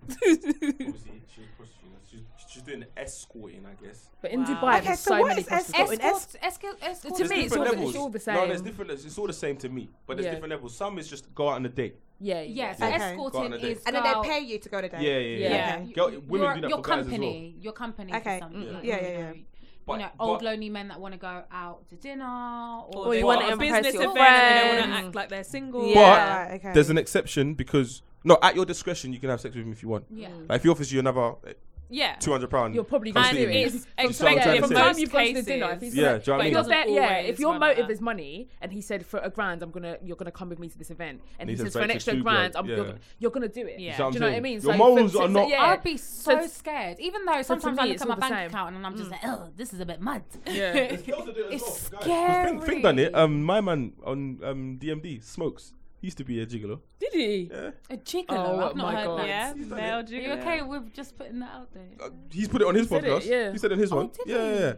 [SPEAKER 1] obviously, she's, prostituting. she's, she's doing escorting, I guess.
[SPEAKER 3] But in
[SPEAKER 5] Wow.
[SPEAKER 3] Dubai,
[SPEAKER 2] Okay,
[SPEAKER 3] there's
[SPEAKER 2] so
[SPEAKER 3] so,
[SPEAKER 2] what
[SPEAKER 3] many
[SPEAKER 2] is
[SPEAKER 3] prostitutes.
[SPEAKER 2] escort? Got an
[SPEAKER 5] Escorts, escort, escort.
[SPEAKER 3] To me,
[SPEAKER 1] There's
[SPEAKER 3] it's
[SPEAKER 1] different
[SPEAKER 3] all-
[SPEAKER 1] levels.
[SPEAKER 3] it's all the
[SPEAKER 1] No,
[SPEAKER 3] same.
[SPEAKER 1] there's different. It's all the same to me, but there's
[SPEAKER 3] Yeah.
[SPEAKER 1] different levels. Some is just go out on a date.
[SPEAKER 3] yeah, yeah.
[SPEAKER 5] Yes,
[SPEAKER 1] Yeah.
[SPEAKER 2] Okay.
[SPEAKER 1] Go on
[SPEAKER 5] escorting
[SPEAKER 1] a date.
[SPEAKER 5] is
[SPEAKER 2] And then
[SPEAKER 5] go-
[SPEAKER 2] they pay you to go to
[SPEAKER 1] Yeah,
[SPEAKER 2] date.
[SPEAKER 1] yeah, yeah.
[SPEAKER 3] Yeah.
[SPEAKER 5] you-
[SPEAKER 1] Girl- women
[SPEAKER 5] your,
[SPEAKER 1] do that
[SPEAKER 5] your
[SPEAKER 1] for guys as well.
[SPEAKER 5] company, Your company.
[SPEAKER 2] Okay.
[SPEAKER 5] Okay. Something,
[SPEAKER 1] Yeah.
[SPEAKER 5] like,
[SPEAKER 2] Yeah,
[SPEAKER 5] you
[SPEAKER 2] yeah,
[SPEAKER 5] know,
[SPEAKER 2] yeah.
[SPEAKER 1] But-
[SPEAKER 5] you know, old
[SPEAKER 1] but-
[SPEAKER 5] lonely men that want to go out to dinner or,
[SPEAKER 4] Or you
[SPEAKER 6] They've
[SPEAKER 4] wanna
[SPEAKER 6] got a
[SPEAKER 4] impress
[SPEAKER 6] business
[SPEAKER 4] your
[SPEAKER 6] event and they want
[SPEAKER 4] friends.
[SPEAKER 6] to act like they're single.
[SPEAKER 4] Yeah.
[SPEAKER 1] But
[SPEAKER 2] Right, okay.
[SPEAKER 1] there's an exception because no, at your discretion, you can have sex with him if you want.
[SPEAKER 5] yeah.
[SPEAKER 1] Like if he offers you another eh,
[SPEAKER 6] Yeah.
[SPEAKER 1] two hundred pound,
[SPEAKER 3] You're probably
[SPEAKER 1] Come
[SPEAKER 3] gonna
[SPEAKER 6] And
[SPEAKER 1] see
[SPEAKER 3] do
[SPEAKER 1] me.
[SPEAKER 3] it.
[SPEAKER 6] it's
[SPEAKER 1] That's what I'm
[SPEAKER 6] expected
[SPEAKER 1] trying
[SPEAKER 6] from
[SPEAKER 1] to
[SPEAKER 3] From
[SPEAKER 1] say.
[SPEAKER 3] time
[SPEAKER 6] most
[SPEAKER 3] you've gone to the dinner, if
[SPEAKER 6] cases.
[SPEAKER 3] he's
[SPEAKER 1] yeah, do you know
[SPEAKER 6] But
[SPEAKER 1] what I
[SPEAKER 6] it
[SPEAKER 1] mean?
[SPEAKER 3] If you're
[SPEAKER 6] doesn't
[SPEAKER 3] bet, yeah,
[SPEAKER 6] always
[SPEAKER 3] if your
[SPEAKER 6] run like
[SPEAKER 3] motive
[SPEAKER 6] that.
[SPEAKER 3] is money, and he said for a grand, I'm gonna, you're gonna come with me to this event, and
[SPEAKER 1] And
[SPEAKER 3] he
[SPEAKER 1] he
[SPEAKER 3] says
[SPEAKER 1] says
[SPEAKER 3] for an
[SPEAKER 1] back to
[SPEAKER 3] extra
[SPEAKER 1] two
[SPEAKER 3] grand, I'm,
[SPEAKER 1] grand,
[SPEAKER 3] you're,
[SPEAKER 1] yeah.
[SPEAKER 3] gonna- you're gonna do it.
[SPEAKER 6] Yeah.
[SPEAKER 1] So I'm
[SPEAKER 3] Do you know what I
[SPEAKER 1] saying,
[SPEAKER 3] mean?
[SPEAKER 1] your
[SPEAKER 3] for-
[SPEAKER 1] morals
[SPEAKER 3] so-
[SPEAKER 1] are
[SPEAKER 3] so-
[SPEAKER 1] not-
[SPEAKER 3] yeah.
[SPEAKER 5] I'd be so
[SPEAKER 3] So-
[SPEAKER 5] scared, even though sometimes
[SPEAKER 3] me,
[SPEAKER 5] I look
[SPEAKER 3] it's
[SPEAKER 5] at
[SPEAKER 3] all
[SPEAKER 5] my
[SPEAKER 3] the
[SPEAKER 5] bank
[SPEAKER 3] same.
[SPEAKER 5] account and I'm just like, oh, this is a bit mad.
[SPEAKER 3] Yeah.
[SPEAKER 1] It's
[SPEAKER 5] scary.
[SPEAKER 1] Thing, Thing done it. Um, my man on um DMD smokes. He used to be a gigolo.
[SPEAKER 3] Did he?
[SPEAKER 1] Yeah,
[SPEAKER 5] A gigolo.
[SPEAKER 3] Oh,
[SPEAKER 5] I've not
[SPEAKER 3] my
[SPEAKER 5] heard
[SPEAKER 3] God.
[SPEAKER 5] that.
[SPEAKER 6] Yeah,
[SPEAKER 1] He's done
[SPEAKER 6] male
[SPEAKER 1] it.
[SPEAKER 5] Are
[SPEAKER 6] Jew.
[SPEAKER 5] you okay with just putting that out there?
[SPEAKER 1] Uh, he's put it on his
[SPEAKER 3] said it,
[SPEAKER 1] podcast.
[SPEAKER 3] yeah.
[SPEAKER 1] he said it on his one.
[SPEAKER 5] did
[SPEAKER 1] Yeah,
[SPEAKER 5] he?
[SPEAKER 1] yeah, yeah.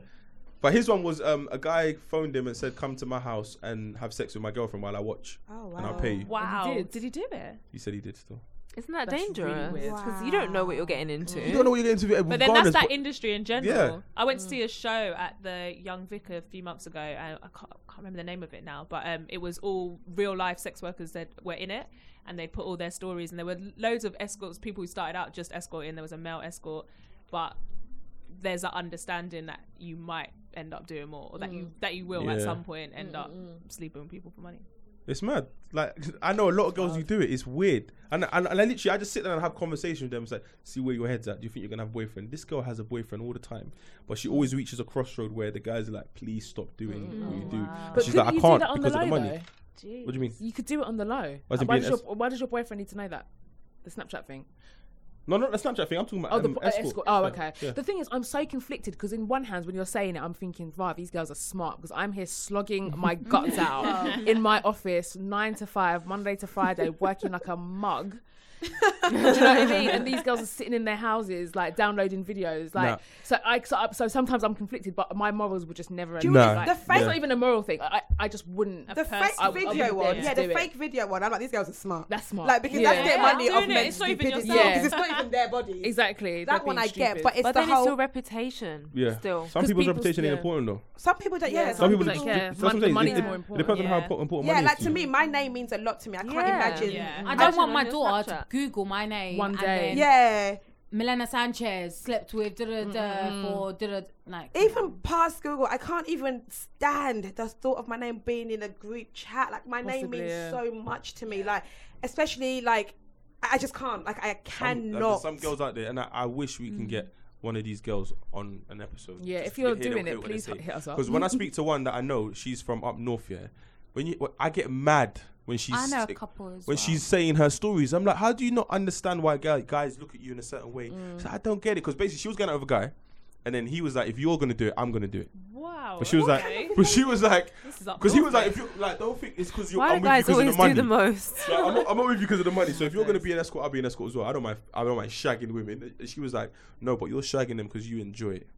[SPEAKER 1] But his one was um a guy phoned him and said, "Come to my house and have sex with my girlfriend while I watch,
[SPEAKER 2] Oh wow.
[SPEAKER 1] and I'll pay you."
[SPEAKER 6] Wow.
[SPEAKER 3] did.
[SPEAKER 6] he do it?
[SPEAKER 1] He said he did still.
[SPEAKER 4] Isn't that
[SPEAKER 3] That's
[SPEAKER 4] dangerous?
[SPEAKER 3] really weird.
[SPEAKER 4] Because you don't know what you're getting into.
[SPEAKER 1] You don't know what you're getting into. eh,
[SPEAKER 6] But then that's that industry in general.
[SPEAKER 1] Yeah.
[SPEAKER 6] I went
[SPEAKER 4] Mm.
[SPEAKER 6] to see a show at the Young Vic a few months ago. And I can't, can't remember the name of it now, but um, it was all real life sex workers that were in it, and they put all their stories. And there were loads of escorts, people who started out just escorting. There was a male escort, but there's that understanding that you might end up doing more, or that
[SPEAKER 4] Mm.
[SPEAKER 6] you that you will at
[SPEAKER 1] Yeah.
[SPEAKER 6] some point end up sleeping with people for money.
[SPEAKER 1] It's mad. Like I know a lot of girls who do it. It's weird. And and, and I literally I just sit there and have conversation with them. It's like, see where your head's at. Do you think you're gonna have a boyfriend? This girl has a boyfriend all the time, but she always reaches a crossroad where the guys are like, please stop doing what you do.
[SPEAKER 3] Mm. But
[SPEAKER 1] She's like, I
[SPEAKER 3] couldn't you do
[SPEAKER 1] can't
[SPEAKER 3] that on the
[SPEAKER 1] because of the
[SPEAKER 3] low,
[SPEAKER 1] money.
[SPEAKER 3] though?
[SPEAKER 1] What do you mean?
[SPEAKER 3] You could do it on the low.
[SPEAKER 1] As in
[SPEAKER 3] Why
[SPEAKER 1] being
[SPEAKER 3] does, your,
[SPEAKER 1] es-
[SPEAKER 3] why does your boyfriend need to know that? The Snapchat thing.
[SPEAKER 1] No, not the Snapchat thing. I'm talking about
[SPEAKER 3] Oh, the
[SPEAKER 1] um,
[SPEAKER 3] po- uh,
[SPEAKER 1] escort.
[SPEAKER 3] escort. Oh,
[SPEAKER 1] Yeah,
[SPEAKER 3] okay.
[SPEAKER 1] yeah.
[SPEAKER 3] The thing is, I'm so conflicted because in one hand, when you're saying it, I'm thinking, wow, these girls are smart because I'm here slogging my guts out in my office, nine to five, Monday to Friday, working like a mug. Do you know what I mean? And these girls are sitting in their houses, like downloading videos, like
[SPEAKER 1] Nah.
[SPEAKER 3] so. I so, I- so sometimes I'm conflicted, but my morals would just never.
[SPEAKER 2] Do you
[SPEAKER 3] allow
[SPEAKER 1] know
[SPEAKER 3] it.
[SPEAKER 1] what
[SPEAKER 2] the
[SPEAKER 3] Like,
[SPEAKER 2] fake-
[SPEAKER 3] it's not even a moral thing. I, I just wouldn't.
[SPEAKER 2] The fake
[SPEAKER 6] I- I
[SPEAKER 2] video
[SPEAKER 3] wouldn't dare
[SPEAKER 2] one,
[SPEAKER 3] to
[SPEAKER 2] yeah, the
[SPEAKER 3] do it.
[SPEAKER 2] fake video one. I'm like, these girls are smart.
[SPEAKER 3] That's smart.
[SPEAKER 2] Like because
[SPEAKER 3] Yeah.
[SPEAKER 2] that's their
[SPEAKER 3] Yeah,
[SPEAKER 2] money
[SPEAKER 6] doing
[SPEAKER 2] off
[SPEAKER 6] it.
[SPEAKER 2] men's
[SPEAKER 6] It's not even
[SPEAKER 2] stupidity.
[SPEAKER 3] yourself.
[SPEAKER 2] Because it's not even their bodies.
[SPEAKER 3] exactly
[SPEAKER 2] That one I get, but it's
[SPEAKER 4] But
[SPEAKER 2] the
[SPEAKER 4] then it's
[SPEAKER 2] whole.
[SPEAKER 4] your reputation.
[SPEAKER 1] Yeah.
[SPEAKER 4] Still.
[SPEAKER 1] Some people's
[SPEAKER 3] 'Cause people's-
[SPEAKER 1] reputation
[SPEAKER 3] yeah.
[SPEAKER 1] ain't important though.
[SPEAKER 2] some people don't. Yeah.
[SPEAKER 3] Yeah,
[SPEAKER 1] Some
[SPEAKER 3] Some
[SPEAKER 1] people
[SPEAKER 3] people don't care.
[SPEAKER 1] that's what I'm
[SPEAKER 3] Mon-
[SPEAKER 1] saying.
[SPEAKER 3] money's
[SPEAKER 1] It-
[SPEAKER 3] more
[SPEAKER 1] it- It
[SPEAKER 3] important.
[SPEAKER 1] depends on how
[SPEAKER 6] Yeah.
[SPEAKER 1] po- important
[SPEAKER 2] Yeah,
[SPEAKER 1] money
[SPEAKER 2] like
[SPEAKER 1] is
[SPEAKER 2] to me, my name means a lot to me. I can't
[SPEAKER 4] Yeah.
[SPEAKER 2] imagine.
[SPEAKER 6] Yeah.
[SPEAKER 5] I
[SPEAKER 4] Imagine
[SPEAKER 5] don't want my
[SPEAKER 4] on
[SPEAKER 5] daughter to
[SPEAKER 4] Snapchat.
[SPEAKER 5] Google my name
[SPEAKER 3] One
[SPEAKER 5] and
[SPEAKER 3] day.
[SPEAKER 5] then
[SPEAKER 2] Yeah.
[SPEAKER 5] Milena Sanchez slept with da da
[SPEAKER 3] Mm-hmm.
[SPEAKER 5] da for da da like
[SPEAKER 2] Even past Google, I can't even stand the thought of my name being in a group chat. Like my name
[SPEAKER 3] Possibly,
[SPEAKER 2] means
[SPEAKER 3] yeah.
[SPEAKER 2] so much to me. Like especially like I I just can't. Like I
[SPEAKER 1] Some- like,
[SPEAKER 2] cannot.
[SPEAKER 1] there's some girls out there, and I, I wish we can get one of these girls on an episode.
[SPEAKER 3] Hmm. Yeah,
[SPEAKER 1] just
[SPEAKER 3] if you're
[SPEAKER 1] to hear
[SPEAKER 3] doing
[SPEAKER 1] them-
[SPEAKER 3] it,
[SPEAKER 1] hear what they
[SPEAKER 3] please
[SPEAKER 1] say.
[SPEAKER 3] hit us up.
[SPEAKER 1] Because when I speak to one that I know, she's from up north. Yeah, when you, I get mad when she's
[SPEAKER 5] I know a couple as
[SPEAKER 1] when
[SPEAKER 5] well.
[SPEAKER 1] she's saying her stories. I'm like, how do you not understand why guy, guys look at you in a certain way? She's like, I don't get it. Because basically, she was getting out with a guy, and then he was like, if you're gonna do it, I'm gonna do it.
[SPEAKER 6] Wow.
[SPEAKER 1] But she was
[SPEAKER 6] Okay.
[SPEAKER 1] like, but she was like,
[SPEAKER 6] This is up
[SPEAKER 1] because he
[SPEAKER 6] north,
[SPEAKER 1] was like,
[SPEAKER 6] mate.
[SPEAKER 1] if you like, don't think it's because you're.
[SPEAKER 4] Why
[SPEAKER 1] I'm with
[SPEAKER 4] do
[SPEAKER 1] you
[SPEAKER 4] guys
[SPEAKER 1] 'cause of
[SPEAKER 4] always
[SPEAKER 1] money.
[SPEAKER 4] do the most?
[SPEAKER 1] Like, I'm, not, I'm not with you because of the money. So if you're gonna be an escort, I'll be an escort as well. I don't mind. I don't mind shagging women. And She was like, no, but you're shagging them because you enjoy it.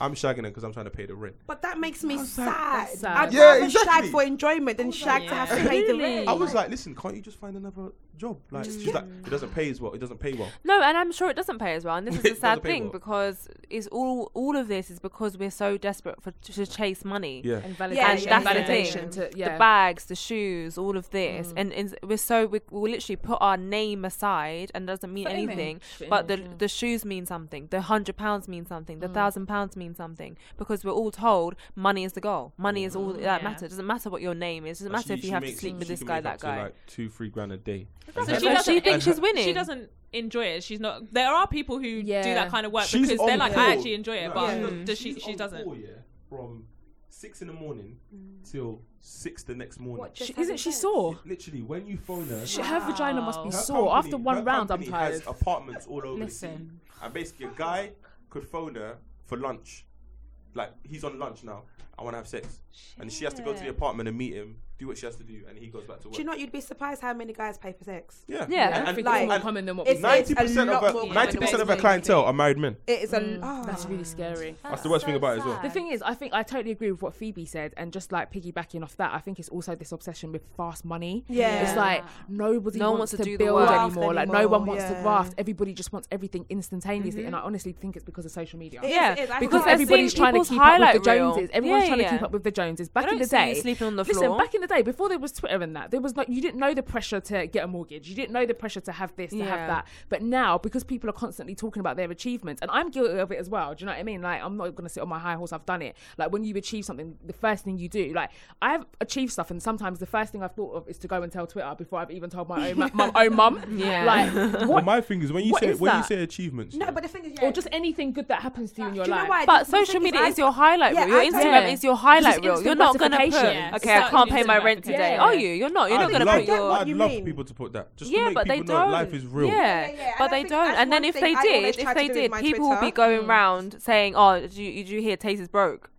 [SPEAKER 1] I'm shagging them because I'm trying to pay the rent.
[SPEAKER 2] But that makes me sad.
[SPEAKER 3] That's sad.
[SPEAKER 2] I'd
[SPEAKER 1] Yeah,
[SPEAKER 2] rather shag
[SPEAKER 1] exactly.
[SPEAKER 2] for enjoyment than shag to have to pay the rent.
[SPEAKER 1] I was like, listen, can't you just find another job? Like, she's like, it doesn't pay as well. It doesn't pay well.
[SPEAKER 4] No, and I'm sure it doesn't pay as well. And this is
[SPEAKER 1] It
[SPEAKER 4] the sad
[SPEAKER 1] doesn't pay
[SPEAKER 4] thing
[SPEAKER 1] well.
[SPEAKER 4] because it's all all of this is because we're so desperate for to chase money.
[SPEAKER 1] Yeah.
[SPEAKER 3] and validation,
[SPEAKER 2] Yeah, yeah,
[SPEAKER 4] yeah.
[SPEAKER 3] validation to yeah.
[SPEAKER 4] The bags, the shoes, all of this, and, and we're so we, we'll literally put our name aside and doesn't mean
[SPEAKER 5] For image.
[SPEAKER 4] anything.
[SPEAKER 3] For
[SPEAKER 4] But
[SPEAKER 3] image,
[SPEAKER 4] the
[SPEAKER 3] yeah.
[SPEAKER 4] the shoes mean something. The hundred pounds mean something. The thousand pounds mean something because we're all told money is the goal. Money is all that matters. It doesn't matter what your name is. It doesn't
[SPEAKER 1] Like,
[SPEAKER 4] matter
[SPEAKER 1] she-
[SPEAKER 4] if you
[SPEAKER 1] she
[SPEAKER 4] have to
[SPEAKER 1] makes-
[SPEAKER 4] sleep with
[SPEAKER 1] she
[SPEAKER 4] this
[SPEAKER 1] can
[SPEAKER 4] guy,
[SPEAKER 1] make
[SPEAKER 4] that
[SPEAKER 1] up to,
[SPEAKER 4] guy.
[SPEAKER 1] like two, three grand a day. And
[SPEAKER 6] So
[SPEAKER 1] her-
[SPEAKER 6] she
[SPEAKER 4] But
[SPEAKER 6] doesn't.
[SPEAKER 4] she thinks
[SPEAKER 1] and her-
[SPEAKER 4] she's winning.
[SPEAKER 6] She doesn't enjoy it. She's not. There are people who do
[SPEAKER 3] Yeah.
[SPEAKER 6] that kind of work
[SPEAKER 1] She's
[SPEAKER 6] because they're
[SPEAKER 1] on
[SPEAKER 6] like,
[SPEAKER 1] call.
[SPEAKER 6] I actually enjoy it,
[SPEAKER 1] No,
[SPEAKER 6] but
[SPEAKER 1] she's
[SPEAKER 6] mm,
[SPEAKER 1] on-
[SPEAKER 6] does she?
[SPEAKER 1] she's
[SPEAKER 6] She
[SPEAKER 1] on
[SPEAKER 6] doesn't.
[SPEAKER 1] call, yeah, from six in the morning till six the next morning.
[SPEAKER 3] She- isn't she sore?
[SPEAKER 1] Literally, when you phone her,
[SPEAKER 3] She- Her vagina must be
[SPEAKER 1] Her
[SPEAKER 3] sore.
[SPEAKER 1] company-
[SPEAKER 3] After
[SPEAKER 1] her
[SPEAKER 3] one round, I'm
[SPEAKER 1] company has
[SPEAKER 3] tired.
[SPEAKER 1] apartments all over the city,
[SPEAKER 5] Listen.
[SPEAKER 1] and basically a guy could phone her for lunch. Like he's on lunch now, I want to have sex, and she has to go to the apartment and meet him, do what she has to do, and he goes back to work.
[SPEAKER 2] Do you know what? you'd be surprised how many guys pay for sex?
[SPEAKER 1] yeah,
[SPEAKER 4] Yeah.
[SPEAKER 1] And-
[SPEAKER 3] Everything's
[SPEAKER 2] like-
[SPEAKER 3] more common than what
[SPEAKER 2] it's-
[SPEAKER 3] we
[SPEAKER 1] Ninety
[SPEAKER 2] a
[SPEAKER 1] percent
[SPEAKER 2] lot
[SPEAKER 1] of
[SPEAKER 2] more
[SPEAKER 1] her,
[SPEAKER 2] common
[SPEAKER 1] ninety percent of her
[SPEAKER 3] than-
[SPEAKER 1] clientele are married men.
[SPEAKER 2] It is a
[SPEAKER 3] Mm,
[SPEAKER 2] oh.
[SPEAKER 3] That's really scary.
[SPEAKER 1] That's the worst thing about it as well.
[SPEAKER 3] The thing is, I think I totally agree with what Phoebe said, and just like piggybacking off that, I think it's also this obsession with fast money.
[SPEAKER 2] Yeah.
[SPEAKER 3] it's like nobody
[SPEAKER 4] No one wants
[SPEAKER 3] wants
[SPEAKER 4] to
[SPEAKER 3] to,
[SPEAKER 4] do the
[SPEAKER 3] build
[SPEAKER 4] work.
[SPEAKER 3] anymore.
[SPEAKER 2] Graft
[SPEAKER 3] Like no
[SPEAKER 2] anymore,
[SPEAKER 3] one wants to
[SPEAKER 2] yeah.
[SPEAKER 3] graft. Everybody just wants everything instantaneously, and I honestly think it's because of social media.
[SPEAKER 2] It is,
[SPEAKER 4] Yeah,
[SPEAKER 2] it is. I
[SPEAKER 4] because
[SPEAKER 3] Because
[SPEAKER 2] think-
[SPEAKER 4] I've
[SPEAKER 3] everybody's
[SPEAKER 4] seen
[SPEAKER 3] trying to
[SPEAKER 4] people's
[SPEAKER 3] keep up with the
[SPEAKER 4] highlight reel.
[SPEAKER 3] Joneses. Everyone's
[SPEAKER 4] Yeah,
[SPEAKER 3] trying
[SPEAKER 4] yeah.
[SPEAKER 3] to keep up with the Joneses. Back
[SPEAKER 4] I
[SPEAKER 3] in
[SPEAKER 4] don't
[SPEAKER 3] the
[SPEAKER 4] see you
[SPEAKER 3] day,
[SPEAKER 4] sleeping on the
[SPEAKER 3] listen.
[SPEAKER 4] floor.
[SPEAKER 3] Back in the day, before there was Twitter and that, there was like you didn't know the pressure to get a mortgage. You didn't know the pressure to have this, to
[SPEAKER 4] Yeah.
[SPEAKER 3] have that. But now, because people are constantly talking about their achievements, and I'm guilty of it as well. Do you know what I mean? Like I'm not gonna sit on my high horse. I've done it. Like when you achieve something, the first thing you do, like I've achieved stuff, and sometimes the first thing I've thought of is to go and tell Twitter before I've even told my own mu- my own mum.
[SPEAKER 4] Yeah.
[SPEAKER 3] Like
[SPEAKER 1] Well,
[SPEAKER 3] what?
[SPEAKER 1] my thing is when you
[SPEAKER 3] What
[SPEAKER 1] say
[SPEAKER 3] is
[SPEAKER 1] when
[SPEAKER 3] that?
[SPEAKER 1] you say achievements,
[SPEAKER 2] no,
[SPEAKER 1] yeah,
[SPEAKER 2] but the thing is, yeah,
[SPEAKER 3] Or just anything good that happens to you in
[SPEAKER 2] do
[SPEAKER 3] your
[SPEAKER 2] you know
[SPEAKER 3] life.
[SPEAKER 2] why?
[SPEAKER 4] But
[SPEAKER 2] The thing
[SPEAKER 4] social
[SPEAKER 2] is,
[SPEAKER 4] media
[SPEAKER 2] I-
[SPEAKER 4] is your highlight
[SPEAKER 2] Yeah,
[SPEAKER 4] reel. Your
[SPEAKER 2] I don't-
[SPEAKER 4] Instagram
[SPEAKER 3] Yeah.
[SPEAKER 4] is your highlight
[SPEAKER 3] It's
[SPEAKER 4] reel.
[SPEAKER 3] instant
[SPEAKER 4] You're not gonna put.
[SPEAKER 3] gratification. Yeah.
[SPEAKER 4] Okay, I
[SPEAKER 6] It's
[SPEAKER 4] can't
[SPEAKER 6] not
[SPEAKER 4] pay my
[SPEAKER 6] instant
[SPEAKER 4] rent today.
[SPEAKER 3] gratification.
[SPEAKER 4] Are you? You're not. You're
[SPEAKER 1] I'd
[SPEAKER 4] not gonna
[SPEAKER 1] love-
[SPEAKER 4] put your.
[SPEAKER 2] what
[SPEAKER 1] I'd
[SPEAKER 2] you
[SPEAKER 1] love
[SPEAKER 2] mean.
[SPEAKER 1] people to put that just
[SPEAKER 4] Yeah,
[SPEAKER 1] to make
[SPEAKER 4] but they
[SPEAKER 1] people know
[SPEAKER 4] don't.
[SPEAKER 1] life is real.
[SPEAKER 4] Yeah,
[SPEAKER 2] Yeah, yeah, yeah.
[SPEAKER 4] but
[SPEAKER 2] And I
[SPEAKER 4] they
[SPEAKER 2] think
[SPEAKER 4] don't.
[SPEAKER 2] that's
[SPEAKER 4] And then
[SPEAKER 2] one
[SPEAKER 4] if
[SPEAKER 2] thing
[SPEAKER 4] they
[SPEAKER 2] I
[SPEAKER 4] did,
[SPEAKER 2] always
[SPEAKER 4] if
[SPEAKER 2] try to
[SPEAKER 4] they
[SPEAKER 2] do with
[SPEAKER 4] did,
[SPEAKER 2] my
[SPEAKER 4] people will be
[SPEAKER 2] Twitter.
[SPEAKER 4] going
[SPEAKER 3] Hmm.
[SPEAKER 4] round saying, "Oh, did you, did you hear Taser's broke?"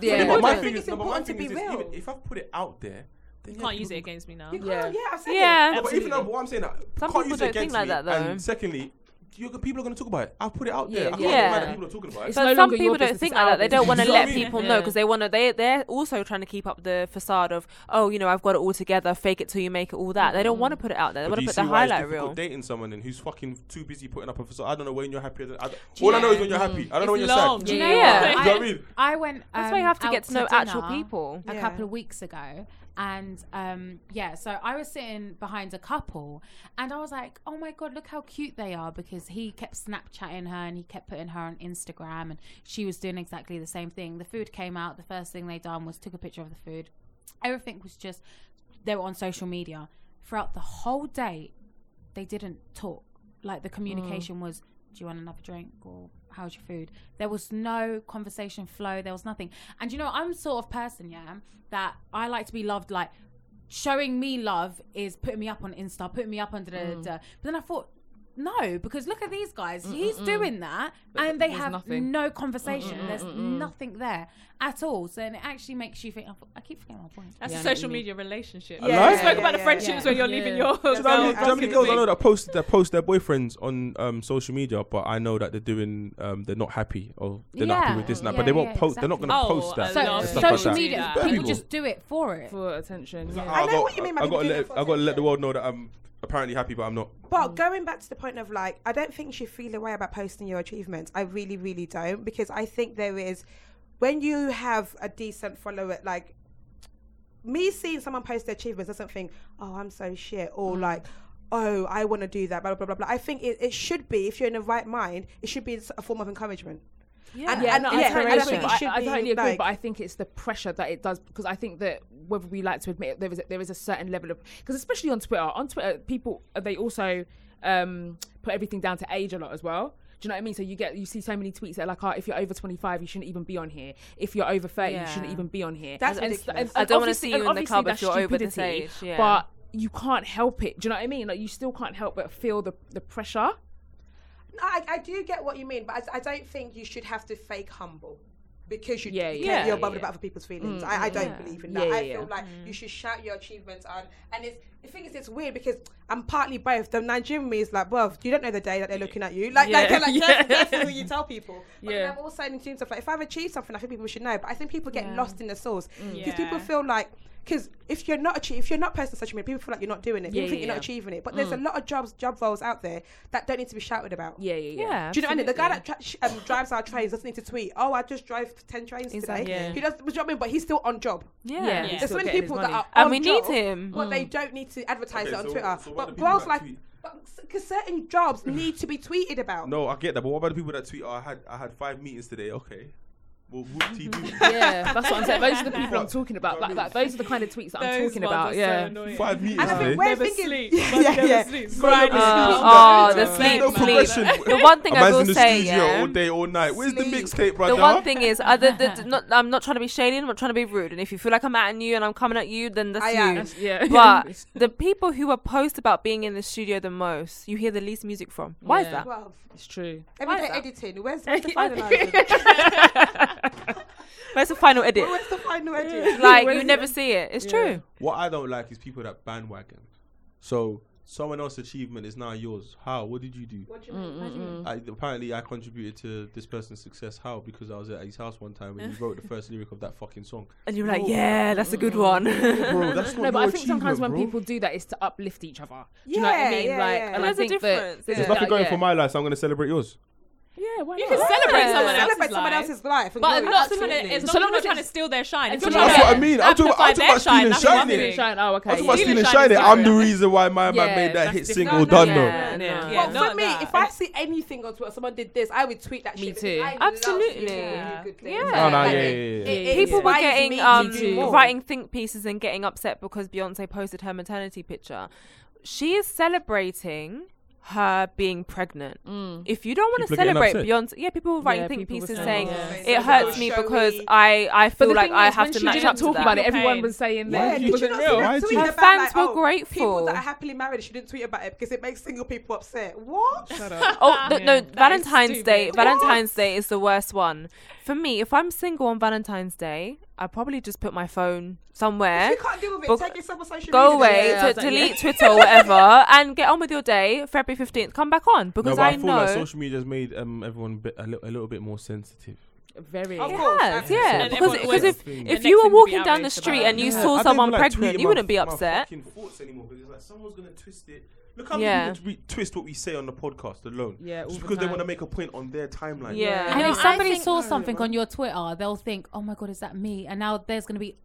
[SPEAKER 3] Yeah.
[SPEAKER 1] No, but my
[SPEAKER 2] I think
[SPEAKER 1] thing
[SPEAKER 2] it's
[SPEAKER 1] is, no, but my
[SPEAKER 2] important to
[SPEAKER 1] thing is,
[SPEAKER 2] be
[SPEAKER 1] this,
[SPEAKER 2] real.
[SPEAKER 1] even if I put it out there, then yeah,
[SPEAKER 6] Can't
[SPEAKER 1] people
[SPEAKER 6] use it
[SPEAKER 1] can-
[SPEAKER 6] against me now.
[SPEAKER 2] You can't-
[SPEAKER 3] Yeah.
[SPEAKER 2] yeah, I've said
[SPEAKER 4] Yeah.
[SPEAKER 2] it.
[SPEAKER 1] No, but even though what I'm saying, that
[SPEAKER 4] Some
[SPEAKER 1] can't
[SPEAKER 4] people
[SPEAKER 1] use
[SPEAKER 4] don't
[SPEAKER 1] it against
[SPEAKER 4] think like
[SPEAKER 1] me,
[SPEAKER 4] that, though.
[SPEAKER 1] And secondly, you're, people are going to talk about it. I'll put it out there. I
[SPEAKER 3] Yeah,
[SPEAKER 1] can't
[SPEAKER 4] yeah.
[SPEAKER 1] be mad that people are talking about it.
[SPEAKER 3] It's
[SPEAKER 4] But
[SPEAKER 3] no
[SPEAKER 4] some
[SPEAKER 3] longer your
[SPEAKER 4] people don't
[SPEAKER 3] business,
[SPEAKER 4] think
[SPEAKER 3] it's
[SPEAKER 4] like
[SPEAKER 3] our
[SPEAKER 4] that. They don't
[SPEAKER 3] business.
[SPEAKER 4] want to
[SPEAKER 1] You know
[SPEAKER 4] let
[SPEAKER 1] what I mean?
[SPEAKER 4] people know because they want to. They they're also trying to keep up the facade of, oh, you know, I've got it all together, fake it till you make it, all that. They don't
[SPEAKER 3] Hmm.
[SPEAKER 4] want to put it out there. They
[SPEAKER 1] But do
[SPEAKER 4] want to
[SPEAKER 1] you
[SPEAKER 4] put
[SPEAKER 1] see
[SPEAKER 4] the
[SPEAKER 1] why it's
[SPEAKER 4] highlight
[SPEAKER 1] difficult
[SPEAKER 4] reel.
[SPEAKER 1] dating someone and who's fucking too busy putting up a facade? I don't know when you're happy. I don't, I don't- all I know is when you're happy. I don't know when
[SPEAKER 6] It's
[SPEAKER 1] you're
[SPEAKER 6] long.
[SPEAKER 1] sad.
[SPEAKER 3] Yeah.
[SPEAKER 1] You know
[SPEAKER 4] Yeah,
[SPEAKER 1] what I mean?
[SPEAKER 5] I went.
[SPEAKER 4] that's why you
[SPEAKER 5] um,
[SPEAKER 4] have to
[SPEAKER 5] out
[SPEAKER 4] get to know actual
[SPEAKER 5] dinner
[SPEAKER 4] people.
[SPEAKER 5] A
[SPEAKER 2] Yeah.
[SPEAKER 5] couple of weeks ago, and um, yeah, so I was sitting behind a couple, and I was like, "Oh my god, look how cute they are!" Because he kept Snapchatting her, and he kept putting her on Instagram, and she was doing exactly the same thing. The food came out. The first thing they done was took a picture of the food. Everything was just they were on social media throughout the whole date. They didn't talk. Like
[SPEAKER 3] Hmm.
[SPEAKER 5] the communication was, "Do you want another drink?" or "How's your food?" There was no conversation flow. There was nothing. And you know, I'm sort of person, yeah, that I like to be loved. Like showing me love is putting me up on Insta, putting me up under the.
[SPEAKER 3] Hmm.
[SPEAKER 5] But then I thought. No, because look at these guys.
[SPEAKER 3] Mm,
[SPEAKER 5] He's doing that, and they
[SPEAKER 3] there's
[SPEAKER 5] have
[SPEAKER 3] nothing. Mm,
[SPEAKER 5] no conversation. There's nothing there at all. So, and it actually makes you think. I, thought- I keep forgetting my point.
[SPEAKER 6] That's
[SPEAKER 3] Yeah, I
[SPEAKER 6] a
[SPEAKER 3] know what
[SPEAKER 6] social
[SPEAKER 3] you mean.
[SPEAKER 6] media relationship.
[SPEAKER 2] Yeah,
[SPEAKER 6] we spoke
[SPEAKER 2] yeah,
[SPEAKER 6] about the
[SPEAKER 2] yeah,
[SPEAKER 6] friendships
[SPEAKER 5] yeah.
[SPEAKER 6] when you're
[SPEAKER 3] Yeah.
[SPEAKER 6] leaving yours.
[SPEAKER 2] That's
[SPEAKER 1] Do you know how many- do you
[SPEAKER 2] Oh,
[SPEAKER 1] know how many
[SPEAKER 2] absolutely.
[SPEAKER 1] girls I know that post that post their boyfriends on um, social media, but I know that they're doing um, they're not happy or they're not happy
[SPEAKER 5] Yeah.
[SPEAKER 1] with this and that,
[SPEAKER 5] Yeah,
[SPEAKER 1] but they won't
[SPEAKER 5] yeah,
[SPEAKER 1] post. They're not going to
[SPEAKER 6] exactly.
[SPEAKER 1] post
[SPEAKER 6] Oh,
[SPEAKER 1] that.
[SPEAKER 6] I
[SPEAKER 5] So,
[SPEAKER 6] love
[SPEAKER 1] and
[SPEAKER 6] it.
[SPEAKER 1] stuff like
[SPEAKER 5] social
[SPEAKER 1] that.
[SPEAKER 5] media,
[SPEAKER 6] Yeah.
[SPEAKER 5] people
[SPEAKER 1] People.
[SPEAKER 5] just do it for it.
[SPEAKER 3] for attention. yeah.
[SPEAKER 1] I
[SPEAKER 2] know
[SPEAKER 1] got-
[SPEAKER 2] what you mean by
[SPEAKER 1] I
[SPEAKER 2] they
[SPEAKER 1] gotta
[SPEAKER 2] do
[SPEAKER 1] let
[SPEAKER 2] that for
[SPEAKER 1] I gotta let the
[SPEAKER 2] attention.
[SPEAKER 1] world know that I'm apparently happy, but I'm not.
[SPEAKER 3] Mm.
[SPEAKER 2] But going back to the point of like, I don't think you should feel a way about posting your achievements. I really, really don't because I think there is when you have a decent follower, like me seeing someone post their achievements doesn't think, oh, I'm so shit, or
[SPEAKER 3] Mm.
[SPEAKER 2] like, oh, I want to do that, blah blah blah blah. I think it, it should be if you're in the right mind, it should be a form of encouragement. Yeah, and,
[SPEAKER 3] yeah,
[SPEAKER 2] and-
[SPEAKER 3] no,
[SPEAKER 2] yeah,
[SPEAKER 3] I,
[SPEAKER 2] and
[SPEAKER 3] totally
[SPEAKER 2] I think
[SPEAKER 3] agree.
[SPEAKER 2] it
[SPEAKER 3] I,
[SPEAKER 2] should
[SPEAKER 3] I
[SPEAKER 2] be
[SPEAKER 3] totally agree,
[SPEAKER 2] like,
[SPEAKER 3] but I think it's the pressure that it does because I think that whether we like to admit it, there is there is a certain level of because especially on Twitter, on Twitter people uh, they also um, put everything down to age a lot as well. Do you know what I mean? So you get you see so many tweets that are like, oh, if you're over 25, you shouldn't even be on here. If you're over 30,
[SPEAKER 4] Yeah.
[SPEAKER 3] you shouldn't even be on here.
[SPEAKER 2] That's
[SPEAKER 3] And- and-
[SPEAKER 2] ridiculous.
[SPEAKER 3] and
[SPEAKER 4] I don't wanna
[SPEAKER 3] obviously-
[SPEAKER 4] see you
[SPEAKER 3] and
[SPEAKER 4] in the
[SPEAKER 3] obviously
[SPEAKER 4] club if
[SPEAKER 3] that's
[SPEAKER 4] you're over this
[SPEAKER 3] stupidity,
[SPEAKER 4] age, yeah.
[SPEAKER 3] But you can't help it. Do you know what I mean? Like you still can't help but feel the the pressure.
[SPEAKER 2] No, I, I do get what you mean, but I, I don't think you should have to fake humble because you,
[SPEAKER 3] Yeah,
[SPEAKER 2] you
[SPEAKER 3] yeah,
[SPEAKER 2] you're
[SPEAKER 3] yeah,
[SPEAKER 2] bothered
[SPEAKER 3] yeah. Mm,
[SPEAKER 2] about other people's feelings. I, I don't believe in that.
[SPEAKER 3] Yeah,
[SPEAKER 2] I
[SPEAKER 3] yeah, Mm.
[SPEAKER 2] feel
[SPEAKER 3] yeah.
[SPEAKER 2] like you should shout your achievements out. And it's the thing is, it's weird because I'm partly both. The Nigerian me is like, bruv, you don't know the day that they're looking at you. Like, like,
[SPEAKER 3] Yeah.
[SPEAKER 2] they're like
[SPEAKER 3] Yeah.
[SPEAKER 2] that's, that's who you tell people. But then
[SPEAKER 3] Yeah.
[SPEAKER 2] I'm also in terms of like, if I've achieved something, I think people should know. But I think people get lost in the source
[SPEAKER 3] Mm.
[SPEAKER 2] because people
[SPEAKER 6] Yeah.
[SPEAKER 2] feel like. Because if you're not achieving, if you're not posting on social media, people feel like you're not doing it. People
[SPEAKER 3] Yeah,
[SPEAKER 2] think
[SPEAKER 3] yeah,
[SPEAKER 2] you're not
[SPEAKER 3] yeah. Mm.
[SPEAKER 2] achieving it. But there's a lot of jobs, job roles out there that don't need to be shouted about.
[SPEAKER 3] Yeah, yeah, yeah.
[SPEAKER 4] Yeah.
[SPEAKER 2] Do you know what I mean? The guy that tra- sh- um, drives our trains doesn't need to tweet, oh, I just drive 10 trains
[SPEAKER 4] Exactly.
[SPEAKER 2] today.
[SPEAKER 4] Yeah.
[SPEAKER 2] He does, do you know what I mean? But he's still on job.
[SPEAKER 4] Yeah.
[SPEAKER 3] Yeah.
[SPEAKER 6] Yeah.
[SPEAKER 2] There's
[SPEAKER 3] Still
[SPEAKER 2] so many
[SPEAKER 3] getting his
[SPEAKER 2] people that
[SPEAKER 3] money.
[SPEAKER 2] are
[SPEAKER 4] And
[SPEAKER 2] on
[SPEAKER 4] we need
[SPEAKER 2] job,
[SPEAKER 4] him.
[SPEAKER 2] But they don't need to advertise
[SPEAKER 1] Okay,
[SPEAKER 2] it on
[SPEAKER 1] so-
[SPEAKER 2] Twitter.
[SPEAKER 1] so what do
[SPEAKER 2] but
[SPEAKER 1] people
[SPEAKER 2] bros
[SPEAKER 1] that
[SPEAKER 2] like,
[SPEAKER 1] tweet?
[SPEAKER 2] because certain jobs need to be tweeted about.
[SPEAKER 1] No, I get that, but what about the people that tweet? Oh, I had I had five meetings today. Okay, well, whoop TV.
[SPEAKER 3] Yeah, that's what I'm saying. Those are the people I'm talking about.
[SPEAKER 1] Sorry.
[SPEAKER 3] Like, like those are the kind of tweets that I'm
[SPEAKER 6] Those
[SPEAKER 3] talking
[SPEAKER 6] ones
[SPEAKER 3] about.
[SPEAKER 6] are so
[SPEAKER 3] Yeah.
[SPEAKER 6] annoying.
[SPEAKER 1] Five meetings
[SPEAKER 2] And I
[SPEAKER 1] today.
[SPEAKER 2] think we're
[SPEAKER 6] Never
[SPEAKER 2] thinking.
[SPEAKER 6] sleep.
[SPEAKER 2] Yeah,
[SPEAKER 6] Never
[SPEAKER 2] yeah.
[SPEAKER 6] sleep. Grinding
[SPEAKER 4] Uh,
[SPEAKER 6] sleep.
[SPEAKER 4] oh, the
[SPEAKER 6] Don't
[SPEAKER 4] sleep,
[SPEAKER 1] no
[SPEAKER 6] sleep, man.
[SPEAKER 4] sleep.
[SPEAKER 1] progression.
[SPEAKER 4] The one thing
[SPEAKER 1] A man's
[SPEAKER 4] I will
[SPEAKER 1] in the
[SPEAKER 4] say,
[SPEAKER 1] studio
[SPEAKER 4] yeah.
[SPEAKER 1] all day, all night. Where's the
[SPEAKER 2] Sleep.
[SPEAKER 1] mixtape, brother?
[SPEAKER 4] The one thing is, I, the, the, not, I'm not trying to be shady. I'm not trying to be rude. And if you feel like I'm at you and I'm coming at you, then that's
[SPEAKER 2] I
[SPEAKER 4] you.
[SPEAKER 2] am.
[SPEAKER 3] Yeah.
[SPEAKER 4] But the people who are post about being in the studio the most, you hear the least music from. Why is
[SPEAKER 3] Yeah.
[SPEAKER 4] that?
[SPEAKER 2] Well,
[SPEAKER 3] it's true.
[SPEAKER 2] every
[SPEAKER 4] Why
[SPEAKER 2] day
[SPEAKER 4] is that?
[SPEAKER 2] editing. Where's, where's the finalizing?
[SPEAKER 4] Where's the final edit?
[SPEAKER 2] Where's the final edit?
[SPEAKER 4] Like you never see it. It's true.
[SPEAKER 1] What I don't like is people that bandwagon. So someone else's achievement is now yours. How? What did you do?
[SPEAKER 2] What do you mean? What do you mean?
[SPEAKER 1] I, apparently, I contributed to this person's success. How? Because I was at his house one time and he wrote the first lyric of that fucking song.
[SPEAKER 4] And you're like, yeah, that's a good one.
[SPEAKER 1] Bro, that's not
[SPEAKER 3] No, but
[SPEAKER 1] your
[SPEAKER 3] I think sometimes
[SPEAKER 1] achievement,
[SPEAKER 3] when
[SPEAKER 1] bro.
[SPEAKER 3] people do that, it's to uplift each other. Do you know what I
[SPEAKER 2] Yeah,
[SPEAKER 3] mean?
[SPEAKER 2] yeah,
[SPEAKER 3] like,
[SPEAKER 2] yeah.
[SPEAKER 3] and I
[SPEAKER 4] There's a
[SPEAKER 3] think
[SPEAKER 4] difference,
[SPEAKER 3] that there's
[SPEAKER 4] yeah.
[SPEAKER 1] There's nothing going
[SPEAKER 3] yeah.
[SPEAKER 1] for my life, so I'm going to celebrate yours.
[SPEAKER 3] Yeah, why
[SPEAKER 6] You
[SPEAKER 3] not?
[SPEAKER 6] can celebrate someone else's
[SPEAKER 2] Celebrate someone
[SPEAKER 6] life.
[SPEAKER 2] else's life. and
[SPEAKER 6] But
[SPEAKER 2] glory,
[SPEAKER 6] not someone,
[SPEAKER 2] absolutely.
[SPEAKER 6] as
[SPEAKER 3] So long
[SPEAKER 6] long as you're not
[SPEAKER 3] as
[SPEAKER 6] trying to
[SPEAKER 3] it's-
[SPEAKER 6] steal their shine. If
[SPEAKER 3] you're
[SPEAKER 6] you're
[SPEAKER 3] trying
[SPEAKER 6] trying
[SPEAKER 3] to
[SPEAKER 1] That's what I mean. I'm talking,
[SPEAKER 6] amplify
[SPEAKER 1] I'm talking
[SPEAKER 6] their
[SPEAKER 1] about stealing
[SPEAKER 6] shine, that's one
[SPEAKER 1] shine
[SPEAKER 6] thing.
[SPEAKER 1] it.
[SPEAKER 3] Shine. Oh, okay.
[SPEAKER 1] I'm talking about
[SPEAKER 6] Stealing
[SPEAKER 1] stealing
[SPEAKER 6] Shine
[SPEAKER 1] shine
[SPEAKER 6] is
[SPEAKER 1] it. I'm the
[SPEAKER 6] different.
[SPEAKER 1] reason why my man
[SPEAKER 3] Yeah,
[SPEAKER 1] made that
[SPEAKER 3] that's
[SPEAKER 1] hit
[SPEAKER 3] different.
[SPEAKER 1] single,
[SPEAKER 3] No, no,
[SPEAKER 1] Dunno.
[SPEAKER 4] yeah, no.
[SPEAKER 3] Yeah.
[SPEAKER 2] But
[SPEAKER 6] Yeah,
[SPEAKER 2] for
[SPEAKER 6] no,
[SPEAKER 2] me,
[SPEAKER 6] that-
[SPEAKER 2] if I see anything on Twitter, someone did this, I would tweet that
[SPEAKER 3] Me
[SPEAKER 2] shit. because
[SPEAKER 3] too.
[SPEAKER 2] I love
[SPEAKER 4] Absolutely.
[SPEAKER 2] seeing people do good things.
[SPEAKER 1] No,
[SPEAKER 4] Yeah.
[SPEAKER 1] no,
[SPEAKER 2] Like,
[SPEAKER 1] yeah,
[SPEAKER 2] it-
[SPEAKER 1] yeah, yeah.
[SPEAKER 2] it
[SPEAKER 3] Yeah,
[SPEAKER 4] People were
[SPEAKER 2] inspires me
[SPEAKER 4] getting
[SPEAKER 2] to
[SPEAKER 4] um,
[SPEAKER 2] do more.
[SPEAKER 4] writing think pieces and getting upset because Beyonce posted her maternity picture. She is celebrating her being pregnant. If you don't want to
[SPEAKER 1] People are getting
[SPEAKER 4] celebrate
[SPEAKER 1] upset.
[SPEAKER 4] Beyonce, yeah, people were writing
[SPEAKER 3] Mm. Yeah,
[SPEAKER 4] think
[SPEAKER 3] people were
[SPEAKER 4] pieces saying
[SPEAKER 3] saying, yeah.
[SPEAKER 4] it hurts me
[SPEAKER 2] Showy.
[SPEAKER 4] because I I
[SPEAKER 3] But
[SPEAKER 4] feel
[SPEAKER 3] the
[SPEAKER 4] like
[SPEAKER 3] thing
[SPEAKER 4] I
[SPEAKER 3] is,
[SPEAKER 4] have
[SPEAKER 3] when
[SPEAKER 4] to
[SPEAKER 3] she
[SPEAKER 4] match
[SPEAKER 3] didn't
[SPEAKER 4] up to
[SPEAKER 3] talk
[SPEAKER 4] that.
[SPEAKER 3] about it, everyone
[SPEAKER 6] Pain.
[SPEAKER 3] was saying
[SPEAKER 1] Yeah,
[SPEAKER 3] that
[SPEAKER 1] you
[SPEAKER 3] it
[SPEAKER 1] should
[SPEAKER 3] wasn't
[SPEAKER 1] not
[SPEAKER 3] real.
[SPEAKER 1] say that.
[SPEAKER 2] Tweet
[SPEAKER 1] Her
[SPEAKER 2] about,
[SPEAKER 4] fans
[SPEAKER 2] like,
[SPEAKER 4] were
[SPEAKER 2] oh, People
[SPEAKER 4] grateful.
[SPEAKER 2] that are happily married shouldn't tweet about it because it makes single people upset. What?
[SPEAKER 4] Oh th- no!
[SPEAKER 6] is
[SPEAKER 4] Valentine's Day.
[SPEAKER 6] stupid.
[SPEAKER 4] Valentine's Day is the worst one for me. If I'm single on Valentine's Day, I probably just put my phone somewhere.
[SPEAKER 2] You can't deal with it.
[SPEAKER 4] Book-
[SPEAKER 2] Take yourself on social
[SPEAKER 4] Go
[SPEAKER 2] media.
[SPEAKER 4] away,
[SPEAKER 3] Yeah, I was
[SPEAKER 4] to
[SPEAKER 3] like,
[SPEAKER 4] delete Twitter or whatever, and get on with your day. February fifteenth, come back on because
[SPEAKER 1] No, but I,
[SPEAKER 4] I,
[SPEAKER 1] feel
[SPEAKER 4] know.
[SPEAKER 1] like social media has made um, everyone bit, a, li- a little bit more sensitive.
[SPEAKER 3] Very.
[SPEAKER 2] Of
[SPEAKER 4] It
[SPEAKER 2] course,
[SPEAKER 4] has,
[SPEAKER 2] absolutely.
[SPEAKER 4] yeah.
[SPEAKER 6] And
[SPEAKER 4] Because,
[SPEAKER 6] everyone
[SPEAKER 4] because
[SPEAKER 1] always-
[SPEAKER 4] if
[SPEAKER 1] The
[SPEAKER 4] if
[SPEAKER 6] next
[SPEAKER 4] you were
[SPEAKER 6] thing will be
[SPEAKER 4] walking down the
[SPEAKER 6] outraged
[SPEAKER 4] street
[SPEAKER 6] about
[SPEAKER 4] and
[SPEAKER 6] it.
[SPEAKER 4] you
[SPEAKER 1] Yeah, I
[SPEAKER 4] saw
[SPEAKER 1] don't
[SPEAKER 4] someone
[SPEAKER 1] even, like, tweet
[SPEAKER 4] pregnant, you
[SPEAKER 1] my-
[SPEAKER 4] wouldn't be
[SPEAKER 1] my
[SPEAKER 4] upset.
[SPEAKER 1] fucking thoughts anymore because it's like someone's gonna twist it. Look how many
[SPEAKER 4] Yeah.
[SPEAKER 1] people re- twist what we say on the podcast alone.
[SPEAKER 3] Yeah, all
[SPEAKER 1] just
[SPEAKER 3] the
[SPEAKER 1] because they
[SPEAKER 3] time.
[SPEAKER 1] want to make a point on their timeline.
[SPEAKER 4] Yeah.
[SPEAKER 5] And
[SPEAKER 7] No,
[SPEAKER 5] if
[SPEAKER 7] I
[SPEAKER 5] somebody
[SPEAKER 7] think-
[SPEAKER 5] saw something on your Twitter, they'll think, "Oh my god, is that me?" And now there's going to be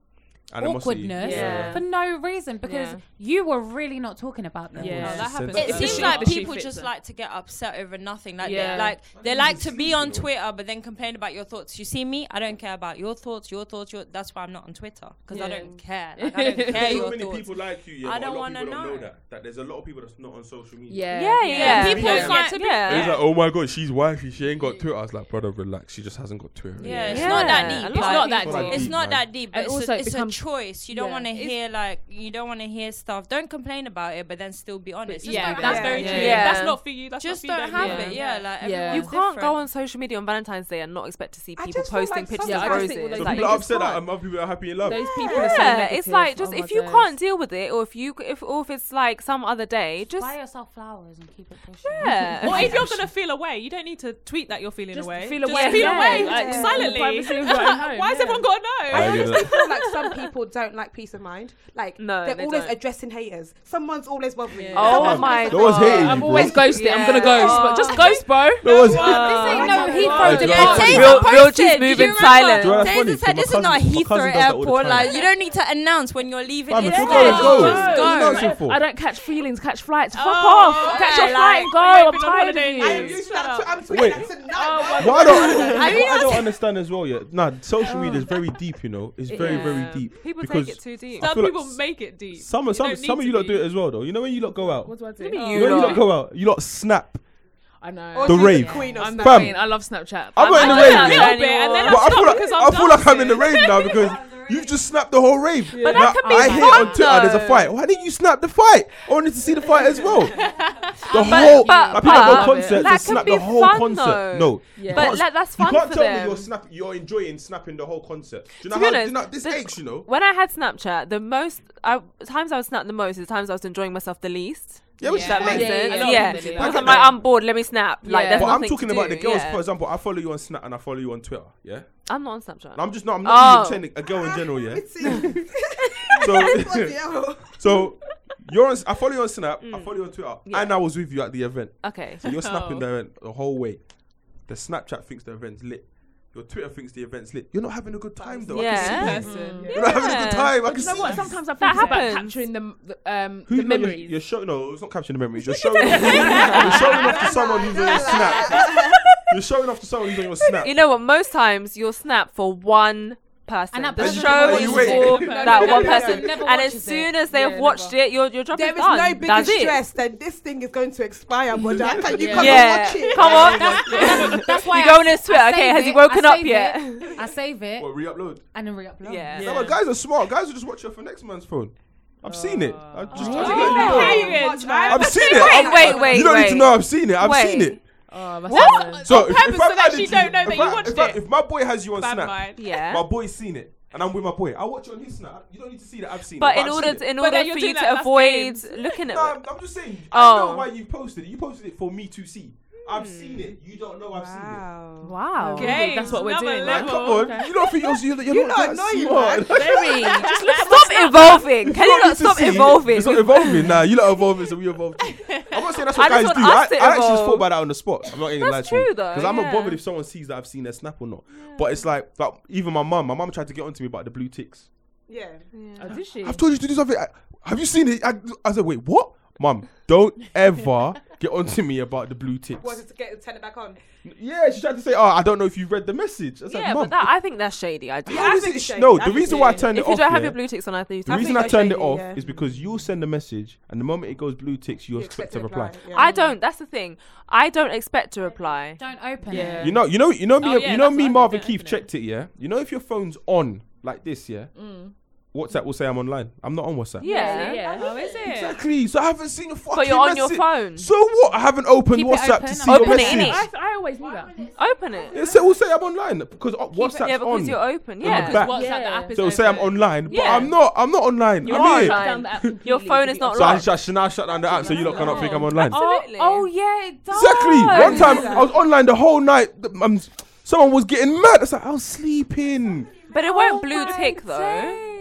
[SPEAKER 1] Animosity.
[SPEAKER 5] awkwardness
[SPEAKER 4] Yeah.
[SPEAKER 5] for no reason because
[SPEAKER 4] Yeah.
[SPEAKER 5] you were really not talking about them.
[SPEAKER 3] Yeah.
[SPEAKER 6] Oh, that happens.
[SPEAKER 1] It
[SPEAKER 7] It
[SPEAKER 1] Yeah.
[SPEAKER 7] seems
[SPEAKER 1] She-
[SPEAKER 7] like
[SPEAKER 3] she
[SPEAKER 7] people
[SPEAKER 3] fits
[SPEAKER 7] just
[SPEAKER 3] her.
[SPEAKER 7] like to get upset over nothing. Like
[SPEAKER 3] Yeah.
[SPEAKER 7] they like they
[SPEAKER 1] even
[SPEAKER 7] like to be
[SPEAKER 1] sleep,
[SPEAKER 7] on
[SPEAKER 1] you know.
[SPEAKER 7] Twitter, but then complain about your thoughts. You see me, I don't care about your thoughts, your thoughts. Your that's why I'm not on Twitter because I
[SPEAKER 3] Yeah.
[SPEAKER 7] don't care. Like, I don't care
[SPEAKER 1] There's so
[SPEAKER 7] your
[SPEAKER 1] many
[SPEAKER 7] thoughts.
[SPEAKER 1] people like you. Yeah,
[SPEAKER 7] I
[SPEAKER 1] but
[SPEAKER 7] don't
[SPEAKER 1] a lot of
[SPEAKER 7] wanna
[SPEAKER 1] people don't know
[SPEAKER 7] know.
[SPEAKER 1] that. That there's a lot of people that's not on social media.
[SPEAKER 3] Yeah.
[SPEAKER 4] Yeah, yeah.
[SPEAKER 7] People
[SPEAKER 1] Yeah.
[SPEAKER 7] like-
[SPEAKER 4] yeah.
[SPEAKER 1] It's like, oh my god, she's wifey. She ain't got Twitter. I was like, brother, relax. She just hasn't got Twitter.
[SPEAKER 7] Yeah, it's
[SPEAKER 4] Yeah.
[SPEAKER 7] not that
[SPEAKER 4] Yeah.
[SPEAKER 7] deep.
[SPEAKER 4] It's
[SPEAKER 7] like,
[SPEAKER 4] not that
[SPEAKER 1] It's not deep. that
[SPEAKER 7] It's
[SPEAKER 1] deep,
[SPEAKER 7] not
[SPEAKER 1] man.
[SPEAKER 7] that deep, but
[SPEAKER 3] And
[SPEAKER 7] it's,
[SPEAKER 3] also
[SPEAKER 7] a,
[SPEAKER 3] it
[SPEAKER 7] it's
[SPEAKER 3] becomes-
[SPEAKER 7] a choice. You don't
[SPEAKER 3] yeah.
[SPEAKER 7] want to
[SPEAKER 3] It's-
[SPEAKER 7] hear like you don't want to hear stuff. Don't complain about it, but then still be honest. Just
[SPEAKER 6] Yeah,
[SPEAKER 7] don't
[SPEAKER 6] that's
[SPEAKER 7] have
[SPEAKER 6] very
[SPEAKER 7] it.
[SPEAKER 6] true.
[SPEAKER 4] Yeah.
[SPEAKER 6] That's not for you. That's
[SPEAKER 7] Just
[SPEAKER 6] not for
[SPEAKER 7] don't
[SPEAKER 6] you.
[SPEAKER 7] have
[SPEAKER 6] baby.
[SPEAKER 7] it. Yeah, like
[SPEAKER 3] Yeah.
[SPEAKER 7] everyone's
[SPEAKER 4] You can't go
[SPEAKER 7] different.
[SPEAKER 4] on social media on Valentine's Day and not expect to see
[SPEAKER 2] I
[SPEAKER 4] people
[SPEAKER 2] just feel
[SPEAKER 4] posting
[SPEAKER 2] like
[SPEAKER 4] pictures of
[SPEAKER 3] sometimes
[SPEAKER 4] roses.
[SPEAKER 3] people
[SPEAKER 4] Like,
[SPEAKER 3] are
[SPEAKER 1] So
[SPEAKER 4] you
[SPEAKER 1] people are
[SPEAKER 4] just
[SPEAKER 1] upset that
[SPEAKER 4] can't.
[SPEAKER 1] um, other people are happy in love.
[SPEAKER 3] Those people are so
[SPEAKER 4] Yeah,
[SPEAKER 3] negative.
[SPEAKER 4] it's like
[SPEAKER 3] Oh
[SPEAKER 4] just
[SPEAKER 3] my
[SPEAKER 4] if you
[SPEAKER 3] days.
[SPEAKER 4] can't deal with it, or if you if or if it's like some other day, just
[SPEAKER 5] Buy yourself flowers and keep it pushing.
[SPEAKER 4] yeah.
[SPEAKER 6] Or if you're gonna feel away, you don't need to tweet that you're feeling
[SPEAKER 3] Just
[SPEAKER 6] away.
[SPEAKER 3] feel
[SPEAKER 6] Just
[SPEAKER 3] away,
[SPEAKER 6] feel
[SPEAKER 3] yeah,
[SPEAKER 6] away
[SPEAKER 3] like, yeah,
[SPEAKER 6] silently.
[SPEAKER 3] in the privacy of your own home,
[SPEAKER 6] Why has
[SPEAKER 3] yeah.
[SPEAKER 6] everyone got to know?
[SPEAKER 1] I get
[SPEAKER 2] honestly
[SPEAKER 1] it.
[SPEAKER 2] feel like some people don't like peace of mind. Like
[SPEAKER 4] No,
[SPEAKER 2] they're
[SPEAKER 4] they
[SPEAKER 2] always
[SPEAKER 4] don't.
[SPEAKER 2] addressing haters. Someone's always bothering you.
[SPEAKER 4] Oh
[SPEAKER 2] Someone's
[SPEAKER 4] my
[SPEAKER 2] always-
[SPEAKER 1] That was
[SPEAKER 4] God.
[SPEAKER 1] hating you,
[SPEAKER 3] I'm
[SPEAKER 1] bro.
[SPEAKER 3] always ghosting. I'm gonna
[SPEAKER 4] Yeah.
[SPEAKER 3] ghost, but just ghost, bro.
[SPEAKER 1] That was-
[SPEAKER 7] This ain't no
[SPEAKER 1] God.
[SPEAKER 7] Heathrow.
[SPEAKER 1] Yeah, Taser
[SPEAKER 4] Real- real posted. G's Do you move in remember? silence.
[SPEAKER 1] Do you know what's funny?
[SPEAKER 7] Taser said,
[SPEAKER 1] My
[SPEAKER 7] "This is not
[SPEAKER 1] cousin- my cousin
[SPEAKER 7] Heathrow
[SPEAKER 1] does that all the
[SPEAKER 7] Airport.
[SPEAKER 1] time.
[SPEAKER 7] Like you don't need to announce when you're leaving.
[SPEAKER 1] Fam, if
[SPEAKER 7] It's
[SPEAKER 1] you're going,
[SPEAKER 7] there.
[SPEAKER 1] go.
[SPEAKER 7] Just
[SPEAKER 1] What are you
[SPEAKER 7] go.
[SPEAKER 1] dancing for?
[SPEAKER 3] I don't catch feelings, catch flights. Fuck
[SPEAKER 6] Oh,
[SPEAKER 3] off. Catch your flight
[SPEAKER 7] yeah, like,
[SPEAKER 3] and go.
[SPEAKER 6] we've
[SPEAKER 3] I'm
[SPEAKER 6] been on
[SPEAKER 3] tired
[SPEAKER 6] holiday.
[SPEAKER 2] I
[SPEAKER 3] of
[SPEAKER 2] am
[SPEAKER 3] you.
[SPEAKER 2] used to that too. I'm
[SPEAKER 1] Wait.
[SPEAKER 2] tweeting that tonight.
[SPEAKER 1] What I don't, what I don't understand as well, yeah. Nah, social media is very deep, you know. It's very,
[SPEAKER 4] Yeah.
[SPEAKER 1] very deep.
[SPEAKER 4] People
[SPEAKER 1] because
[SPEAKER 4] take it too deep.
[SPEAKER 1] I
[SPEAKER 6] Some
[SPEAKER 1] feel like
[SPEAKER 6] people make it deep.
[SPEAKER 1] Some,
[SPEAKER 6] You
[SPEAKER 1] some,
[SPEAKER 6] don't need
[SPEAKER 1] some of
[SPEAKER 6] to
[SPEAKER 1] you lot do
[SPEAKER 6] be.
[SPEAKER 1] it as well, though. You know when you lot go out,
[SPEAKER 3] What
[SPEAKER 1] you
[SPEAKER 3] do I do?
[SPEAKER 4] Maybe
[SPEAKER 3] Oh,
[SPEAKER 4] you
[SPEAKER 1] know when you
[SPEAKER 4] lot.
[SPEAKER 1] lot go out, you lot snap.
[SPEAKER 3] I
[SPEAKER 2] Or
[SPEAKER 3] know.
[SPEAKER 1] The
[SPEAKER 2] she's
[SPEAKER 1] rave.
[SPEAKER 2] Queen of
[SPEAKER 3] I'm
[SPEAKER 2] Snapchat.
[SPEAKER 3] that
[SPEAKER 1] Fam.
[SPEAKER 3] queen. I love Snapchat.
[SPEAKER 1] I'm not
[SPEAKER 3] I-
[SPEAKER 1] in
[SPEAKER 4] I
[SPEAKER 1] the
[SPEAKER 4] don't
[SPEAKER 1] rave.
[SPEAKER 4] know
[SPEAKER 6] A little bit, and then
[SPEAKER 4] anymore.
[SPEAKER 1] But I feel
[SPEAKER 6] stop
[SPEAKER 1] like
[SPEAKER 6] because
[SPEAKER 1] I
[SPEAKER 6] I'm
[SPEAKER 1] feel like I'm in the
[SPEAKER 6] dancing.
[SPEAKER 1] rave now because you've just snapped the whole rave.
[SPEAKER 4] But that
[SPEAKER 1] Now,
[SPEAKER 4] can be
[SPEAKER 1] I hate
[SPEAKER 4] fun,
[SPEAKER 1] on Twitter. There's
[SPEAKER 4] though.
[SPEAKER 1] a fight. Why didn't you snap the fight? I wanted to see the fight as well. The whole
[SPEAKER 4] but-
[SPEAKER 1] like, people that
[SPEAKER 4] but
[SPEAKER 1] go concerts
[SPEAKER 4] that
[SPEAKER 1] and
[SPEAKER 4] can
[SPEAKER 1] snap
[SPEAKER 4] be
[SPEAKER 1] the whole
[SPEAKER 4] fun,
[SPEAKER 1] concert.
[SPEAKER 4] though.
[SPEAKER 1] No,
[SPEAKER 3] Yeah.
[SPEAKER 1] You
[SPEAKER 4] But
[SPEAKER 1] can't-
[SPEAKER 4] that- that's fun
[SPEAKER 1] You can't
[SPEAKER 4] for
[SPEAKER 1] tell
[SPEAKER 4] them.
[SPEAKER 1] me you're snap. You're enjoying snapping the whole concert. Do you know
[SPEAKER 4] To be
[SPEAKER 1] how
[SPEAKER 4] honest,
[SPEAKER 1] do you know, this
[SPEAKER 4] the-
[SPEAKER 1] aches? You know.
[SPEAKER 4] When I had Snapchat, the most I, times I was snap the most is the times I was enjoying myself the
[SPEAKER 1] Oh,
[SPEAKER 4] least.
[SPEAKER 1] Yeah, which
[SPEAKER 4] If
[SPEAKER 1] is
[SPEAKER 4] that
[SPEAKER 1] fine.
[SPEAKER 4] makes
[SPEAKER 3] Yeah, yeah,
[SPEAKER 4] sense. Yeah,
[SPEAKER 3] yeah. I get that.
[SPEAKER 4] because
[SPEAKER 1] I
[SPEAKER 4] I'm
[SPEAKER 1] get
[SPEAKER 4] like
[SPEAKER 1] that.
[SPEAKER 4] I'm bored. Let me snap. Like
[SPEAKER 3] Yeah.
[SPEAKER 4] there's
[SPEAKER 1] But I'm
[SPEAKER 4] nothing to
[SPEAKER 1] talking about
[SPEAKER 4] do,
[SPEAKER 1] the girls,
[SPEAKER 4] yeah.
[SPEAKER 1] for example. I follow you on Snap and I follow you on Twitter. Yeah,
[SPEAKER 4] I'm not on Snapchat.
[SPEAKER 1] and I'm just not. I'm not
[SPEAKER 4] Oh.
[SPEAKER 1] even saying a girl in general. Yeah,
[SPEAKER 2] Bloody
[SPEAKER 1] so
[SPEAKER 2] hell.
[SPEAKER 1] so you're on. I follow you on Snap. I
[SPEAKER 4] Mm.
[SPEAKER 1] follow you on Twitter, and I was with you at the event.
[SPEAKER 4] okay.
[SPEAKER 1] So you're snapping the event the whole way. The Snapchat thinks the event's lit. Your Twitter thinks the event's lit. You're not having a good time though. I can see
[SPEAKER 4] Yeah.
[SPEAKER 1] it.
[SPEAKER 6] Person.
[SPEAKER 5] Mm.
[SPEAKER 1] You're not having a
[SPEAKER 4] Yeah.
[SPEAKER 1] good time. I can
[SPEAKER 3] You know
[SPEAKER 1] see
[SPEAKER 3] what?
[SPEAKER 1] it.
[SPEAKER 3] Sometimes I think
[SPEAKER 4] That
[SPEAKER 3] it's about
[SPEAKER 4] happens.
[SPEAKER 3] capturing the the, um,
[SPEAKER 1] Who
[SPEAKER 3] the
[SPEAKER 1] you know, you're-
[SPEAKER 3] memories.
[SPEAKER 1] You're showing. No, it's not capturing the memories. You're showing. off- you're showing off to someone who's on your Snap. You're showing off to someone who's on your Snap.
[SPEAKER 4] You know what? Most times you'll snap for one person.
[SPEAKER 5] And that
[SPEAKER 4] the
[SPEAKER 5] person
[SPEAKER 4] show
[SPEAKER 1] watches
[SPEAKER 4] is
[SPEAKER 1] it.
[SPEAKER 4] for
[SPEAKER 1] No,
[SPEAKER 4] that
[SPEAKER 1] no, no,
[SPEAKER 4] one
[SPEAKER 1] no,
[SPEAKER 4] person,
[SPEAKER 5] no, never
[SPEAKER 4] and as
[SPEAKER 5] watches
[SPEAKER 4] soon
[SPEAKER 5] it.
[SPEAKER 4] as they have
[SPEAKER 3] Yeah,
[SPEAKER 4] watched it, your your job
[SPEAKER 2] There
[SPEAKER 4] is
[SPEAKER 2] is
[SPEAKER 4] done.
[SPEAKER 2] no bigger
[SPEAKER 4] That's it.
[SPEAKER 2] stress than this thing is going to expire, Moja. Can you
[SPEAKER 3] Yeah.
[SPEAKER 2] come
[SPEAKER 4] Yeah,
[SPEAKER 2] and watch it?
[SPEAKER 4] come on.
[SPEAKER 5] That's, that's why
[SPEAKER 4] You
[SPEAKER 5] I
[SPEAKER 4] go on
[SPEAKER 5] s-
[SPEAKER 4] his Twitter,
[SPEAKER 5] I
[SPEAKER 4] okay,
[SPEAKER 5] save
[SPEAKER 4] has he
[SPEAKER 5] it,
[SPEAKER 4] woken
[SPEAKER 5] I
[SPEAKER 4] up
[SPEAKER 5] save
[SPEAKER 4] yet?
[SPEAKER 5] it, I save it
[SPEAKER 1] What re-upload?
[SPEAKER 5] and then re-upload.
[SPEAKER 4] Yeah.
[SPEAKER 1] No, but guys are smart. Guys will just watch it from next man's phone. I've seen it. I've just tried to let you know.
[SPEAKER 6] Haters, man.
[SPEAKER 1] I've seen it.
[SPEAKER 4] Wait,
[SPEAKER 1] I've-
[SPEAKER 4] Oh. wait, wait,
[SPEAKER 1] You don't need
[SPEAKER 4] wait.
[SPEAKER 1] to know. I've seen it. I've
[SPEAKER 4] Wait.
[SPEAKER 1] seen it.
[SPEAKER 3] Oh, my
[SPEAKER 6] What?
[SPEAKER 1] So
[SPEAKER 6] on
[SPEAKER 1] if,
[SPEAKER 6] purpose
[SPEAKER 1] if I've
[SPEAKER 6] so that
[SPEAKER 1] added
[SPEAKER 6] she don't know
[SPEAKER 1] if
[SPEAKER 6] that you
[SPEAKER 1] I-
[SPEAKER 6] watched
[SPEAKER 1] if I-
[SPEAKER 6] it.
[SPEAKER 1] if my boy has you on
[SPEAKER 6] Bad
[SPEAKER 1] Snap,
[SPEAKER 6] mind.
[SPEAKER 4] Yeah.
[SPEAKER 1] my boy's seen it, and I'm with my boy. I watch it on his Snap. You don't need to see that I've seen
[SPEAKER 4] But
[SPEAKER 1] it.
[SPEAKER 4] in
[SPEAKER 1] I've
[SPEAKER 4] order
[SPEAKER 1] seen
[SPEAKER 4] to,
[SPEAKER 1] it.
[SPEAKER 4] in
[SPEAKER 6] But
[SPEAKER 4] order
[SPEAKER 6] then
[SPEAKER 4] for
[SPEAKER 6] you're
[SPEAKER 4] you
[SPEAKER 6] doing
[SPEAKER 4] to
[SPEAKER 6] that, that's
[SPEAKER 4] avoid
[SPEAKER 6] games.
[SPEAKER 4] looking at
[SPEAKER 1] No, I'm, I'm just saying. I know
[SPEAKER 4] Oh.
[SPEAKER 1] why you posted it. You posted it for me to see. I've seen it. You don't know I've
[SPEAKER 4] Hmm. wow.
[SPEAKER 3] Okay. That's what we're
[SPEAKER 6] Games,
[SPEAKER 3] doing,
[SPEAKER 1] seen it.
[SPEAKER 6] another
[SPEAKER 1] Like,
[SPEAKER 6] level.
[SPEAKER 1] come on. You don't think you're, you're, you're
[SPEAKER 2] You
[SPEAKER 1] not
[SPEAKER 2] lot
[SPEAKER 1] that
[SPEAKER 2] annoying,
[SPEAKER 1] smart.
[SPEAKER 2] man.
[SPEAKER 3] Very. Just look
[SPEAKER 4] Stop
[SPEAKER 1] You
[SPEAKER 4] evolving. Can you
[SPEAKER 1] don't
[SPEAKER 4] not
[SPEAKER 1] need to
[SPEAKER 4] stop
[SPEAKER 1] see it.
[SPEAKER 4] evolving?
[SPEAKER 1] It's not evolving. Nah, you lot evolving, so we evolve too. I'm not saying that's what
[SPEAKER 4] I
[SPEAKER 1] guys
[SPEAKER 4] just want
[SPEAKER 1] do.
[SPEAKER 4] us
[SPEAKER 1] I, I actually
[SPEAKER 4] to
[SPEAKER 1] just
[SPEAKER 4] evolve.
[SPEAKER 1] thought about that on the spot. I'm not even lying
[SPEAKER 4] That's
[SPEAKER 1] to you.
[SPEAKER 4] true though,
[SPEAKER 1] Because I'm not
[SPEAKER 4] yeah.
[SPEAKER 1] bothered if someone sees that I've seen their snap or not. But it's like, like even my mum, my mum tried to get onto me about the blue ticks.
[SPEAKER 2] Yeah.
[SPEAKER 3] Oh, did she?
[SPEAKER 1] I've told you to do something. I, have you seen it? I, I said, wait, what? Mum, don't ever get onto me about the blue ticks.
[SPEAKER 2] Was it to get turn it back on?
[SPEAKER 1] Yeah, she tried to say, oh, I don't know if you read the message. I said,
[SPEAKER 4] Yeah,
[SPEAKER 1] mum,
[SPEAKER 4] but that, I think that's shady. I do.
[SPEAKER 2] Yeah,
[SPEAKER 1] how
[SPEAKER 2] I
[SPEAKER 1] is
[SPEAKER 2] think
[SPEAKER 1] it
[SPEAKER 2] it's
[SPEAKER 1] sh-
[SPEAKER 2] shady.
[SPEAKER 1] No,
[SPEAKER 2] I
[SPEAKER 1] the
[SPEAKER 2] think
[SPEAKER 1] reason
[SPEAKER 2] it's
[SPEAKER 1] why I
[SPEAKER 2] shady.
[SPEAKER 1] turned
[SPEAKER 4] If
[SPEAKER 1] it
[SPEAKER 4] you
[SPEAKER 1] off.
[SPEAKER 4] don't have
[SPEAKER 1] yeah,
[SPEAKER 4] your blue ticks on, I think
[SPEAKER 1] the
[SPEAKER 4] I,
[SPEAKER 1] reason
[SPEAKER 2] think
[SPEAKER 1] I
[SPEAKER 2] it's
[SPEAKER 1] turned it
[SPEAKER 2] shady,
[SPEAKER 1] off
[SPEAKER 2] yeah.
[SPEAKER 1] is because you'll send a message and the moment it goes blue ticks, you expect to reply.
[SPEAKER 2] yeah.
[SPEAKER 4] I don't. That's the thing. I don't expect to reply.
[SPEAKER 5] Don't open
[SPEAKER 3] Yeah.
[SPEAKER 5] it.
[SPEAKER 1] You know, you know, you know me.
[SPEAKER 3] Oh, yeah,
[SPEAKER 1] you know
[SPEAKER 3] that's what I
[SPEAKER 1] me.
[SPEAKER 3] did,
[SPEAKER 1] Marvin
[SPEAKER 3] yeah,
[SPEAKER 1] Keith
[SPEAKER 3] isn't it?
[SPEAKER 1] checked it. Yeah, you know if your phone's on like this, yeah, WhatsApp will say I'm online. I'm not on WhatsApp.
[SPEAKER 4] Mm. Yeah.
[SPEAKER 3] yeah.
[SPEAKER 5] Oh, is it?
[SPEAKER 1] Exactly. So I haven't seen your fucking.
[SPEAKER 4] But you're on your
[SPEAKER 1] message.
[SPEAKER 4] phone.
[SPEAKER 1] So what? I haven't opened
[SPEAKER 5] Keep it
[SPEAKER 1] WhatsApp
[SPEAKER 5] open,
[SPEAKER 1] to see
[SPEAKER 5] I'll
[SPEAKER 1] your
[SPEAKER 4] open it,
[SPEAKER 1] message.
[SPEAKER 4] innit?
[SPEAKER 3] I, I always knew that.
[SPEAKER 4] Open it.
[SPEAKER 1] It say, will say I'm online because uh, WhatsApp's
[SPEAKER 4] yeah, because
[SPEAKER 1] on.
[SPEAKER 4] you're open.
[SPEAKER 1] the
[SPEAKER 4] Yeah.
[SPEAKER 1] back.
[SPEAKER 5] WhatsApp,
[SPEAKER 3] Yeah.
[SPEAKER 5] the app is
[SPEAKER 1] so it'll say I'm
[SPEAKER 5] open.
[SPEAKER 1] online, but
[SPEAKER 4] Yeah.
[SPEAKER 1] I'm not. I'm not online.
[SPEAKER 4] You're
[SPEAKER 1] I'm here.
[SPEAKER 4] online.
[SPEAKER 3] Down the app completely,
[SPEAKER 4] Your phone
[SPEAKER 3] to
[SPEAKER 4] is
[SPEAKER 3] be
[SPEAKER 4] not
[SPEAKER 3] honest.
[SPEAKER 1] So I,
[SPEAKER 4] Right.
[SPEAKER 1] sh- should I shut down the app so you lot cannot think I'm online?
[SPEAKER 4] Absolutely.
[SPEAKER 5] Oh, yeah, it does.
[SPEAKER 1] Exactly. One
[SPEAKER 4] No.
[SPEAKER 1] time I was online the whole night. th- Um, someone was getting mad. I was like, I was sleeping.
[SPEAKER 4] But it
[SPEAKER 3] oh,
[SPEAKER 4] won't blue tick though.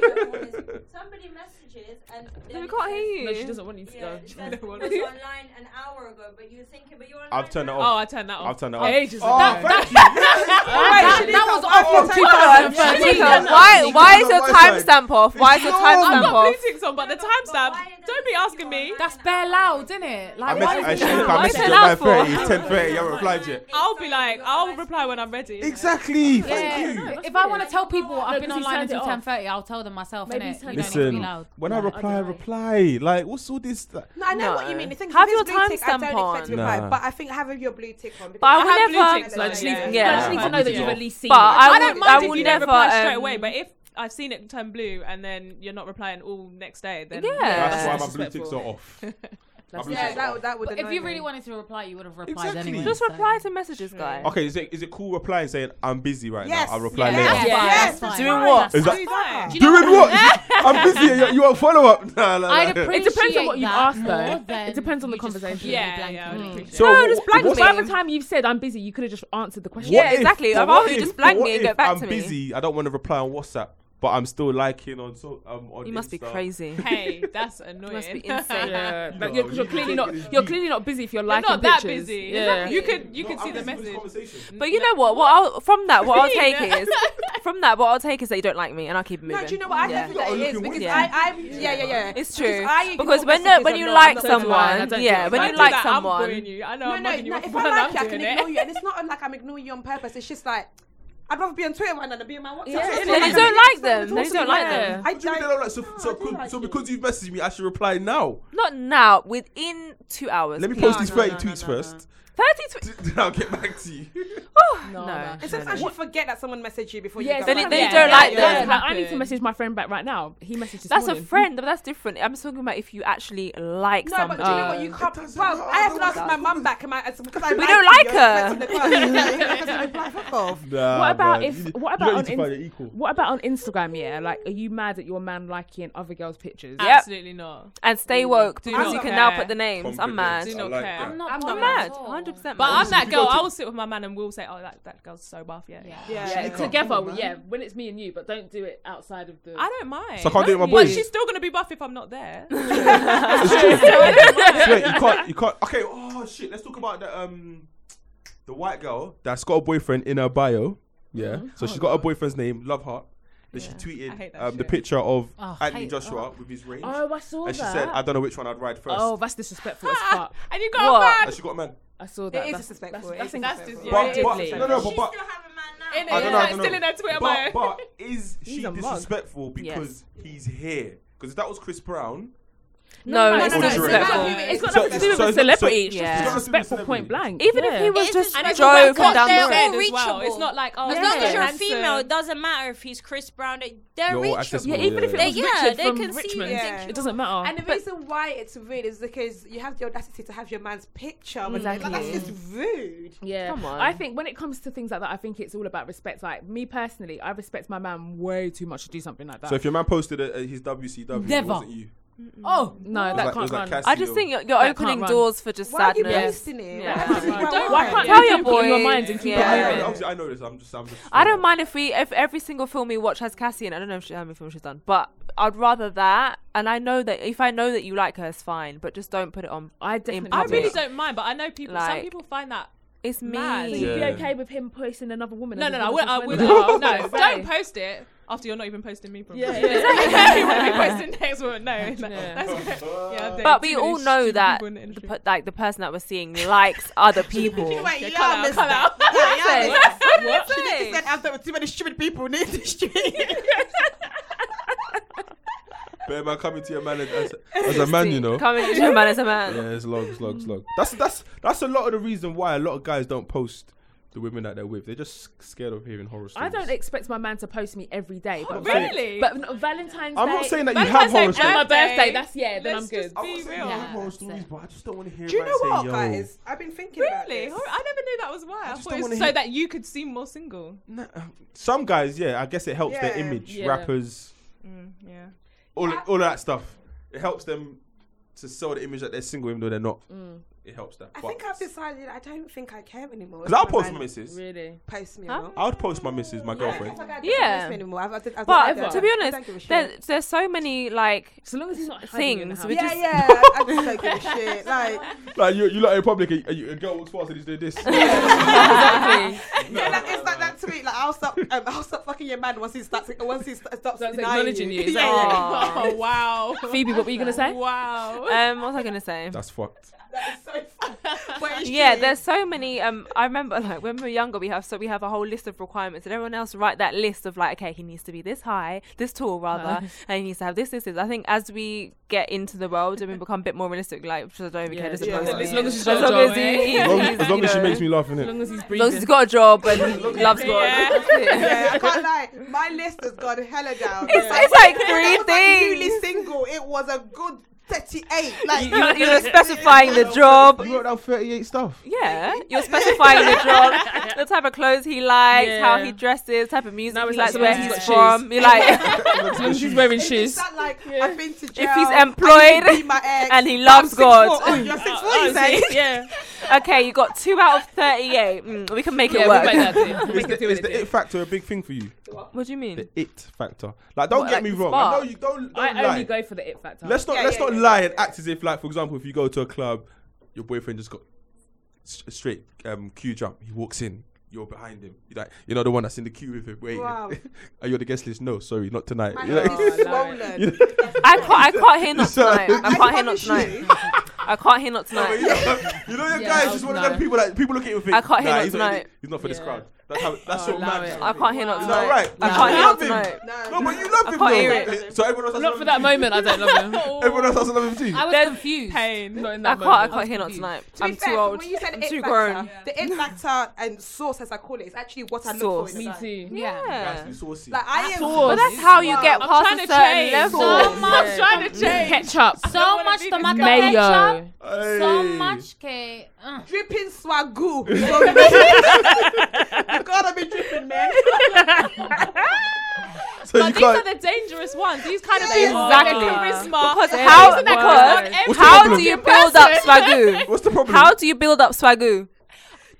[SPEAKER 7] Somebody messages and
[SPEAKER 4] We can't hear
[SPEAKER 3] No, she
[SPEAKER 4] you.
[SPEAKER 3] doesn't want you to go.
[SPEAKER 7] online an hour ago, but you're thinking, but you're online.
[SPEAKER 1] I've turned it
[SPEAKER 6] Oh,
[SPEAKER 1] off.
[SPEAKER 6] I turned that off.
[SPEAKER 1] I've turned it off.
[SPEAKER 3] Ages
[SPEAKER 1] Oh,
[SPEAKER 3] ago.
[SPEAKER 1] thank you.
[SPEAKER 2] That, was off
[SPEAKER 1] Oh,
[SPEAKER 2] the
[SPEAKER 4] Shanika, why why is your timestamp off? Why is your
[SPEAKER 6] I've
[SPEAKER 4] timestamp
[SPEAKER 6] got blue
[SPEAKER 4] off?
[SPEAKER 6] ticks on, but the timestamp. Don't be asking me.
[SPEAKER 5] That's bare loud, isn't it?
[SPEAKER 1] I
[SPEAKER 5] Like,
[SPEAKER 1] mess-
[SPEAKER 5] why
[SPEAKER 1] I
[SPEAKER 5] is
[SPEAKER 1] should
[SPEAKER 5] it
[SPEAKER 1] if
[SPEAKER 5] loud?
[SPEAKER 1] I messaged
[SPEAKER 4] Why is
[SPEAKER 1] you
[SPEAKER 4] it
[SPEAKER 1] at 9.30,
[SPEAKER 4] loud for?
[SPEAKER 1] it's 10.30, you haven't replied yet.
[SPEAKER 6] I'll be like, I'll reply when I'm ready.
[SPEAKER 1] Exactly,
[SPEAKER 5] Yeah.
[SPEAKER 1] thank you.
[SPEAKER 5] If I want to tell people I've been
[SPEAKER 3] 'cause he's
[SPEAKER 5] online
[SPEAKER 3] turned it
[SPEAKER 5] until
[SPEAKER 3] off.
[SPEAKER 5] ten thirty, I'll tell them myself.
[SPEAKER 3] Maybe
[SPEAKER 5] innit?
[SPEAKER 3] he's turned
[SPEAKER 5] You
[SPEAKER 3] it
[SPEAKER 5] don't need to be
[SPEAKER 1] Listen,
[SPEAKER 5] loud.
[SPEAKER 1] when I reply, I reply. Like, what's all this? Like,
[SPEAKER 2] No, I know what you mean. The thing is,
[SPEAKER 4] Have
[SPEAKER 2] if it's
[SPEAKER 4] your
[SPEAKER 2] blue tick, I
[SPEAKER 4] timestamp
[SPEAKER 2] don't
[SPEAKER 4] on.
[SPEAKER 2] expect to reply,
[SPEAKER 1] Nah.
[SPEAKER 2] but I think having your blue tick on.
[SPEAKER 4] But I
[SPEAKER 6] I have
[SPEAKER 4] would
[SPEAKER 6] blue
[SPEAKER 4] never.
[SPEAKER 6] ticks,
[SPEAKER 4] But
[SPEAKER 3] No, I
[SPEAKER 6] like,
[SPEAKER 3] just
[SPEAKER 6] yeah.
[SPEAKER 3] need to-
[SPEAKER 4] Yeah.
[SPEAKER 3] I just need to know that you've
[SPEAKER 1] Yeah.
[SPEAKER 3] at least seen it.
[SPEAKER 4] I
[SPEAKER 6] don't
[SPEAKER 4] would. I
[SPEAKER 6] mind if
[SPEAKER 4] would
[SPEAKER 6] you don't reply straight
[SPEAKER 4] never.
[SPEAKER 6] away,
[SPEAKER 4] um,
[SPEAKER 6] but if I've seen it turn blue and then you're not replying all next day, then
[SPEAKER 4] Yeah.
[SPEAKER 1] that's why
[SPEAKER 4] That's
[SPEAKER 1] my blue ticks are off. My blue
[SPEAKER 2] Yeah,
[SPEAKER 1] ticks are
[SPEAKER 2] that
[SPEAKER 1] off.
[SPEAKER 2] would that would.
[SPEAKER 5] But if
[SPEAKER 2] annoy
[SPEAKER 5] you
[SPEAKER 2] me.
[SPEAKER 5] really wanted to reply, you would have replied
[SPEAKER 1] Exactly.
[SPEAKER 5] anyway.
[SPEAKER 4] Just
[SPEAKER 5] so-
[SPEAKER 4] reply to messages, guys.
[SPEAKER 1] Okay, is it is it cool replying saying I'm busy right
[SPEAKER 2] yes,
[SPEAKER 1] now? I'll reply
[SPEAKER 2] yes,
[SPEAKER 1] later.
[SPEAKER 2] Yes,
[SPEAKER 5] Yeah,
[SPEAKER 2] yes,
[SPEAKER 5] that's fine.
[SPEAKER 4] Doing what?
[SPEAKER 1] Is that-
[SPEAKER 2] do that.
[SPEAKER 5] Do you know
[SPEAKER 1] Doing what? I'm busy. and You, you want follow up? Nah, nah,
[SPEAKER 5] I'd
[SPEAKER 1] nah.
[SPEAKER 5] appreciate
[SPEAKER 3] It depends on what you've
[SPEAKER 5] that
[SPEAKER 3] asked, though.
[SPEAKER 5] more than
[SPEAKER 3] It depends on the
[SPEAKER 5] you just
[SPEAKER 3] conversation.
[SPEAKER 5] completely
[SPEAKER 6] yeah,
[SPEAKER 5] blanking
[SPEAKER 6] yeah.
[SPEAKER 5] it.
[SPEAKER 6] I'd
[SPEAKER 5] Mm.
[SPEAKER 6] appreciate
[SPEAKER 1] So
[SPEAKER 4] No,
[SPEAKER 1] what-
[SPEAKER 4] just blank
[SPEAKER 1] what's-
[SPEAKER 4] me.
[SPEAKER 3] By the time you've said I'm busy, you could have just answered the question.
[SPEAKER 4] Yeah,
[SPEAKER 1] what if-
[SPEAKER 4] exactly.
[SPEAKER 1] but
[SPEAKER 4] I'd
[SPEAKER 1] what
[SPEAKER 4] rather you
[SPEAKER 1] if-
[SPEAKER 4] just
[SPEAKER 1] but
[SPEAKER 4] blank
[SPEAKER 1] what
[SPEAKER 4] me and get
[SPEAKER 1] if
[SPEAKER 4] back
[SPEAKER 1] I'm
[SPEAKER 4] to me?
[SPEAKER 1] busy. I don't want to reply on WhatsApp, but I'm still liking on so um on.
[SPEAKER 4] You must be
[SPEAKER 1] Insta.
[SPEAKER 4] crazy.
[SPEAKER 6] hey, that's annoying.
[SPEAKER 4] must be insane.
[SPEAKER 3] Yeah,
[SPEAKER 1] You
[SPEAKER 3] like,
[SPEAKER 1] know,
[SPEAKER 3] you're, 'cause you're
[SPEAKER 1] you
[SPEAKER 3] clearly
[SPEAKER 1] take
[SPEAKER 3] not
[SPEAKER 1] it as
[SPEAKER 3] you're
[SPEAKER 1] deep.
[SPEAKER 3] clearly not busy if you're
[SPEAKER 6] You're
[SPEAKER 3] liking
[SPEAKER 6] not that
[SPEAKER 3] pictures.
[SPEAKER 6] busy.
[SPEAKER 3] Yeah.
[SPEAKER 6] You could you could
[SPEAKER 1] No,
[SPEAKER 6] see
[SPEAKER 1] I'm busy
[SPEAKER 6] the
[SPEAKER 1] with this
[SPEAKER 6] message.
[SPEAKER 1] conversation.
[SPEAKER 4] But you know what? What I'll, from that, what I'll take
[SPEAKER 6] Yeah.
[SPEAKER 4] is from that, what I'll take is that you don't like me, and I'll keep it moving.
[SPEAKER 2] No, do you know what? I
[SPEAKER 4] Yeah.
[SPEAKER 2] think that it is
[SPEAKER 1] Yeah.
[SPEAKER 2] because
[SPEAKER 4] Yeah.
[SPEAKER 2] I, I'm. Yeah, yeah, yeah. Because
[SPEAKER 4] It's true.
[SPEAKER 2] I ignore
[SPEAKER 4] Because when
[SPEAKER 2] messages
[SPEAKER 4] when
[SPEAKER 2] and
[SPEAKER 4] you
[SPEAKER 2] no, I'm
[SPEAKER 4] like
[SPEAKER 2] not
[SPEAKER 3] doing it. I
[SPEAKER 4] someone,
[SPEAKER 3] don't do
[SPEAKER 4] yeah,
[SPEAKER 3] it.
[SPEAKER 4] when
[SPEAKER 3] I
[SPEAKER 4] you
[SPEAKER 3] do
[SPEAKER 4] like
[SPEAKER 6] that, I'm
[SPEAKER 4] someone,
[SPEAKER 6] bullying you. I know
[SPEAKER 2] No,
[SPEAKER 6] I'm
[SPEAKER 2] no,
[SPEAKER 6] mugging you
[SPEAKER 2] no.
[SPEAKER 6] off,
[SPEAKER 2] If
[SPEAKER 6] but
[SPEAKER 2] I like
[SPEAKER 6] I'm
[SPEAKER 2] you, I
[SPEAKER 6] doing
[SPEAKER 2] can
[SPEAKER 6] it.
[SPEAKER 2] ignore you, and it's not like I'm ignoring you on purpose. It's just like I'd rather be on Twitter one than I'd be in my WhatsApp.
[SPEAKER 3] Yeah,
[SPEAKER 2] It's
[SPEAKER 3] they
[SPEAKER 2] like
[SPEAKER 3] just don't
[SPEAKER 2] I'm
[SPEAKER 4] like
[SPEAKER 2] ignoring
[SPEAKER 4] them.
[SPEAKER 2] someone
[SPEAKER 4] They just don't
[SPEAKER 2] talking
[SPEAKER 4] like
[SPEAKER 2] to me.
[SPEAKER 4] them.
[SPEAKER 2] I
[SPEAKER 1] Do you mean
[SPEAKER 2] don't-
[SPEAKER 1] they're like, so, so,
[SPEAKER 2] I do
[SPEAKER 1] could-
[SPEAKER 2] like
[SPEAKER 1] so
[SPEAKER 2] you.
[SPEAKER 1] because you've messaged me, I should reply now.
[SPEAKER 4] not now, within two hours.
[SPEAKER 1] Let me
[SPEAKER 4] please.
[SPEAKER 1] post these 30 tweets first.
[SPEAKER 4] Thirty. Tw-
[SPEAKER 1] Then I'll get back to you.
[SPEAKER 4] no.
[SPEAKER 3] no.
[SPEAKER 2] And sometimes you forget that someone messaged you before you.
[SPEAKER 3] Yeah,
[SPEAKER 2] go
[SPEAKER 4] Then
[SPEAKER 2] back.
[SPEAKER 4] it- then you don't like
[SPEAKER 3] yeah,
[SPEAKER 4] them.
[SPEAKER 3] Like, I need to message my friend back right now. He messaged this
[SPEAKER 4] That's a
[SPEAKER 3] morning.
[SPEAKER 4] friend, but that's different. I'm just talking about if you actually like
[SPEAKER 2] No, but
[SPEAKER 4] somebody.
[SPEAKER 2] do you know what? You can't.
[SPEAKER 1] doesn't
[SPEAKER 2] Well, I have to ask
[SPEAKER 1] matter.
[SPEAKER 2] my mum back. Am I, it's because I
[SPEAKER 4] We don't
[SPEAKER 2] you,
[SPEAKER 4] like
[SPEAKER 2] you're
[SPEAKER 4] her.
[SPEAKER 2] expecting the class. Reply, fuck off.
[SPEAKER 1] Nah,
[SPEAKER 3] What about
[SPEAKER 1] man.
[SPEAKER 3] if-
[SPEAKER 1] You-
[SPEAKER 3] what
[SPEAKER 1] you
[SPEAKER 3] about
[SPEAKER 1] don't need
[SPEAKER 3] on
[SPEAKER 1] to
[SPEAKER 3] Inst-
[SPEAKER 1] find it equal.
[SPEAKER 3] What about on Instagram? Yeah, like, are you mad at your man liking other girls' pictures?
[SPEAKER 4] Yep.
[SPEAKER 6] Absolutely not.
[SPEAKER 4] and stay woke because
[SPEAKER 6] not
[SPEAKER 4] you can
[SPEAKER 6] care.
[SPEAKER 4] now put the names.
[SPEAKER 1] Confidence.
[SPEAKER 4] I'm mad.
[SPEAKER 6] Do not
[SPEAKER 1] I like
[SPEAKER 6] care.
[SPEAKER 1] that.
[SPEAKER 5] I'm not.
[SPEAKER 4] I'm
[SPEAKER 5] bothered
[SPEAKER 4] mad.
[SPEAKER 5] at all.
[SPEAKER 4] 100. percent
[SPEAKER 6] But I'm that
[SPEAKER 1] you
[SPEAKER 6] girl.
[SPEAKER 1] got to-
[SPEAKER 6] I will sit with my man and we'll say, "Oh, that, that girl's so buff." Yeah, yeah.
[SPEAKER 2] Yeah.
[SPEAKER 3] Together, yeah, when it's me and you, but don't do it outside of the.
[SPEAKER 6] I don't mind.
[SPEAKER 1] So I can't do it with my
[SPEAKER 6] But
[SPEAKER 1] boys.
[SPEAKER 6] she's still gonna be buff if I'm not there.
[SPEAKER 1] It's true. Wait, you can't. You can't. Okay. Oh shit. Let's talk about the um, the white girl that's got a boyfriend in her bio. Yeah.
[SPEAKER 6] Mm-hmm.
[SPEAKER 1] So she's got her boyfriend's name, Love Heart. Then she
[SPEAKER 6] Oh, I
[SPEAKER 1] tweeted
[SPEAKER 6] hate that
[SPEAKER 1] um, the
[SPEAKER 6] shit.
[SPEAKER 1] picture of
[SPEAKER 5] Oh,
[SPEAKER 1] Anthony
[SPEAKER 5] hate-
[SPEAKER 1] Joshua with his range,
[SPEAKER 3] oh, I saw
[SPEAKER 1] and she
[SPEAKER 3] that.
[SPEAKER 1] said, "I don't know which one I'd ride first.
[SPEAKER 3] oh, that's disrespectful as fuck.
[SPEAKER 6] and you got
[SPEAKER 4] What?
[SPEAKER 6] a man.
[SPEAKER 1] And she got a man.
[SPEAKER 3] I saw that.
[SPEAKER 2] is
[SPEAKER 3] That's-
[SPEAKER 2] disrespectful.
[SPEAKER 3] That's,
[SPEAKER 2] It is
[SPEAKER 3] that's
[SPEAKER 2] disrespectful.
[SPEAKER 3] disrespectful.
[SPEAKER 1] But, but no, no, but, but
[SPEAKER 6] In
[SPEAKER 1] I
[SPEAKER 6] it,
[SPEAKER 1] don't know, I
[SPEAKER 6] like,
[SPEAKER 1] don't
[SPEAKER 6] still
[SPEAKER 1] know.
[SPEAKER 6] in her Twitter bio.
[SPEAKER 1] But, but is she
[SPEAKER 3] a mug.
[SPEAKER 1] disrespectful because he's here? Because if that was Chris Brown,
[SPEAKER 4] No,
[SPEAKER 3] no,
[SPEAKER 4] it's
[SPEAKER 1] no, no, it's
[SPEAKER 4] disrespectful.
[SPEAKER 1] about-
[SPEAKER 3] It's got
[SPEAKER 1] So-
[SPEAKER 3] nothing to do with
[SPEAKER 1] so
[SPEAKER 3] the
[SPEAKER 1] it's not- so
[SPEAKER 3] celebrity.
[SPEAKER 1] it's
[SPEAKER 3] It's
[SPEAKER 4] not
[SPEAKER 3] just
[SPEAKER 4] about
[SPEAKER 3] disrespectful,
[SPEAKER 1] celebrity.
[SPEAKER 3] point blank.
[SPEAKER 4] Even if
[SPEAKER 3] Yeah.
[SPEAKER 4] he was
[SPEAKER 7] It's
[SPEAKER 4] just
[SPEAKER 7] just- And
[SPEAKER 4] Joe
[SPEAKER 7] it's always
[SPEAKER 4] come
[SPEAKER 7] got
[SPEAKER 4] down
[SPEAKER 7] their
[SPEAKER 4] the road.
[SPEAKER 7] own
[SPEAKER 6] as well.
[SPEAKER 7] reachable.
[SPEAKER 6] It's not like oh,
[SPEAKER 7] As
[SPEAKER 3] Yeah.
[SPEAKER 7] long as you're
[SPEAKER 6] handsome.
[SPEAKER 7] female, it doesn't matter if he's Chris Brown. They, they're
[SPEAKER 1] You're all
[SPEAKER 7] reachable.
[SPEAKER 1] accessible.
[SPEAKER 3] Yeah, even if it
[SPEAKER 1] They-
[SPEAKER 3] was
[SPEAKER 7] yeah,
[SPEAKER 3] Richard
[SPEAKER 7] they
[SPEAKER 3] from
[SPEAKER 7] can see
[SPEAKER 3] Richmond,
[SPEAKER 2] it. Yeah.
[SPEAKER 3] it doesn't matter.
[SPEAKER 2] And the reason why it's rude is because you have the audacity to have your man's picture. But like,
[SPEAKER 3] Exactly.
[SPEAKER 2] that's just rude.
[SPEAKER 3] Yeah.
[SPEAKER 4] Come on.
[SPEAKER 3] I think when it comes to things like that, I think it's all about respect. Like me personally, I respect my man way too much to do something like that.
[SPEAKER 1] So if your man posted a, a, his WCW, it
[SPEAKER 5] Never.
[SPEAKER 1] wasn't you.
[SPEAKER 3] oh no,
[SPEAKER 1] It was
[SPEAKER 3] that
[SPEAKER 1] like- it was
[SPEAKER 3] can't
[SPEAKER 1] like
[SPEAKER 3] run.
[SPEAKER 1] Cassie
[SPEAKER 4] I just
[SPEAKER 1] or-
[SPEAKER 4] think you're, you're
[SPEAKER 3] That
[SPEAKER 4] opening
[SPEAKER 3] can't run.
[SPEAKER 4] doors for just
[SPEAKER 2] Why are you
[SPEAKER 4] sadness.
[SPEAKER 2] posting it?
[SPEAKER 4] Yeah.
[SPEAKER 2] Like,
[SPEAKER 3] Why
[SPEAKER 2] why-
[SPEAKER 3] Why can't
[SPEAKER 4] Tell
[SPEAKER 3] you
[SPEAKER 4] your
[SPEAKER 3] do put in your
[SPEAKER 4] boys.
[SPEAKER 3] mind and keep
[SPEAKER 4] Yeah.
[SPEAKER 1] Yeah,
[SPEAKER 3] it
[SPEAKER 1] yeah,
[SPEAKER 3] moving?
[SPEAKER 1] obviously I know this. I'm just. I'm just
[SPEAKER 4] I don't mind if we if every single film we watch has Cassie in. it. I don't know if she, how many films she's done, but I'd rather that. And I know that if I know that you like her, it's fine. But just don't put it on.
[SPEAKER 3] I definitely
[SPEAKER 6] I
[SPEAKER 4] I
[SPEAKER 6] really
[SPEAKER 4] mean-
[SPEAKER 6] don't mind, but I know people. some
[SPEAKER 4] Like-
[SPEAKER 6] people find that.
[SPEAKER 4] It's me.
[SPEAKER 6] Mad.
[SPEAKER 3] So
[SPEAKER 1] Yeah.
[SPEAKER 3] you'd be okay with him posting another woman?
[SPEAKER 6] No,
[SPEAKER 3] as
[SPEAKER 6] no,
[SPEAKER 3] his
[SPEAKER 6] no. I
[SPEAKER 3] daughter's
[SPEAKER 6] will.
[SPEAKER 3] wedding?
[SPEAKER 6] No,
[SPEAKER 3] I was gonna
[SPEAKER 6] don't
[SPEAKER 3] say.
[SPEAKER 6] post it after you're not even posting me. Probably.
[SPEAKER 3] Yeah,
[SPEAKER 6] Exactly. You want to be
[SPEAKER 3] yeah.
[SPEAKER 6] posting next woman. No, no,
[SPEAKER 3] Yeah.
[SPEAKER 6] that's good. Yeah, there are
[SPEAKER 4] But we
[SPEAKER 6] too many
[SPEAKER 4] all know
[SPEAKER 6] stupid
[SPEAKER 4] that
[SPEAKER 6] people in the
[SPEAKER 4] the,
[SPEAKER 6] industry.
[SPEAKER 4] per- like the person that we're seeing likes other people.
[SPEAKER 2] Wait,
[SPEAKER 6] cut out,
[SPEAKER 2] y'all missed
[SPEAKER 6] cut
[SPEAKER 2] that.
[SPEAKER 6] out.
[SPEAKER 2] Yeah, y'all missed-
[SPEAKER 4] What?
[SPEAKER 2] She literally said, "I've dealt with too many stupid people in the industry."
[SPEAKER 1] Bear man coming to your man as, as, as a man, you know.
[SPEAKER 4] Coming to your man as a man.
[SPEAKER 1] Yeah, it's log, it's log, it's log. That's that's that's a lot of the reason why a lot of guys don't post the women that they're with. They're just scared of hearing horror
[SPEAKER 3] I
[SPEAKER 1] stories.
[SPEAKER 3] don't expect my man to post me every day. But
[SPEAKER 6] Really?
[SPEAKER 3] But no, Valentine's
[SPEAKER 1] I'm
[SPEAKER 3] Day.
[SPEAKER 1] not saying that you have horror
[SPEAKER 3] and
[SPEAKER 1] stories.
[SPEAKER 3] my
[SPEAKER 6] birthday.
[SPEAKER 3] birthday. That's yeah. Then
[SPEAKER 6] Let's
[SPEAKER 3] I'm good.
[SPEAKER 6] just be
[SPEAKER 1] saying
[SPEAKER 6] real.
[SPEAKER 1] I have horror
[SPEAKER 5] that's
[SPEAKER 1] stories,
[SPEAKER 5] it.
[SPEAKER 1] but I just don't want to hear.
[SPEAKER 2] Do you
[SPEAKER 1] man
[SPEAKER 2] know
[SPEAKER 1] say,
[SPEAKER 2] what,
[SPEAKER 1] "Yo."
[SPEAKER 2] guys? I've been thinking about
[SPEAKER 6] Really?
[SPEAKER 2] this.
[SPEAKER 6] Hor- I never knew that was why. I,
[SPEAKER 1] just
[SPEAKER 6] thought
[SPEAKER 1] don't
[SPEAKER 6] it
[SPEAKER 1] wanna
[SPEAKER 6] was so
[SPEAKER 1] hear-
[SPEAKER 6] that you could seem more single.
[SPEAKER 1] Nah, um, Some guys, yeah, I guess it helps their
[SPEAKER 2] Yeah.
[SPEAKER 1] image.
[SPEAKER 3] Yeah.
[SPEAKER 1] Rappers,
[SPEAKER 4] yeah.
[SPEAKER 1] all all of that stuff. It helps them to sell the image that they're single, even though they're not. It helps that.
[SPEAKER 2] I
[SPEAKER 1] But-
[SPEAKER 2] think I've decided I don't think I care anymore.
[SPEAKER 1] Because I'll
[SPEAKER 2] if my
[SPEAKER 1] post my
[SPEAKER 2] man
[SPEAKER 1] missus.
[SPEAKER 3] Really?
[SPEAKER 2] Post me.
[SPEAKER 4] Huh?
[SPEAKER 2] Or not.
[SPEAKER 1] I would post my missus, my
[SPEAKER 2] Yeah.
[SPEAKER 1] girlfriend.
[SPEAKER 4] Yeah.
[SPEAKER 2] Post me anymore. I've, I've, I've
[SPEAKER 4] But
[SPEAKER 2] decided
[SPEAKER 4] to be
[SPEAKER 2] I don't give a
[SPEAKER 4] honest,
[SPEAKER 2] shit.
[SPEAKER 4] there, there's so many like
[SPEAKER 3] So long as he's not hiding in the
[SPEAKER 4] things.
[SPEAKER 3] house.
[SPEAKER 4] we
[SPEAKER 2] yeah,
[SPEAKER 4] just-
[SPEAKER 2] yeah. I just don't give a shit. Like,
[SPEAKER 1] Like you, you like in public, and you, a girl walks past and he's doing this.
[SPEAKER 2] yeah, like, it's like that tweet. Like, I'll stop. Um, I'll stop fucking your man once he starts. Once he st- stops
[SPEAKER 3] Starts
[SPEAKER 2] denying
[SPEAKER 3] acknowledging you.
[SPEAKER 2] yeah,
[SPEAKER 3] Exactly.
[SPEAKER 2] yeah.
[SPEAKER 4] Aw.
[SPEAKER 6] Oh wow.
[SPEAKER 3] Phoebe, what were you gonna say?
[SPEAKER 6] Wow.
[SPEAKER 4] Um, what was I gonna say?
[SPEAKER 1] That's fucked.
[SPEAKER 2] That is so funny. But it's
[SPEAKER 4] Yeah,
[SPEAKER 2] true.
[SPEAKER 4] there's so many. Um, I remember like when we were younger, we have so we have a whole list of requirements, and everyone else write that list of like, okay, he needs to be this high, this tall rather, and he needs to have this, this, this. I think as we get into the world and we become a bit more realistic, like just don't even care. Just
[SPEAKER 2] yeah.
[SPEAKER 4] post
[SPEAKER 2] As
[SPEAKER 4] it.
[SPEAKER 2] long
[SPEAKER 3] as she's
[SPEAKER 4] as
[SPEAKER 3] got a
[SPEAKER 4] long as
[SPEAKER 3] job,
[SPEAKER 4] he-
[SPEAKER 3] eh?
[SPEAKER 4] he-
[SPEAKER 1] As long,
[SPEAKER 4] he's,
[SPEAKER 1] as, long
[SPEAKER 4] you
[SPEAKER 1] as she
[SPEAKER 4] know,
[SPEAKER 1] makes me laugh, innit?
[SPEAKER 3] As long as he's
[SPEAKER 4] as long
[SPEAKER 3] breathing.
[SPEAKER 4] as he's got a job and loves God. That's it.
[SPEAKER 2] Yeah, I can't lie. My list has gone hella down.
[SPEAKER 4] It's, it's like three
[SPEAKER 2] It was Like newly
[SPEAKER 4] things.
[SPEAKER 2] single. It was a good 38. Like,
[SPEAKER 4] You're, you're specifying the job.
[SPEAKER 1] You wrote down 38 stuff.
[SPEAKER 4] Yeah, you're specifying the job, the type of clothes he likes, how
[SPEAKER 3] Yeah.
[SPEAKER 4] he dresses, type of music
[SPEAKER 3] Now
[SPEAKER 4] he
[SPEAKER 3] it's
[SPEAKER 4] likes,
[SPEAKER 3] like
[SPEAKER 4] where
[SPEAKER 3] someone's
[SPEAKER 4] he's
[SPEAKER 3] got
[SPEAKER 4] from.
[SPEAKER 3] shoes.
[SPEAKER 4] You're like,
[SPEAKER 3] as long as he's wearing
[SPEAKER 2] If you
[SPEAKER 3] shoes.
[SPEAKER 2] sound like I've been to jail.
[SPEAKER 4] If he's
[SPEAKER 2] I need to
[SPEAKER 4] employed
[SPEAKER 2] be my ex,
[SPEAKER 4] and he
[SPEAKER 2] but
[SPEAKER 4] loves
[SPEAKER 2] I'm 6'4".
[SPEAKER 4] God.
[SPEAKER 2] Oh, you're six foot, you say?
[SPEAKER 3] Honestly, yeah.
[SPEAKER 4] okay, you got two out of thirty-eight. Mm, we can make
[SPEAKER 3] Yeah,
[SPEAKER 4] it
[SPEAKER 3] we'll
[SPEAKER 4] work.
[SPEAKER 3] make that do. We'll
[SPEAKER 1] Is
[SPEAKER 3] make it
[SPEAKER 1] the,
[SPEAKER 3] do
[SPEAKER 1] is
[SPEAKER 3] what
[SPEAKER 1] the
[SPEAKER 3] it
[SPEAKER 1] it factor a big thing for you?
[SPEAKER 4] What do you mean?
[SPEAKER 1] The it factor. Like, don't
[SPEAKER 4] What,
[SPEAKER 1] get
[SPEAKER 4] like
[SPEAKER 1] me
[SPEAKER 4] the
[SPEAKER 1] wrong. I
[SPEAKER 4] spark?
[SPEAKER 1] know you don't,
[SPEAKER 3] do.
[SPEAKER 1] don't
[SPEAKER 3] I
[SPEAKER 1] lie.
[SPEAKER 3] only go for the it factor.
[SPEAKER 1] let's not
[SPEAKER 2] Yeah,
[SPEAKER 1] let's
[SPEAKER 2] yeah,
[SPEAKER 1] not
[SPEAKER 2] yeah,
[SPEAKER 1] lie and act as if, like, for example, if you go to a club, your boyfriend just got s- straight um, queue jump. He walks in. You're behind him. You're like, you're not the one that's in the queue with him. Wait,
[SPEAKER 2] Wow.
[SPEAKER 1] are you on the guest list? No, sorry, not tonight.
[SPEAKER 2] My
[SPEAKER 1] You're like-
[SPEAKER 2] heart is
[SPEAKER 3] Oh, I love
[SPEAKER 2] swollen.
[SPEAKER 1] you know-
[SPEAKER 4] I can't. I can't hear not
[SPEAKER 1] Sorry.
[SPEAKER 4] tonight. I
[SPEAKER 2] I
[SPEAKER 4] can't hear not
[SPEAKER 2] promise you,
[SPEAKER 4] tonight. I can't hear not
[SPEAKER 1] But
[SPEAKER 4] tonight.
[SPEAKER 1] you know, you know your
[SPEAKER 3] Yeah,
[SPEAKER 1] guys
[SPEAKER 3] I
[SPEAKER 1] is
[SPEAKER 3] was
[SPEAKER 1] one of
[SPEAKER 3] no.
[SPEAKER 1] them people that people look at you and think,
[SPEAKER 4] I can't hear
[SPEAKER 1] nah,
[SPEAKER 4] not
[SPEAKER 1] he's, not,
[SPEAKER 4] tonight."
[SPEAKER 1] he's not for this
[SPEAKER 3] Yeah.
[SPEAKER 1] crowd. That's how. That's
[SPEAKER 3] Oh,
[SPEAKER 1] your
[SPEAKER 3] allow
[SPEAKER 1] man.
[SPEAKER 3] it.
[SPEAKER 4] I can't hear not
[SPEAKER 1] Is
[SPEAKER 4] tonight.
[SPEAKER 1] that right?
[SPEAKER 4] I
[SPEAKER 1] You
[SPEAKER 4] can't hear
[SPEAKER 1] love
[SPEAKER 4] not
[SPEAKER 1] him.
[SPEAKER 4] tonight.
[SPEAKER 1] No,
[SPEAKER 2] No,
[SPEAKER 1] but you love him.
[SPEAKER 4] I can't
[SPEAKER 1] though. Eh,
[SPEAKER 4] hear it.
[SPEAKER 1] So everyone else. has to
[SPEAKER 3] Not for
[SPEAKER 1] love
[SPEAKER 3] that
[SPEAKER 1] him
[SPEAKER 3] moment. I don't love him.
[SPEAKER 1] too. Everyone else has to love him too.
[SPEAKER 5] I was
[SPEAKER 4] There's
[SPEAKER 5] confused.
[SPEAKER 6] Pain.
[SPEAKER 3] Not in
[SPEAKER 4] I
[SPEAKER 3] that
[SPEAKER 4] can't.
[SPEAKER 3] moment.
[SPEAKER 4] I can't hear not tonight.
[SPEAKER 2] To be
[SPEAKER 4] I'm
[SPEAKER 2] fair,
[SPEAKER 4] too
[SPEAKER 2] so
[SPEAKER 4] old.
[SPEAKER 2] When you said
[SPEAKER 4] I'm
[SPEAKER 2] it
[SPEAKER 4] too
[SPEAKER 2] factor,
[SPEAKER 4] grown.
[SPEAKER 2] The it factor and source, as I call it, is actually what I look
[SPEAKER 4] Source.
[SPEAKER 2] for. in a
[SPEAKER 3] Me
[SPEAKER 2] man.
[SPEAKER 3] too.
[SPEAKER 4] Yeah.
[SPEAKER 1] Actually saucy.
[SPEAKER 2] Like I am.
[SPEAKER 3] Source.
[SPEAKER 4] But that's how you get
[SPEAKER 2] Wow.
[SPEAKER 4] past
[SPEAKER 6] trying
[SPEAKER 4] a
[SPEAKER 6] to
[SPEAKER 4] certain
[SPEAKER 6] change.
[SPEAKER 4] level.
[SPEAKER 7] So much,
[SPEAKER 3] Yeah.
[SPEAKER 6] trying to change.
[SPEAKER 3] Ketchup.
[SPEAKER 6] wanna
[SPEAKER 7] so much
[SPEAKER 6] be this
[SPEAKER 7] tomato ketchup,
[SPEAKER 3] Mayo.
[SPEAKER 1] Hey.
[SPEAKER 7] so much K.
[SPEAKER 5] uh,
[SPEAKER 7] Ugh.
[SPEAKER 2] dripping swagoo. you gotta be dripping, man.
[SPEAKER 1] So you
[SPEAKER 6] But these are
[SPEAKER 1] can't.
[SPEAKER 6] the dangerous ones. These kind of
[SPEAKER 2] Yeah,
[SPEAKER 6] things.
[SPEAKER 4] exactly.
[SPEAKER 6] Charisma.
[SPEAKER 4] Because
[SPEAKER 6] They're
[SPEAKER 4] how?
[SPEAKER 6] using their charisma on
[SPEAKER 1] What's
[SPEAKER 4] Because
[SPEAKER 6] every-
[SPEAKER 1] the
[SPEAKER 4] how
[SPEAKER 1] problem?
[SPEAKER 4] do you build up swagoo?
[SPEAKER 1] What's the problem?
[SPEAKER 4] How do you build up swagoo?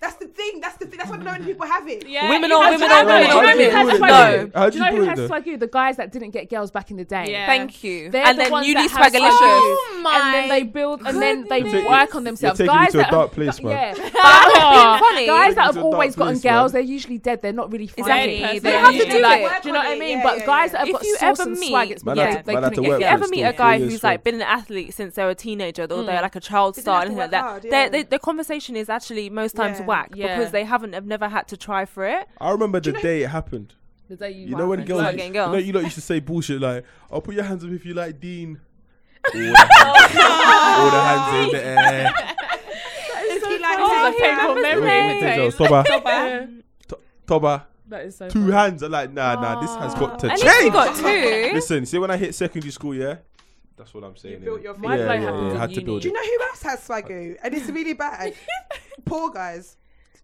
[SPEAKER 2] That's the thing. That's the thing. That's why not many people have it.
[SPEAKER 6] Yeah,
[SPEAKER 4] Women
[SPEAKER 6] you
[SPEAKER 4] on
[SPEAKER 6] have
[SPEAKER 4] women
[SPEAKER 6] to
[SPEAKER 4] on
[SPEAKER 6] have
[SPEAKER 4] women
[SPEAKER 6] it.
[SPEAKER 4] on
[SPEAKER 1] How do you
[SPEAKER 4] women.
[SPEAKER 1] do it?
[SPEAKER 4] No.
[SPEAKER 1] How do you
[SPEAKER 3] Do you
[SPEAKER 1] do
[SPEAKER 3] know who
[SPEAKER 1] it
[SPEAKER 3] has
[SPEAKER 1] though?
[SPEAKER 3] swagoo? The guys that didn't get girls back in the day.
[SPEAKER 6] Yeah.
[SPEAKER 4] Thank you.
[SPEAKER 3] They're
[SPEAKER 4] and
[SPEAKER 3] the
[SPEAKER 4] then
[SPEAKER 3] ones
[SPEAKER 4] newly
[SPEAKER 3] that have
[SPEAKER 4] swagalicious.
[SPEAKER 3] swagoo.
[SPEAKER 7] my
[SPEAKER 3] and then they build and then they
[SPEAKER 1] You're taking-
[SPEAKER 3] work on themselves.
[SPEAKER 1] taking me
[SPEAKER 3] guys
[SPEAKER 1] to a
[SPEAKER 3] that
[SPEAKER 1] dark
[SPEAKER 3] have-
[SPEAKER 1] place, man.
[SPEAKER 3] Yeah.
[SPEAKER 4] being funny.
[SPEAKER 3] Guys that
[SPEAKER 1] Taking me
[SPEAKER 3] have
[SPEAKER 1] to a
[SPEAKER 3] always
[SPEAKER 1] dark
[SPEAKER 3] gotten
[SPEAKER 1] place, man.
[SPEAKER 3] girls, they're usually dead. They're not really
[SPEAKER 4] Exactly.
[SPEAKER 3] funny.
[SPEAKER 6] They
[SPEAKER 4] They
[SPEAKER 6] have
[SPEAKER 4] have
[SPEAKER 6] to
[SPEAKER 4] to
[SPEAKER 6] do
[SPEAKER 4] do
[SPEAKER 6] it.
[SPEAKER 4] it.
[SPEAKER 2] Work
[SPEAKER 3] Do you know
[SPEAKER 2] on
[SPEAKER 3] what I
[SPEAKER 2] it.
[SPEAKER 3] mean?
[SPEAKER 2] Yeah,
[SPEAKER 3] but
[SPEAKER 2] yeah,
[SPEAKER 3] guys
[SPEAKER 2] yeah.
[SPEAKER 3] that have
[SPEAKER 4] If
[SPEAKER 3] got
[SPEAKER 4] you
[SPEAKER 3] sauce
[SPEAKER 4] ever
[SPEAKER 3] and
[SPEAKER 4] meet-
[SPEAKER 3] swag, it's
[SPEAKER 1] Man,
[SPEAKER 3] because
[SPEAKER 1] I-
[SPEAKER 3] they
[SPEAKER 1] man, I
[SPEAKER 3] couldn't
[SPEAKER 1] don't
[SPEAKER 3] get
[SPEAKER 1] work
[SPEAKER 4] If you
[SPEAKER 1] Yeah,
[SPEAKER 4] ever
[SPEAKER 1] it's
[SPEAKER 4] meet
[SPEAKER 1] cool.
[SPEAKER 4] a guy
[SPEAKER 1] Yeah,
[SPEAKER 4] who's
[SPEAKER 1] it's
[SPEAKER 4] like
[SPEAKER 1] cool.
[SPEAKER 4] been an athlete since they were a teenager or they're like a child
[SPEAKER 2] They didn't
[SPEAKER 4] star
[SPEAKER 2] have
[SPEAKER 4] and
[SPEAKER 2] to
[SPEAKER 4] like
[SPEAKER 2] work
[SPEAKER 4] that,
[SPEAKER 2] hard,
[SPEAKER 4] their-
[SPEAKER 2] yeah.
[SPEAKER 4] they- their conversation is actually most times
[SPEAKER 2] Yeah.
[SPEAKER 4] whack
[SPEAKER 3] Yeah.
[SPEAKER 4] because they haven't have never had to try for it.
[SPEAKER 1] I remember the day it happened.
[SPEAKER 3] The day you
[SPEAKER 1] You know when
[SPEAKER 3] work.
[SPEAKER 1] girls,
[SPEAKER 4] Like
[SPEAKER 1] you
[SPEAKER 4] getting
[SPEAKER 1] know
[SPEAKER 4] girls.
[SPEAKER 1] "Oh, you lot used to say bullshit like, "I'll put your hands up if you like Dean."
[SPEAKER 3] Oh,
[SPEAKER 1] all the hands, all the hands in the air.
[SPEAKER 2] Oh, He like
[SPEAKER 3] This is a
[SPEAKER 2] this
[SPEAKER 3] painful memory.
[SPEAKER 1] Imitators, Toba, To- Toba,
[SPEAKER 3] That is so
[SPEAKER 1] two hands. I'm like, nah, nah, this has got to
[SPEAKER 3] Oh.
[SPEAKER 4] At
[SPEAKER 1] change.
[SPEAKER 4] least you got two.
[SPEAKER 1] Listen, see when I hit secondary school, yeah, that's what I'm saying.
[SPEAKER 2] built
[SPEAKER 1] innit?
[SPEAKER 2] your
[SPEAKER 3] Mine
[SPEAKER 1] yeah,
[SPEAKER 3] don't
[SPEAKER 1] yeah,
[SPEAKER 3] happen
[SPEAKER 1] yeah,
[SPEAKER 3] in
[SPEAKER 1] had to
[SPEAKER 3] uni.
[SPEAKER 1] build
[SPEAKER 2] Do
[SPEAKER 1] it.
[SPEAKER 2] you know who else has swagoo? And it's really bad. Poor guys,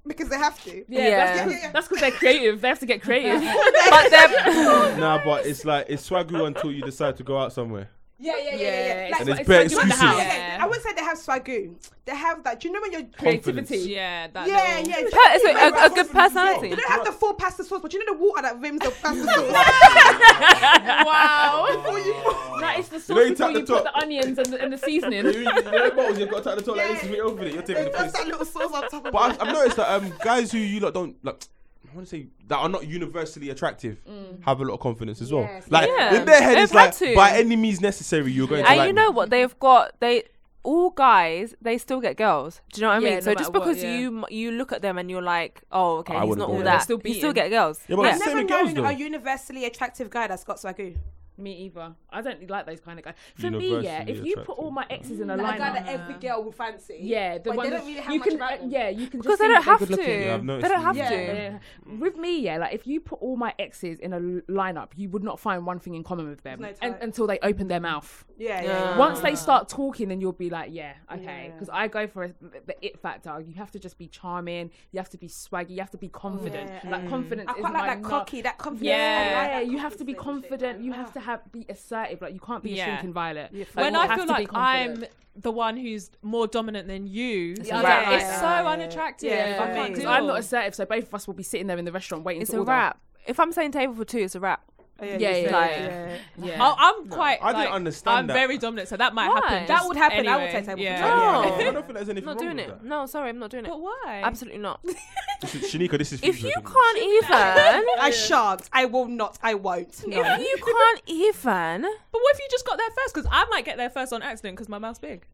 [SPEAKER 2] because they have to.
[SPEAKER 3] Yeah,
[SPEAKER 4] Yeah.
[SPEAKER 3] that's
[SPEAKER 2] Yeah.
[SPEAKER 3] because they're creative. They have to get creative.
[SPEAKER 4] But they're
[SPEAKER 1] Nah, but it's like it's swagger until you decide to go out somewhere.
[SPEAKER 2] Yeah, yeah, yeah,
[SPEAKER 3] Yeah,
[SPEAKER 2] Like,
[SPEAKER 1] And there's
[SPEAKER 3] it's
[SPEAKER 1] bare
[SPEAKER 3] like you in the
[SPEAKER 1] excuses.
[SPEAKER 3] house.
[SPEAKER 2] okay, I wouldn't say they have swagoo. They have that. Do you know when you're
[SPEAKER 1] Confidence.
[SPEAKER 3] Creativity.
[SPEAKER 6] Yeah, that
[SPEAKER 2] Yeah,
[SPEAKER 6] little-
[SPEAKER 2] yeah.
[SPEAKER 4] Per- is it
[SPEAKER 2] Yeah, right,
[SPEAKER 4] a- a good
[SPEAKER 2] confidence as well.
[SPEAKER 4] personality?
[SPEAKER 2] They don't have the full pasta sauce, but you know the water that rims the pasta sauce.
[SPEAKER 3] wow.
[SPEAKER 2] Before you pour-
[SPEAKER 3] That is the
[SPEAKER 1] know you
[SPEAKER 3] sauce
[SPEAKER 1] tap
[SPEAKER 3] before you
[SPEAKER 1] the
[SPEAKER 3] put
[SPEAKER 1] top.
[SPEAKER 3] the onions and the, and the
[SPEAKER 1] You
[SPEAKER 3] seasoning.
[SPEAKER 1] know the bottles you've got to at the top like
[SPEAKER 2] Yeah.
[SPEAKER 1] this is me over it. You're taking the
[SPEAKER 2] That's
[SPEAKER 1] piss.
[SPEAKER 2] that little sauce on top of
[SPEAKER 1] But I've,
[SPEAKER 2] it.
[SPEAKER 1] I've noticed that um, guys who you lot don't like. I want to say that are not universally attractive have a lot of confidence as well.
[SPEAKER 2] Mm. Yes.
[SPEAKER 1] Like
[SPEAKER 4] Yeah.
[SPEAKER 1] in their head,
[SPEAKER 4] They've
[SPEAKER 1] it's like
[SPEAKER 4] had to.
[SPEAKER 1] by any means necessary, you're going to
[SPEAKER 4] and
[SPEAKER 1] like
[SPEAKER 4] you
[SPEAKER 1] me.
[SPEAKER 4] know what? They've got they all guys. They still get girls. Do you know what I
[SPEAKER 3] Yeah,
[SPEAKER 4] mean?
[SPEAKER 3] no
[SPEAKER 4] so just
[SPEAKER 3] matter what,
[SPEAKER 4] because
[SPEAKER 3] yeah.
[SPEAKER 4] you you look at them and you're like, oh, okay,
[SPEAKER 1] I
[SPEAKER 4] he's
[SPEAKER 1] wouldn't
[SPEAKER 4] not
[SPEAKER 1] go
[SPEAKER 4] all
[SPEAKER 1] there.
[SPEAKER 4] that.
[SPEAKER 3] They're still
[SPEAKER 4] you still
[SPEAKER 3] beating.
[SPEAKER 4] get girls.
[SPEAKER 1] Yeah, but
[SPEAKER 4] Yeah.
[SPEAKER 1] it's
[SPEAKER 2] I've
[SPEAKER 1] the same
[SPEAKER 2] never
[SPEAKER 1] with girls
[SPEAKER 2] known
[SPEAKER 1] though.
[SPEAKER 2] a universally attractive guy that's got swagoo.
[SPEAKER 3] Me either. I don't like those kind of guys. For me,
[SPEAKER 1] Universally
[SPEAKER 3] yeah, if you put all my exes in a
[SPEAKER 2] Like a guy
[SPEAKER 3] lineup,
[SPEAKER 2] that every girl will fancy.
[SPEAKER 3] yeah, the
[SPEAKER 2] but
[SPEAKER 3] one
[SPEAKER 2] they
[SPEAKER 3] that
[SPEAKER 2] don't really have
[SPEAKER 3] you
[SPEAKER 2] much
[SPEAKER 3] can,
[SPEAKER 2] about
[SPEAKER 3] uh,
[SPEAKER 2] them.
[SPEAKER 3] yeah, you can
[SPEAKER 4] because
[SPEAKER 3] just
[SPEAKER 4] they
[SPEAKER 3] think
[SPEAKER 4] don't
[SPEAKER 3] they're
[SPEAKER 4] have
[SPEAKER 3] good
[SPEAKER 4] to.
[SPEAKER 3] looking.
[SPEAKER 1] Yeah, I've
[SPEAKER 4] they
[SPEAKER 1] noticed
[SPEAKER 4] don't have
[SPEAKER 1] that.
[SPEAKER 4] to.
[SPEAKER 2] Yeah.
[SPEAKER 3] Yeah. With me, yeah, like if you put all my exes in a l- lineup, you would not find one thing in common with them
[SPEAKER 2] There's no
[SPEAKER 3] un-
[SPEAKER 2] type.
[SPEAKER 3] until they open their mouth.
[SPEAKER 2] Yeah, yeah.
[SPEAKER 4] Yeah.
[SPEAKER 2] yeah.
[SPEAKER 3] Once they start talking, then you'll be like, yeah, okay.
[SPEAKER 2] Yeah.
[SPEAKER 3] Because I go for a, the it factor. You have to just be charming. You have to be swaggy. You have to be confident.
[SPEAKER 2] Yeah.
[SPEAKER 3] Like confidence
[SPEAKER 2] I
[SPEAKER 3] is
[SPEAKER 2] quite
[SPEAKER 3] my
[SPEAKER 2] like that
[SPEAKER 3] nu-
[SPEAKER 2] cocky, that confidence.
[SPEAKER 3] yeah,
[SPEAKER 2] I like that
[SPEAKER 3] you have to be
[SPEAKER 2] confidence and shit,
[SPEAKER 3] confident.
[SPEAKER 2] man.
[SPEAKER 3] You have to have be assertive. Like you can't be
[SPEAKER 6] Yeah.
[SPEAKER 3] a shrinking violet. Like,
[SPEAKER 6] when
[SPEAKER 3] you
[SPEAKER 6] I
[SPEAKER 3] have
[SPEAKER 6] feel
[SPEAKER 3] to be
[SPEAKER 6] like I'm
[SPEAKER 3] confident.
[SPEAKER 6] the one who's more dominant than you,
[SPEAKER 4] It's
[SPEAKER 6] yeah,
[SPEAKER 4] a wrap.
[SPEAKER 6] it's so
[SPEAKER 2] Yeah.
[SPEAKER 6] unattractive.
[SPEAKER 2] Yeah.
[SPEAKER 6] I can't
[SPEAKER 3] because
[SPEAKER 6] do
[SPEAKER 3] I'm not assertive, so both of us will be sitting there in the restaurant waiting
[SPEAKER 4] It's
[SPEAKER 3] to
[SPEAKER 4] a
[SPEAKER 3] order.
[SPEAKER 4] wrap. If I'm saying table for two, it's a wrap.
[SPEAKER 2] Oh,
[SPEAKER 3] Yeah,
[SPEAKER 2] you
[SPEAKER 3] yeah,
[SPEAKER 2] said
[SPEAKER 4] yeah,
[SPEAKER 2] that,
[SPEAKER 4] yeah.
[SPEAKER 3] Yeah.
[SPEAKER 6] I, Oh, I'm quite.
[SPEAKER 1] I didn't
[SPEAKER 6] like,
[SPEAKER 1] understand
[SPEAKER 6] I'm
[SPEAKER 1] that.
[SPEAKER 6] very dominant, so that might
[SPEAKER 4] Why?
[SPEAKER 6] happen.
[SPEAKER 4] That
[SPEAKER 6] just
[SPEAKER 2] would happen, I would
[SPEAKER 6] anyway.
[SPEAKER 2] take table for
[SPEAKER 6] yeah.
[SPEAKER 2] two.
[SPEAKER 4] No.
[SPEAKER 1] I don't think there's anything
[SPEAKER 4] not
[SPEAKER 1] wrong
[SPEAKER 4] doing
[SPEAKER 1] with
[SPEAKER 4] it.
[SPEAKER 1] that.
[SPEAKER 4] No, sorry, I'm not doing it.
[SPEAKER 6] But why?
[SPEAKER 4] Absolutely not.
[SPEAKER 1] This is- Shanika, this is.
[SPEAKER 4] if
[SPEAKER 1] for
[SPEAKER 4] you
[SPEAKER 1] opinions.
[SPEAKER 4] can't even,
[SPEAKER 2] I shan't. I will not. I won't. No.
[SPEAKER 4] if you can't even,
[SPEAKER 6] But what if you just got there first? Because I might get there first on accident because my mouth's big.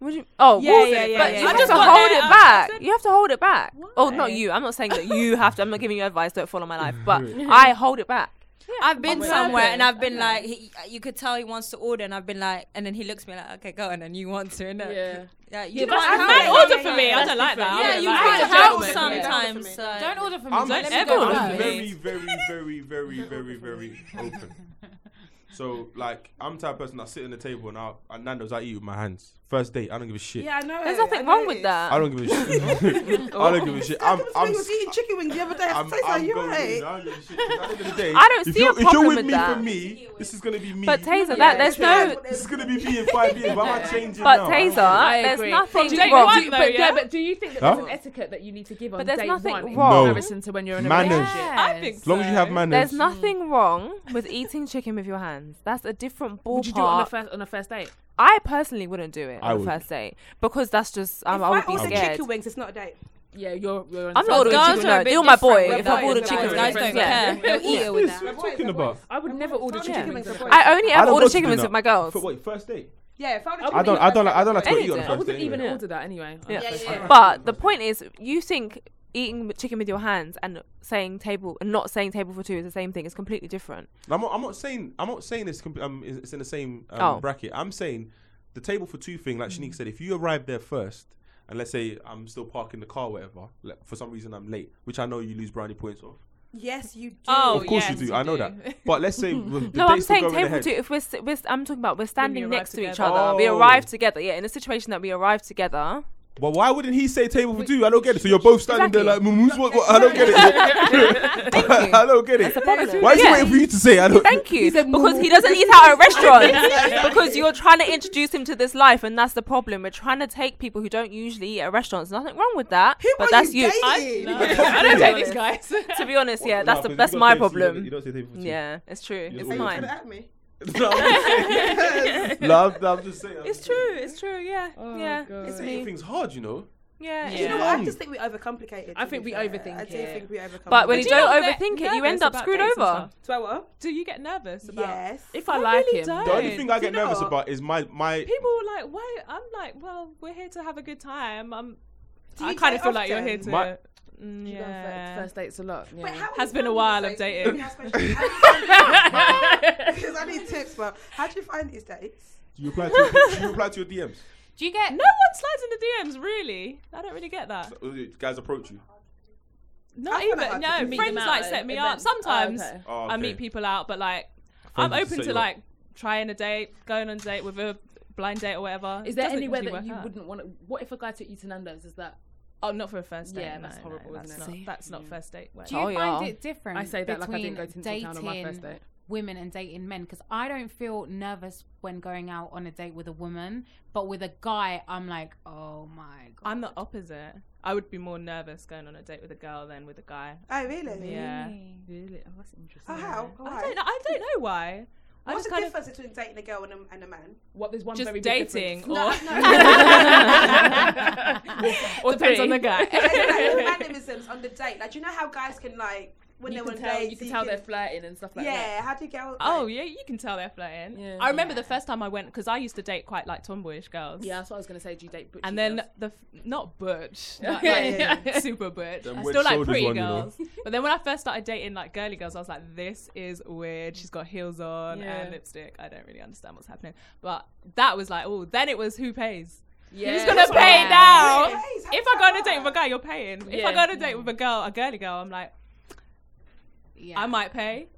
[SPEAKER 4] would you? Oh,
[SPEAKER 2] Yeah,
[SPEAKER 4] well,
[SPEAKER 2] yeah, yeah,
[SPEAKER 4] But
[SPEAKER 2] yeah,
[SPEAKER 4] you
[SPEAKER 2] yeah.
[SPEAKER 4] have
[SPEAKER 2] I just
[SPEAKER 4] to
[SPEAKER 6] got
[SPEAKER 4] hold
[SPEAKER 6] there,
[SPEAKER 4] it
[SPEAKER 6] I- I
[SPEAKER 4] back.
[SPEAKER 6] said-
[SPEAKER 4] you have to hold it back. Oh,
[SPEAKER 6] Why?
[SPEAKER 4] not you. I'm not saying that you have to. I'm not giving you advice. Don't follow my life. But I hold it back.
[SPEAKER 7] I've been
[SPEAKER 6] Wait,
[SPEAKER 7] somewhere
[SPEAKER 6] okay.
[SPEAKER 7] and I've been like, he, you could tell he wants to order, and I've been like, and then he looks at me like, okay, go on, and you want to, and
[SPEAKER 3] Yeah.
[SPEAKER 7] yeah, you
[SPEAKER 3] but
[SPEAKER 7] can't
[SPEAKER 3] I
[SPEAKER 7] have
[SPEAKER 6] Man,
[SPEAKER 7] it.
[SPEAKER 2] yeah,
[SPEAKER 6] order
[SPEAKER 2] yeah,
[SPEAKER 6] for
[SPEAKER 2] yeah,
[SPEAKER 6] me.
[SPEAKER 2] yeah.
[SPEAKER 6] I don't like that.
[SPEAKER 7] Yeah,
[SPEAKER 3] yeah,
[SPEAKER 7] you
[SPEAKER 3] like,
[SPEAKER 7] can't
[SPEAKER 3] that's a
[SPEAKER 7] help
[SPEAKER 3] judgment, yeah.
[SPEAKER 7] sometimes. So
[SPEAKER 5] Don't order for me.
[SPEAKER 1] I'm
[SPEAKER 5] Don't
[SPEAKER 1] just-
[SPEAKER 5] ever
[SPEAKER 4] Don't
[SPEAKER 5] order
[SPEAKER 4] order
[SPEAKER 5] for
[SPEAKER 1] I'm
[SPEAKER 4] for
[SPEAKER 5] me.
[SPEAKER 1] very, very, very, very, very, very open. So like, I'm the type of person that sit on the table and I and Nando's I eat with my hands. First date, I don't give a shit.
[SPEAKER 2] Yeah, I know.
[SPEAKER 4] There's
[SPEAKER 2] it.
[SPEAKER 4] nothing
[SPEAKER 2] I know
[SPEAKER 4] wrong
[SPEAKER 2] it
[SPEAKER 4] with
[SPEAKER 2] is.
[SPEAKER 1] I
[SPEAKER 4] that.
[SPEAKER 1] don't give a shit. I don't give a shit. I'm,
[SPEAKER 2] Come to me,
[SPEAKER 1] I'm,
[SPEAKER 2] you was eating chicken wings the other day. I have
[SPEAKER 1] I'm,
[SPEAKER 2] to say
[SPEAKER 1] I'm
[SPEAKER 2] something. You're
[SPEAKER 1] going
[SPEAKER 2] right.
[SPEAKER 1] in. I don't give a shit. At the end of the day,
[SPEAKER 4] I don't
[SPEAKER 1] if
[SPEAKER 4] see a
[SPEAKER 1] you're-
[SPEAKER 4] problem
[SPEAKER 1] If you're with
[SPEAKER 4] with
[SPEAKER 1] me
[SPEAKER 4] that.
[SPEAKER 1] for me, this is gonna be me.
[SPEAKER 4] But Taser,
[SPEAKER 2] Yeah,
[SPEAKER 4] that there's
[SPEAKER 2] it's just-
[SPEAKER 4] no.
[SPEAKER 1] this is gonna be me in five years. Why am I changing
[SPEAKER 4] But
[SPEAKER 1] now?
[SPEAKER 4] Taser,
[SPEAKER 3] I
[SPEAKER 4] there's
[SPEAKER 3] agree.
[SPEAKER 4] nothing
[SPEAKER 3] Do you-
[SPEAKER 4] wrong.
[SPEAKER 3] do you-
[SPEAKER 6] though,
[SPEAKER 3] but,
[SPEAKER 6] yeah?
[SPEAKER 3] yeah, but do you think that
[SPEAKER 1] Huh?
[SPEAKER 3] there's an etiquette that you need to give on
[SPEAKER 4] But there's
[SPEAKER 3] day
[SPEAKER 4] nothing
[SPEAKER 3] one in
[SPEAKER 4] wrong.
[SPEAKER 3] comparison to when you're in a
[SPEAKER 1] Manners.
[SPEAKER 3] relationship?
[SPEAKER 6] I think
[SPEAKER 1] as long as you have manners,
[SPEAKER 4] There's nothing wrong with eating chicken with your hands. That's a different ballpark.
[SPEAKER 3] Would you do it on a first on a first date?
[SPEAKER 4] I personally wouldn't do it
[SPEAKER 1] I
[SPEAKER 4] on the
[SPEAKER 1] would.
[SPEAKER 4] first date because that's just um,
[SPEAKER 2] If
[SPEAKER 4] I
[SPEAKER 2] I
[SPEAKER 4] would be
[SPEAKER 2] order
[SPEAKER 4] scared.
[SPEAKER 2] chicken wings, it's not a date.
[SPEAKER 3] Yeah, you're. you're on
[SPEAKER 4] I'm
[SPEAKER 3] the
[SPEAKER 4] not
[SPEAKER 3] first
[SPEAKER 4] ordering
[SPEAKER 3] date.
[SPEAKER 7] Girls
[SPEAKER 4] chicken.
[SPEAKER 7] are a
[SPEAKER 4] No,
[SPEAKER 7] bit
[SPEAKER 4] deal my boy.
[SPEAKER 7] different with
[SPEAKER 4] If I've
[SPEAKER 7] boys.
[SPEAKER 4] ordered chicken,
[SPEAKER 7] Guys
[SPEAKER 4] wings,
[SPEAKER 7] don't
[SPEAKER 4] yeah.
[SPEAKER 7] care. They'll eat it with
[SPEAKER 1] What are
[SPEAKER 7] that.
[SPEAKER 1] you talking about?
[SPEAKER 3] I would never order
[SPEAKER 2] Chicken
[SPEAKER 3] chicken
[SPEAKER 2] wings
[SPEAKER 3] wings.
[SPEAKER 2] are boys.
[SPEAKER 4] I only
[SPEAKER 1] I
[SPEAKER 4] ever
[SPEAKER 1] don't
[SPEAKER 4] order
[SPEAKER 1] go to
[SPEAKER 4] chicken wings
[SPEAKER 1] dinner.
[SPEAKER 4] with my girls.
[SPEAKER 1] For wait, first date?
[SPEAKER 2] Yeah, if I order
[SPEAKER 1] I don't, I don't, I don't like to
[SPEAKER 4] Any
[SPEAKER 1] eat on the
[SPEAKER 4] day.
[SPEAKER 1] first
[SPEAKER 4] I
[SPEAKER 3] I wouldn't
[SPEAKER 1] date
[SPEAKER 3] even
[SPEAKER 1] anyway.
[SPEAKER 3] order that anyway.
[SPEAKER 4] Yeah.
[SPEAKER 2] Yeah, yeah, yeah.
[SPEAKER 4] But the point is, you think eating chicken with your hands and saying table and not saying table for two is the same thing. It's completely different.
[SPEAKER 1] I'm not, I'm not saying I'm not saying it's comp- um, it's it's in the same um,
[SPEAKER 4] Oh. Mm.
[SPEAKER 1] bracket. I'm saying the table for two thing, like Shanique said, if you arrive there first, and let's say I'm still parking the car, or whatever. Like, for some reason I'm late, which I know you lose brownie points off.
[SPEAKER 2] Yes, you do.
[SPEAKER 6] Oh,
[SPEAKER 1] of course
[SPEAKER 6] yes,
[SPEAKER 1] you do.
[SPEAKER 6] you
[SPEAKER 1] I know
[SPEAKER 6] do.
[SPEAKER 1] that. But let's say the
[SPEAKER 4] no, I'm
[SPEAKER 1] date's still
[SPEAKER 4] saying
[SPEAKER 1] going
[SPEAKER 4] table
[SPEAKER 1] ahead.
[SPEAKER 4] two. If we're, si- we're I'm talking about we're standing
[SPEAKER 6] arrive
[SPEAKER 4] next to each
[SPEAKER 6] together.
[SPEAKER 4] other. We
[SPEAKER 1] Oh.
[SPEAKER 4] arrive together. Yeah, in a situation that we arrive together.
[SPEAKER 1] But why wouldn't he say table for two? I don't get it. So you're both standing there like, "Mm, who's what, what? I don't get it.
[SPEAKER 4] Thank you.
[SPEAKER 1] I don't get it.
[SPEAKER 4] problem.
[SPEAKER 1] Why is he
[SPEAKER 4] Yeah.
[SPEAKER 1] waiting for you to say? I don't.
[SPEAKER 4] Thank you. Because he doesn't eat out at restaurants. because you're trying to introduce him to this life, and that's the problem. We're trying to take people who don't usually eat at restaurants. Nothing wrong with that.
[SPEAKER 2] Who
[SPEAKER 4] but
[SPEAKER 2] are
[SPEAKER 4] that's
[SPEAKER 2] you
[SPEAKER 4] you.
[SPEAKER 2] dating?
[SPEAKER 6] I don't take these guys.
[SPEAKER 4] to be honest, yeah,
[SPEAKER 1] Nah,
[SPEAKER 4] that's the
[SPEAKER 1] because
[SPEAKER 4] that's
[SPEAKER 1] you
[SPEAKER 4] my
[SPEAKER 1] don't say- You
[SPEAKER 4] problem.
[SPEAKER 1] don't say table for two.
[SPEAKER 4] Yeah, it's true.
[SPEAKER 1] It's
[SPEAKER 4] It's
[SPEAKER 2] Are you
[SPEAKER 1] mine.
[SPEAKER 2] coming
[SPEAKER 4] mine.
[SPEAKER 2] at me?
[SPEAKER 1] no, I'm just saying. No, I'm just saying.
[SPEAKER 4] It's true. It's true. Yeah. yeah. It's
[SPEAKER 1] Saying
[SPEAKER 4] me.
[SPEAKER 1] things hard, you know.
[SPEAKER 4] Yeah.
[SPEAKER 2] You
[SPEAKER 4] yeah.
[SPEAKER 2] know what? I just think we overcomplicate it.
[SPEAKER 3] I
[SPEAKER 2] to
[SPEAKER 3] think
[SPEAKER 2] be
[SPEAKER 3] we
[SPEAKER 2] fair.
[SPEAKER 3] overthink
[SPEAKER 2] I do
[SPEAKER 3] it.
[SPEAKER 2] think we overcomplicate.
[SPEAKER 4] But when you
[SPEAKER 6] Do
[SPEAKER 4] don't
[SPEAKER 6] know that-
[SPEAKER 4] overthink it, you
[SPEAKER 6] nervous
[SPEAKER 4] end up
[SPEAKER 6] about
[SPEAKER 4] screwed
[SPEAKER 6] dates and
[SPEAKER 4] over.
[SPEAKER 6] stuff?
[SPEAKER 2] do I what?
[SPEAKER 6] Do you get nervous about?
[SPEAKER 2] Yes.
[SPEAKER 3] If I like
[SPEAKER 6] really
[SPEAKER 3] him,
[SPEAKER 6] don't.
[SPEAKER 1] The only
[SPEAKER 6] Hey,
[SPEAKER 1] thing I
[SPEAKER 2] do
[SPEAKER 1] get
[SPEAKER 2] you know
[SPEAKER 1] nervous
[SPEAKER 2] what?
[SPEAKER 1] about is my my.
[SPEAKER 6] People were like, "Why?" I'm like, "Well, we're here to have a good time." I'm.
[SPEAKER 2] Do you
[SPEAKER 6] I kind
[SPEAKER 2] date
[SPEAKER 6] of feel like you're
[SPEAKER 2] often?
[SPEAKER 6] here to.
[SPEAKER 1] My-
[SPEAKER 4] Mm,
[SPEAKER 3] you go on fir-
[SPEAKER 6] yeah.
[SPEAKER 3] first dates a lot. Yeah.
[SPEAKER 2] But how
[SPEAKER 6] Has
[SPEAKER 2] do you
[SPEAKER 6] been a
[SPEAKER 2] find
[SPEAKER 6] while
[SPEAKER 2] these
[SPEAKER 6] of
[SPEAKER 2] dates?
[SPEAKER 6] dating.
[SPEAKER 2] Because I need tips, but how do you find these dates?
[SPEAKER 1] Do you reply to your, do you reply to your DMs?
[SPEAKER 5] Do you get
[SPEAKER 6] No one slides in the DMs, really. I don't really get that.
[SPEAKER 1] Uh, Guys approach you.
[SPEAKER 6] Not
[SPEAKER 2] feel like I could
[SPEAKER 6] even. No,
[SPEAKER 2] meet
[SPEAKER 6] friends
[SPEAKER 5] them out
[SPEAKER 6] like
[SPEAKER 5] at
[SPEAKER 6] set me
[SPEAKER 5] events.
[SPEAKER 6] up. Sometimes
[SPEAKER 5] Oh, okay.
[SPEAKER 1] Oh,
[SPEAKER 6] I
[SPEAKER 1] okay.
[SPEAKER 6] meet people out, but like
[SPEAKER 1] Friends
[SPEAKER 6] I'm
[SPEAKER 1] just set
[SPEAKER 6] open
[SPEAKER 1] you
[SPEAKER 6] to
[SPEAKER 1] up.
[SPEAKER 6] like trying a date, going on a date with a blind date or whatever.
[SPEAKER 3] Is there
[SPEAKER 6] Doesn't
[SPEAKER 3] anywhere
[SPEAKER 6] usually
[SPEAKER 3] that you
[SPEAKER 6] work out.
[SPEAKER 3] wouldn't want to? What if a guy took you to Nando's? Is that
[SPEAKER 6] Oh, not for a first date.
[SPEAKER 3] Yeah,
[SPEAKER 6] no,
[SPEAKER 3] that's
[SPEAKER 6] no,
[SPEAKER 3] horrible,
[SPEAKER 6] that's
[SPEAKER 3] isn't it?
[SPEAKER 6] not, That's not first date. work.
[SPEAKER 5] Do you
[SPEAKER 4] Oh,
[SPEAKER 5] find
[SPEAKER 4] yeah.
[SPEAKER 5] it different?
[SPEAKER 3] I say that like I
[SPEAKER 5] between
[SPEAKER 3] didn't go to Tinseltown on my first
[SPEAKER 5] dating
[SPEAKER 3] date.
[SPEAKER 5] Women and dating men, because I don't feel nervous when going out on a date with a woman, but with a guy, I'm like, oh my god.
[SPEAKER 6] I'm the opposite. I would be more nervous going on a date with a girl than with a guy.
[SPEAKER 2] Oh, really?
[SPEAKER 6] Yeah.
[SPEAKER 3] really? Oh, that's interesting.
[SPEAKER 2] Oh, how?
[SPEAKER 6] I
[SPEAKER 2] Why?
[SPEAKER 6] don't know. I don't know why. I
[SPEAKER 2] What's
[SPEAKER 6] just
[SPEAKER 2] the
[SPEAKER 6] kind of
[SPEAKER 2] difference between dating a girl and a, and a man?
[SPEAKER 3] What? There's one
[SPEAKER 6] just
[SPEAKER 3] very big
[SPEAKER 6] dating or
[SPEAKER 3] difference.
[SPEAKER 6] or
[SPEAKER 3] Depends on the
[SPEAKER 6] three.
[SPEAKER 3] guy.
[SPEAKER 2] Like, all mannerisms on the date. Like, do you know how guys can like when
[SPEAKER 3] you
[SPEAKER 2] they're
[SPEAKER 3] can
[SPEAKER 2] on
[SPEAKER 3] tell,
[SPEAKER 2] dates?
[SPEAKER 3] you can tell they're flirting and stuff like that.
[SPEAKER 2] yeah. How do girls?
[SPEAKER 6] Oh
[SPEAKER 2] like,
[SPEAKER 6] yeah, you can tell they're flirting.
[SPEAKER 3] Yeah.
[SPEAKER 6] I remember the first time I went because I used to date quite like tomboyish girls.
[SPEAKER 3] Yeah, that's what I was gonna say. Do you date butch?
[SPEAKER 6] And then the f- not butch, like,
[SPEAKER 3] Yeah,
[SPEAKER 6] like,
[SPEAKER 2] yeah,
[SPEAKER 6] super butch.
[SPEAKER 1] Them
[SPEAKER 6] I
[SPEAKER 1] wedge
[SPEAKER 6] still like
[SPEAKER 1] shoulders
[SPEAKER 6] pretty
[SPEAKER 1] one, you know.
[SPEAKER 6] girls. But then when I first started dating like girly girls, I was like, this is weird. She's got heels on
[SPEAKER 3] Yeah.
[SPEAKER 6] and lipstick. I don't really understand what's happening. But that was like, oh, then it was who pays.
[SPEAKER 3] yeah,
[SPEAKER 6] Who's gonna
[SPEAKER 3] that's what
[SPEAKER 6] pay
[SPEAKER 3] I-
[SPEAKER 6] now?
[SPEAKER 2] Who pays? How
[SPEAKER 6] If
[SPEAKER 2] does
[SPEAKER 6] I go on a
[SPEAKER 2] that
[SPEAKER 6] date with a
[SPEAKER 2] work?
[SPEAKER 6] guy, you're paying. If
[SPEAKER 3] Yeah.
[SPEAKER 6] I go on a date with a girl, a girly girl, I'm like,
[SPEAKER 5] yeah.
[SPEAKER 6] I might pay.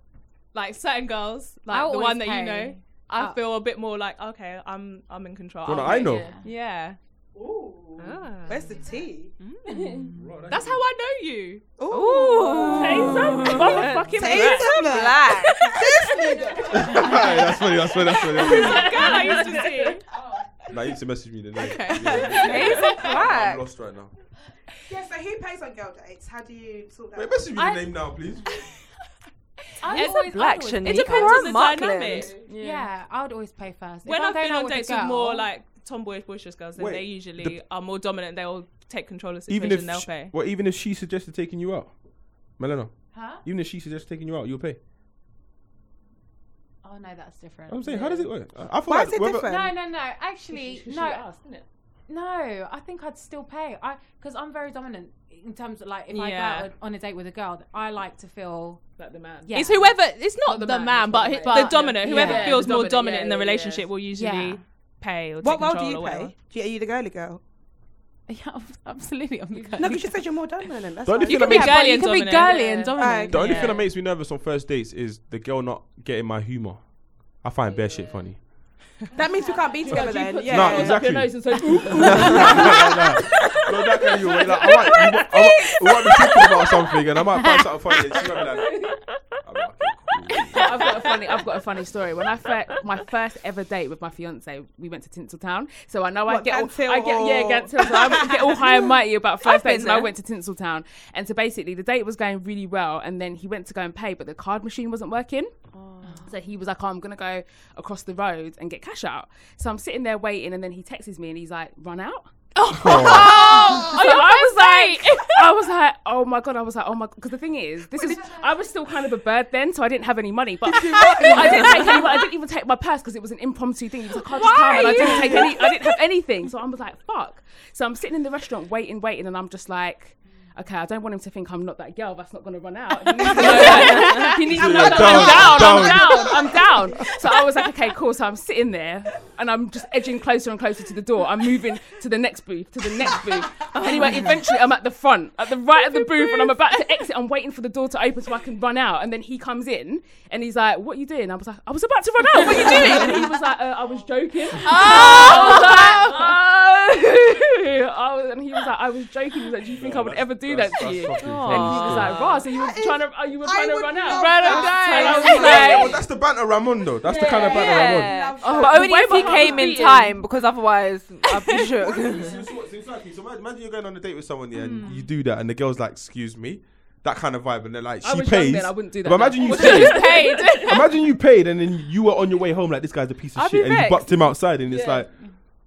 [SPEAKER 6] Like certain girls,
[SPEAKER 5] I
[SPEAKER 6] like the
[SPEAKER 5] always
[SPEAKER 6] one that
[SPEAKER 5] pay.
[SPEAKER 6] you know, I
[SPEAKER 5] Oh.
[SPEAKER 6] feel a bit more like, okay, I'm I'm in control.
[SPEAKER 1] Well, no,
[SPEAKER 6] I'll
[SPEAKER 1] I
[SPEAKER 6] pay.
[SPEAKER 1] know.
[SPEAKER 3] Yeah.
[SPEAKER 6] oh,
[SPEAKER 2] Ooh.
[SPEAKER 6] Yeah. Ah.
[SPEAKER 2] Where's the tea?
[SPEAKER 6] That's how I know you.
[SPEAKER 2] Ooh.
[SPEAKER 4] Motherfucking
[SPEAKER 2] Taste of black.
[SPEAKER 1] that's funny. That's funny. That's funny.
[SPEAKER 6] Girl I used to see.
[SPEAKER 1] nah, you need to message me. Then.
[SPEAKER 6] Okay.
[SPEAKER 1] I'm lost right now.
[SPEAKER 2] Yeah. So who pays on girl dates? How do you sort that?
[SPEAKER 1] Wait,
[SPEAKER 2] out?
[SPEAKER 1] message me the
[SPEAKER 5] I-
[SPEAKER 1] name now, please.
[SPEAKER 5] I
[SPEAKER 4] It's
[SPEAKER 5] always-
[SPEAKER 4] a black
[SPEAKER 5] I always-
[SPEAKER 4] Shanique.
[SPEAKER 6] It depends on the dynamic.
[SPEAKER 5] Yeah. I would always pay first.
[SPEAKER 6] When
[SPEAKER 5] if I'm
[SPEAKER 6] I've been
[SPEAKER 5] going out
[SPEAKER 6] on
[SPEAKER 5] with a
[SPEAKER 6] dates with more
[SPEAKER 5] girl-
[SPEAKER 6] like tomboyish, boisterous girls, then
[SPEAKER 1] Wait,
[SPEAKER 6] they usually are more dominant. They'll take control of the situation.
[SPEAKER 1] Even if
[SPEAKER 6] they'll
[SPEAKER 1] she,
[SPEAKER 6] pay.
[SPEAKER 1] well, even if she suggested taking you out, Melena.
[SPEAKER 5] huh?
[SPEAKER 1] Even if she suggests taking you out, you'll pay.
[SPEAKER 5] Oh no, that's different.
[SPEAKER 1] I'm saying, how does it work? I I feel
[SPEAKER 2] Why
[SPEAKER 1] like
[SPEAKER 2] is it
[SPEAKER 1] whether-
[SPEAKER 2] different?
[SPEAKER 5] No, no, no. Actually,
[SPEAKER 3] She
[SPEAKER 5] no.
[SPEAKER 3] asked, didn't it?
[SPEAKER 5] No, I think I'd still pay. I because I'm very dominant in terms of like if I go
[SPEAKER 6] Yeah.
[SPEAKER 5] out with- on a date with a girl, I like to feel
[SPEAKER 3] Like the man.
[SPEAKER 5] yeah.
[SPEAKER 6] It's whoever. It's not,
[SPEAKER 3] the
[SPEAKER 6] the,
[SPEAKER 3] man,
[SPEAKER 6] man,
[SPEAKER 3] it's not the
[SPEAKER 6] but, who-
[SPEAKER 3] man.
[SPEAKER 6] the dominant.
[SPEAKER 5] Yeah.
[SPEAKER 6] Whoever
[SPEAKER 5] Yeah,
[SPEAKER 6] feels
[SPEAKER 3] the
[SPEAKER 6] more
[SPEAKER 3] dominant,
[SPEAKER 6] dominant
[SPEAKER 3] yeah,
[SPEAKER 6] in the
[SPEAKER 3] yeah, yeah.
[SPEAKER 6] relationship will usually
[SPEAKER 5] Yeah.
[SPEAKER 6] pay or
[SPEAKER 2] What
[SPEAKER 6] take
[SPEAKER 2] role do
[SPEAKER 6] control
[SPEAKER 2] you
[SPEAKER 6] or whatever.
[SPEAKER 2] play? Do you, are you the girly girl?
[SPEAKER 5] yeah, absolutely. I'm the girl.
[SPEAKER 2] No, because you said you're more dominant. That's
[SPEAKER 1] Don't
[SPEAKER 2] why.
[SPEAKER 1] you
[SPEAKER 6] can be
[SPEAKER 1] Yeah,
[SPEAKER 6] girly
[SPEAKER 5] you
[SPEAKER 6] and
[SPEAKER 5] can be
[SPEAKER 6] dominant.
[SPEAKER 5] girly
[SPEAKER 3] Yeah.
[SPEAKER 5] and
[SPEAKER 2] Alright.
[SPEAKER 5] dominant.
[SPEAKER 1] The only
[SPEAKER 6] Yeah.
[SPEAKER 1] thing that makes me nervous on first dates is the girl not getting my humor. I find bare shit funny.
[SPEAKER 2] That means we can't be together then. Yeah.
[SPEAKER 1] No, exactly.
[SPEAKER 3] Your nose and so
[SPEAKER 1] No, that kind of you. where Like, I might, you, might- I might, we might be talking about something, and I might find something funny. And she might be like, I'm like, okay, cool.
[SPEAKER 3] I've got a funny. I've got a funny story. When I first, my first ever date with my fiance, we went to Tinseltown. So I know I
[SPEAKER 2] What,
[SPEAKER 3] get,
[SPEAKER 2] Gantill
[SPEAKER 3] all, I get, yeah,
[SPEAKER 2] or-
[SPEAKER 3] Gantill. So I get all high and mighty about first
[SPEAKER 4] been
[SPEAKER 3] dates, and I
[SPEAKER 4] there.
[SPEAKER 3] went to Tinseltown. And so basically, the date was going really well, and then he went to go and pay, but the card machine wasn't working. So he was like, oh, I'm going to go across the road and get cash out. So I'm sitting there waiting, and then he texts me and he's like, run out? Oh, I was like, I was like, oh my god, I was like, oh my, because the thing is, this is, I was still kind of a bird then, so I didn't have any money, but I didn't take any, I didn't even take my purse because it was an impromptu thing. It was like, I can't just come, and I didn't take any, I didn't have anything, so I was like, fuck. So I'm sitting in the restaurant waiting, waiting, and I'm just like. Okay, I don't want him to think I'm not that girl. That's not going to run out. He needs to know- he needs to know
[SPEAKER 1] Yeah,
[SPEAKER 3] that
[SPEAKER 1] down,
[SPEAKER 3] I'm down.
[SPEAKER 1] down.
[SPEAKER 3] I'm down down. I'm down. So I was like, okay, cool. So I'm sitting there and I'm just edging closer and closer to the door. I'm moving to the next booth, to the next booth. Anyway, eventually I'm at the front, at the right of the booth, and I'm about to exit. I'm waiting for the door to open so I can run out. And then he comes in and he's like, what you doing? I was like, I was about to run out. What are you doing? And he was like, uh, I was joking.
[SPEAKER 4] Oh.
[SPEAKER 3] I was like, oh. I was, and he was like, I was joking. He was like, do you think I would ever do that to you?
[SPEAKER 1] And he
[SPEAKER 3] And he was like, Ra, so you were
[SPEAKER 2] That is-
[SPEAKER 3] trying to, oh, you were
[SPEAKER 2] I
[SPEAKER 3] trying to
[SPEAKER 2] would
[SPEAKER 3] run
[SPEAKER 2] love
[SPEAKER 3] out.
[SPEAKER 2] that.
[SPEAKER 3] And I was
[SPEAKER 2] Yeah,
[SPEAKER 3] like,
[SPEAKER 1] that's the banter Ramon, though. That's the kind of banter Ramon.
[SPEAKER 4] Yeah.
[SPEAKER 2] Oh,
[SPEAKER 4] But
[SPEAKER 3] the
[SPEAKER 4] only
[SPEAKER 3] way
[SPEAKER 4] if
[SPEAKER 3] my
[SPEAKER 4] he
[SPEAKER 3] heart
[SPEAKER 4] came
[SPEAKER 3] was
[SPEAKER 4] in
[SPEAKER 3] beating.
[SPEAKER 4] time, because otherwise I'd be shook.
[SPEAKER 1] Exactly. So imagine- imagine you're going on a date with someone, yeah,
[SPEAKER 3] Mm.
[SPEAKER 1] and you do that, and the girl's like, "Excuse me," that kind of vibe, and they're like,
[SPEAKER 3] I
[SPEAKER 1] "She
[SPEAKER 3] was young
[SPEAKER 1] pays."
[SPEAKER 3] then, I wouldn't do that
[SPEAKER 1] But
[SPEAKER 3] now.
[SPEAKER 1] imagine you
[SPEAKER 3] Well,
[SPEAKER 1] paid.
[SPEAKER 3] paid.
[SPEAKER 1] imagine you paid, and then you were on your way home like, "This guy's a piece of
[SPEAKER 4] I'd be
[SPEAKER 1] shit," and you
[SPEAKER 4] vexed.
[SPEAKER 1] bucked him outside, and it's
[SPEAKER 3] Yeah.
[SPEAKER 1] like.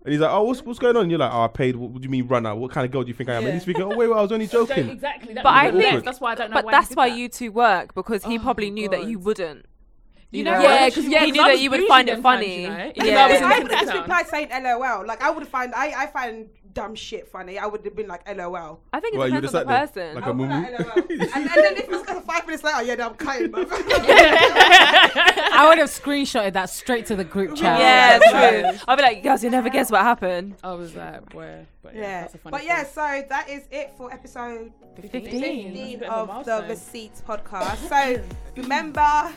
[SPEAKER 1] And he's like, "Oh, what's what's going on?" And you're like, "Oh, I paid. What, what do you mean, run out? What kind of girl do you think I am?"
[SPEAKER 3] Yeah.
[SPEAKER 1] And he's thinking, "Oh, wait, wait I was only
[SPEAKER 3] Don't-
[SPEAKER 1] joking."
[SPEAKER 3] exactly. That
[SPEAKER 4] But
[SPEAKER 3] was
[SPEAKER 4] I
[SPEAKER 3] the
[SPEAKER 4] think-
[SPEAKER 3] best. that's why I don't know.
[SPEAKER 4] But
[SPEAKER 3] why
[SPEAKER 4] that's
[SPEAKER 3] he did
[SPEAKER 4] why
[SPEAKER 3] that.
[SPEAKER 4] you two work because he
[SPEAKER 3] Oh
[SPEAKER 4] probably
[SPEAKER 3] my
[SPEAKER 4] knew that you
[SPEAKER 3] God.
[SPEAKER 4] wouldn't.
[SPEAKER 3] You
[SPEAKER 4] know
[SPEAKER 3] know,
[SPEAKER 4] what?
[SPEAKER 3] yeah, because yeah,
[SPEAKER 4] He
[SPEAKER 3] 'cause
[SPEAKER 4] knew
[SPEAKER 3] I
[SPEAKER 4] that
[SPEAKER 3] was
[SPEAKER 4] you would
[SPEAKER 3] bougie
[SPEAKER 4] find it
[SPEAKER 3] them times,
[SPEAKER 4] funny.
[SPEAKER 3] you know?
[SPEAKER 4] Yeah.
[SPEAKER 3] Even though I was in
[SPEAKER 2] I would
[SPEAKER 3] Tinseltown.
[SPEAKER 2] actually reply saying LOL. Like I would find I, I find dumb shit funny, I would have been like, LOL.
[SPEAKER 4] I think it
[SPEAKER 1] Well, you
[SPEAKER 4] depends on the
[SPEAKER 1] decide then,
[SPEAKER 4] person.
[SPEAKER 1] like
[SPEAKER 2] I
[SPEAKER 1] a
[SPEAKER 2] would
[SPEAKER 1] mumu.
[SPEAKER 2] like, LOL. and, and then if it's kind of five minutes later, yeah, then I'm cutting. bruv.
[SPEAKER 5] I would have screenshotted that straight to the group chat.
[SPEAKER 4] yeah,
[SPEAKER 2] Yeah.
[SPEAKER 4] true. I'll be like, guys, you never guess what happened.
[SPEAKER 3] I was like, where? But yeah,
[SPEAKER 2] yeah.
[SPEAKER 3] that's a funny
[SPEAKER 2] But yeah, so that is it for episode
[SPEAKER 5] 15.
[SPEAKER 2] 15
[SPEAKER 3] That's a bit of a
[SPEAKER 2] of the
[SPEAKER 3] milestone.
[SPEAKER 2] Receipts podcast. So remember,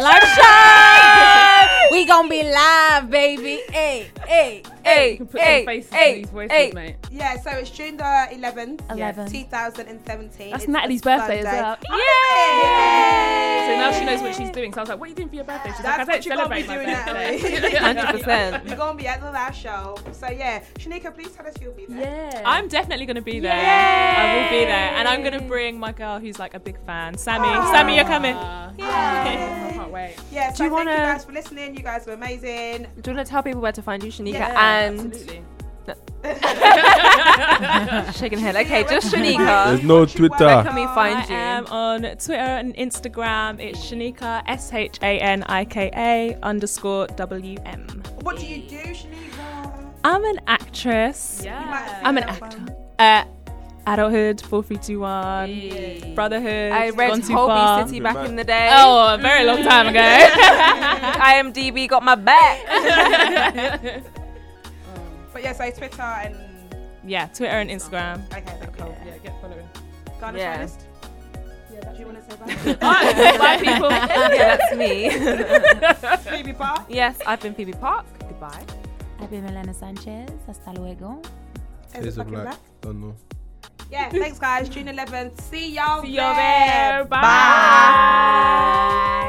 [SPEAKER 4] Live show!
[SPEAKER 7] We gonna be live, baby. Hey, hey,
[SPEAKER 4] hey,
[SPEAKER 3] Put
[SPEAKER 4] hey,
[SPEAKER 3] some faces to
[SPEAKER 4] hey,
[SPEAKER 3] these voices,
[SPEAKER 4] hey.
[SPEAKER 3] mate.
[SPEAKER 2] yeah, so it's June the 11th,
[SPEAKER 5] Eleven.
[SPEAKER 2] 2017.
[SPEAKER 5] That's
[SPEAKER 2] It's a
[SPEAKER 5] Natalie's birthday as
[SPEAKER 2] Sunday.
[SPEAKER 5] well.
[SPEAKER 2] Yay!
[SPEAKER 3] So now she knows what she's doing. So I was like, what are you doing for your birthday? She's
[SPEAKER 2] That's
[SPEAKER 3] like, I
[SPEAKER 2] what
[SPEAKER 3] don't
[SPEAKER 2] you're gonna be
[SPEAKER 3] celebrate
[SPEAKER 2] doing,
[SPEAKER 3] my birthday.
[SPEAKER 2] Natalie.
[SPEAKER 4] 100%.
[SPEAKER 2] You're gonna be at the live show. So yeah, Shanika, please tell us you'll be there.
[SPEAKER 3] yeah.
[SPEAKER 6] I'm definitely going to be there. I will be there. And I'm going to bring my girl who's like a big fan, Sammy. Sammy, you're coming.
[SPEAKER 3] I can't wait.
[SPEAKER 2] Yeah, so thank you
[SPEAKER 4] Do you wanna-
[SPEAKER 2] guys for listening. You guys were amazing.
[SPEAKER 4] Do you want to tell people where to find you, Shanika?
[SPEAKER 2] Yeah,
[SPEAKER 4] and
[SPEAKER 3] Absolutely.
[SPEAKER 4] shaking her head. Okay,
[SPEAKER 2] Yeah,
[SPEAKER 4] just
[SPEAKER 2] where to
[SPEAKER 4] Shanika.
[SPEAKER 1] There's no
[SPEAKER 2] She works
[SPEAKER 1] Twitter.
[SPEAKER 4] Can we
[SPEAKER 6] I
[SPEAKER 4] find you?
[SPEAKER 6] am on Twitter and Instagram. It's Shanika, S H A N I K A underscore W M.
[SPEAKER 2] What do you do, Shanika?
[SPEAKER 6] I'm an actress.
[SPEAKER 2] You might have
[SPEAKER 3] Yeah.
[SPEAKER 6] I'm
[SPEAKER 2] seen
[SPEAKER 6] an
[SPEAKER 2] that
[SPEAKER 6] actor.
[SPEAKER 2] one.
[SPEAKER 6] Uh, Adulthood, 4321, Brotherhood.
[SPEAKER 4] I read
[SPEAKER 6] Gone Too
[SPEAKER 4] Holby
[SPEAKER 6] Far.
[SPEAKER 4] City
[SPEAKER 1] Good
[SPEAKER 4] back
[SPEAKER 1] man.
[SPEAKER 4] in the day.
[SPEAKER 6] Oh, a very long time ago.
[SPEAKER 4] IMDb got my back.
[SPEAKER 2] But yeah, so Twitter and
[SPEAKER 6] yeah, Twitter and Instagram.
[SPEAKER 2] okay, then cool.
[SPEAKER 3] Yeah, get following.
[SPEAKER 2] Garnish
[SPEAKER 4] Yeah.
[SPEAKER 2] Finest? do you want to say
[SPEAKER 4] Alright, Bye, people. yeah, that's me.
[SPEAKER 2] that? Baby bar.
[SPEAKER 4] yes, I've been Phoebe Park. Goodbye.
[SPEAKER 5] I've been Milena Sanchez. Hasta luego.
[SPEAKER 2] Is it
[SPEAKER 1] Days of
[SPEAKER 2] fucking
[SPEAKER 1] Light.
[SPEAKER 2] black?
[SPEAKER 1] Don't know.
[SPEAKER 2] Yeah, thanks guys. June 11th. See y'all
[SPEAKER 6] See
[SPEAKER 2] there.
[SPEAKER 6] y'all there. Bye.
[SPEAKER 2] Bye.